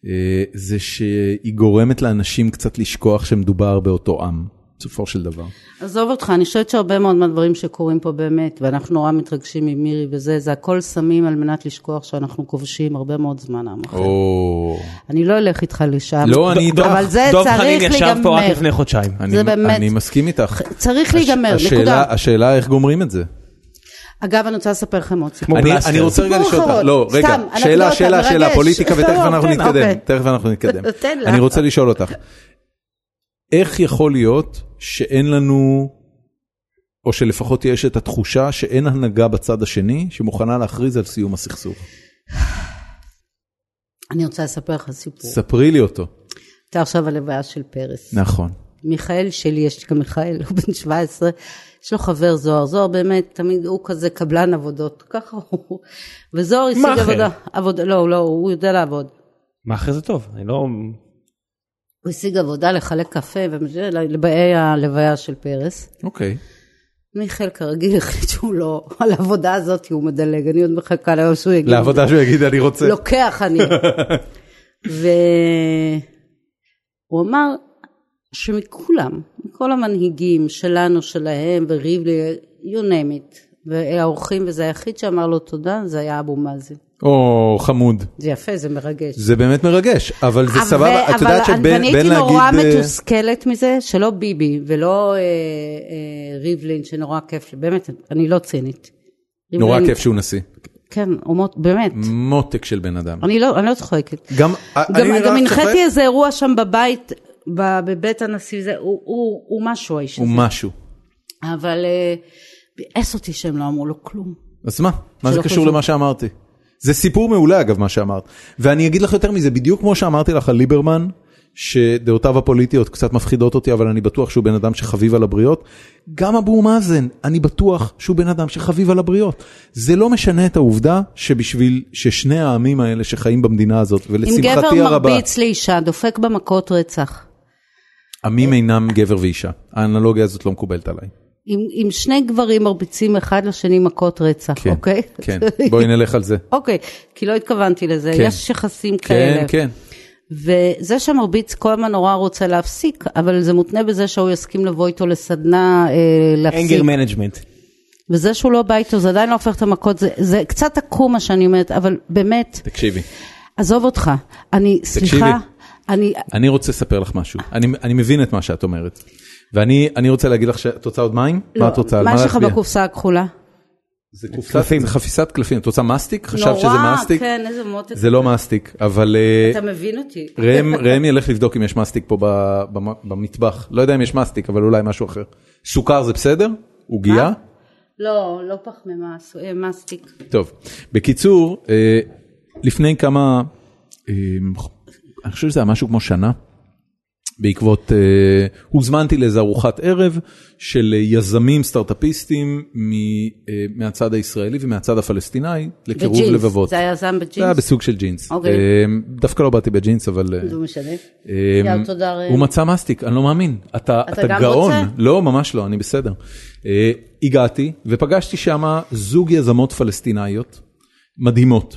[SPEAKER 1] אה, זה שהיא גורמת לאנשים קצת לשכוח שמדובר באותו עם, בסופו של דבר.
[SPEAKER 3] עזוב אותך, אני חושבת שהרבה מאוד מהדברים שקורים פה באמת, ואנחנו נורא מתרגשים ממירי וזה, זה הכל סמים על מנת לשכוח שאנחנו כובשים הרבה מאוד זמן עם אחר.
[SPEAKER 1] או...
[SPEAKER 3] אני לא אלך איתך לשם.
[SPEAKER 1] לא, אני איתך.
[SPEAKER 3] אבל זה
[SPEAKER 2] דב חנין
[SPEAKER 3] צריך
[SPEAKER 2] ישב פה רק
[SPEAKER 3] להיגמר.
[SPEAKER 2] לפני חודשיים.
[SPEAKER 1] אני,
[SPEAKER 3] זה באמת-
[SPEAKER 1] אני מסכים איתך.
[SPEAKER 3] צריך להיגמר,
[SPEAKER 1] הש- השאלה,
[SPEAKER 3] נקודה.
[SPEAKER 1] השאלה איך גומרים את זה.
[SPEAKER 3] אגב, אני רוצה לספר לכם עוד סיפור.
[SPEAKER 2] כמו
[SPEAKER 1] אני,
[SPEAKER 2] בלסטר.
[SPEAKER 1] אני רוצה רגע
[SPEAKER 3] סיפור
[SPEAKER 1] לשאול אותך,
[SPEAKER 3] אחרון.
[SPEAKER 1] לא, רגע,
[SPEAKER 3] סתם,
[SPEAKER 1] שאלה,
[SPEAKER 3] אנקדוטה,
[SPEAKER 1] שאלה, שאלה
[SPEAKER 3] מרגש.
[SPEAKER 1] פוליטיקה
[SPEAKER 3] לא,
[SPEAKER 1] ותכף
[SPEAKER 3] לא,
[SPEAKER 1] אנחנו
[SPEAKER 3] תן לה,
[SPEAKER 1] נתקדם,
[SPEAKER 3] אוקיי.
[SPEAKER 1] תכף אנחנו נתקדם.
[SPEAKER 3] תן לה.
[SPEAKER 1] אני רוצה לשאול אותך, איך יכול להיות שאין לנו, או שלפחות יש את התחושה שאין הנהגה בצד השני שמוכנה להכריז על סיום הסכסוך?
[SPEAKER 3] אני רוצה לספר לך סיפור.
[SPEAKER 1] ספרי לי אותו.
[SPEAKER 3] הייתה עכשיו הלוויה של פרס.
[SPEAKER 1] נכון.
[SPEAKER 3] מיכאל שלי, יש לי גם מיכאל, הוא בן 17, יש לו חבר זוהר, זוהר באמת, תמיד הוא כזה קבלן עבודות, ככה הוא, וזוהר השיג
[SPEAKER 2] מאכער.
[SPEAKER 3] עבודה, עבודה, לא, לא, הוא יודע לעבוד.
[SPEAKER 2] מה אחרי זה טוב? אני לא...
[SPEAKER 3] הוא השיג עבודה לחלק קפה וזה, לבאי הלוויה של פרס.
[SPEAKER 1] אוקיי.
[SPEAKER 3] מיכאל כרגיל החליט שהוא לא, על העבודה הזאת הוא מדלג, אני עוד מחכה ליום שהוא יגיד.
[SPEAKER 1] לעבודה שהוא יגיד אני רוצה.
[SPEAKER 3] לוקח אני. והוא אמר שמכולם, מכל המנהיגים שלנו, שלהם, וריבלין, you name it, והאורחים, וזה היחיד שאמר לו תודה, זה היה אבו מאזן.
[SPEAKER 1] או חמוד.
[SPEAKER 3] זה יפה, זה מרגש.
[SPEAKER 1] זה באמת מרגש, אבל זה
[SPEAKER 3] אבל-
[SPEAKER 1] סבבה, את יודעת
[SPEAKER 3] אבל
[SPEAKER 1] שבין בין
[SPEAKER 3] אני
[SPEAKER 1] להגיד...
[SPEAKER 3] הייתי נורא
[SPEAKER 1] אה,
[SPEAKER 3] מתוסכלת מזה, שלא ביבי ולא אה, אה, ריבלין, שנורא כיף, לי. באמת, אני לא צינית.
[SPEAKER 1] נורא
[SPEAKER 3] ריבלין-
[SPEAKER 1] כיף שהוא נשיא.
[SPEAKER 3] כן, הוא מאוד- באמת.
[SPEAKER 1] מותק של בן אדם.
[SPEAKER 3] אני לא אני לא צוחקת.
[SPEAKER 1] גם, אני
[SPEAKER 3] גם,
[SPEAKER 1] רק
[SPEAKER 3] גם
[SPEAKER 1] צוחק,
[SPEAKER 3] הנחיתי איזה אירוע שם בבית, ב- בבית הנשיא, זה, הוא, הוא, הוא משהו האיש
[SPEAKER 1] הוא
[SPEAKER 3] הזה.
[SPEAKER 1] משהו.
[SPEAKER 3] אבל אה, ביאס אותי שהם לא אמרו לו כלום.
[SPEAKER 1] אז מה? מה זה
[SPEAKER 3] שלא
[SPEAKER 1] קשור
[SPEAKER 3] חשוב.
[SPEAKER 1] למה שאמרתי? זה סיפור מעולה אגב מה שאמרת. ואני אגיד לך יותר מזה, בדיוק כמו שאמרתי לך על ליברמן, שדעותיו הפוליטיות קצת מפחידות אותי, אבל אני בטוח שהוא בן אדם שחביב על הבריות. גם אבו מאזן, אני בטוח שהוא בן אדם שחביב על הבריות. זה לא משנה את העובדה שבשביל ששני העמים האלה שחיים במדינה הזאת,
[SPEAKER 3] אם
[SPEAKER 1] ולשמחתי הרבה...
[SPEAKER 3] גבר מרביץ לאישה, דופק בה מכות רצח.
[SPEAKER 1] עמים אינם גבר ואישה, האנלוגיה הזאת לא מקובלת עליי.
[SPEAKER 3] אם, אם שני גברים מרביצים אחד לשני מכות רצח,
[SPEAKER 1] כן,
[SPEAKER 3] אוקיי?
[SPEAKER 1] כן, בואי נלך על זה.
[SPEAKER 3] אוקיי, כי לא התכוונתי לזה,
[SPEAKER 1] כן.
[SPEAKER 3] יש יחסים
[SPEAKER 1] כן,
[SPEAKER 3] כאלה.
[SPEAKER 1] כן.
[SPEAKER 3] וזה שמרביץ כל הזמן נורא רוצה להפסיק, אבל זה מותנה בזה שהוא יסכים לבוא איתו לסדנה אה, להפסיק.
[SPEAKER 2] אנגר מנג'מנט.
[SPEAKER 3] וזה שהוא לא בא איתו, זה עדיין לא הופך את המכות, זה, זה קצת עקום מה שאני אומרת, אבל באמת,
[SPEAKER 1] תקשיבי,
[SPEAKER 3] עזוב אותך. אני, סליחה, אני,
[SPEAKER 1] אני רוצה לספר לך משהו, אני, אני מבין את מה שאת אומרת. ואני אני רוצה להגיד לך שאת רוצה עוד מים? מה את רוצה? על
[SPEAKER 3] לא, מה יש לך
[SPEAKER 1] להצביע?
[SPEAKER 3] בקופסה הכחולה?
[SPEAKER 1] זה קופסת- זה חפיסת קלפים. את רוצה מסטיק? חשבת
[SPEAKER 3] נורא,
[SPEAKER 1] שזה מסטיק?
[SPEAKER 3] כן, איזה מותק.
[SPEAKER 1] זה לא מסטיק, אבל אה,
[SPEAKER 3] אתה מבין אותי.
[SPEAKER 1] ראם ראם ילך לבדוק אם יש מסטיק פה ב- במ- במטבח. לא יודע אם יש מסטיק, אבל אולי משהו אחר. סוכר זה בסדר? עוגיה?
[SPEAKER 3] מה? לא, לא פחמימה, סו- אה, מסטיק.
[SPEAKER 1] טוב, בקיצור, אה, לפני כמה, אה, אני חושב שזה היה משהו כמו שנה, בעקבות, אה, הוזמנתי לאיזו ארוחת ערב של אה, יזמים סטארטאפיסטים מ, אה, מהצד הישראלי ומהצד הפלסטיני לקירוב
[SPEAKER 3] בג'ינס.
[SPEAKER 1] לבבות.
[SPEAKER 3] זה היה זעם בג'ינס?
[SPEAKER 1] זה היה בסוג של ג'ינס.
[SPEAKER 3] אוקיי.
[SPEAKER 1] אה, דווקא לא באתי בג'ינס, אבל... אה,
[SPEAKER 3] לא משנה.
[SPEAKER 1] אה,
[SPEAKER 3] יאללה, תודה, ראם.
[SPEAKER 1] הוא מצא מסטיק, אני לא מאמין. אתה,
[SPEAKER 3] אתה
[SPEAKER 1] אתה
[SPEAKER 3] גם
[SPEAKER 1] גאון.
[SPEAKER 3] רוצה?
[SPEAKER 1] לא, ממש לא, אני בסדר. אה, הגעתי ופגשתי שם זוג יזמות פלסטינאיות מדהימות.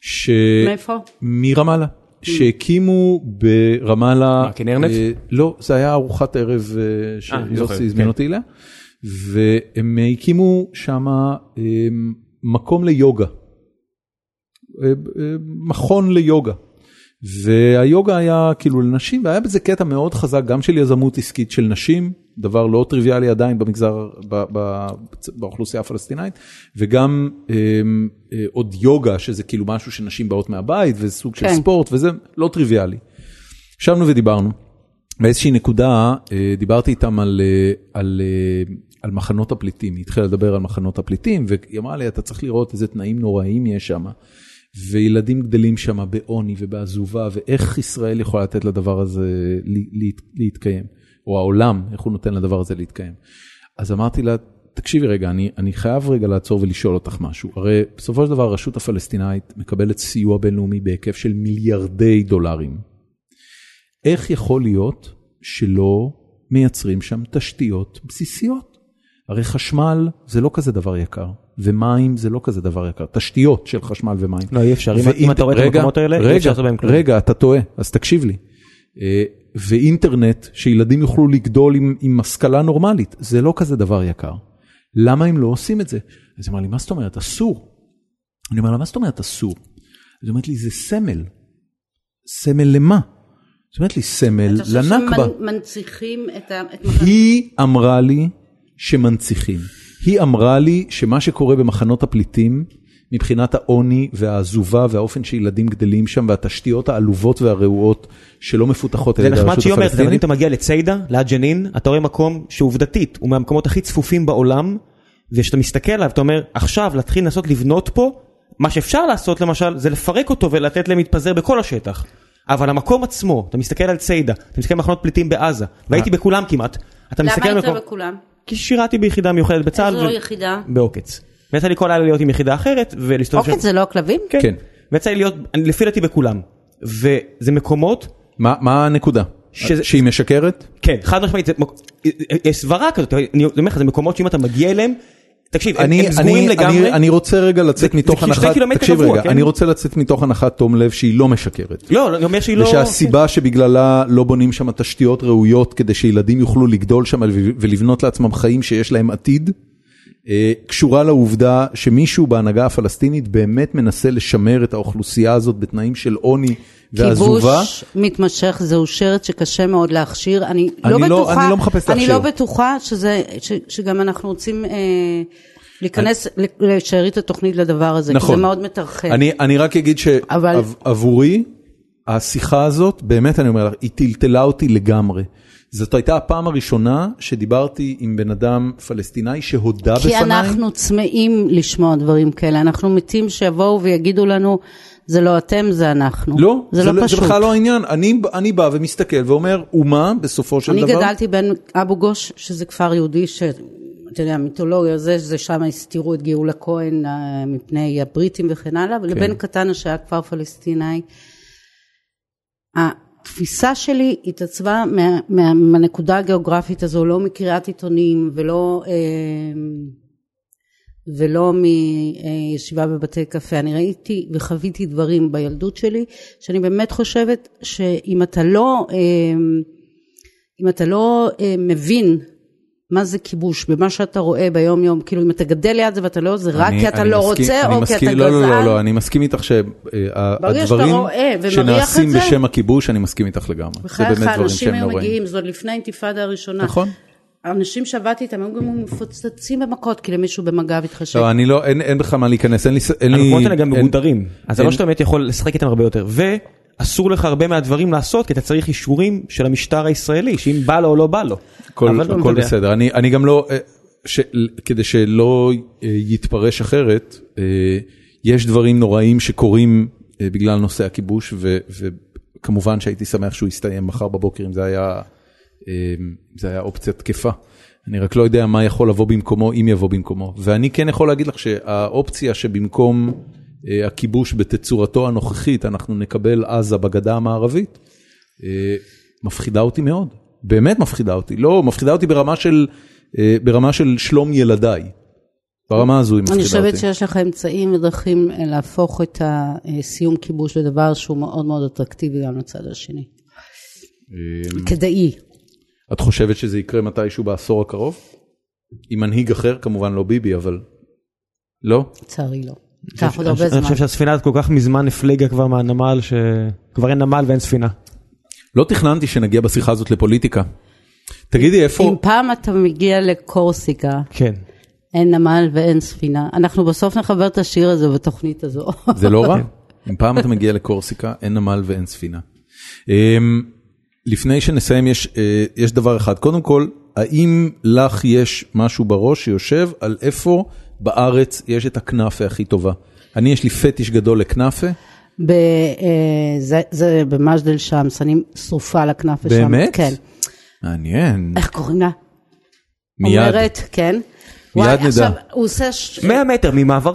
[SPEAKER 1] ש...
[SPEAKER 3] מאיפה? Hmm.
[SPEAKER 1] מרמאללה. שהקימו ברמאללה...
[SPEAKER 2] מה, כנרנט?
[SPEAKER 1] אה, לא, זה היה ארוחת ערב אה,
[SPEAKER 2] אה, אני זוכר,
[SPEAKER 1] שיוסי הזמין
[SPEAKER 2] כן.
[SPEAKER 1] אותי אליה. והם אה, הקימו שם אה, מקום ליוגה. אה, אה, מכון ליוגה. והיוגה היה כאילו לנשים והיה בזה קטע מאוד חזק גם של יזמות עסקית של נשים דבר לא טריוויאלי עדיין במגזר ב, ב, באוכלוסייה הפלסטינאית וגם אה, אה, עוד יוגה שזה כאילו משהו שנשים באות מהבית וזה סוג של
[SPEAKER 3] כן.
[SPEAKER 1] ספורט וזה לא טריוויאלי. ישבנו ודיברנו. באיזושהי נקודה אה, דיברתי איתם על, אה, על, אה, על מחנות הפליטים, היא התחילה לדבר על מחנות הפליטים, והיא אמרה לי, אתה צריך לראות איזה תנאים נוראים יש שם, וילדים גדלים שם בעוני ובעזובה, ואיך ישראל יכולה לתת לדבר הזה ל- להת- להתקיים, או העולם, איך הוא נותן לדבר הזה להתקיים. אז אמרתי לה, תקשיבי רגע, אני, אני חייב רגע לעצור ולשאול אותך משהו. הרי בסופו של דבר הרשות הפלסטינאית מקבלת סיוע בינלאומי בהיקף של מיליארדי דולרים. איך יכול להיות שלא מייצרים שם תשתיות בסיסיות? הרי חשמל זה לא כזה דבר יקר, ומים זה לא כזה דבר יקר, תשתיות של חשמל ומים.
[SPEAKER 2] לא, אי אפשר. אם-
[SPEAKER 1] ואינט-
[SPEAKER 2] אם אתה רואה את
[SPEAKER 1] רגע,
[SPEAKER 2] המקומות האלה, אי
[SPEAKER 1] רגע,
[SPEAKER 2] אפשר לעשות בהם כלום.
[SPEAKER 1] רגע, אתה טועה, אז תקשיב לי. אה, ואינטרנט, שילדים יוכלו לגדול עם, עם השכלה נורמלית, זה לא כזה דבר יקר. למה הם לא עושים את זה? אז היא אמרה לי, מה זאת אומרת? אסור. אני אומר לה, מה זאת אומרת אסור? אז היא אומרת לי, זה סמל. סמל למה? זאת אומרת לי, סמל
[SPEAKER 3] אתה חושב
[SPEAKER 1] לנכבה.
[SPEAKER 3] שמנציחים את ה... את מחנה-
[SPEAKER 1] היא אמרה לי שמנציחים. היא אמרה לי שמה שקורה במחנות הפליטים, מבחינת העוני והעזובה והאופן שילדים גדלים שם והתשתיות העלובות והרעועות שלא מפותחות על
[SPEAKER 2] זה
[SPEAKER 1] ידי
[SPEAKER 2] נחמד
[SPEAKER 1] הרשות
[SPEAKER 2] שהיא אומרת, אבל אם
[SPEAKER 1] הפלסטינית.
[SPEAKER 2] אתה מגיע לציידה, ליד ג'נין, אתה רואה מקום שעובדתית הוא מהמקומות הכי צפופים בעולם, וכשאתה מסתכל עליו אתה אומר, עכשיו להתחיל לנסות לבנות פה, מה שאפשר לעשות למשל זה לפרק אותו ולתת להם להתפזר בכל השטח. אבל המקום עצמו, אתה מסתכל על ציידה, אתה מסתכל על מחנות פליטים בעזה, והייתי בכולם כמעט, אתה מסתכל
[SPEAKER 3] למה
[SPEAKER 2] על
[SPEAKER 3] היית
[SPEAKER 2] מקום,
[SPEAKER 3] בכולם?
[SPEAKER 2] כי שירתי ביחידה מיוחדת בצה"ל,
[SPEAKER 3] איזו
[SPEAKER 2] ו-
[SPEAKER 3] יחידה?
[SPEAKER 2] בעוקץ. ויצא לי כל לילה להיות עם יחידה אחרת ולהסתובב
[SPEAKER 3] עוקץ זה לא הכלבים?
[SPEAKER 1] כן.
[SPEAKER 2] כן. ויצא לי להיות, אני- לפי דעתי בכולם, וזה מקומות
[SPEAKER 1] מה- מה הנקודה?
[SPEAKER 2] שזה-
[SPEAKER 1] שהיא משקרת?
[SPEAKER 2] כן, חד משמעית, זה מק- יש סברה כזאת, אני אומר לך, זה מקומות שאם אתה מגיע אליהם, תקשיב, הם
[SPEAKER 1] אני,
[SPEAKER 2] הם סגורים
[SPEAKER 1] אני,
[SPEAKER 2] לגמרי,
[SPEAKER 1] אני, אני רוצה רגע לצאת
[SPEAKER 2] זה-
[SPEAKER 1] מתוך
[SPEAKER 2] זה כשני
[SPEAKER 1] הנחת,
[SPEAKER 2] קילומטר
[SPEAKER 1] תקשיב
[SPEAKER 2] רבוע,
[SPEAKER 1] רגע,
[SPEAKER 2] כן?
[SPEAKER 1] אני רוצה לצאת מתוך הנחת תום לב שהיא לא משקרת.
[SPEAKER 2] לא, לא, אני אומר שהיא לא,
[SPEAKER 1] ושהסיבה שבגללה לא בונים שם תשתיות ראויות כדי שילדים יוכלו לגדול שם ולבנות לעצמם חיים שיש להם עתיד, אה, קשורה לעובדה שמישהו בהנהגה הפלסטינית באמת מנסה לשמר את האוכלוסייה הזאת בתנאים של עוני ועזובה.
[SPEAKER 3] כיבוש מתמשך זהו שרץ שקשה מאוד להכשיר. אני לא
[SPEAKER 1] אני לא-
[SPEAKER 3] בטוחה,
[SPEAKER 1] אני לא מחפש
[SPEAKER 3] אני לא
[SPEAKER 1] להכשיר.
[SPEAKER 3] בטוחה שזה, ש, שגם אנחנו רוצים אה, להיכנס ל- לשארית התוכנית לדבר הזה, כי
[SPEAKER 1] נכון.
[SPEAKER 3] זה מאוד מטרחן.
[SPEAKER 1] אני, אני רק אגיד
[SPEAKER 3] כן. אבל-
[SPEAKER 1] שעבורי, השיחה הזאת, באמת אני אומר לך, היא טלטלה אותי לגמרי. זאת הייתה הפעם הראשונה שדיברתי עם בן אדם פלסטיני שהודה
[SPEAKER 3] כי
[SPEAKER 1] בפניי.
[SPEAKER 3] אנחנו צמאים לשמוע דברים כאלה, אנחנו מתים שיבואו ויגידו לנו, זה לא אתם, זה אנחנו.
[SPEAKER 1] לא,
[SPEAKER 3] זה לא פשוט.
[SPEAKER 1] זה בכלל לא העניין. אני, אני בא ומסתכל ואומר, ומה בסופו של
[SPEAKER 3] אני
[SPEAKER 1] דבר?
[SPEAKER 3] גדלתי בין אבו גוש, שזה כפר יהודי, ש... אתה יודע, המיתולוגיה זה, זה שם הסתירו את גאולה כהן אה, מפני הבריטים וכן
[SPEAKER 1] כן.
[SPEAKER 3] הלאה, ולבין קטנה שהיה כפר פלסטיני. התפיסה שלי התעצבה מה, מה, מהנקודה הגיאוגרפית הזו, לא מקריאת עיתונים ולא, אה, ולא מישיבה בבתי קפה. אני ראיתי וחוויתי דברים בילדות שלי, שאני באמת חושבת שאם אתה לא... אה, אם אתה לא אה, מבין מה זה כיבוש במה שאתה רואה ביום יום, כאילו אם אתה גדל ליד זה ואתה לא, זה רק
[SPEAKER 1] אני-
[SPEAKER 3] כי אתה
[SPEAKER 1] אני
[SPEAKER 3] לא
[SPEAKER 1] מסכים-
[SPEAKER 3] רוצה
[SPEAKER 1] אני
[SPEAKER 3] או כי
[SPEAKER 1] מסכים-
[SPEAKER 3] אתה
[SPEAKER 1] לא,
[SPEAKER 3] גזען.
[SPEAKER 1] לא, לא, לא, אני מסכים איתך
[SPEAKER 3] ברגע שאתה
[SPEAKER 1] שהדברים
[SPEAKER 3] רואה ומריח את
[SPEAKER 1] שנעשים
[SPEAKER 3] זה-
[SPEAKER 1] בשם הכיבוש, אני מסכים איתך לגמרי. זה
[SPEAKER 3] בחייך,
[SPEAKER 1] באמת דברים
[SPEAKER 3] אנשים
[SPEAKER 1] שהם
[SPEAKER 3] היו
[SPEAKER 1] נוראים.
[SPEAKER 3] מגיעים, זה עוד לפני האינתיפאדה הראשונה.
[SPEAKER 1] נכון.
[SPEAKER 3] אנשים שעבדתי איתם היו גם מפוצצים במכות, כי למישהו במג"ב התחשב.
[SPEAKER 1] לא, אני לא, אין אין בכלל מה להיכנס, אין לי... ס- אין לי-
[SPEAKER 2] המקומות האלה גם
[SPEAKER 1] אין-
[SPEAKER 2] מגודרים, אז זה
[SPEAKER 1] אין-
[SPEAKER 2] לא שאתה באמת יכול לשחק איתם הרבה יותר, ואסור לך הרבה מהדברים לעשות, כי אתה צריך אישורים של המשטר הישראלי, שאם בא לו או לא בא לו.
[SPEAKER 1] הכל,
[SPEAKER 2] אבל אתה
[SPEAKER 1] הכל
[SPEAKER 2] יודע.
[SPEAKER 1] בסדר. אני, אני גם לא, אה, ש, כדי שלא אה, יתפרש אחרת, אה, יש דברים נוראים שקורים אה, בגלל נושא הכיבוש, ו, וכמובן שהייתי שמח שהוא יסתיים מחר בבוקר, אם זה היה, אה, אם זה היה אופציה תקפה. אני רק לא יודע מה יכול לבוא במקומו, אם יבוא במקומו. ואני כן יכול להגיד לך שהאופציה שבמקום אה, הכיבוש בתצורתו הנוכחית, אנחנו נקבל עזה בגדה המערבית, אה, מפחידה אותי מאוד, באמת מפחידה אותי, לא, מפחידה אותי ברמה של, אה, ברמה של שלום ילדיי. ברמה הזו היא
[SPEAKER 3] אני
[SPEAKER 1] מפחידה
[SPEAKER 3] חושבת
[SPEAKER 1] אותי.
[SPEAKER 3] שיש לך אמצעים ודרכים אה, להפוך את הסיום כיבוש לדבר שהוא מאוד מאוד אטרקטיבי גם לצד השני.
[SPEAKER 1] אמ,
[SPEAKER 3] כדאי.
[SPEAKER 1] את חושבת שזה יקרה מתישהו בעשור הקרוב? עם מנהיג אחר, כמובן לא ביבי, אבל... לא?
[SPEAKER 3] לצערי לא.
[SPEAKER 2] אני
[SPEAKER 3] ייקח עוד הרבה
[SPEAKER 2] חושב- אני
[SPEAKER 3] זמן.
[SPEAKER 2] חושב שהספינה כל כך מזמן הפליגה כבר מהנמל, שכבר אין נמל ואין ספינה.
[SPEAKER 1] לא תכננתי שנגיע בשיחה הזאת לפוליטיקה. תגידי איפה...
[SPEAKER 3] אם פעם אתה מגיע לקורסיקה,
[SPEAKER 2] כן.
[SPEAKER 3] אין נמל ואין ספינה, אנחנו בסוף נחבר את השיר הזה בתוכנית הזו.
[SPEAKER 1] זה לא רע. אם פעם אתה מגיע לקורסיקה, אין נמל ואין ספינה. אמ, לפני שנסיים, יש, אה, יש דבר אחד. קודם כל, האם לך יש משהו בראש שיושב על איפה בארץ יש את הכנאפה הכי טובה? אני, יש לי פטיש גדול לכנאפה.
[SPEAKER 3] ב- אה, זה- זה במג'דל שמס, אני שרופה על הכנאפה שם.
[SPEAKER 1] באמת?
[SPEAKER 3] כן.
[SPEAKER 1] מעניין.
[SPEAKER 3] איך קוראים לה?
[SPEAKER 1] מיד.
[SPEAKER 3] אומרת, כן.
[SPEAKER 1] מיד
[SPEAKER 3] וואי,
[SPEAKER 1] נדע.
[SPEAKER 3] עכשיו, הוא עושה... ש-
[SPEAKER 2] 100 מטר ממעבר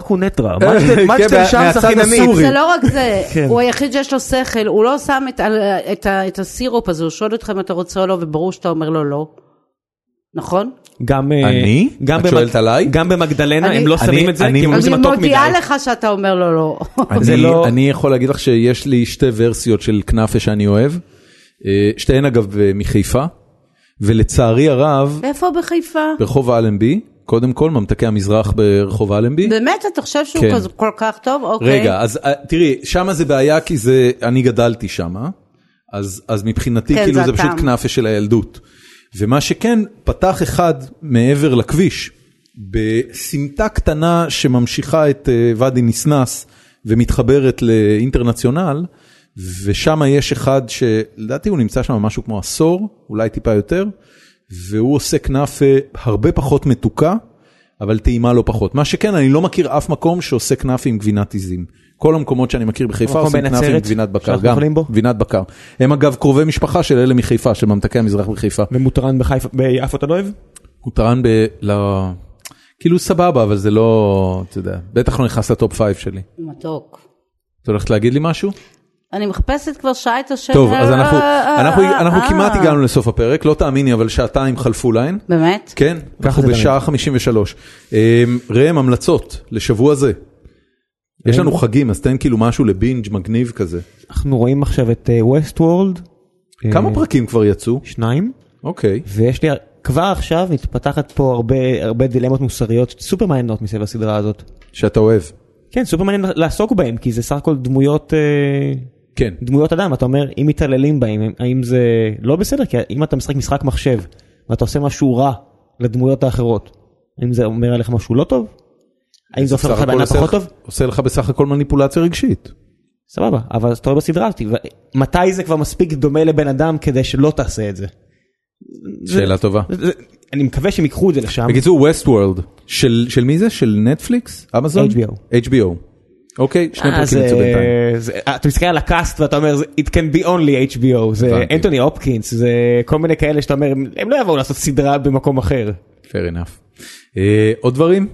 [SPEAKER 2] קונטרה,
[SPEAKER 1] כן,
[SPEAKER 2] מג'דל
[SPEAKER 1] מה-
[SPEAKER 2] שמס
[SPEAKER 1] מהצד
[SPEAKER 2] הכי נמית.
[SPEAKER 1] הסורי.
[SPEAKER 3] זה לא רק זה,
[SPEAKER 2] כן.
[SPEAKER 3] הוא היחיד שיש לו שכל, הוא לא שם את, ה- את, ה- את הסירופ הזה, הוא שואל אותך אם אתה רוצה או לא, וברור שאתה אומר לו לא. נכון?
[SPEAKER 2] גם, אה,
[SPEAKER 1] אני?
[SPEAKER 2] גם
[SPEAKER 1] את
[SPEAKER 2] במג-
[SPEAKER 1] שואלת עליי?
[SPEAKER 2] גם במגדלנה
[SPEAKER 3] אני-
[SPEAKER 2] הם לא
[SPEAKER 1] אני-
[SPEAKER 2] שמים את זה,
[SPEAKER 1] אני-
[SPEAKER 2] כי הם אומרים
[SPEAKER 3] אני
[SPEAKER 2] זה מתוק מדי.
[SPEAKER 3] מודיעה לך שאתה אומר לו לא.
[SPEAKER 2] זה
[SPEAKER 1] אני,
[SPEAKER 2] לא-
[SPEAKER 1] לא... אני יכול להגיד לך שיש לי שתי ורסיות של כנאפה שאני אוהב. אה, שתיהן אגב אה, מחיפה. ולצערי הרב,
[SPEAKER 3] איפה בחיפה?
[SPEAKER 1] ברחוב אלנבי, קודם כל ממתקי המזרח ברחוב אלנבי.
[SPEAKER 3] באמת אתה חושב שהוא
[SPEAKER 1] כן.
[SPEAKER 3] כזה- כל כך טוב? אוקיי.
[SPEAKER 1] רגע, אז אה, תראי, שמה זה בעיה כי זה, אני גדלתי שמה, אז, אז מבחינתי
[SPEAKER 3] כן,
[SPEAKER 1] כאילו
[SPEAKER 3] זה
[SPEAKER 1] זה, פשוט
[SPEAKER 3] הטעם.
[SPEAKER 1] כנאפה של הילדות. ומה שכן, פתח אחד מעבר לכביש, בסמטה קטנה שממשיכה את אה, ואדי ניסנס ומתחברת לאינטרנציונל, ושם יש אחד שלדעתי הוא נמצא שם משהו כמו עשור, אולי טיפה יותר, והוא עושה כנאפה הרבה פחות מתוקה, אבל טעימה לא פחות. מה שכן, אני לא מכיר אף מקום שעושה כנאפה עם גבינת עיזים. כל המקומות שאני מכיר בחיפה
[SPEAKER 2] המקום
[SPEAKER 1] עושים כנאפה עם
[SPEAKER 2] בנצרת,
[SPEAKER 1] גבינת בקר,
[SPEAKER 2] שאנחנו
[SPEAKER 1] גם
[SPEAKER 2] אוכלים בו?
[SPEAKER 1] גבינת בקר. הם אגב קרובי משפחה של אלה מחיפה, של ממתקי המזרח בחיפה.
[SPEAKER 2] ומותרן בחיפה, ביפו אתה לא אוהב?
[SPEAKER 1] הוא טען ב... לא... כאילו סבבה, אבל זה לא, אתה יודע, בטח לא נכנס לטופ פייב שלי.
[SPEAKER 3] מתוק.
[SPEAKER 1] את הולכת להגיד לי משהו?
[SPEAKER 3] אני מחפשת כבר שעה את השם.
[SPEAKER 1] טוב, אז אנחנו,
[SPEAKER 3] אה,
[SPEAKER 1] אנחנו,
[SPEAKER 3] אה,
[SPEAKER 1] אנחנו
[SPEAKER 3] אה.
[SPEAKER 1] כמעט הגענו לסוף הפרק, לא תאמיני, אבל שעתיים חלפו להן.
[SPEAKER 3] באמת?
[SPEAKER 1] כן, אנחנו
[SPEAKER 2] זה תמיד.
[SPEAKER 1] בשעה 53. אמ, ראם, המלצות לשבוע זה. יש לנו חגים, אז תן כאילו משהו לבינג' מגניב כזה.
[SPEAKER 2] אנחנו רואים עכשיו את אה, ווסט וורלד.
[SPEAKER 1] כמה פרקים כבר יצאו?
[SPEAKER 2] שניים.
[SPEAKER 1] אוקיי.
[SPEAKER 2] ויש לי כבר עכשיו מתפתחת פה הרבה הרבה דילמות מוסריות סופר מעניינות מסביב הסדרה הזאת.
[SPEAKER 1] שאתה אוהב.
[SPEAKER 2] כן סופר מעניין לעסוק בהם כי זה סך הכל דמויות אה,
[SPEAKER 1] כן.
[SPEAKER 2] דמויות אדם אתה אומר אם מתעללים בהם האם זה לא בסדר כי אם אתה משחק משחק מחשב ואתה עושה משהו רע לדמויות האחרות האם זה אומר עליך משהו לא טוב? האם זה הופך
[SPEAKER 1] בסך
[SPEAKER 2] אותך
[SPEAKER 1] הכל
[SPEAKER 2] לאדם
[SPEAKER 1] עושה
[SPEAKER 2] פחות
[SPEAKER 1] לך-
[SPEAKER 2] טוב?
[SPEAKER 1] עושה לך בסך הכל מניפולציה רגשית.
[SPEAKER 2] סבבה אבל אתה רואה בסדרה הזאת ו- מתי זה כבר מספיק דומה לבן אדם כדי שלא תעשה את זה.
[SPEAKER 1] שאלה טובה.
[SPEAKER 2] זה- זה- אני מקווה שהם ייקחו את זה לשם.
[SPEAKER 1] בקיצור ווסט וורלד של של מי זה של נטפליקס אמזון
[SPEAKER 2] HBO.
[SPEAKER 1] HBO. אוקיי שני
[SPEAKER 2] אה,
[SPEAKER 1] פרקים
[SPEAKER 2] זה-
[SPEAKER 1] יצאו בינתיים.
[SPEAKER 2] זה- אה, אתה מסתכל על הקאסט ואתה אומר "זה- it can be only HBO זה
[SPEAKER 1] הבנתי.
[SPEAKER 2] אנטוני הופקינס זה כל מיני כאלה שאתה אומר "הם- הם לא יבואו לעשות סדרה במקום אחר.
[SPEAKER 1] fair enough. אה, עוד דברים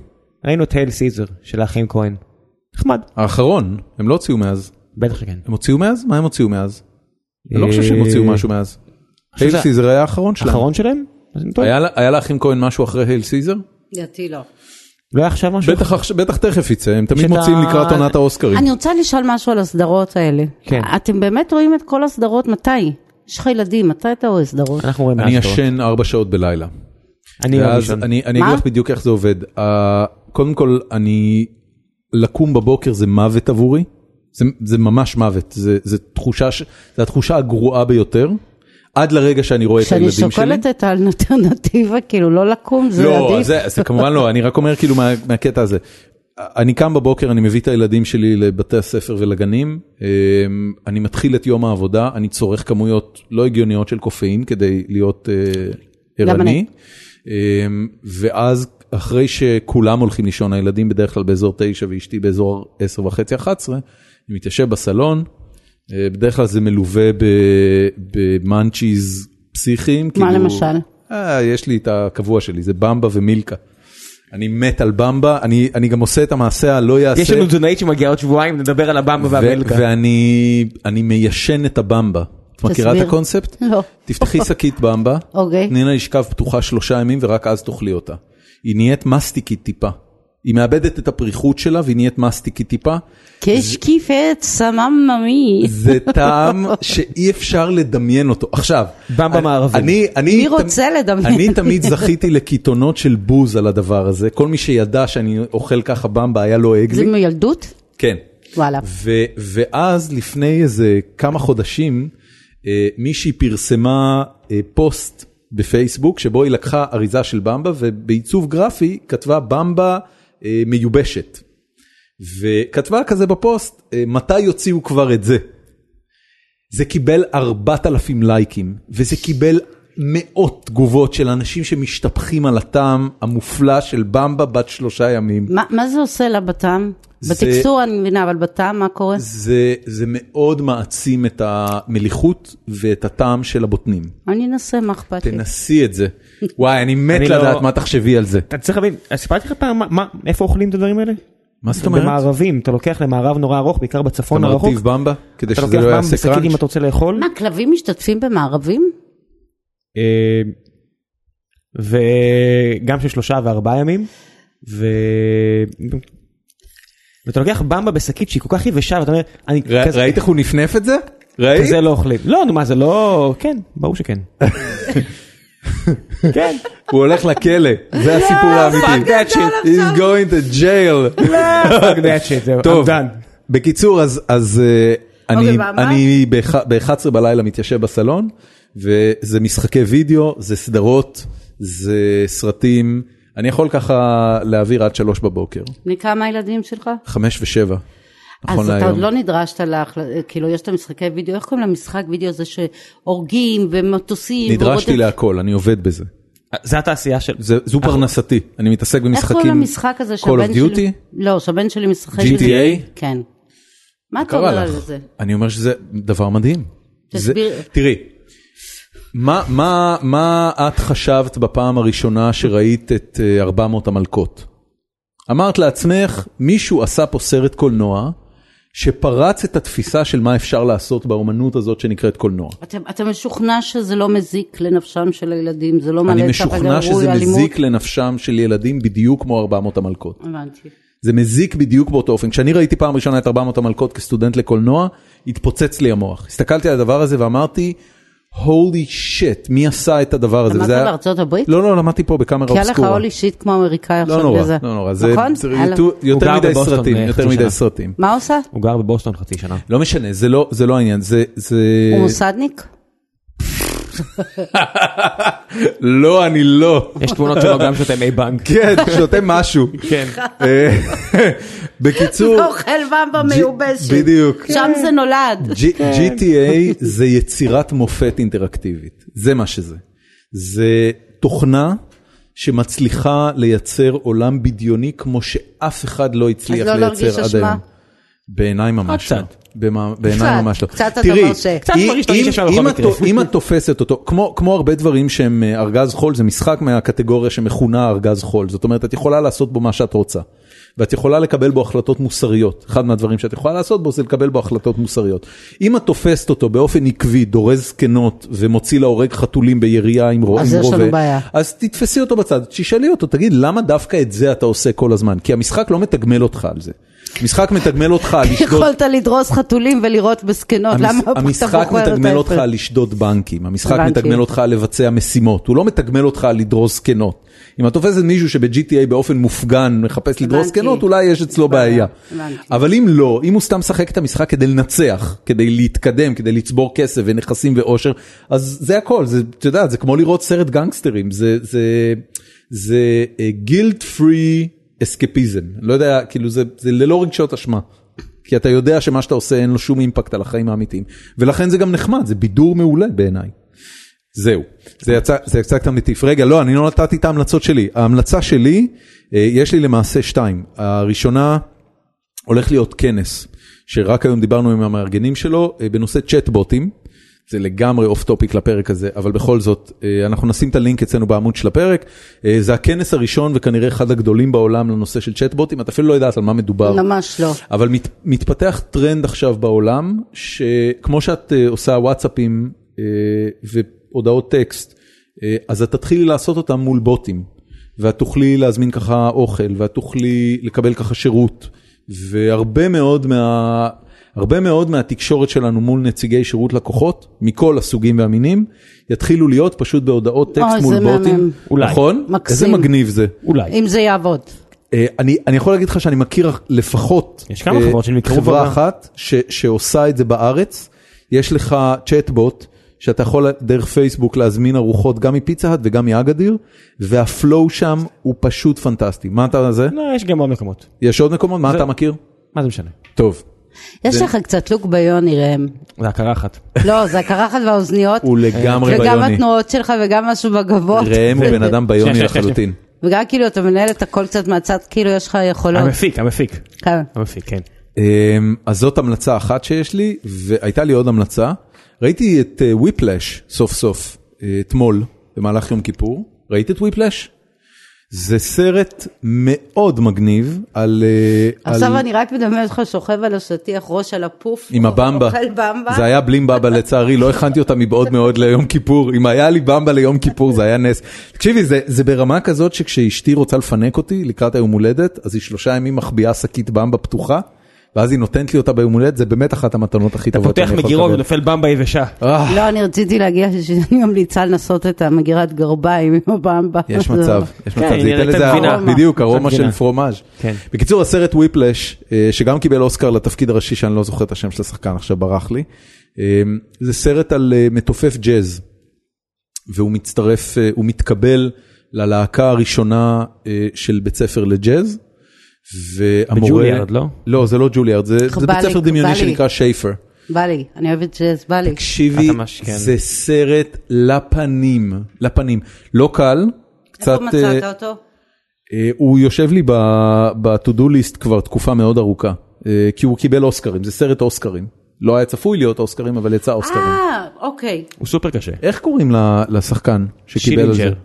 [SPEAKER 2] ראינו את הייל סיזר של האחים כהן. נחמד.
[SPEAKER 1] האחרון הם לא הוציאו מאז
[SPEAKER 2] בטח שכן.
[SPEAKER 1] הם הוציאו מאז מה הם הוציאו מאז. אני לא
[SPEAKER 2] אה,
[SPEAKER 1] חושב שהם הוציאו משהו מאז.
[SPEAKER 2] חושב
[SPEAKER 1] הייל
[SPEAKER 2] שזה-
[SPEAKER 1] סיזר היה האחרון שלהם.
[SPEAKER 2] אה, האחרון שלהם? אז אני טועה.
[SPEAKER 1] היה לה- היה לאחים כהן משהו אחרי הייל סיזר?
[SPEAKER 3] לדעתי לא.
[SPEAKER 2] לא היה עכשיו משהו?
[SPEAKER 1] בטח עכשיו- בטח תכף יצא הם תמיד
[SPEAKER 2] שאתה-
[SPEAKER 1] מוציאים לקראת עונת האוסקרים.
[SPEAKER 3] אני רוצה לשאול משהו על הסדרות האלה.
[SPEAKER 2] כן.
[SPEAKER 3] אתם באמת רואים את כל הסדרות מתי? יש לך ילדים, מתי אתה רואה סדרות?
[SPEAKER 2] אנחנו רואים
[SPEAKER 1] אני
[SPEAKER 2] מהסדרות.
[SPEAKER 1] ישן 4 שעות בלילה.
[SPEAKER 2] אני יום
[SPEAKER 1] ואז
[SPEAKER 2] ראשון.
[SPEAKER 1] אני אני אגיד
[SPEAKER 3] מה?
[SPEAKER 1] לך בדיוק איך זה עובד. אה, קודם כל אני לקום בבוקר זה מוות עבורי. זה, זה ממש מוות, זה, זה תחושה, ש... זה התחושה הגרועה ביותר, עד לרגע שאני רואה את
[SPEAKER 3] כשאני
[SPEAKER 1] הילדים שלי.
[SPEAKER 3] שוקלת את האלטרנטיבה, כאילו לא לקום, זה
[SPEAKER 1] לא,
[SPEAKER 3] עדיף.
[SPEAKER 1] זה, זה כמובן לא, אני רק אומר כאילו מה, מהקטע הזה. אני קם בבוקר, אני מביא את הילדים שלי לבתי הספר ולגנים, אמ, אני מתחיל את יום העבודה, אני צורך כמויות לא הגיוניות של קופאין כדי להיות אה,
[SPEAKER 3] גם
[SPEAKER 1] ערני,
[SPEAKER 3] אני.
[SPEAKER 1] אמ, ואז אחרי שכולם הולכים לישון, הילדים בדרך כלל באזור 9 ואשתי באזור 10 וחצי, 11, אני מתיישב בסלון, אה, בדרך כלל זה מלווה ב- במאנצ'יז פסיכיים. כאילו,
[SPEAKER 3] מה למשל?
[SPEAKER 1] אה, יש לי את הקבוע שלי, זה במבה ומילקה. אני מת על במבה, אני, אני גם עושה את המעשה הלא יעשה.
[SPEAKER 2] יש לנו תזונאית שמגיעה עוד שבועיים נדבר על הבמבה והמלכה.
[SPEAKER 1] ואני אני מיישן את הבמבה. את מכירה את
[SPEAKER 3] תסביר.
[SPEAKER 1] הקונספט?
[SPEAKER 3] לא.
[SPEAKER 1] תפתחי שקית במבה,
[SPEAKER 3] אוקיי.
[SPEAKER 1] תני לה לשכב פתוחה שלושה ימים ורק אז תאכלי אותה. היא נהיית מסטיקית טיפה. היא מאבדת את הפריחות שלה והיא נהיית מסטיקית טיפה.
[SPEAKER 3] כשקיפת סממא מי.
[SPEAKER 1] זה טעם שאי אפשר לדמיין אותו. עכשיו,
[SPEAKER 2] במבה
[SPEAKER 1] אני-
[SPEAKER 2] מערבית.
[SPEAKER 1] אני, אני,
[SPEAKER 3] מי רוצה לדמיין?
[SPEAKER 1] אני תמיד זכיתי לקיתונות של בוז על הדבר הזה. כל מי שידע שאני אוכל ככה במבה היה לו
[SPEAKER 3] זה
[SPEAKER 1] אגלי.
[SPEAKER 3] מילדות?
[SPEAKER 1] כן.
[SPEAKER 3] וואלה.
[SPEAKER 1] ו, ואז לפני איזה כמה חודשים, אה, מישהי פרסמה אה, פוסט בפייסבוק שבו היא לקחה אריזה של במבה ובעיצוב גרפי כתבה במבה אה, מיובשת. וכתבה כזה בפוסט, אה, מתי יוציאו כבר את זה? זה קיבל 4,000 לייקים, וזה קיבל מאות תגובות של אנשים שמשתפכים על הטעם המופלא של במבה בת שלושה ימים.
[SPEAKER 3] מה מה זה עושה לה בטעם?
[SPEAKER 1] זה-
[SPEAKER 3] בטקסטורה אני מבינה, אבל בטעם מה קורה?
[SPEAKER 1] זה, זה מאוד מעצים את המליחות ואת הטעם של הבוטנים.
[SPEAKER 3] אני אנסה, מה אכפת לי?
[SPEAKER 1] תנסי את זה. וואי, אני מת
[SPEAKER 2] אני לא-
[SPEAKER 1] לדעת מה תחשבי על זה.
[SPEAKER 2] אתה צריך להבין, אז סיפרתי לך פעם מה- מה- איפה אוכלים את הדברים האלה?
[SPEAKER 1] מה זאת אומרת?
[SPEAKER 2] במערבים, אתה לוקח למערב נורא ארוך, בעיקר בצפון
[SPEAKER 1] אתה
[SPEAKER 2] הרחוק.
[SPEAKER 1] מרטיב במבה כדי
[SPEAKER 2] אתה
[SPEAKER 1] שזה
[SPEAKER 2] לוקח
[SPEAKER 1] לא
[SPEAKER 2] פעם
[SPEAKER 1] יעשה
[SPEAKER 2] בשקית אם
[SPEAKER 1] קראנץ'?
[SPEAKER 2] אתה רוצה לאכול.
[SPEAKER 3] מה, כלבים משתתפים במערבים?
[SPEAKER 2] אה, וגם של שלושה וארבעה ימים. ו... ואתה לוקח במבה בשקית שהיא כל כך יבשה ואתה אומר, אני
[SPEAKER 1] ר-
[SPEAKER 2] כזה-
[SPEAKER 1] ראית איך הוא נפנף את זה? ראית?
[SPEAKER 2] כזה לא אוכלים. לא, נו מה זה לא, כן, ברור שכן. כן.
[SPEAKER 1] הוא הולך לכלא, זה הסיפור האמיתי.
[SPEAKER 2] that shit.
[SPEAKER 1] He's going to jail.
[SPEAKER 2] fuck that shit, זהו,
[SPEAKER 1] טוב,
[SPEAKER 2] I'm done.
[SPEAKER 1] בקיצור, אז- אז אה, אני-
[SPEAKER 3] אוקיי, מה אמרת?
[SPEAKER 1] אני ב-11 בלילה מתיישב בסלון, וזה משחקי וידאו, זה סדרות, זה סרטים, אני יכול ככה להעביר עד שלוש בבוקר,
[SPEAKER 3] בני כמה הילדים שלך?
[SPEAKER 1] חמש ושבע, נכון
[SPEAKER 3] אז אתה עוד
[SPEAKER 1] להיום.
[SPEAKER 3] לא נדרשת להחלטה, כאילו יש את המשחקי וידאו, איך קוראים למשחק וידאו הזה שהורגים ומטוסים?
[SPEAKER 1] נדרשתי
[SPEAKER 3] ורודת-
[SPEAKER 1] להכל, אני עובד בזה.
[SPEAKER 2] זה התעשייה של...
[SPEAKER 1] זה- זו פרנסתי, אני מתעסק
[SPEAKER 3] איך
[SPEAKER 1] במשחקים.
[SPEAKER 3] קוראים למשחק הזה
[SPEAKER 1] Call
[SPEAKER 3] שהבן
[SPEAKER 1] of
[SPEAKER 3] שלי...
[SPEAKER 1] Duty?
[SPEAKER 3] לא, שהבן שלי משחק...
[SPEAKER 1] GTA?
[SPEAKER 3] כן. מה אתה
[SPEAKER 1] קרה
[SPEAKER 3] אומר על
[SPEAKER 1] לך.
[SPEAKER 3] זה?
[SPEAKER 1] אני אומר שזה דבר מדהים.
[SPEAKER 3] תסביר.
[SPEAKER 1] זה- תראי, מה- מה- מה את חשבת בפעם הראשונה שראית את אה, 400 המלכות? אמרת לעצמך, מישהו עשה פה סרט קולנוע שפרץ את התפיסה של מה אפשר לעשות באומנות הזאת שנקראת קולנוע.
[SPEAKER 3] אתה, אתה משוכנע שזה לא מזיק לנפשם של הילדים, זה לא מלא
[SPEAKER 1] אני
[SPEAKER 3] את
[SPEAKER 1] משוכנע שזה מזיק לנפשם של ילדים בדיוק כמו 400 המלכות.
[SPEAKER 3] הבנתי.
[SPEAKER 1] זה מזיק בדיוק באותו אופן. כשאני ראיתי פעם ראשונה את 400 המלכות כסטודנט לקולנוע, התפוצץ לי המוח. הסתכלתי על הדבר הזה ואמרתי, הולי שיט, מי עשה את הדבר הזה?
[SPEAKER 3] למדת
[SPEAKER 1] וזה היה-
[SPEAKER 3] בארצות הברית?
[SPEAKER 1] לא, לא, למדתי פה בקאמרה
[SPEAKER 3] כי היה לך
[SPEAKER 1] אובסקורה.
[SPEAKER 3] הול אישית כמו אמריקאי
[SPEAKER 1] לא
[SPEAKER 3] עכשיו
[SPEAKER 1] נורא,
[SPEAKER 3] בזה.
[SPEAKER 1] לא נורא. זה
[SPEAKER 3] נכון?
[SPEAKER 1] זה
[SPEAKER 3] הלאה.
[SPEAKER 1] יותר- יותר
[SPEAKER 2] גר
[SPEAKER 1] מדי
[SPEAKER 2] בבוסטון,
[SPEAKER 1] סרטים,
[SPEAKER 2] אה,
[SPEAKER 1] יותר
[SPEAKER 2] חצי
[SPEAKER 1] מדי
[SPEAKER 2] שנה.
[SPEAKER 1] סרטים.
[SPEAKER 3] מה עושה?
[SPEAKER 1] אה,
[SPEAKER 2] הוא גר בבוסטון חצי שנה.
[SPEAKER 1] לא משנה, זה לא- זה לא העניין, זה... זה-
[SPEAKER 3] הוא מוסדניק?
[SPEAKER 1] לא, אני לא.
[SPEAKER 2] יש תמונות שלו גם שאתה מי בנק.
[SPEAKER 1] כן, שותה משהו.
[SPEAKER 2] כן.
[SPEAKER 1] אה, בקיצור,
[SPEAKER 3] אוכל במבה
[SPEAKER 1] ג'-
[SPEAKER 3] מיובשת.
[SPEAKER 1] בדיוק.
[SPEAKER 3] שם זה נולד.
[SPEAKER 1] G- GTA זה יצירת מופת אינטראקטיבית, זה מה שזה. זה תוכנה שמצליחה לייצר עולם בדיוני כמו שאף אחד לא הצליח
[SPEAKER 3] לא להרגיש
[SPEAKER 1] לייצר עד
[SPEAKER 3] אשמה?
[SPEAKER 1] היום. בעיניי ממש לא.
[SPEAKER 2] קצת.
[SPEAKER 1] במה- בעיניי
[SPEAKER 3] קצת,
[SPEAKER 1] ממש לא.
[SPEAKER 3] קצת אתה
[SPEAKER 1] תראי,
[SPEAKER 3] מרשה.
[SPEAKER 2] קצת
[SPEAKER 1] אם-
[SPEAKER 2] מרגיש שאתה
[SPEAKER 1] אם-
[SPEAKER 2] איש ישר
[SPEAKER 1] אם
[SPEAKER 2] בכל מקרה.
[SPEAKER 1] את- אם את תופסת אותו, כמו כמו הרבה דברים שהם אה, ארגז חול, זה משחק מהקטגוריה שמכונה ארגז חול. זאת אומרת, את יכולה לעשות בו מה שאת רוצה. ואת יכולה לקבל בו החלטות מוסריות. אחד מהדברים שאת יכולה לעשות בו זה לקבל בו החלטות מוסריות. אם את תופסת אותו באופן עקבי, דורס זקנות ומוציא להורג חתולים בירייה עם רו-
[SPEAKER 3] אז
[SPEAKER 1] עם
[SPEAKER 3] יש לנו
[SPEAKER 1] רובה,
[SPEAKER 3] בעיה.
[SPEAKER 1] אז תתפסי אותו בצד, תשאלי אותו, תגיד, למה דווקא את זה אתה עושה כל הזמן? כי המשחק לא מתגמל אותך על זה. המשחק מתגמל אותך על לשדוד...
[SPEAKER 3] יכולת לדרוס חתולים ולירות בזקנות,
[SPEAKER 1] המש-
[SPEAKER 3] למה אתה
[SPEAKER 1] המשחק
[SPEAKER 3] בוחר את
[SPEAKER 1] מתגמל אותך
[SPEAKER 3] ההפך?
[SPEAKER 1] על לשדוד בנקים, המשחק
[SPEAKER 3] הבנתי.
[SPEAKER 1] מתגמל אותך על לבצע משימות, הוא לא מתגמל אותך על לדרוס זקנות. אם את תופסת מישהו שב-GTA באופן מופגן מחפש לדרוס
[SPEAKER 3] הבנתי.
[SPEAKER 1] זקנות, אולי יש אצלו בעיה.
[SPEAKER 3] בעיה, הבנתי.
[SPEAKER 1] אבל אם לא, אם הוא סתם משחק את המשחק כדי לנצח, כדי להתקדם, כדי לצבור כסף ונכסים ואושר, אז זה הכל, זה, את יודעת, זה כמו לראות סרט גנגסטרים, זה, זה, זה אה, גילד פרי אסקפיזם, לא יודע, כאילו זה, זה ללא רגשות אשמה. כי אתה יודע שמה שאתה עושה אין לו שום אימפקט על החיים האמיתיים, ולכן זה גם נחמד, זה בידור מעולה בעיניי. זהו, זה יצא, זה יצא קצת מטיף. רגע, לא, אני לא נתתי את ההמלצות שלי. ההמלצה שלי, אה, יש לי למעשה שתיים. הראשונה, הולך להיות כנס, שרק היום דיברנו עם המארגנים שלו, אה, בנושא צ'טבוטים. זה לגמרי אוף טופיק לפרק הזה, אבל בכל זאת, אה, אנחנו נשים את הלינק אצלנו בעמוד של הפרק. אה, זה הכנס הראשון וכנראה אחד הגדולים בעולם לנושא של צ'טבוטים, את אפילו לא יודעת על מה מדובר.
[SPEAKER 3] ממש לא.
[SPEAKER 1] אבל מת, מתפתח טרנד עכשיו בעולם, שכמו שאת uh, עושה וואטסאפים uh, והודעות טקסט, uh, אז את תתחילי לעשות אותם מול בוטים, ואת תוכלי להזמין ככה אוכל, ואת תוכלי לקבל ככה שירות, והרבה מאוד מה... הרבה מאוד מהתקשורת שלנו מול נציגי שירות לקוחות, מכל הסוגים והמינים, יתחילו להיות פשוט בהודעות טקסט
[SPEAKER 3] אוי,
[SPEAKER 1] מול
[SPEAKER 3] זה
[SPEAKER 1] בוטים.
[SPEAKER 3] מהמם.
[SPEAKER 2] אולי.
[SPEAKER 1] נכון?
[SPEAKER 3] מקסים.
[SPEAKER 1] איזה מגניב זה.
[SPEAKER 2] אולי.
[SPEAKER 3] אם זה יעבוד.
[SPEAKER 1] אה, אני, אני יכול להגיד לך שאני מכיר לפחות
[SPEAKER 2] יש כמה
[SPEAKER 1] אה,
[SPEAKER 2] חברות שנמכרו
[SPEAKER 1] חברה
[SPEAKER 2] בעולם.
[SPEAKER 1] אחת ש, שעושה את זה בארץ. יש לך צ'טבוט שאתה יכול דרך פייסבוק להזמין ארוחות גם מפיצה האט וגם מאגדיר והפלואו שם הוא פשוט פנטסטי. מה אתה זה?
[SPEAKER 2] לא, יש גם עוד מקומות.
[SPEAKER 1] יש עוד מקומות? מה אתה מכיר?
[SPEAKER 2] מה זה משנה?
[SPEAKER 1] טוב.
[SPEAKER 3] יש לך קצת לוק ביוני ראם.
[SPEAKER 2] זה הכרה אחת.
[SPEAKER 3] לא, זה הקרחת והאוזניות,
[SPEAKER 1] הוא לגמרי
[SPEAKER 3] וגם
[SPEAKER 1] ביוני.
[SPEAKER 3] התנועות שלך וגם משהו בגבות.
[SPEAKER 1] ראם הוא בן אדם
[SPEAKER 2] שנייה,
[SPEAKER 1] ביוני
[SPEAKER 2] שנייה, שנייה.
[SPEAKER 1] לחלוטין.
[SPEAKER 3] וגם כאילו אתה מנהל את הכל קצת מהצד, כאילו יש לך יכולות.
[SPEAKER 2] המפיק, המפיק.
[SPEAKER 3] כן.
[SPEAKER 2] המפיק, כן.
[SPEAKER 1] אמ, אז זאת המלצה אחת שיש לי, והייתה לי עוד המלצה. ראיתי את וויפלאש סוף סוף, אה, אתמול, במהלך יום כיפור. ראית את וויפלאש? זה סרט מאוד מגניב על... אה, על-
[SPEAKER 3] עכשיו אני רק מדמיינת אותך שוכב על השטיח, ראש על הפוף.
[SPEAKER 1] עם הבמבה,
[SPEAKER 3] אוכל במבה.
[SPEAKER 1] זה היה בלים במבה לצערי, לא הכנתי אותה מבעוד מאוד ליום כיפור, אם היה לי במבה ליום כיפור זה היה נס. תקשיבי, זה, זה ברמה כזאת שכשאשתי רוצה לפנק אותי לקראת היום הולדת, אז היא שלושה ימים מחביאה שקית במבה פתוחה, ואז היא נותנת לי אותה ביום הולדת, זה באמת אחת המתנות הכי
[SPEAKER 2] אתה
[SPEAKER 1] טובות.
[SPEAKER 2] פותח
[SPEAKER 1] שאני יכול
[SPEAKER 2] מגירות
[SPEAKER 1] לקבל.
[SPEAKER 2] ונופל במבה יבשה.
[SPEAKER 1] אה,
[SPEAKER 3] לא, אני רציתי להגיע שאני ממליצה לנסות את המגירת גרביים עם הבמבה.
[SPEAKER 1] יש מצב, יש
[SPEAKER 2] כן,
[SPEAKER 1] מצב, זה
[SPEAKER 2] היא
[SPEAKER 1] ייתן
[SPEAKER 2] נראית
[SPEAKER 1] לזה
[SPEAKER 2] גבינה.
[SPEAKER 1] ארומה, בדיוק,
[SPEAKER 2] קצת
[SPEAKER 1] ארומה של
[SPEAKER 2] גבינה.
[SPEAKER 1] פרומאז'.
[SPEAKER 2] כן.
[SPEAKER 1] בקיצור, הסרט וויפלאש, אה, שגם קיבל אוסקר לתפקיד הראשי שאני לא זוכר את השם של השחקן, עכשיו ברח לי, אה, זה סרט על אה, מתופף ג'אז, והוא מצטרף, אה, הוא מתקבל ללהקה הראשונה אה, של בית ספר לג'אז, והמורה...
[SPEAKER 2] בג'וליארד, לא?
[SPEAKER 1] לא, זה לא ג'וליארד, זה זה בית
[SPEAKER 3] קבלי,
[SPEAKER 1] ספר דמיוני
[SPEAKER 3] קבלי.
[SPEAKER 1] שנקרא שייפר.
[SPEAKER 3] לא- בא לי, אני אוהבת ג'אז, בא לי.
[SPEAKER 1] תקשיבי,
[SPEAKER 2] אתה ממש, כן.
[SPEAKER 1] זה סרט לפנים, לפנים. לא קל, קצת...
[SPEAKER 3] איפה מצאת
[SPEAKER 1] אה,
[SPEAKER 3] אותו?
[SPEAKER 1] אה, הוא יושב לי ב-to-do list כבר תקופה מאוד ארוכה, אה, כי הוא קיבל אוסקרים, זה סרט אוסקרים. לא היה צפוי להיות אוסקרים, אבל יצא אוסקרים.
[SPEAKER 3] אה, אוקיי.
[SPEAKER 2] הוא סופר קשה.
[SPEAKER 1] איך קוראים ל- לשחקן שקיבל על זה?
[SPEAKER 2] שילינג'ר.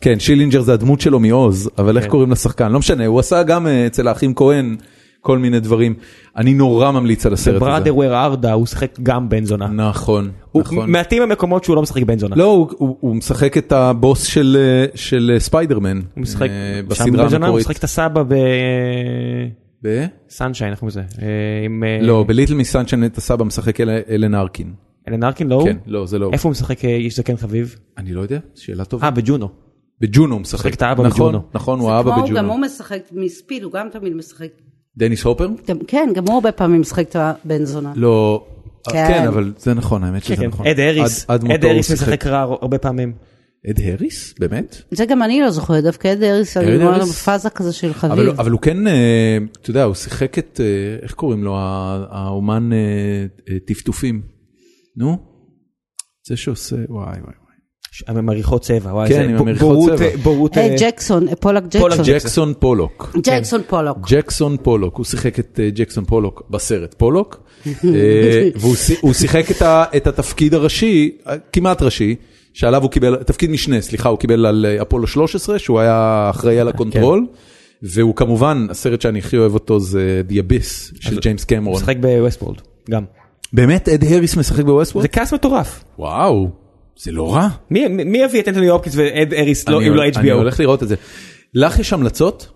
[SPEAKER 2] כן.
[SPEAKER 1] כן, שילינג'ר זה הדמות שלו מעוז, אבל איך קוראים לשחקן? לא משנה, הוא עשה גם אה, אצל האחים כהן כל מיני דברים. אני נורא ממליץ על הסרט הזה.
[SPEAKER 2] בראדר וויר ארדה הוא שיחק גם בן זונה.
[SPEAKER 1] נכון,
[SPEAKER 2] הוא
[SPEAKER 1] נכון.
[SPEAKER 2] מעטים המקומות שהוא לא משחק בן זונה.
[SPEAKER 1] לא, הוא- הוא הוא משחק את הבוס של אה, של, אה, ספיידרמן.
[SPEAKER 2] הוא משחק
[SPEAKER 1] אה,
[SPEAKER 2] שם
[SPEAKER 1] בסדרה
[SPEAKER 2] בן זונה, הוא
[SPEAKER 1] המקורית.
[SPEAKER 2] משחק את הסבא בסנשיין,
[SPEAKER 1] ב-
[SPEAKER 2] איך קוראים לזה? אה, עם... אה,
[SPEAKER 1] לא, בליטל מסאנשן את הסבא משחק אל- אלן ארקין.
[SPEAKER 2] אלן ארקין לא הוא?
[SPEAKER 1] כן, לא, זה לא הוא.
[SPEAKER 2] איפה הוא משחק אה, איש זקן חביב?
[SPEAKER 1] אני לא יודע, שאלה טובה.
[SPEAKER 2] אה, בג'ונו.
[SPEAKER 1] בג'ונו הוא משחק.
[SPEAKER 2] משחק את האבא
[SPEAKER 1] נכון,
[SPEAKER 2] בג'ונו.
[SPEAKER 1] נכון,
[SPEAKER 3] זה
[SPEAKER 1] הוא האבא
[SPEAKER 3] כמו, גם
[SPEAKER 1] בג'ונו.
[SPEAKER 3] הוא משחק מספיד, הוא גם תמיד משחק.
[SPEAKER 1] דניס הופר?
[SPEAKER 3] גם- כן, גם הוא הרבה פעמים משחק את הבן זונה.
[SPEAKER 1] לא.
[SPEAKER 3] כן.
[SPEAKER 1] כן, אבל זה נכון, האמת שזה נכון.
[SPEAKER 2] כן, אד האריס.
[SPEAKER 1] עד- עד
[SPEAKER 2] אד
[SPEAKER 1] מותו הוא
[SPEAKER 2] האריס
[SPEAKER 1] שיחק.
[SPEAKER 2] משחק רע הרבה פעמים.
[SPEAKER 1] אד האריס? באמת?
[SPEAKER 3] זה גם אני לא זוכרת, דווקא אד האריס,
[SPEAKER 1] אד
[SPEAKER 3] אני רואה לו
[SPEAKER 1] האריס?
[SPEAKER 3] בפאזה כזה של
[SPEAKER 1] אבל,
[SPEAKER 3] חביב.
[SPEAKER 1] אבל הוא כן, אה, אתה יודע, הוא שיחק את, אה, איך קוראים לו, הא- האומן אה, אה, טפטופים. נו? זה שעושה, וואי וואי וואי.
[SPEAKER 2] ש- עם המריחות צבע, וואי,
[SPEAKER 1] כן,
[SPEAKER 2] זה
[SPEAKER 1] עם
[SPEAKER 2] ב-
[SPEAKER 1] המריחות
[SPEAKER 2] בורות,
[SPEAKER 1] צבע.
[SPEAKER 2] אה, בורות,
[SPEAKER 3] אה,
[SPEAKER 2] אה,
[SPEAKER 3] ג'קסון, אה, פולק
[SPEAKER 2] פולק
[SPEAKER 3] ג'קסון. כן.
[SPEAKER 1] ג'קסון פולוק.
[SPEAKER 3] ג'קסון פולוק.
[SPEAKER 1] ג'קסון פולוק, הוא שיחק את אה, ג'קסון פולוק בסרט פולוק, אה, והוא שי- הוא שיחק את ה- את התפקיד הראשי, אה, כמעט ראשי, שעליו הוא קיבל, תפקיד משנה, סליחה, הוא קיבל על אה, אפולו 13, שהוא היה אחראי על
[SPEAKER 3] כן.
[SPEAKER 1] הקונטרול, והוא כמובן, הסרט שאני הכי אוהב אותו זה The Abyss של ג'יימס
[SPEAKER 2] הוא
[SPEAKER 1] קמרון.
[SPEAKER 2] משחק בווסטבולד, גם.
[SPEAKER 1] באמת, אד האריס משחק בווסטוורד?
[SPEAKER 2] זה כעס מטורף.
[SPEAKER 1] וואו, זה לא רע.
[SPEAKER 2] מי- מי מי יביא את אנטוני הופקיס ואד אריס לא-
[SPEAKER 1] אני
[SPEAKER 2] אם לא
[SPEAKER 1] הול- אני
[SPEAKER 2] HBO?
[SPEAKER 1] הולך לראות את זה. לך יש המלצות?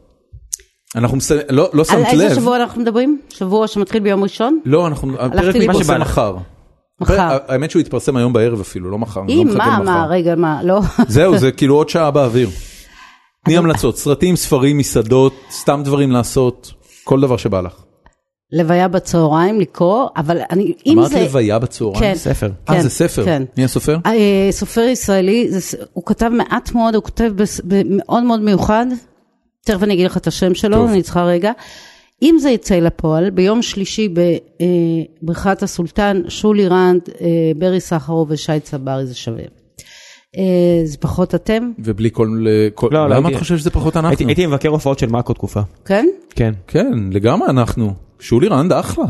[SPEAKER 1] אנחנו מס... לא, לא
[SPEAKER 3] על
[SPEAKER 1] שמת
[SPEAKER 3] אה, איזה
[SPEAKER 1] לב.
[SPEAKER 3] שבוע אנחנו מדברים? שבוע שמתחיל ביום ראשון?
[SPEAKER 1] לא, אנחנו... הפרק
[SPEAKER 3] לראות.
[SPEAKER 1] מתפרסם
[SPEAKER 2] מה שבא
[SPEAKER 1] מחר.
[SPEAKER 3] מחר.
[SPEAKER 1] הפרק- האמת שהוא יתפרסם היום בערב אפילו, לא מחר. אני לא
[SPEAKER 3] אם,
[SPEAKER 1] מחכה
[SPEAKER 3] מה,
[SPEAKER 1] למחר.
[SPEAKER 3] מה, רגע, מה, לא?
[SPEAKER 1] זהו, זה כאילו עוד שעה באוויר. תני המלצות, סרטים, ספרים, מסעדות, סתם דברים לעשות, כל דבר שבא לך.
[SPEAKER 3] לוויה בצהריים לקרוא, אבל אני, אם
[SPEAKER 1] אמרת
[SPEAKER 3] זה...
[SPEAKER 1] לוויה בצהריים?
[SPEAKER 3] כן.
[SPEAKER 2] ספר.
[SPEAKER 1] אה,
[SPEAKER 3] כן,
[SPEAKER 1] זה ספר.
[SPEAKER 3] כן.
[SPEAKER 1] מי הסופר?
[SPEAKER 3] אה, סופר ישראלי, זה, ס- הוא כתב מעט מאוד, הוא כותב בס- במאוד מאוד מיוחד, תכף אני אגיד לך את השם שלו,
[SPEAKER 1] טוב.
[SPEAKER 3] אני צריכה רגע. אם זה יצא לפועל, ביום שלישי בבריכת הסולטן, שולי רנד, אה, ברי סחרוב ושי צברי זה שווה. אה, זה פחות אתם,
[SPEAKER 1] ובלי כל... כל-
[SPEAKER 2] לא,
[SPEAKER 1] למה
[SPEAKER 2] לא, הייתי-
[SPEAKER 1] את חושבת שזה פחות
[SPEAKER 2] הייתי-
[SPEAKER 1] אנחנו?
[SPEAKER 2] הייתי מבקר הופעות של מאקו תקופה.
[SPEAKER 3] כן?
[SPEAKER 2] כן.
[SPEAKER 1] כן, לגמרי אנחנו. שולי רנד אחלה.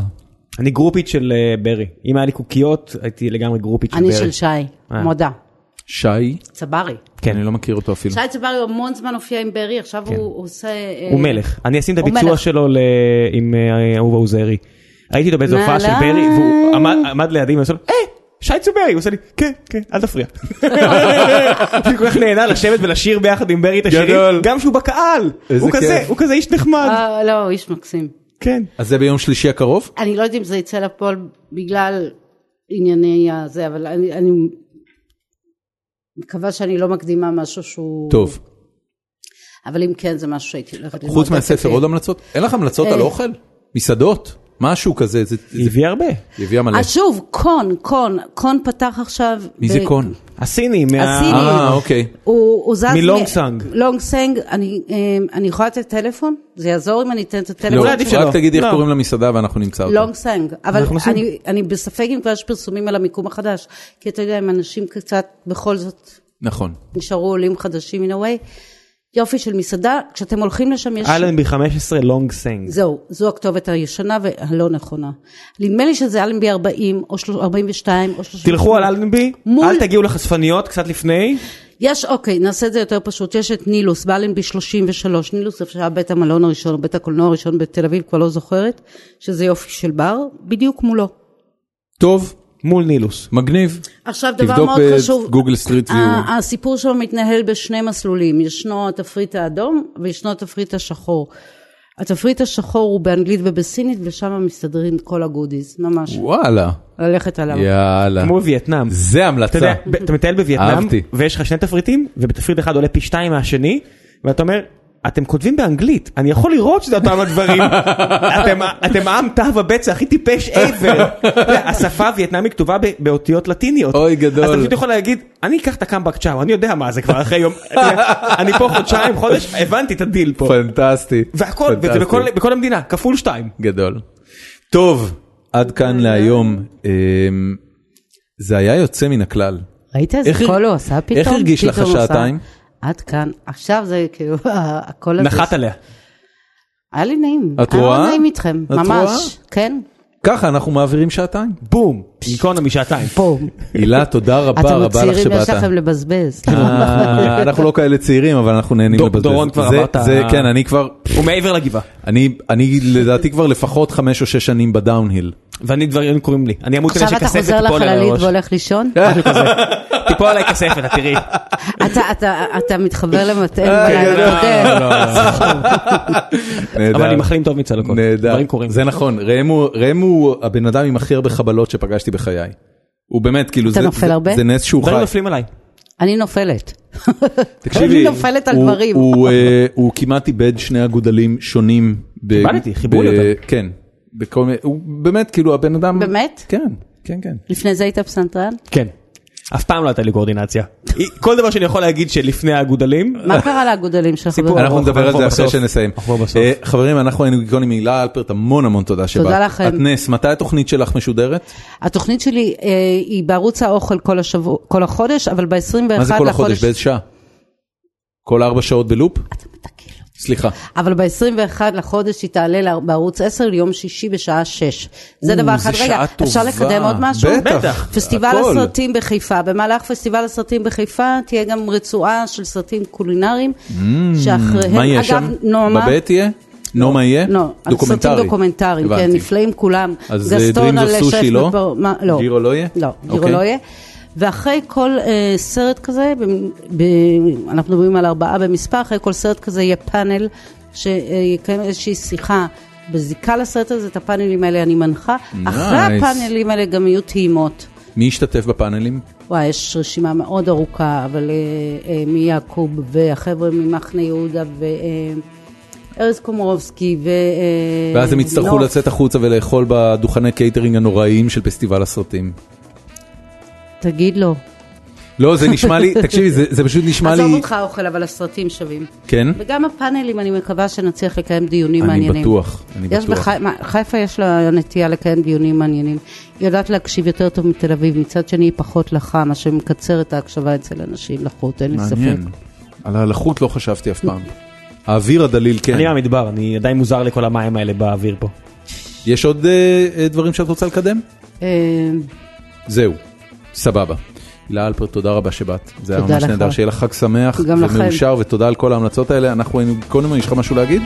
[SPEAKER 2] אני גרופית של אה, ברי. אם היה לי קוקיות, הייתי לגמרי גרופית של ברי. אה.
[SPEAKER 3] אני של שי, מודה,
[SPEAKER 1] שי,
[SPEAKER 3] צברי.
[SPEAKER 2] כן.
[SPEAKER 1] אני לא מכיר אותו אפילו.
[SPEAKER 3] שי צברי הוא המון זמן הופיע עם ברי, עכשיו הוא הוא עושה... אה,
[SPEAKER 2] הוא מלך. אני אשים את
[SPEAKER 3] הוא
[SPEAKER 2] הביצוע
[SPEAKER 3] מלך.
[SPEAKER 2] שלו ל- עם אה, אהובה עוזרי. הייתי איתו באיזו הופעה של
[SPEAKER 3] נעליים.
[SPEAKER 2] ברי, והוא עמד- עמד לידי ואני עושה לו, אה, שי צוברי, הוא עושה לי, כן, כן, אל תפריע. אני כל כך נהנה לשבת ולשיר ביחד עם ברי את
[SPEAKER 1] גדול.
[SPEAKER 2] השירים, גם שהוא בקהל.
[SPEAKER 1] איזה
[SPEAKER 2] הוא כזה,
[SPEAKER 1] כיף.
[SPEAKER 2] הוא כזה איש נחמד.
[SPEAKER 3] אה, לא, הוא איש מקסים.
[SPEAKER 2] כן.
[SPEAKER 1] אז זה ביום שלישי הקרוב?
[SPEAKER 3] אני לא יודעת אם זה יצא לפועל בגלל ענייני הזה, אבל אני, אני מקווה שאני לא מקדימה משהו שהוא...
[SPEAKER 1] טוב.
[SPEAKER 3] אבל אם כן, זה משהו שהייתי הולכת ללמוד.
[SPEAKER 1] חוץ מהספר עוד לא המלצות? אין לך המלצות
[SPEAKER 3] אה.
[SPEAKER 1] על אוכל? מסעדות? משהו כזה, זה זה-
[SPEAKER 2] היא הביאה הרבה.
[SPEAKER 1] יביאה מלא.
[SPEAKER 3] אז אה, שוב, קון, קון, קון פתח עכשיו.
[SPEAKER 1] מי זה
[SPEAKER 3] ב-
[SPEAKER 1] קון?
[SPEAKER 2] הסיני, מה...
[SPEAKER 3] הסיני.
[SPEAKER 1] אה, אוקיי.
[SPEAKER 3] הוא, הוא זז...
[SPEAKER 2] מלונגסאנג.
[SPEAKER 3] לונגסאנג, אני, אמ, אני יכולה לתת טלפון? זה יעזור אם אני אתן את הטלפון?
[SPEAKER 1] לא,
[SPEAKER 2] אולי עדיף שלא.
[SPEAKER 1] רק תגידי איך
[SPEAKER 2] לא.
[SPEAKER 1] קוראים למסעדה ואנחנו נמצא אותה.
[SPEAKER 3] לונגסאנג, אבל
[SPEAKER 2] אנחנו עושים.
[SPEAKER 3] אני, אני בספק אם כבר יש פרסומים על המיקום החדש, כי אתה יודע, אם אנשים קצת בכל זאת
[SPEAKER 1] נכון.
[SPEAKER 3] נשארו עולים חדשים in a way. יופי של מסעדה, כשאתם הולכים לשם יש...
[SPEAKER 2] אלנבי 15 לונג סנג.
[SPEAKER 3] זהו, זו הכתובת הישנה והלא נכונה. נדמה לי שזה אלנבי 40 או של- 42 או 30.
[SPEAKER 2] תלכו על אלנבי,
[SPEAKER 3] מול-
[SPEAKER 2] אל תגיעו לחשפניות קצת לפני.
[SPEAKER 3] יש, אוקיי, נעשה את זה יותר פשוט. יש את נילוס, באלנבי 33. נילוס זה שהיה בית המלון הראשון, או בית הקולנוע הראשון בתל אביב, כבר לא זוכרת, שזה יופי של בר, בדיוק מולו.
[SPEAKER 1] טוב,
[SPEAKER 2] מול נילוס.
[SPEAKER 1] מגניב.
[SPEAKER 3] עכשיו דבר
[SPEAKER 1] תבדוק
[SPEAKER 3] מאוד חשוב,
[SPEAKER 1] בגוגל סטריט ויו.
[SPEAKER 3] ה- הסיפור שלו מתנהל בשני מסלולים, ישנו התפריט האדום וישנו התפריט השחור. התפריט השחור הוא באנגלית ובסינית ושם מסתדרים כל הגודיז, ממש,
[SPEAKER 1] וואלה.
[SPEAKER 3] ללכת עליו.
[SPEAKER 1] יאללה.
[SPEAKER 2] כמו בווייטנאם.
[SPEAKER 1] אה, זה
[SPEAKER 2] אתה
[SPEAKER 1] המלצה.
[SPEAKER 2] יודע, ב- אתה מטייל בווייטנאם,
[SPEAKER 1] אהבתי.
[SPEAKER 2] ויש לך שני תפריטים, ובתפריט אחד עולה פי שתיים מהשני, ואתה אומר, אתם כותבים באנגלית, אני יכול לראות שזה אותם הדברים. אתם- אתם עם תו הבצע הכי טיפש ever. אתה יודע, השפה הווייטנאמית כתובה ב- באותיות לטיניות.
[SPEAKER 1] אוי, גדול.
[SPEAKER 2] אז אתה פשוט יכול להגיד, אני אקח את הקמבק צ'או, אני יודע מה זה כבר אחרי יום, אתה יודע, אני פה חודשיים, חודש, הבנתי את הדיל פה.
[SPEAKER 1] פנטסטי.
[SPEAKER 2] והכל, וזה
[SPEAKER 1] פנטסטי.
[SPEAKER 2] בכל, בכל המדינה, כפול שתיים.
[SPEAKER 1] גדול. טוב, עד
[SPEAKER 2] אה.
[SPEAKER 1] כאן להיום. אמ, זה היה יוצא מן הכלל.
[SPEAKER 3] ראית איזה
[SPEAKER 1] איך-
[SPEAKER 3] קול הוא עשה פתאום?
[SPEAKER 1] איך הרגיש לך
[SPEAKER 3] פתאום הוא עשה,
[SPEAKER 1] השעתיים?
[SPEAKER 3] עד כאן, עכשיו זה כאילו, הקול הזה.
[SPEAKER 2] נחת עליה.
[SPEAKER 3] היה לי נעים.
[SPEAKER 1] את
[SPEAKER 3] היה
[SPEAKER 1] רואה?
[SPEAKER 3] לי נעים איתכם,
[SPEAKER 1] את
[SPEAKER 3] ממש. כן,
[SPEAKER 1] ככה אנחנו מעבירים שעתיים.
[SPEAKER 2] בום. גיקונומי שעתיים.
[SPEAKER 3] בום.
[SPEAKER 1] הילה, תודה רבה
[SPEAKER 3] אתם עוד
[SPEAKER 1] רבה לך
[SPEAKER 3] צעירים, יש
[SPEAKER 1] שבאת.
[SPEAKER 3] לכם לבזבז.
[SPEAKER 1] אה, אנחנו לא כאלה צעירים, אבל אנחנו נהנים
[SPEAKER 2] דור-
[SPEAKER 1] לבזבז.
[SPEAKER 2] דורון כבר
[SPEAKER 1] זה-
[SPEAKER 2] אמרת- אה.
[SPEAKER 1] זה, כן, אני כבר,
[SPEAKER 2] ומעבר לגבעה.
[SPEAKER 1] אני, אני לדעתי כבר לפחות חמש או שש שנים בדאונהיל.
[SPEAKER 2] ואני דברים קורים לי. אני אמור כדי
[SPEAKER 3] עכשיו אתה
[SPEAKER 2] שכספת
[SPEAKER 3] חוזר
[SPEAKER 2] תיפול עליי
[SPEAKER 3] לחללית
[SPEAKER 2] לראש.
[SPEAKER 3] והולך לישון?
[SPEAKER 2] תיפול עליי כספת, את תראי.
[SPEAKER 3] אתה- אתה- אתה מתחבר למטען
[SPEAKER 1] לא,
[SPEAKER 3] בלילה, כן.
[SPEAKER 1] לא, נהדר.
[SPEAKER 2] אבל אני מחלים טוב מצלקות.
[SPEAKER 1] נהדר.
[SPEAKER 2] דברים קורים.
[SPEAKER 1] זה נכון, ראם הוא- ראם הוא הבן אדם עם הכי הרבה חבלות שפגשתי בחיי. הוא באמת, כאילו,
[SPEAKER 3] אתה
[SPEAKER 1] זה-
[SPEAKER 3] נופל
[SPEAKER 1] זה-
[SPEAKER 3] הרבה?
[SPEAKER 1] זה נס שהוא
[SPEAKER 2] דברים
[SPEAKER 1] חי.
[SPEAKER 2] נופלים עליי.
[SPEAKER 3] אני נופלת.
[SPEAKER 1] תקשיבי,
[SPEAKER 3] אני נופלת על
[SPEAKER 1] הוא-
[SPEAKER 3] דברים.
[SPEAKER 1] הוא, אה, הוא כמעט איבד שני אגודלים שונים. ב-
[SPEAKER 2] איבדתי, חיברו לי
[SPEAKER 1] ב-
[SPEAKER 2] אותם.
[SPEAKER 1] כן. בכל מיני- הוא באמת, כאילו, הבן אדם...
[SPEAKER 3] באמת?
[SPEAKER 1] כן, כן, כן.
[SPEAKER 3] לפני זה היית פסנתרן?
[SPEAKER 2] כן. אף פעם לא הייתה לי קואורדינציה. היא- כל דבר שאני יכול להגיד שלפני האגודלים,
[SPEAKER 3] מה קרה לאגודלים של
[SPEAKER 2] סיפור
[SPEAKER 3] חברים?
[SPEAKER 1] אנחנו
[SPEAKER 2] אנחנו
[SPEAKER 1] נדבר על
[SPEAKER 2] כבר
[SPEAKER 1] זה אחרי
[SPEAKER 2] בסוף.
[SPEAKER 1] שנסיים.
[SPEAKER 2] אנחנו כבר בסוף.
[SPEAKER 1] אה, חברים, אנחנו היינו גיקונים מהילה אלפרט, המון המון תודה שבאת.
[SPEAKER 3] לכם.
[SPEAKER 1] את נס, מתי התוכנית שלך משודרת?
[SPEAKER 3] התוכנית שלי אה, היא בערוץ האוכל כל, השבוע, כל החודש, אבל ב-21
[SPEAKER 1] מה זה כל החודש?
[SPEAKER 3] לחודש...
[SPEAKER 1] באיזה שעה? כל ארבע שעות בלופ?
[SPEAKER 3] תקל.
[SPEAKER 1] סליחה.
[SPEAKER 3] אבל ב-21 לחודש היא תעלה ל- בערוץ 10 ליום שישי בשעה 6. זה
[SPEAKER 1] או,
[SPEAKER 3] דבר
[SPEAKER 1] זה
[SPEAKER 3] אחד. רגע,
[SPEAKER 1] שעה
[SPEAKER 3] אפשר
[SPEAKER 1] טובה.
[SPEAKER 3] לקדם עוד משהו?
[SPEAKER 1] בטח,
[SPEAKER 2] בטח.
[SPEAKER 3] פסטיבל
[SPEAKER 1] הכל.
[SPEAKER 3] הסרטים בחיפה. במהלך פסטיבל הסרטים בחיפה תהיה גם רצועה של סרטים קולינריים, שאחריהם...
[SPEAKER 1] Mm, מה יהיה
[SPEAKER 3] אגב,
[SPEAKER 1] שם?
[SPEAKER 3] נעמה...
[SPEAKER 1] בבית יהיה? נעמה יהיה?
[SPEAKER 3] לא, סרטים
[SPEAKER 1] דוקומנטרי.
[SPEAKER 3] דוקומנטריים, כן,
[SPEAKER 1] הבנתי.
[SPEAKER 3] נפלאים כולם.
[SPEAKER 1] אז, אה,
[SPEAKER 3] גסטון
[SPEAKER 1] Dreams of
[SPEAKER 3] על שף
[SPEAKER 1] Sushi לא?
[SPEAKER 3] מפר- מה, לא.
[SPEAKER 1] גירו לא יהיה?
[SPEAKER 3] לא, גירו
[SPEAKER 1] אוקיי.
[SPEAKER 3] לא יהיה. ואחרי כל אה, סרט כזה, ב, ב, אנחנו מדברים על ארבעה במספר, אחרי כל סרט כזה יהיה פאנל שיקיים איזושהי שיחה בזיקה לסרט הזה, את הפאנלים האלה אני מנחה. אחרי
[SPEAKER 1] Nice.
[SPEAKER 3] הפאנלים האלה גם יהיו טעימות.
[SPEAKER 1] מי ישתתף בפאנלים?
[SPEAKER 3] וואי, יש רשימה מאוד ארוכה, אבל אה, אה, מיעקוב והחבר'ה ממחנה יהודה וארז קומרובסקי ו... אה,
[SPEAKER 1] ואז הם יצטרכו
[SPEAKER 3] נוף.
[SPEAKER 1] לצאת החוצה ולאכול בדוכני קייטרינג הנוראיים של פסטיבל הסרטים.
[SPEAKER 3] תגיד לו.
[SPEAKER 1] לא, זה נשמע לי, תקשיבי, זה זה פשוט נשמע לי...
[SPEAKER 3] עזוב אותך האוכל, אבל הסרטים שווים.
[SPEAKER 1] כן?
[SPEAKER 3] וגם הפאנלים, אני מקווה שנצליח לקיים דיונים
[SPEAKER 1] אני
[SPEAKER 3] מעניינים.
[SPEAKER 1] בטוח, אני
[SPEAKER 3] יש
[SPEAKER 1] בטוח.
[SPEAKER 3] בח... מה, חיפה יש לה נטייה לקיים דיונים מעניינים. היא יודעת להקשיב יותר טוב מתל אביב, מצד שני היא פחות לחה, מה שמקצר את ההקשבה אצל אנשים לחות, אין לי ספק.
[SPEAKER 1] מעניין. על הלחות לא חשבתי אף פעם. האוויר הדליל כן.
[SPEAKER 2] אני מהמדבר, אני עדיין מוזר לכל המים האלה באוויר פה.
[SPEAKER 1] יש עוד אה, אה, דברים שאת רוצה לקדם?
[SPEAKER 3] אה,
[SPEAKER 1] זהו, סבבה. הילה אלפרט, תודה רבה שבאת. זה היה
[SPEAKER 3] תודה
[SPEAKER 1] ממש
[SPEAKER 3] לך.
[SPEAKER 1] נהדר, שיהיה לך חג שמח
[SPEAKER 3] גם לכם. לא.
[SPEAKER 1] ומאושר, ותודה על כל ההמלצות האלה. אנחנו היינו, קודם יש לך משהו להגיד?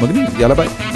[SPEAKER 1] מגניב, יאללה ביי.